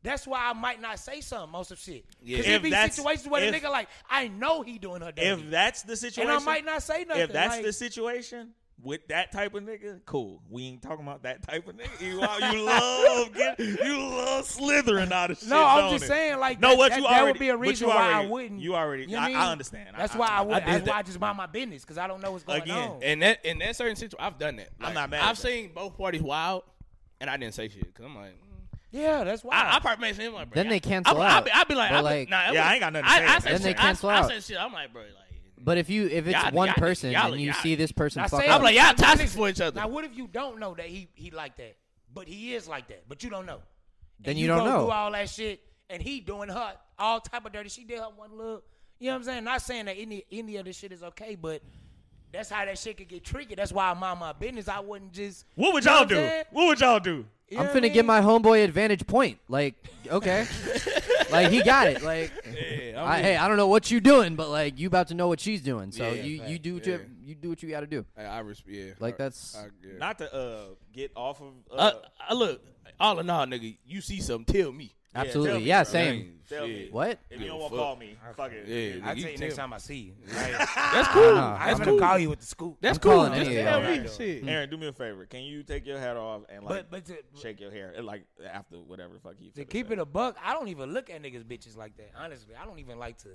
Speaker 4: That's why I might not say something most of shit.
Speaker 1: Yeah.
Speaker 4: Cause
Speaker 1: If
Speaker 4: it be
Speaker 1: that's-
Speaker 4: situations where the
Speaker 1: if-
Speaker 4: nigga like, I know he doing her dirty.
Speaker 1: If that's the situation,
Speaker 4: might not say
Speaker 1: If
Speaker 4: nothing,
Speaker 1: that's
Speaker 4: like-
Speaker 1: the situation with that type of nigga, cool. We ain't talking about that type of nigga. You,
Speaker 4: (laughs)
Speaker 1: you love get, you love slithering out of shit.
Speaker 4: No, I'm
Speaker 1: don't
Speaker 4: just
Speaker 1: it?
Speaker 4: saying like
Speaker 1: no,
Speaker 4: that,
Speaker 1: what
Speaker 4: that,
Speaker 1: you
Speaker 4: that
Speaker 1: already,
Speaker 4: would be a
Speaker 1: what you
Speaker 4: reason why I
Speaker 1: already-
Speaker 4: wouldn't.
Speaker 1: You already,
Speaker 4: know what
Speaker 1: I,
Speaker 4: mean?
Speaker 1: I understand.
Speaker 4: That's
Speaker 1: I,
Speaker 4: why
Speaker 1: I,
Speaker 4: I would.
Speaker 1: did
Speaker 4: that's
Speaker 1: that.
Speaker 4: why I just mind my business because I don't know what's going
Speaker 2: Again,
Speaker 4: on.
Speaker 2: and that in that certain situation, I've done that.
Speaker 1: I'm
Speaker 2: Like,
Speaker 1: not mad at
Speaker 2: I've
Speaker 1: that.
Speaker 2: seen both parties wild, and I didn't say shit because I'm like, mm,
Speaker 4: Yeah, that's why.
Speaker 2: I, I probably made him like, bro,
Speaker 3: Then they
Speaker 2: I-
Speaker 3: cancel
Speaker 2: I, I,
Speaker 3: out.
Speaker 2: be, I be like,
Speaker 3: But
Speaker 2: I be,
Speaker 3: like-
Speaker 2: nah, it
Speaker 1: Yeah, I
Speaker 2: was-
Speaker 1: ain't got nothing to
Speaker 2: I,
Speaker 1: say
Speaker 2: I,
Speaker 1: about
Speaker 2: say
Speaker 1: it.
Speaker 3: Then they
Speaker 2: shit.
Speaker 3: cancel
Speaker 2: I,
Speaker 3: out.
Speaker 2: I said shit. I'm like, bro, like.
Speaker 3: But if you if it's
Speaker 2: Y'all-
Speaker 3: one
Speaker 2: y'all-
Speaker 3: person
Speaker 2: y'all-
Speaker 3: and you
Speaker 2: y'all-
Speaker 3: see this person,
Speaker 4: Now,
Speaker 3: fuck
Speaker 4: say-
Speaker 3: up,
Speaker 2: I'm like, y'all toxic for each other.
Speaker 4: Now, what if you don't know that he he like that, but he is like that, but you don't know?
Speaker 3: Then
Speaker 4: And
Speaker 3: you don't
Speaker 4: go
Speaker 3: know.
Speaker 4: Do all that shit, and he doing her all type of dirty. She did her one look. You know what I'm saying? Not saying that any any of this shit is okay, but. That's how that shit could get tricky. That's why I mind my business. I wouldn't just.
Speaker 1: What would
Speaker 4: you know
Speaker 1: y'all
Speaker 4: I'm
Speaker 1: do?
Speaker 4: saying?
Speaker 1: What would y'all do?
Speaker 4: You
Speaker 3: I'm
Speaker 4: know
Speaker 3: finna
Speaker 4: what I
Speaker 3: get
Speaker 4: mean?
Speaker 3: my homeboy advantage point. Like, okay, like he got it. Like,
Speaker 2: Yeah, I'm
Speaker 3: I,
Speaker 2: with
Speaker 3: hey,
Speaker 2: you.
Speaker 3: I don't know what you doing, but like you about to know what she's doing. So
Speaker 2: Yeah,
Speaker 3: you you
Speaker 2: fact.
Speaker 3: do what you, you do what you got to do.
Speaker 2: I, I res- yeah.
Speaker 3: Like,
Speaker 2: I-
Speaker 3: that's-
Speaker 2: I- yeah.
Speaker 1: Not to uh, get off of. Uh,
Speaker 2: uh, uh, look, all in all, nigga, you see something, tell me.
Speaker 1: tell
Speaker 3: Absolutely,
Speaker 1: me,
Speaker 3: yeah,
Speaker 1: bro.
Speaker 3: same.
Speaker 1: Tell me.
Speaker 3: What?
Speaker 1: if you don't
Speaker 2: Yeah,
Speaker 1: want to
Speaker 2: fuck.
Speaker 1: call me, fuck it.
Speaker 2: Yeah, nigga,
Speaker 4: I'll tell you next
Speaker 2: tell me.
Speaker 4: time I
Speaker 3: (laughs)
Speaker 4: see you.
Speaker 2: That's cool.
Speaker 3: Nah.
Speaker 4: I'm
Speaker 2: That's
Speaker 4: gonna
Speaker 2: cool.
Speaker 4: call you with the scoop.
Speaker 2: That's
Speaker 3: I'm
Speaker 2: cool.
Speaker 3: calling
Speaker 2: Just
Speaker 3: any of
Speaker 2: tell
Speaker 3: y'all.
Speaker 2: me shit.
Speaker 1: Aaron, do me a favor. Can you take your hat off and like
Speaker 4: But but to,
Speaker 1: shake your hair, like after whatever the fuck you.
Speaker 4: to
Speaker 1: finna
Speaker 4: keep
Speaker 1: say.
Speaker 4: it a buck, I don't even look at niggas bitches like that. Honestly, I don't even like to.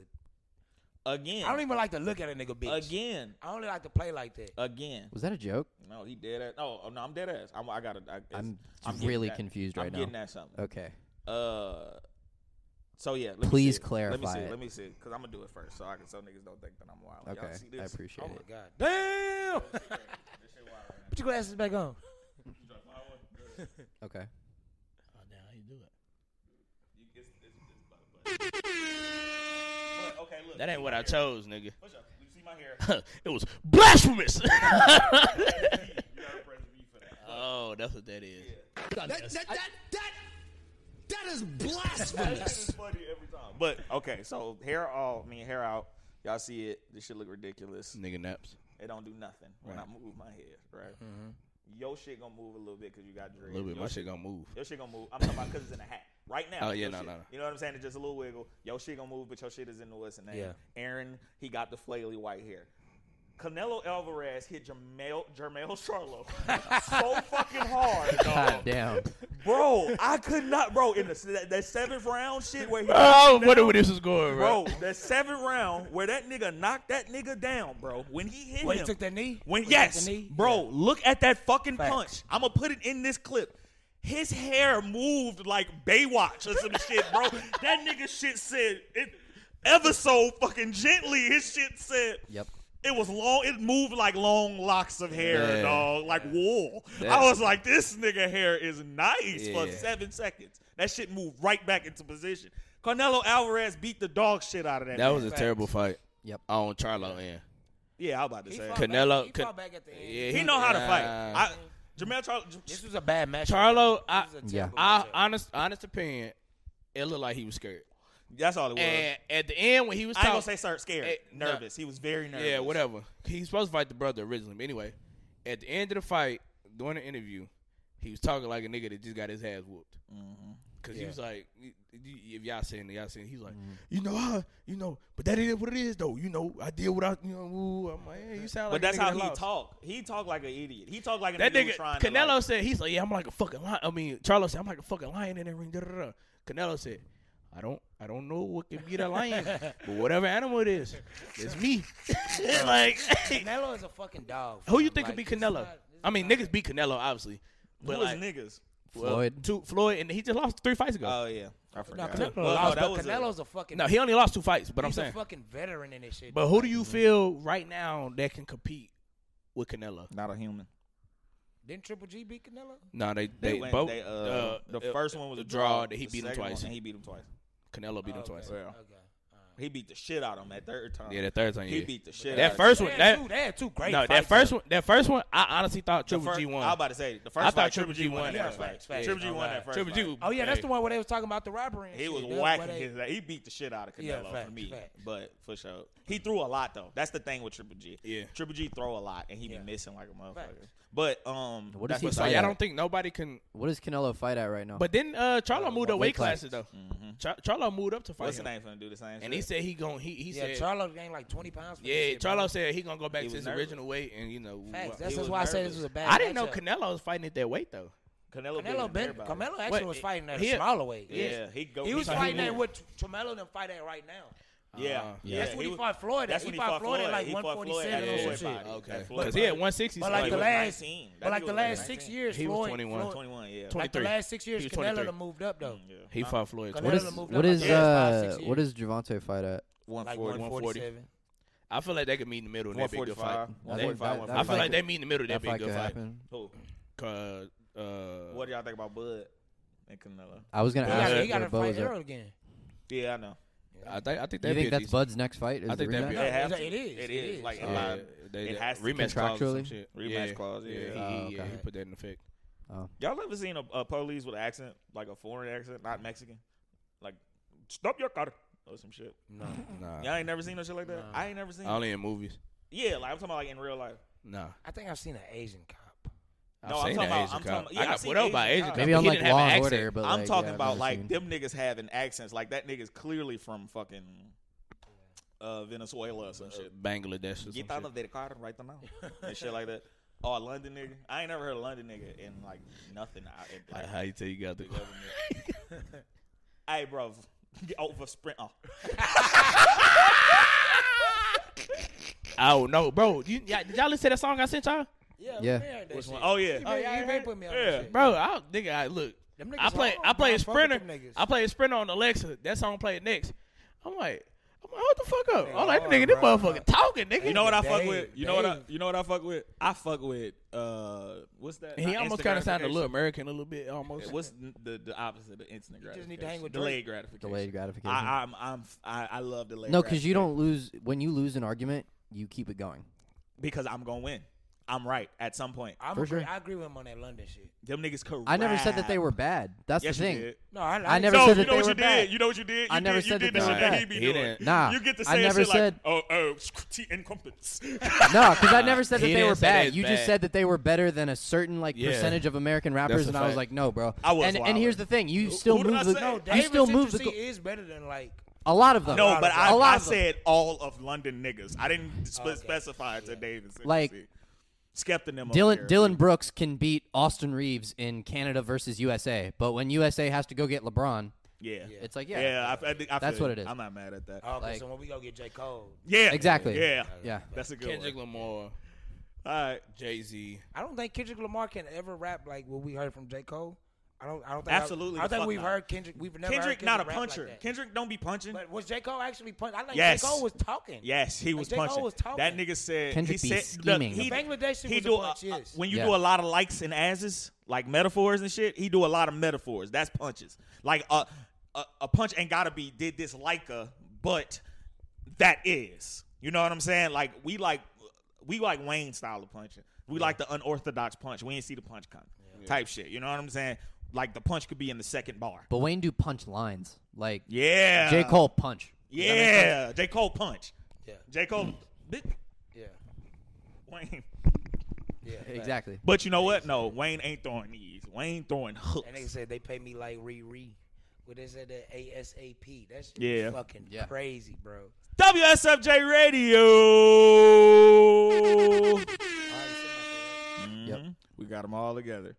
Speaker 1: again,
Speaker 4: I don't even like to look at a nigga bitch.
Speaker 1: again,
Speaker 4: I only like to play like that.
Speaker 1: again.
Speaker 3: Was that a joke?
Speaker 1: No, he dead ass. No, oh, no, I'm dead ass. I'm, I gotta. I, it's-
Speaker 3: I'm
Speaker 1: getting
Speaker 3: really
Speaker 1: at-
Speaker 3: confused
Speaker 1: I'm
Speaker 3: right
Speaker 1: getting
Speaker 3: now.
Speaker 1: at something.
Speaker 3: Okay,
Speaker 1: Uh, so yeah. Let me
Speaker 3: Please
Speaker 1: see it. Let me
Speaker 3: clarify
Speaker 1: see.
Speaker 3: it.
Speaker 1: Let me see. Cause I'm gonna do it first, so I can so niggas don't think that I'm wild. Y'all
Speaker 3: okay,
Speaker 1: see this?
Speaker 3: I appreciate
Speaker 4: Oh
Speaker 3: it.
Speaker 4: my god, damn!
Speaker 1: (laughs)
Speaker 4: Put your glasses
Speaker 2: (laughs)
Speaker 4: back on.
Speaker 3: Okay,
Speaker 2: Oh, damn, how you do it?
Speaker 1: But, okay, look.
Speaker 2: That ain't what I chose, nigga.
Speaker 1: Push up. You see my hair?
Speaker 2: (laughs) it was
Speaker 1: (laughs)
Speaker 2: blasphemous.
Speaker 1: You gotta press V for that.
Speaker 2: oh, that's what that is.
Speaker 1: (laughs) It's (laughs) funny every time. But okay, so hair all. I mean hair out. Y'all see it? This shit look ridiculous.
Speaker 2: Nigga naps.
Speaker 1: It don't do nothing when I move my head, right?
Speaker 2: Mm-hmm.
Speaker 1: Your shit gonna move a little bit because you got
Speaker 2: A
Speaker 1: dreads.
Speaker 2: little bit.
Speaker 1: Your
Speaker 2: My shit gonna move.
Speaker 1: Your shit gonna move. I'm talking about because it's in a hat right now.
Speaker 2: Oh, yeah,
Speaker 1: Your
Speaker 2: no,
Speaker 1: shit-
Speaker 2: no, no.
Speaker 1: You know what I'm saying? It's just a little wiggle. Your shit gonna move, but your shit is in the what's the name?
Speaker 4: Yeah.
Speaker 1: Aaron, he got the flaily white hair. Canelo Alvarez hit Jermel Jermel Charlo (laughs) so fucking hard,
Speaker 3: god
Speaker 1: dog.
Speaker 3: damn.
Speaker 1: bro. I could not, bro. In the that, that seventh round shit where he,
Speaker 2: Oh, I wonder where this is going, bro.
Speaker 1: bro, that seventh round where that nigga knocked that nigga down, bro. When he hit
Speaker 4: When
Speaker 1: him,
Speaker 4: he took that knee.
Speaker 1: when
Speaker 4: he took
Speaker 1: yes,
Speaker 4: the knee?
Speaker 1: bro, look at that fucking
Speaker 4: Facts.
Speaker 1: punch. I'm gonna put it in this clip. His hair moved like Baywatch or some shit, bro. That nigga shit said it ever so fucking gently. His shit said.
Speaker 3: Yep.
Speaker 1: It was long. It moved like long locks of hair,
Speaker 2: Yeah.
Speaker 1: dog, like wool.
Speaker 2: That-
Speaker 1: I was like, this nigga hair is nice for
Speaker 2: Yeah.
Speaker 1: seven seconds. That shit moved right back into position. Carnelo Alvarez beat the dog shit out of that.
Speaker 2: That
Speaker 1: nigga.
Speaker 2: was a terrible fight.
Speaker 3: Yep.
Speaker 2: On Charlo and
Speaker 1: yeah. I was about to
Speaker 4: He
Speaker 1: say.
Speaker 4: fought
Speaker 1: that.
Speaker 4: back-
Speaker 2: Canelo-
Speaker 4: He
Speaker 2: Can-
Speaker 4: fought back at the end.
Speaker 2: Yeah, uh,
Speaker 1: He know how to fight.
Speaker 2: Nah.
Speaker 1: I, Jamel Charles.
Speaker 4: This was a bad match.
Speaker 2: Charlo, I,
Speaker 3: Yeah.
Speaker 2: I honest, honest opinion, it looked like he was scared.
Speaker 1: That's all it was.
Speaker 2: And at the end when he was
Speaker 1: I ain't
Speaker 2: talking,
Speaker 1: gonna say sir, scared,
Speaker 2: Eh, nah.
Speaker 1: nervous. He was very nervous.
Speaker 2: Yeah, whatever. He's supposed to fight the brother originally. But anyway, at the end of the fight, during the interview, he was talking like a nigga that just got his ass whooped.
Speaker 1: Mm-hmm.
Speaker 2: Cause he was like, y- y- if y'all saying it, y'all saying he's like, you know, I, you know, but that is what it is though. You know, I did what I, you know, woo. I'm like, hey, you sound
Speaker 1: But
Speaker 2: like.
Speaker 1: that's
Speaker 2: a nigga
Speaker 1: how
Speaker 2: that
Speaker 1: he
Speaker 2: lost.
Speaker 1: talk. He talk like an idiot. He talk like a
Speaker 2: That
Speaker 1: nigga, who
Speaker 2: nigga
Speaker 1: trying
Speaker 2: Canelo
Speaker 1: to. Like,
Speaker 2: said he's like, yeah, I'm like a fucking lion. I mean, Charlo said I'm like a fucking lion in that ring. Da, da, da. Canelo said, I don't I don't know what can be
Speaker 1: (laughs)
Speaker 2: the lion, but whatever animal it is, it's me. (laughs)
Speaker 1: (laughs)
Speaker 2: like
Speaker 4: Canelo is a fucking dog.
Speaker 2: who you
Speaker 4: fam.
Speaker 2: think
Speaker 4: like,
Speaker 2: could be Canelo? I mean, niggas beat Canelo obviously, but
Speaker 5: was
Speaker 2: like
Speaker 5: niggas?
Speaker 2: well,
Speaker 3: Floyd.
Speaker 2: two, Floyd, and he just lost three fights ago.
Speaker 1: Oh yeah, I forgot.
Speaker 2: Canelo
Speaker 1: Well, no,
Speaker 2: lost,
Speaker 1: that
Speaker 2: but
Speaker 1: was
Speaker 4: Canelo's a fucking.
Speaker 2: No, he only lost two fights, but I'm
Speaker 4: he's
Speaker 2: saying.
Speaker 4: a fucking veteran in this shit.
Speaker 2: But who do
Speaker 1: Mm-hmm.
Speaker 2: you feel right now that can compete with Canelo?
Speaker 1: Not a human.
Speaker 4: Didn't Triple G beat Canelo?
Speaker 2: No, they
Speaker 1: They,
Speaker 2: they,
Speaker 1: went,
Speaker 2: both.
Speaker 1: they, uh,
Speaker 2: uh,
Speaker 1: the
Speaker 2: uh,
Speaker 1: first one was a
Speaker 2: the draw.
Speaker 1: draw.
Speaker 2: That he
Speaker 1: the
Speaker 2: beat him
Speaker 1: second one,
Speaker 2: twice.
Speaker 1: and he beat him twice. Oh,
Speaker 2: Canelo beat him twice.
Speaker 1: Yeah. He beat the shit out of him that third time.
Speaker 2: Yeah, that third time.
Speaker 1: He
Speaker 2: yeah.
Speaker 1: beat the shit
Speaker 2: That
Speaker 1: out
Speaker 2: first
Speaker 1: of
Speaker 2: one.
Speaker 1: him.
Speaker 2: That
Speaker 4: two- they had two great
Speaker 2: No, that
Speaker 4: fights,
Speaker 2: first one. That first one. I honestly thought
Speaker 1: The
Speaker 2: Triple
Speaker 1: fir-
Speaker 2: G won.
Speaker 1: I was about to say, the first
Speaker 2: I thought
Speaker 1: fight,
Speaker 2: Triple G
Speaker 1: that
Speaker 2: won. that
Speaker 1: first
Speaker 2: fight.
Speaker 1: fight. Triple G won that first
Speaker 2: Triple G.
Speaker 1: fight.
Speaker 4: Oh yeah, that's
Speaker 2: hey.
Speaker 4: the one where they was talking about the robbery. And
Speaker 1: He
Speaker 4: shit.
Speaker 1: was
Speaker 4: That where
Speaker 1: whacking
Speaker 4: they-
Speaker 1: his. He beat the shit out of Canelo
Speaker 4: Yeah,
Speaker 1: for
Speaker 4: facts,
Speaker 1: me,
Speaker 4: facts.
Speaker 1: but for sure, he threw a lot though. That's the thing with Triple G.
Speaker 2: Yeah.
Speaker 1: Triple G throw a lot, and he
Speaker 4: Yeah.
Speaker 1: be missing like a motherfucker.
Speaker 4: Facts.
Speaker 1: But um,
Speaker 3: What
Speaker 1: that's
Speaker 3: does he
Speaker 1: what's
Speaker 2: So
Speaker 3: fight
Speaker 1: up.
Speaker 2: yeah, I
Speaker 3: at?
Speaker 2: don't think nobody can.
Speaker 3: What does Canelo fight at right now?
Speaker 2: But then uh, Charlo
Speaker 3: Uh,
Speaker 2: moved up
Speaker 3: weight
Speaker 2: weight classes though.
Speaker 3: classes.
Speaker 1: Mhm.
Speaker 2: Char- Charlo moved up to fight
Speaker 1: What's his
Speaker 2: him,
Speaker 1: name? Finna do the same.
Speaker 2: and he
Speaker 1: shit.
Speaker 2: said he gon' he he
Speaker 4: Yeah,
Speaker 2: said
Speaker 4: Charlo gained like twenty pounds. For
Speaker 2: yeah.
Speaker 4: this shit, bro.
Speaker 2: Charlo said he gonna go back
Speaker 1: He
Speaker 2: to
Speaker 1: was
Speaker 2: his
Speaker 1: nervous.
Speaker 2: original weight, and you know.
Speaker 4: Facts.
Speaker 2: wha-
Speaker 4: That's,
Speaker 1: was
Speaker 4: that's why I said
Speaker 1: nervous.
Speaker 4: this was a bad.
Speaker 2: I didn't know
Speaker 4: matchup.
Speaker 2: Canelo was fighting at that weight though.
Speaker 1: Canelo.
Speaker 4: Canelo
Speaker 1: beat
Speaker 4: been,
Speaker 1: him, everybody.
Speaker 4: Canelo actually
Speaker 2: What,
Speaker 4: was
Speaker 2: it-
Speaker 4: fighting at
Speaker 2: he-
Speaker 4: a smaller weight.
Speaker 1: Yeah, he go.
Speaker 4: He was
Speaker 1: tried-
Speaker 4: fighting
Speaker 1: moved.
Speaker 4: at what Tremelo done fight at right now.
Speaker 1: Yeah,
Speaker 2: Uh,
Speaker 1: yeah.
Speaker 4: That's when he fought Floyd at.
Speaker 1: That's
Speaker 4: He
Speaker 1: when he
Speaker 4: fought
Speaker 1: fought
Speaker 4: Floyd
Speaker 1: Floyd
Speaker 4: at, like,
Speaker 1: He fought
Speaker 4: 147
Speaker 1: Floyd
Speaker 4: or
Speaker 1: at
Speaker 4: some
Speaker 1: Floyd
Speaker 4: shit.
Speaker 1: body.
Speaker 2: Okay,
Speaker 1: That Floyd
Speaker 2: because he had
Speaker 1: body.
Speaker 2: 160.
Speaker 4: But
Speaker 2: so
Speaker 4: like
Speaker 2: he
Speaker 4: the
Speaker 2: was
Speaker 4: last,
Speaker 1: 19. That
Speaker 4: but like
Speaker 1: dude
Speaker 4: the
Speaker 1: was
Speaker 4: last
Speaker 1: 19.
Speaker 4: six years,
Speaker 2: He was
Speaker 4: Floyd,
Speaker 2: 21.
Speaker 4: Floyd-
Speaker 1: 21, yeah.
Speaker 2: Twenty-
Speaker 4: like the
Speaker 2: 23.
Speaker 4: last six years,
Speaker 2: He was
Speaker 4: Canelo
Speaker 2: 23.
Speaker 4: done moved up though.
Speaker 1: Yeah.
Speaker 2: He fought Floyd.
Speaker 4: Canelo
Speaker 3: what is
Speaker 4: done moved
Speaker 3: what
Speaker 4: up
Speaker 3: is
Speaker 4: like five,
Speaker 3: uh
Speaker 4: six
Speaker 3: what
Speaker 4: years.
Speaker 3: does Javante fight at?
Speaker 4: like
Speaker 1: 140,
Speaker 4: 147?
Speaker 2: I feel like they could meet in the middle. and That'd be a good fight.
Speaker 3: That-
Speaker 1: 145,
Speaker 2: They-
Speaker 3: that- that
Speaker 1: 145.
Speaker 2: I feel
Speaker 3: fight
Speaker 2: like
Speaker 3: could-
Speaker 2: they meet in the middle.
Speaker 3: That
Speaker 2: That'd be a
Speaker 3: fight could
Speaker 2: good fight.
Speaker 3: happen.
Speaker 1: Who?
Speaker 2: Cause, uh,
Speaker 1: What do y'all think about Bud and Canelo?
Speaker 3: I was gonna
Speaker 4: He
Speaker 2: Yeah.
Speaker 4: gotta-
Speaker 3: ask
Speaker 4: He got
Speaker 3: where
Speaker 4: to
Speaker 3: Bo
Speaker 4: fight
Speaker 3: was at.
Speaker 4: Errol again.
Speaker 1: Yeah, I know.
Speaker 2: I think I
Speaker 3: You
Speaker 2: think that'd
Speaker 3: think
Speaker 2: be a
Speaker 3: that's
Speaker 2: decent-
Speaker 3: Bud's next fight? Is
Speaker 2: I think
Speaker 3: the
Speaker 2: that'd be
Speaker 3: rematch?
Speaker 2: a-
Speaker 1: It has
Speaker 4: It
Speaker 1: to.
Speaker 4: is,
Speaker 1: It
Speaker 4: it
Speaker 1: is.
Speaker 4: is.
Speaker 1: Like
Speaker 3: Yeah.
Speaker 1: uh,
Speaker 2: they,
Speaker 1: it
Speaker 2: they-
Speaker 1: has to
Speaker 2: rematch clause. or some
Speaker 3: Contractually?
Speaker 2: shit.
Speaker 1: Rematch
Speaker 2: yeah.
Speaker 1: clause, yeah.
Speaker 2: he,
Speaker 3: Oh,
Speaker 2: he- yeah,
Speaker 3: okay. Oh.
Speaker 2: he put that in effect.
Speaker 1: y'all ever seen a, a police with an accent, like a foreign accent, not Mexican? Like, stop your car or some shit.
Speaker 4: No,
Speaker 2: Nah,
Speaker 1: Y'all ain't never seen no shit like that.
Speaker 4: Nah.
Speaker 1: I ain't never seen.
Speaker 2: only in movies.
Speaker 1: Yeah, like I'm talking about like in real life.
Speaker 2: Nah,
Speaker 4: I think I've seen an Asian cop.
Speaker 2: I've
Speaker 1: No, I'm
Speaker 2: seen
Speaker 1: talking
Speaker 2: that
Speaker 1: about-
Speaker 2: Asian
Speaker 1: I'm
Speaker 2: cop.
Speaker 1: talking- yeah,
Speaker 2: I
Speaker 1: I've
Speaker 2: got
Speaker 1: seen
Speaker 2: put out by
Speaker 1: Asian
Speaker 2: Asian
Speaker 1: cops.
Speaker 2: cop.
Speaker 3: Maybe
Speaker 2: but
Speaker 3: on
Speaker 2: he
Speaker 3: like
Speaker 2: didn't have
Speaker 3: Law
Speaker 2: an
Speaker 3: and
Speaker 2: accent.
Speaker 3: Order, but
Speaker 1: I'm
Speaker 3: like,
Speaker 1: talking
Speaker 3: yeah, I've
Speaker 1: about
Speaker 3: never
Speaker 1: like
Speaker 3: seen-
Speaker 1: them niggas having accents, like that niggas clearly from fucking uh, Venezuela or some shit.
Speaker 2: Bangladesh or
Speaker 1: Get
Speaker 2: some
Speaker 1: out
Speaker 2: shit.
Speaker 1: of their car right now (laughs) and shit like that. Or London nigga. I ain't never heard of London nigga in like nothing. out in,
Speaker 2: Like
Speaker 1: like,
Speaker 2: how you tell you got the
Speaker 1: (laughs) hey, bro, (laughs) get over sprint. (laughs) Oh.
Speaker 2: I don't know, bro. You, y'all, did y'all listen to that song I sent y'all?
Speaker 3: Yeah.
Speaker 4: Which one?
Speaker 1: oh yeah.
Speaker 4: Oh, yeah,
Speaker 2: yeah,
Speaker 4: you
Speaker 2: I heard-
Speaker 4: been put me on
Speaker 1: yeah.
Speaker 4: that shit.
Speaker 2: Bro, I don't- nigga, I look.
Speaker 4: Them
Speaker 2: I
Speaker 4: niggas
Speaker 2: play
Speaker 4: hard,
Speaker 2: I play
Speaker 4: bro. I fuck with
Speaker 2: Sprinter.
Speaker 4: them niggas.
Speaker 2: I play Sprinter on Alexa. That song played next. I'm like, I'm like, hold the fuck up.
Speaker 4: Nigga
Speaker 2: I'm like,
Speaker 4: hard,
Speaker 2: nigga, this
Speaker 4: bro.
Speaker 2: motherfucker talking, nigga.
Speaker 1: You know what I fuck
Speaker 4: Dave,
Speaker 1: with? You know what I?
Speaker 4: Dave.
Speaker 1: You know what I fuck with? I fuck with. Uh, what's that?
Speaker 2: And he
Speaker 1: Not
Speaker 2: almost
Speaker 1: instant
Speaker 2: kind of sounded a
Speaker 1: gratification.
Speaker 2: little American, a little bit, almost.
Speaker 1: What's n- the the opposite of instant
Speaker 4: You
Speaker 1: gratification?
Speaker 4: just need to hang with
Speaker 1: delayed gratification.
Speaker 3: Delayed gratification.
Speaker 1: I, I'm I'm I, I love delayed.
Speaker 3: no, because you
Speaker 1: gratification.
Speaker 3: don't lose when you lose an argument, you keep it going.
Speaker 1: Because I'm gonna win. I'm right at some point.
Speaker 4: I'm
Speaker 3: For
Speaker 4: agree,
Speaker 3: sure.
Speaker 4: I agree with him on that London shit.
Speaker 1: Them niggas could.
Speaker 3: I never said that
Speaker 1: rap.
Speaker 3: they were bad. That's
Speaker 1: Yes,
Speaker 3: the thing.
Speaker 1: you did.
Speaker 4: No, I,
Speaker 3: I never
Speaker 5: No,
Speaker 3: said that
Speaker 5: you know
Speaker 3: they
Speaker 5: what you
Speaker 3: were
Speaker 5: did.
Speaker 3: bad.
Speaker 5: You know what you did. You
Speaker 3: I never
Speaker 5: did, you
Speaker 3: said
Speaker 5: did
Speaker 3: that they
Speaker 5: the shit
Speaker 3: were
Speaker 5: that he
Speaker 2: bad.
Speaker 5: be
Speaker 2: He
Speaker 5: doing.
Speaker 2: didn't.
Speaker 3: Nah,
Speaker 5: you get to
Speaker 3: I
Speaker 5: say
Speaker 3: never
Speaker 5: shit
Speaker 3: said-
Speaker 5: like, oh, oh, T incumbents.
Speaker 3: No, because I never said
Speaker 2: He
Speaker 3: that they
Speaker 2: didn't
Speaker 3: were
Speaker 2: say they
Speaker 3: bad.
Speaker 2: was
Speaker 3: You just
Speaker 2: bad.
Speaker 3: said that they were better than a certain like
Speaker 2: Yeah.
Speaker 3: percentage of American rappers,
Speaker 2: a
Speaker 3: and I was
Speaker 2: fact.
Speaker 3: like, no, bro.
Speaker 1: I was
Speaker 3: and, and
Speaker 1: wildin'.
Speaker 3: here's the thing: you
Speaker 1: Who-
Speaker 3: still
Speaker 1: who did I
Speaker 3: move the
Speaker 1: say? No,
Speaker 3: you
Speaker 4: Davis
Speaker 3: still move the
Speaker 4: Citrusy
Speaker 3: go-
Speaker 4: is better than like.
Speaker 3: a lot of them.
Speaker 4: lot
Speaker 1: No,
Speaker 4: of
Speaker 1: but
Speaker 4: them.
Speaker 1: I,
Speaker 3: A lot
Speaker 1: I
Speaker 3: of them.
Speaker 1: said all of London niggas. I didn't spe-
Speaker 4: Okay.
Speaker 1: specify it to Davis.
Speaker 3: Like-
Speaker 1: Skepta them. over
Speaker 3: Dylan
Speaker 1: there.
Speaker 3: Dylan Brooks can beat Austin Reeves in Canada versus USA, but when USA has to go get LeBron,
Speaker 1: Yeah. yeah.
Speaker 3: it's like yeah,
Speaker 1: Yeah, I, I, I feel
Speaker 3: That's what
Speaker 1: you.
Speaker 3: it is.
Speaker 1: I'm not mad at that.
Speaker 4: Oh, okay,
Speaker 3: Like-
Speaker 4: so when we go get J Cole,
Speaker 1: yeah,
Speaker 3: exactly.
Speaker 1: Yeah,
Speaker 3: yeah.
Speaker 1: that's a good
Speaker 2: Kendrick
Speaker 1: one.
Speaker 2: Lamar,
Speaker 1: All right,
Speaker 2: Jay Z.
Speaker 4: I don't think Kendrick Lamar can ever rap like what we heard from J Cole. I don't. I don't think.
Speaker 1: Absolutely
Speaker 4: I, I
Speaker 1: the
Speaker 4: think
Speaker 1: fuck
Speaker 4: we've
Speaker 1: not.
Speaker 4: heard Kendrick. We've never heard
Speaker 1: Kendrick not a
Speaker 4: rap like
Speaker 1: puncher.
Speaker 4: that.
Speaker 1: Kendrick don't be punching.
Speaker 4: But was J Cole actually punching? I think
Speaker 1: Yes.
Speaker 4: J Cole was talking.
Speaker 1: Yes, he
Speaker 4: Like,
Speaker 1: was
Speaker 4: J. Cole
Speaker 1: punching.
Speaker 4: was talking.
Speaker 1: That nigga said
Speaker 3: Kendrick
Speaker 1: he
Speaker 3: be
Speaker 1: said look,
Speaker 3: scheming.
Speaker 1: he,
Speaker 4: The Bangladesh shit
Speaker 1: he
Speaker 4: was a
Speaker 1: do uh,
Speaker 4: punch, yes.
Speaker 1: when you
Speaker 3: Yeah.
Speaker 1: do a lot of likes and asses, like metaphors and shit. He do a lot of metaphors. That's punches. Like a a, a punch ain't gotta be did this like a, but that is. You know what I'm saying? Like we like we like Wayne style of punching. We like the unorthodox punch. We ain't see the punch coming. Type shit. You know what I'm saying? Like the punch could be in the second bar.
Speaker 3: But Wayne do punch lines like
Speaker 1: Yeah.
Speaker 3: J Cole punch.
Speaker 1: Yeah. J. Cole punch.
Speaker 4: Yeah.
Speaker 1: J. Cole bitch,
Speaker 4: Yeah.
Speaker 1: Wayne.
Speaker 4: Yeah.
Speaker 3: Exactly.
Speaker 1: But you know what? No, Wayne ain't throwing these. Wayne throwing hooks.
Speaker 4: That nigga said they pay me like Riri. What is it? The ASAP. That shit
Speaker 1: Yeah.
Speaker 4: is fucking
Speaker 3: Yeah.
Speaker 4: crazy, bro.
Speaker 1: WSFJ Radio.
Speaker 4: I already said my
Speaker 3: Yep.
Speaker 1: Mhm. We got them all together.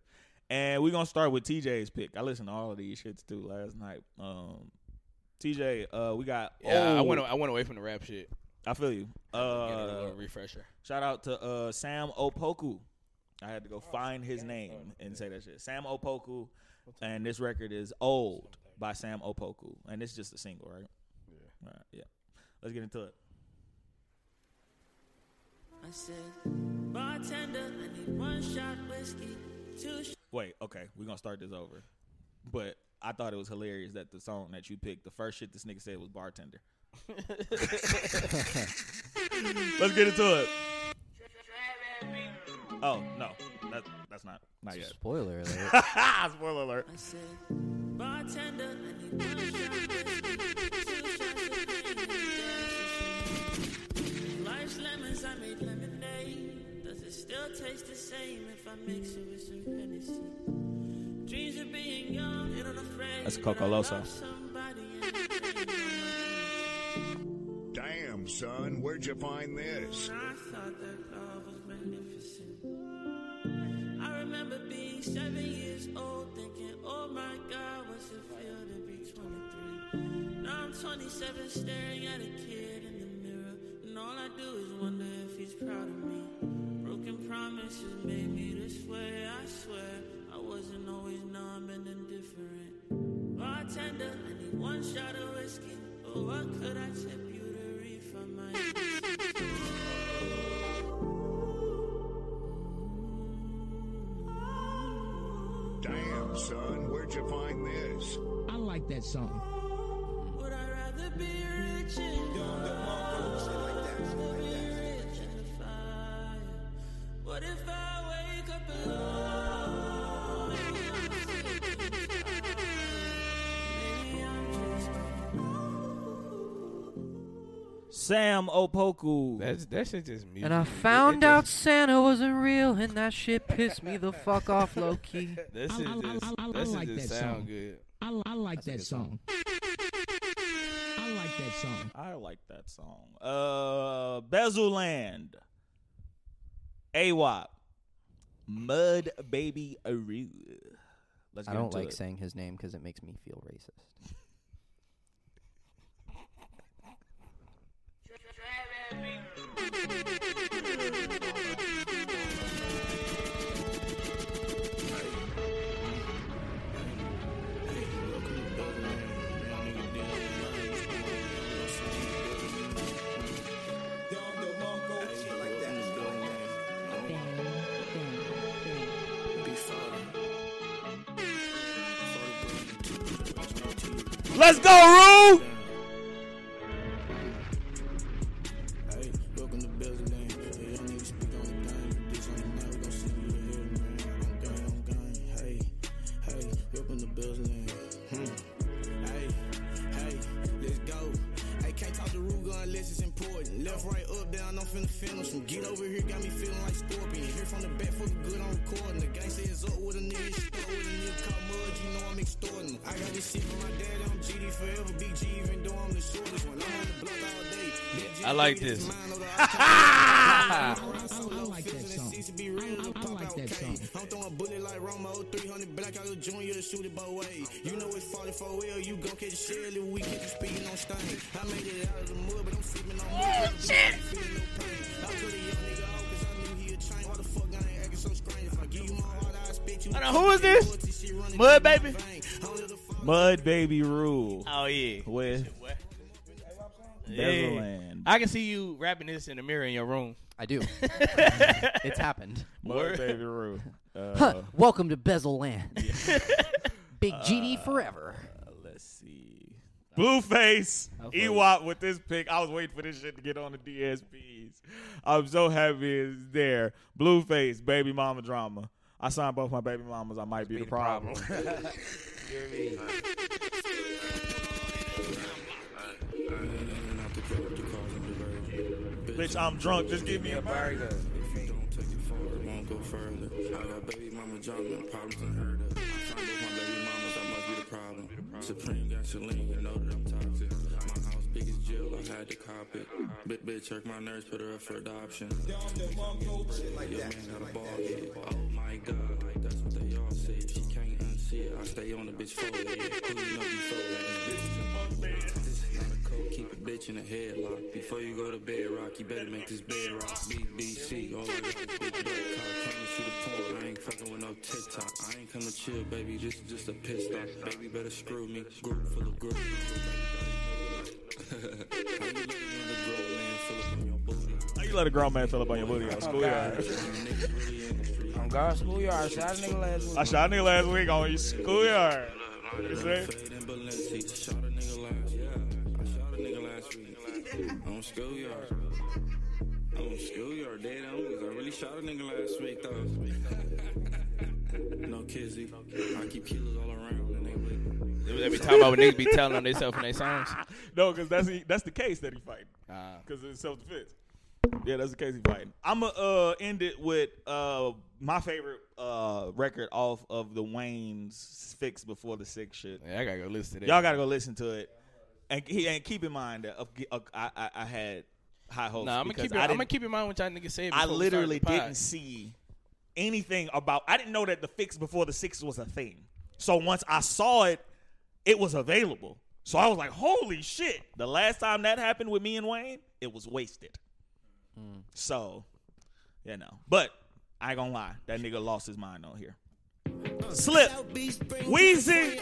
Speaker 1: And we're going to start with TJ's pick. I listened to all of these shits too last night. Um, TJ, uh, we got.
Speaker 2: Yeah, I
Speaker 1: old-
Speaker 2: went. I went away from the rap shit.
Speaker 1: I feel you.
Speaker 2: Get a
Speaker 1: Oh. Uh,
Speaker 2: little refresher.
Speaker 1: Shout out to uh, Sam Opoku. I had to go find his name and say that shit. Sam Opoku, and this record is "Old" by Sam Opoku, and it's just a single, right? Yeah. yeah. Let's get into it.
Speaker 15: I said, bartender, I need one shot whiskey, two sh-
Speaker 1: Wait, okay, we're gonna start this over. But I thought it was hilarious that the song that you picked, the first shit this nigga said was bartender. Let's get into it. Oh no, that, that's not not yet.
Speaker 3: Spoiler alert.
Speaker 1: (laughs) Spoiler alert.
Speaker 15: I said, bartender, I need one shot whiskey, two shots of tequila." Life's lemons, I made lemonade. Does it still taste the same if I mix it with some Hennessy? Dreams of being young and unafraid.
Speaker 1: That's Coco Loso.
Speaker 6: Damn, son, where'd you find this?
Speaker 15: I thought that love was magnificent. I remember being seven years old, thinking, oh my God, what's it feel to be 23? Now I'm 27, staring at a kid in the mirror, and all I do is wonder if he's proud of me. Broken promises made me this way, I swear. I wasn't always numb and indifferent. Bartender, I need one shot of whiskey. Oh, what could I tip you to refund my
Speaker 6: Damn, son, where'd you find this? I like that song.
Speaker 15: Would I rather be rich and Rather be rich and the fire? What if I wake up alone? Maybe I'm just
Speaker 1: Sam Opoku.
Speaker 2: That's that shit just music.
Speaker 3: And I found out Santa wasn't real, and that shit pissed me the fuck off, low key.
Speaker 2: (laughs) This is just. this is just sound good.
Speaker 4: I, I like that song. I like that song.
Speaker 1: I like that song. Uh, Bezuland, AWAP, Mud Baby Aru. Let's
Speaker 3: I
Speaker 1: get
Speaker 3: don't
Speaker 1: into
Speaker 3: like
Speaker 1: it.
Speaker 3: saying his name because it makes me feel racist.
Speaker 1: Let's go, Rue.
Speaker 12: Let's go. I can't talk to Ruger unless it's important. Left, right, up, down, I'm finna feel 'em. Some get over here got me feeling like Scorpion. Here from the back, for the good, I'm recording. The gangsta is up with a nigga, she throw with a nigga called Mud, you know I'm extorting. 'em. I got this shit from my dad, I'm GD forever. Big G, even though I'm the shortest one. I'm on the block all day. Big G,
Speaker 2: I like this. Ah!
Speaker 12: I like that
Speaker 4: song.
Speaker 12: I, like that song. I'm throwing bullet like Romo, 300 black out of junior to shoot it both ways. You know it's 44 L, you gon' catch Shelly, we catch you speeding on stain. I made it out of the mud, but I'm sleeping on mud. shit! I put a young nigga on 'cause I knew he a train. Why the fuck I ain't acting so strange? If I give you my heart, I expect you.
Speaker 2: Hold on, who is this? Mud baby.
Speaker 1: Mud Baby Rule.
Speaker 2: Oh yeah.
Speaker 1: With
Speaker 2: Yeah.
Speaker 1: Bezuland.
Speaker 2: I can see you rapping this in the mirror in your room.
Speaker 3: I
Speaker 2: (laughs)
Speaker 3: do. it's happened.
Speaker 1: Mud Baby Rule.
Speaker 3: (laughs)
Speaker 1: Uh,
Speaker 3: Huh, welcome
Speaker 1: (laughs)
Speaker 3: to Bezel Land. Big GD forever.
Speaker 1: uh,
Speaker 3: Oh,
Speaker 1: Let's see. Blueface E
Speaker 5: Okay.
Speaker 1: Ewop with this pick. I was waiting for this shit to get on the DSPs. I'm so happy it's there. Blueface, baby mama drama. I signed both my baby mamas. I might be, the
Speaker 5: (laughs)
Speaker 1: problem. (laughs) Bitch, I'm drunk. Just give me a burger.
Speaker 16: Don't take it far, it won't go further. I got baby mama drama and problems unheard of. I find both my baby mamas, I must be the problem. Supreme gasoline, you know that I'm toxic. My house big as jail, I had to cop it. Bit bitch hurt my nerves, put her up for adoption. Your man got a ball head. Oh my god, like that's what they all said. She can't unsee it. I stay on the bitch for it. Who you know you so bad? Bitch, bitch in a headlock. Before you go to bed rock, you better make this bed rock. BBC, all I got is big black cock. Trying to shoot a porn, I ain't fucking with no TikTok. I ain't come to chill, baby, this is just a piss stop. Baby, better screw me. Group full of group. (laughs) How you looking when the girl laying full of
Speaker 1: How you let a grown man fill up on your booty on
Speaker 4: Oh,
Speaker 1: schoolyard?
Speaker 4: On God's schoolyard, shot a nigga last week.
Speaker 1: I shot a nigga last week on your schoolyard. You see?
Speaker 16: Fade in Balenci. Shot a nigga last yeah. I shot a nigga last week. On schoolyard. On schoolyard. Dead on. I really shot a nigga last week, though. no kizzy. I keep killers all around. And they with me.
Speaker 2: Every time I would niggas be telling on themselves in their songs.
Speaker 1: (laughs) No, because that's the, that's the case that he fighting.
Speaker 2: Ah.
Speaker 1: Because it's self defense. Yeah, that's the case he fighting. I'ma uh, end it with uh, my favorite uh, record off of the Wayne's Fix Before the Sick shit.
Speaker 2: Yeah, I gotta go listen to that.
Speaker 1: Y'all gotta go listen to it, and, he- and keep in mind that uh, uh, I, I, I had high hopes.
Speaker 2: Nah, I'm gonna
Speaker 1: because
Speaker 2: keep it.
Speaker 1: I
Speaker 2: I'm
Speaker 1: didn't-
Speaker 2: gonna keep in mind what y'all niggas said.
Speaker 1: I
Speaker 2: before we started
Speaker 1: literally
Speaker 2: the pod.
Speaker 1: didn't see anything about. I didn't know that the fix before the six was a thing. So once I saw it, it was available. So I was like, "Holy shit!" The last time that happened with me and Wayne, it was wasted.
Speaker 2: Hmm.
Speaker 1: So, you know. But I ain't gonna lie, that nigga lost his mind on here. Slip, Wheezy.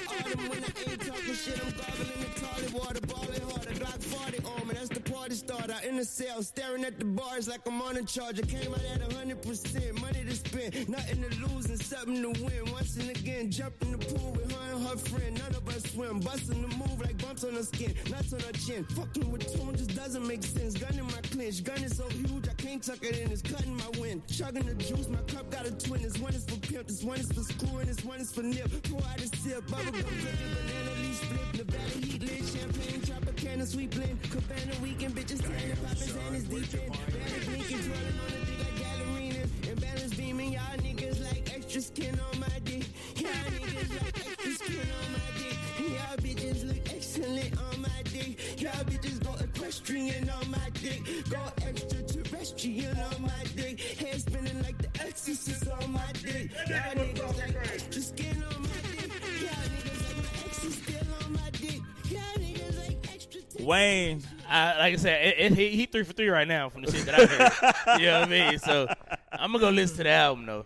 Speaker 9: starter in the cell, staring at the bars like I'm on a charger. Came out at 100%, money to spend, nothing to lose and something to win. Once and again, jump in the pool with her and her friend. None of us swim, busting the move like bumps on her skin, nuts on her chin. Fucking with tune just doesn't make sense. Gun in my clinch, gun is so huge I can't tuck it in. It's cutting my wind, chugging the juice. My cup got a twin. This one is for pimp, this one is for screw, and this one is for nip. Pour out a sip, bubble gum dripping, banana leaf flip, Nevada heat lit, champagne Tropicana sweet blend, Cabana weekend, bitches standing poppin' and it's deep in. Barely blinking, twirling on the dick like ballerinas, and balance beaming. Y'all niggas like extra skin on my dick. Y'all niggas like extra skin on my dick. Y'all bitches look excellent on my dick. Y'all bitches go equestrian on my dick. Go extraterrestrial on my dick. Head spinning like the exorcist on my dick. Y'all niggas like extra skin on my dick. Y'all niggas like my ex is still on my dick. Y'all niggas like extra.
Speaker 1: Wayne.
Speaker 2: I, like I said, it, it, he, he three for three right now from the shit that I
Speaker 1: (laughs)
Speaker 2: heard. you know what I mean? So I'm gonna go listen to the album though.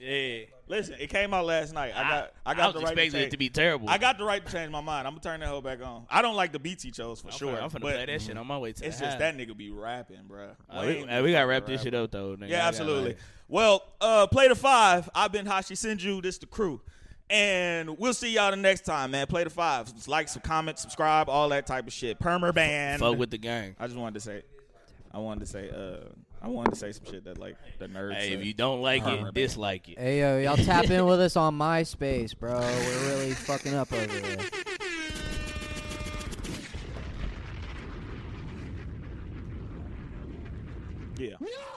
Speaker 2: Yeah.
Speaker 1: Listen, it came out last night. I got I,
Speaker 2: I
Speaker 1: got
Speaker 2: was
Speaker 1: the right to
Speaker 2: expecting it
Speaker 1: change-
Speaker 2: to be terrible.
Speaker 1: I got the right to change my mind. I'm gonna turn that hoe back on. I don't like the beats he chose for
Speaker 2: I'm
Speaker 1: sure.
Speaker 2: finna- I'm finna
Speaker 1: but
Speaker 2: play that shit on my way to the
Speaker 1: It's just
Speaker 2: house.
Speaker 1: that nigga be rapping, bruh.
Speaker 2: Uh, we-
Speaker 1: Wayne
Speaker 2: uh,
Speaker 1: be
Speaker 2: we gotta
Speaker 1: fucking
Speaker 2: wrap this
Speaker 1: rapping.
Speaker 2: shit up, though, nigga. I
Speaker 1: Yeah,
Speaker 2: gotta,
Speaker 1: absolutely.
Speaker 2: like-
Speaker 1: Well, uh, play the five. I've been Hashi Sinju. This the crew, and we'll see y'all the next time, man. Play the five. Like, some comment, subscribe, all that type of shit. Permer band.
Speaker 2: Fuck with the gang.
Speaker 1: I just wanted to say. I wanted to say. Uh, I wanted to say some shit that like the nerds.
Speaker 2: Hey, if
Speaker 1: say.
Speaker 2: you don't like
Speaker 1: Permer
Speaker 2: it,
Speaker 1: band.
Speaker 2: dislike it.
Speaker 3: Hey yo, y'all tap
Speaker 1: (laughs)
Speaker 3: in with us on MySpace, bro. We're really fucking up over there.
Speaker 1: Yeah.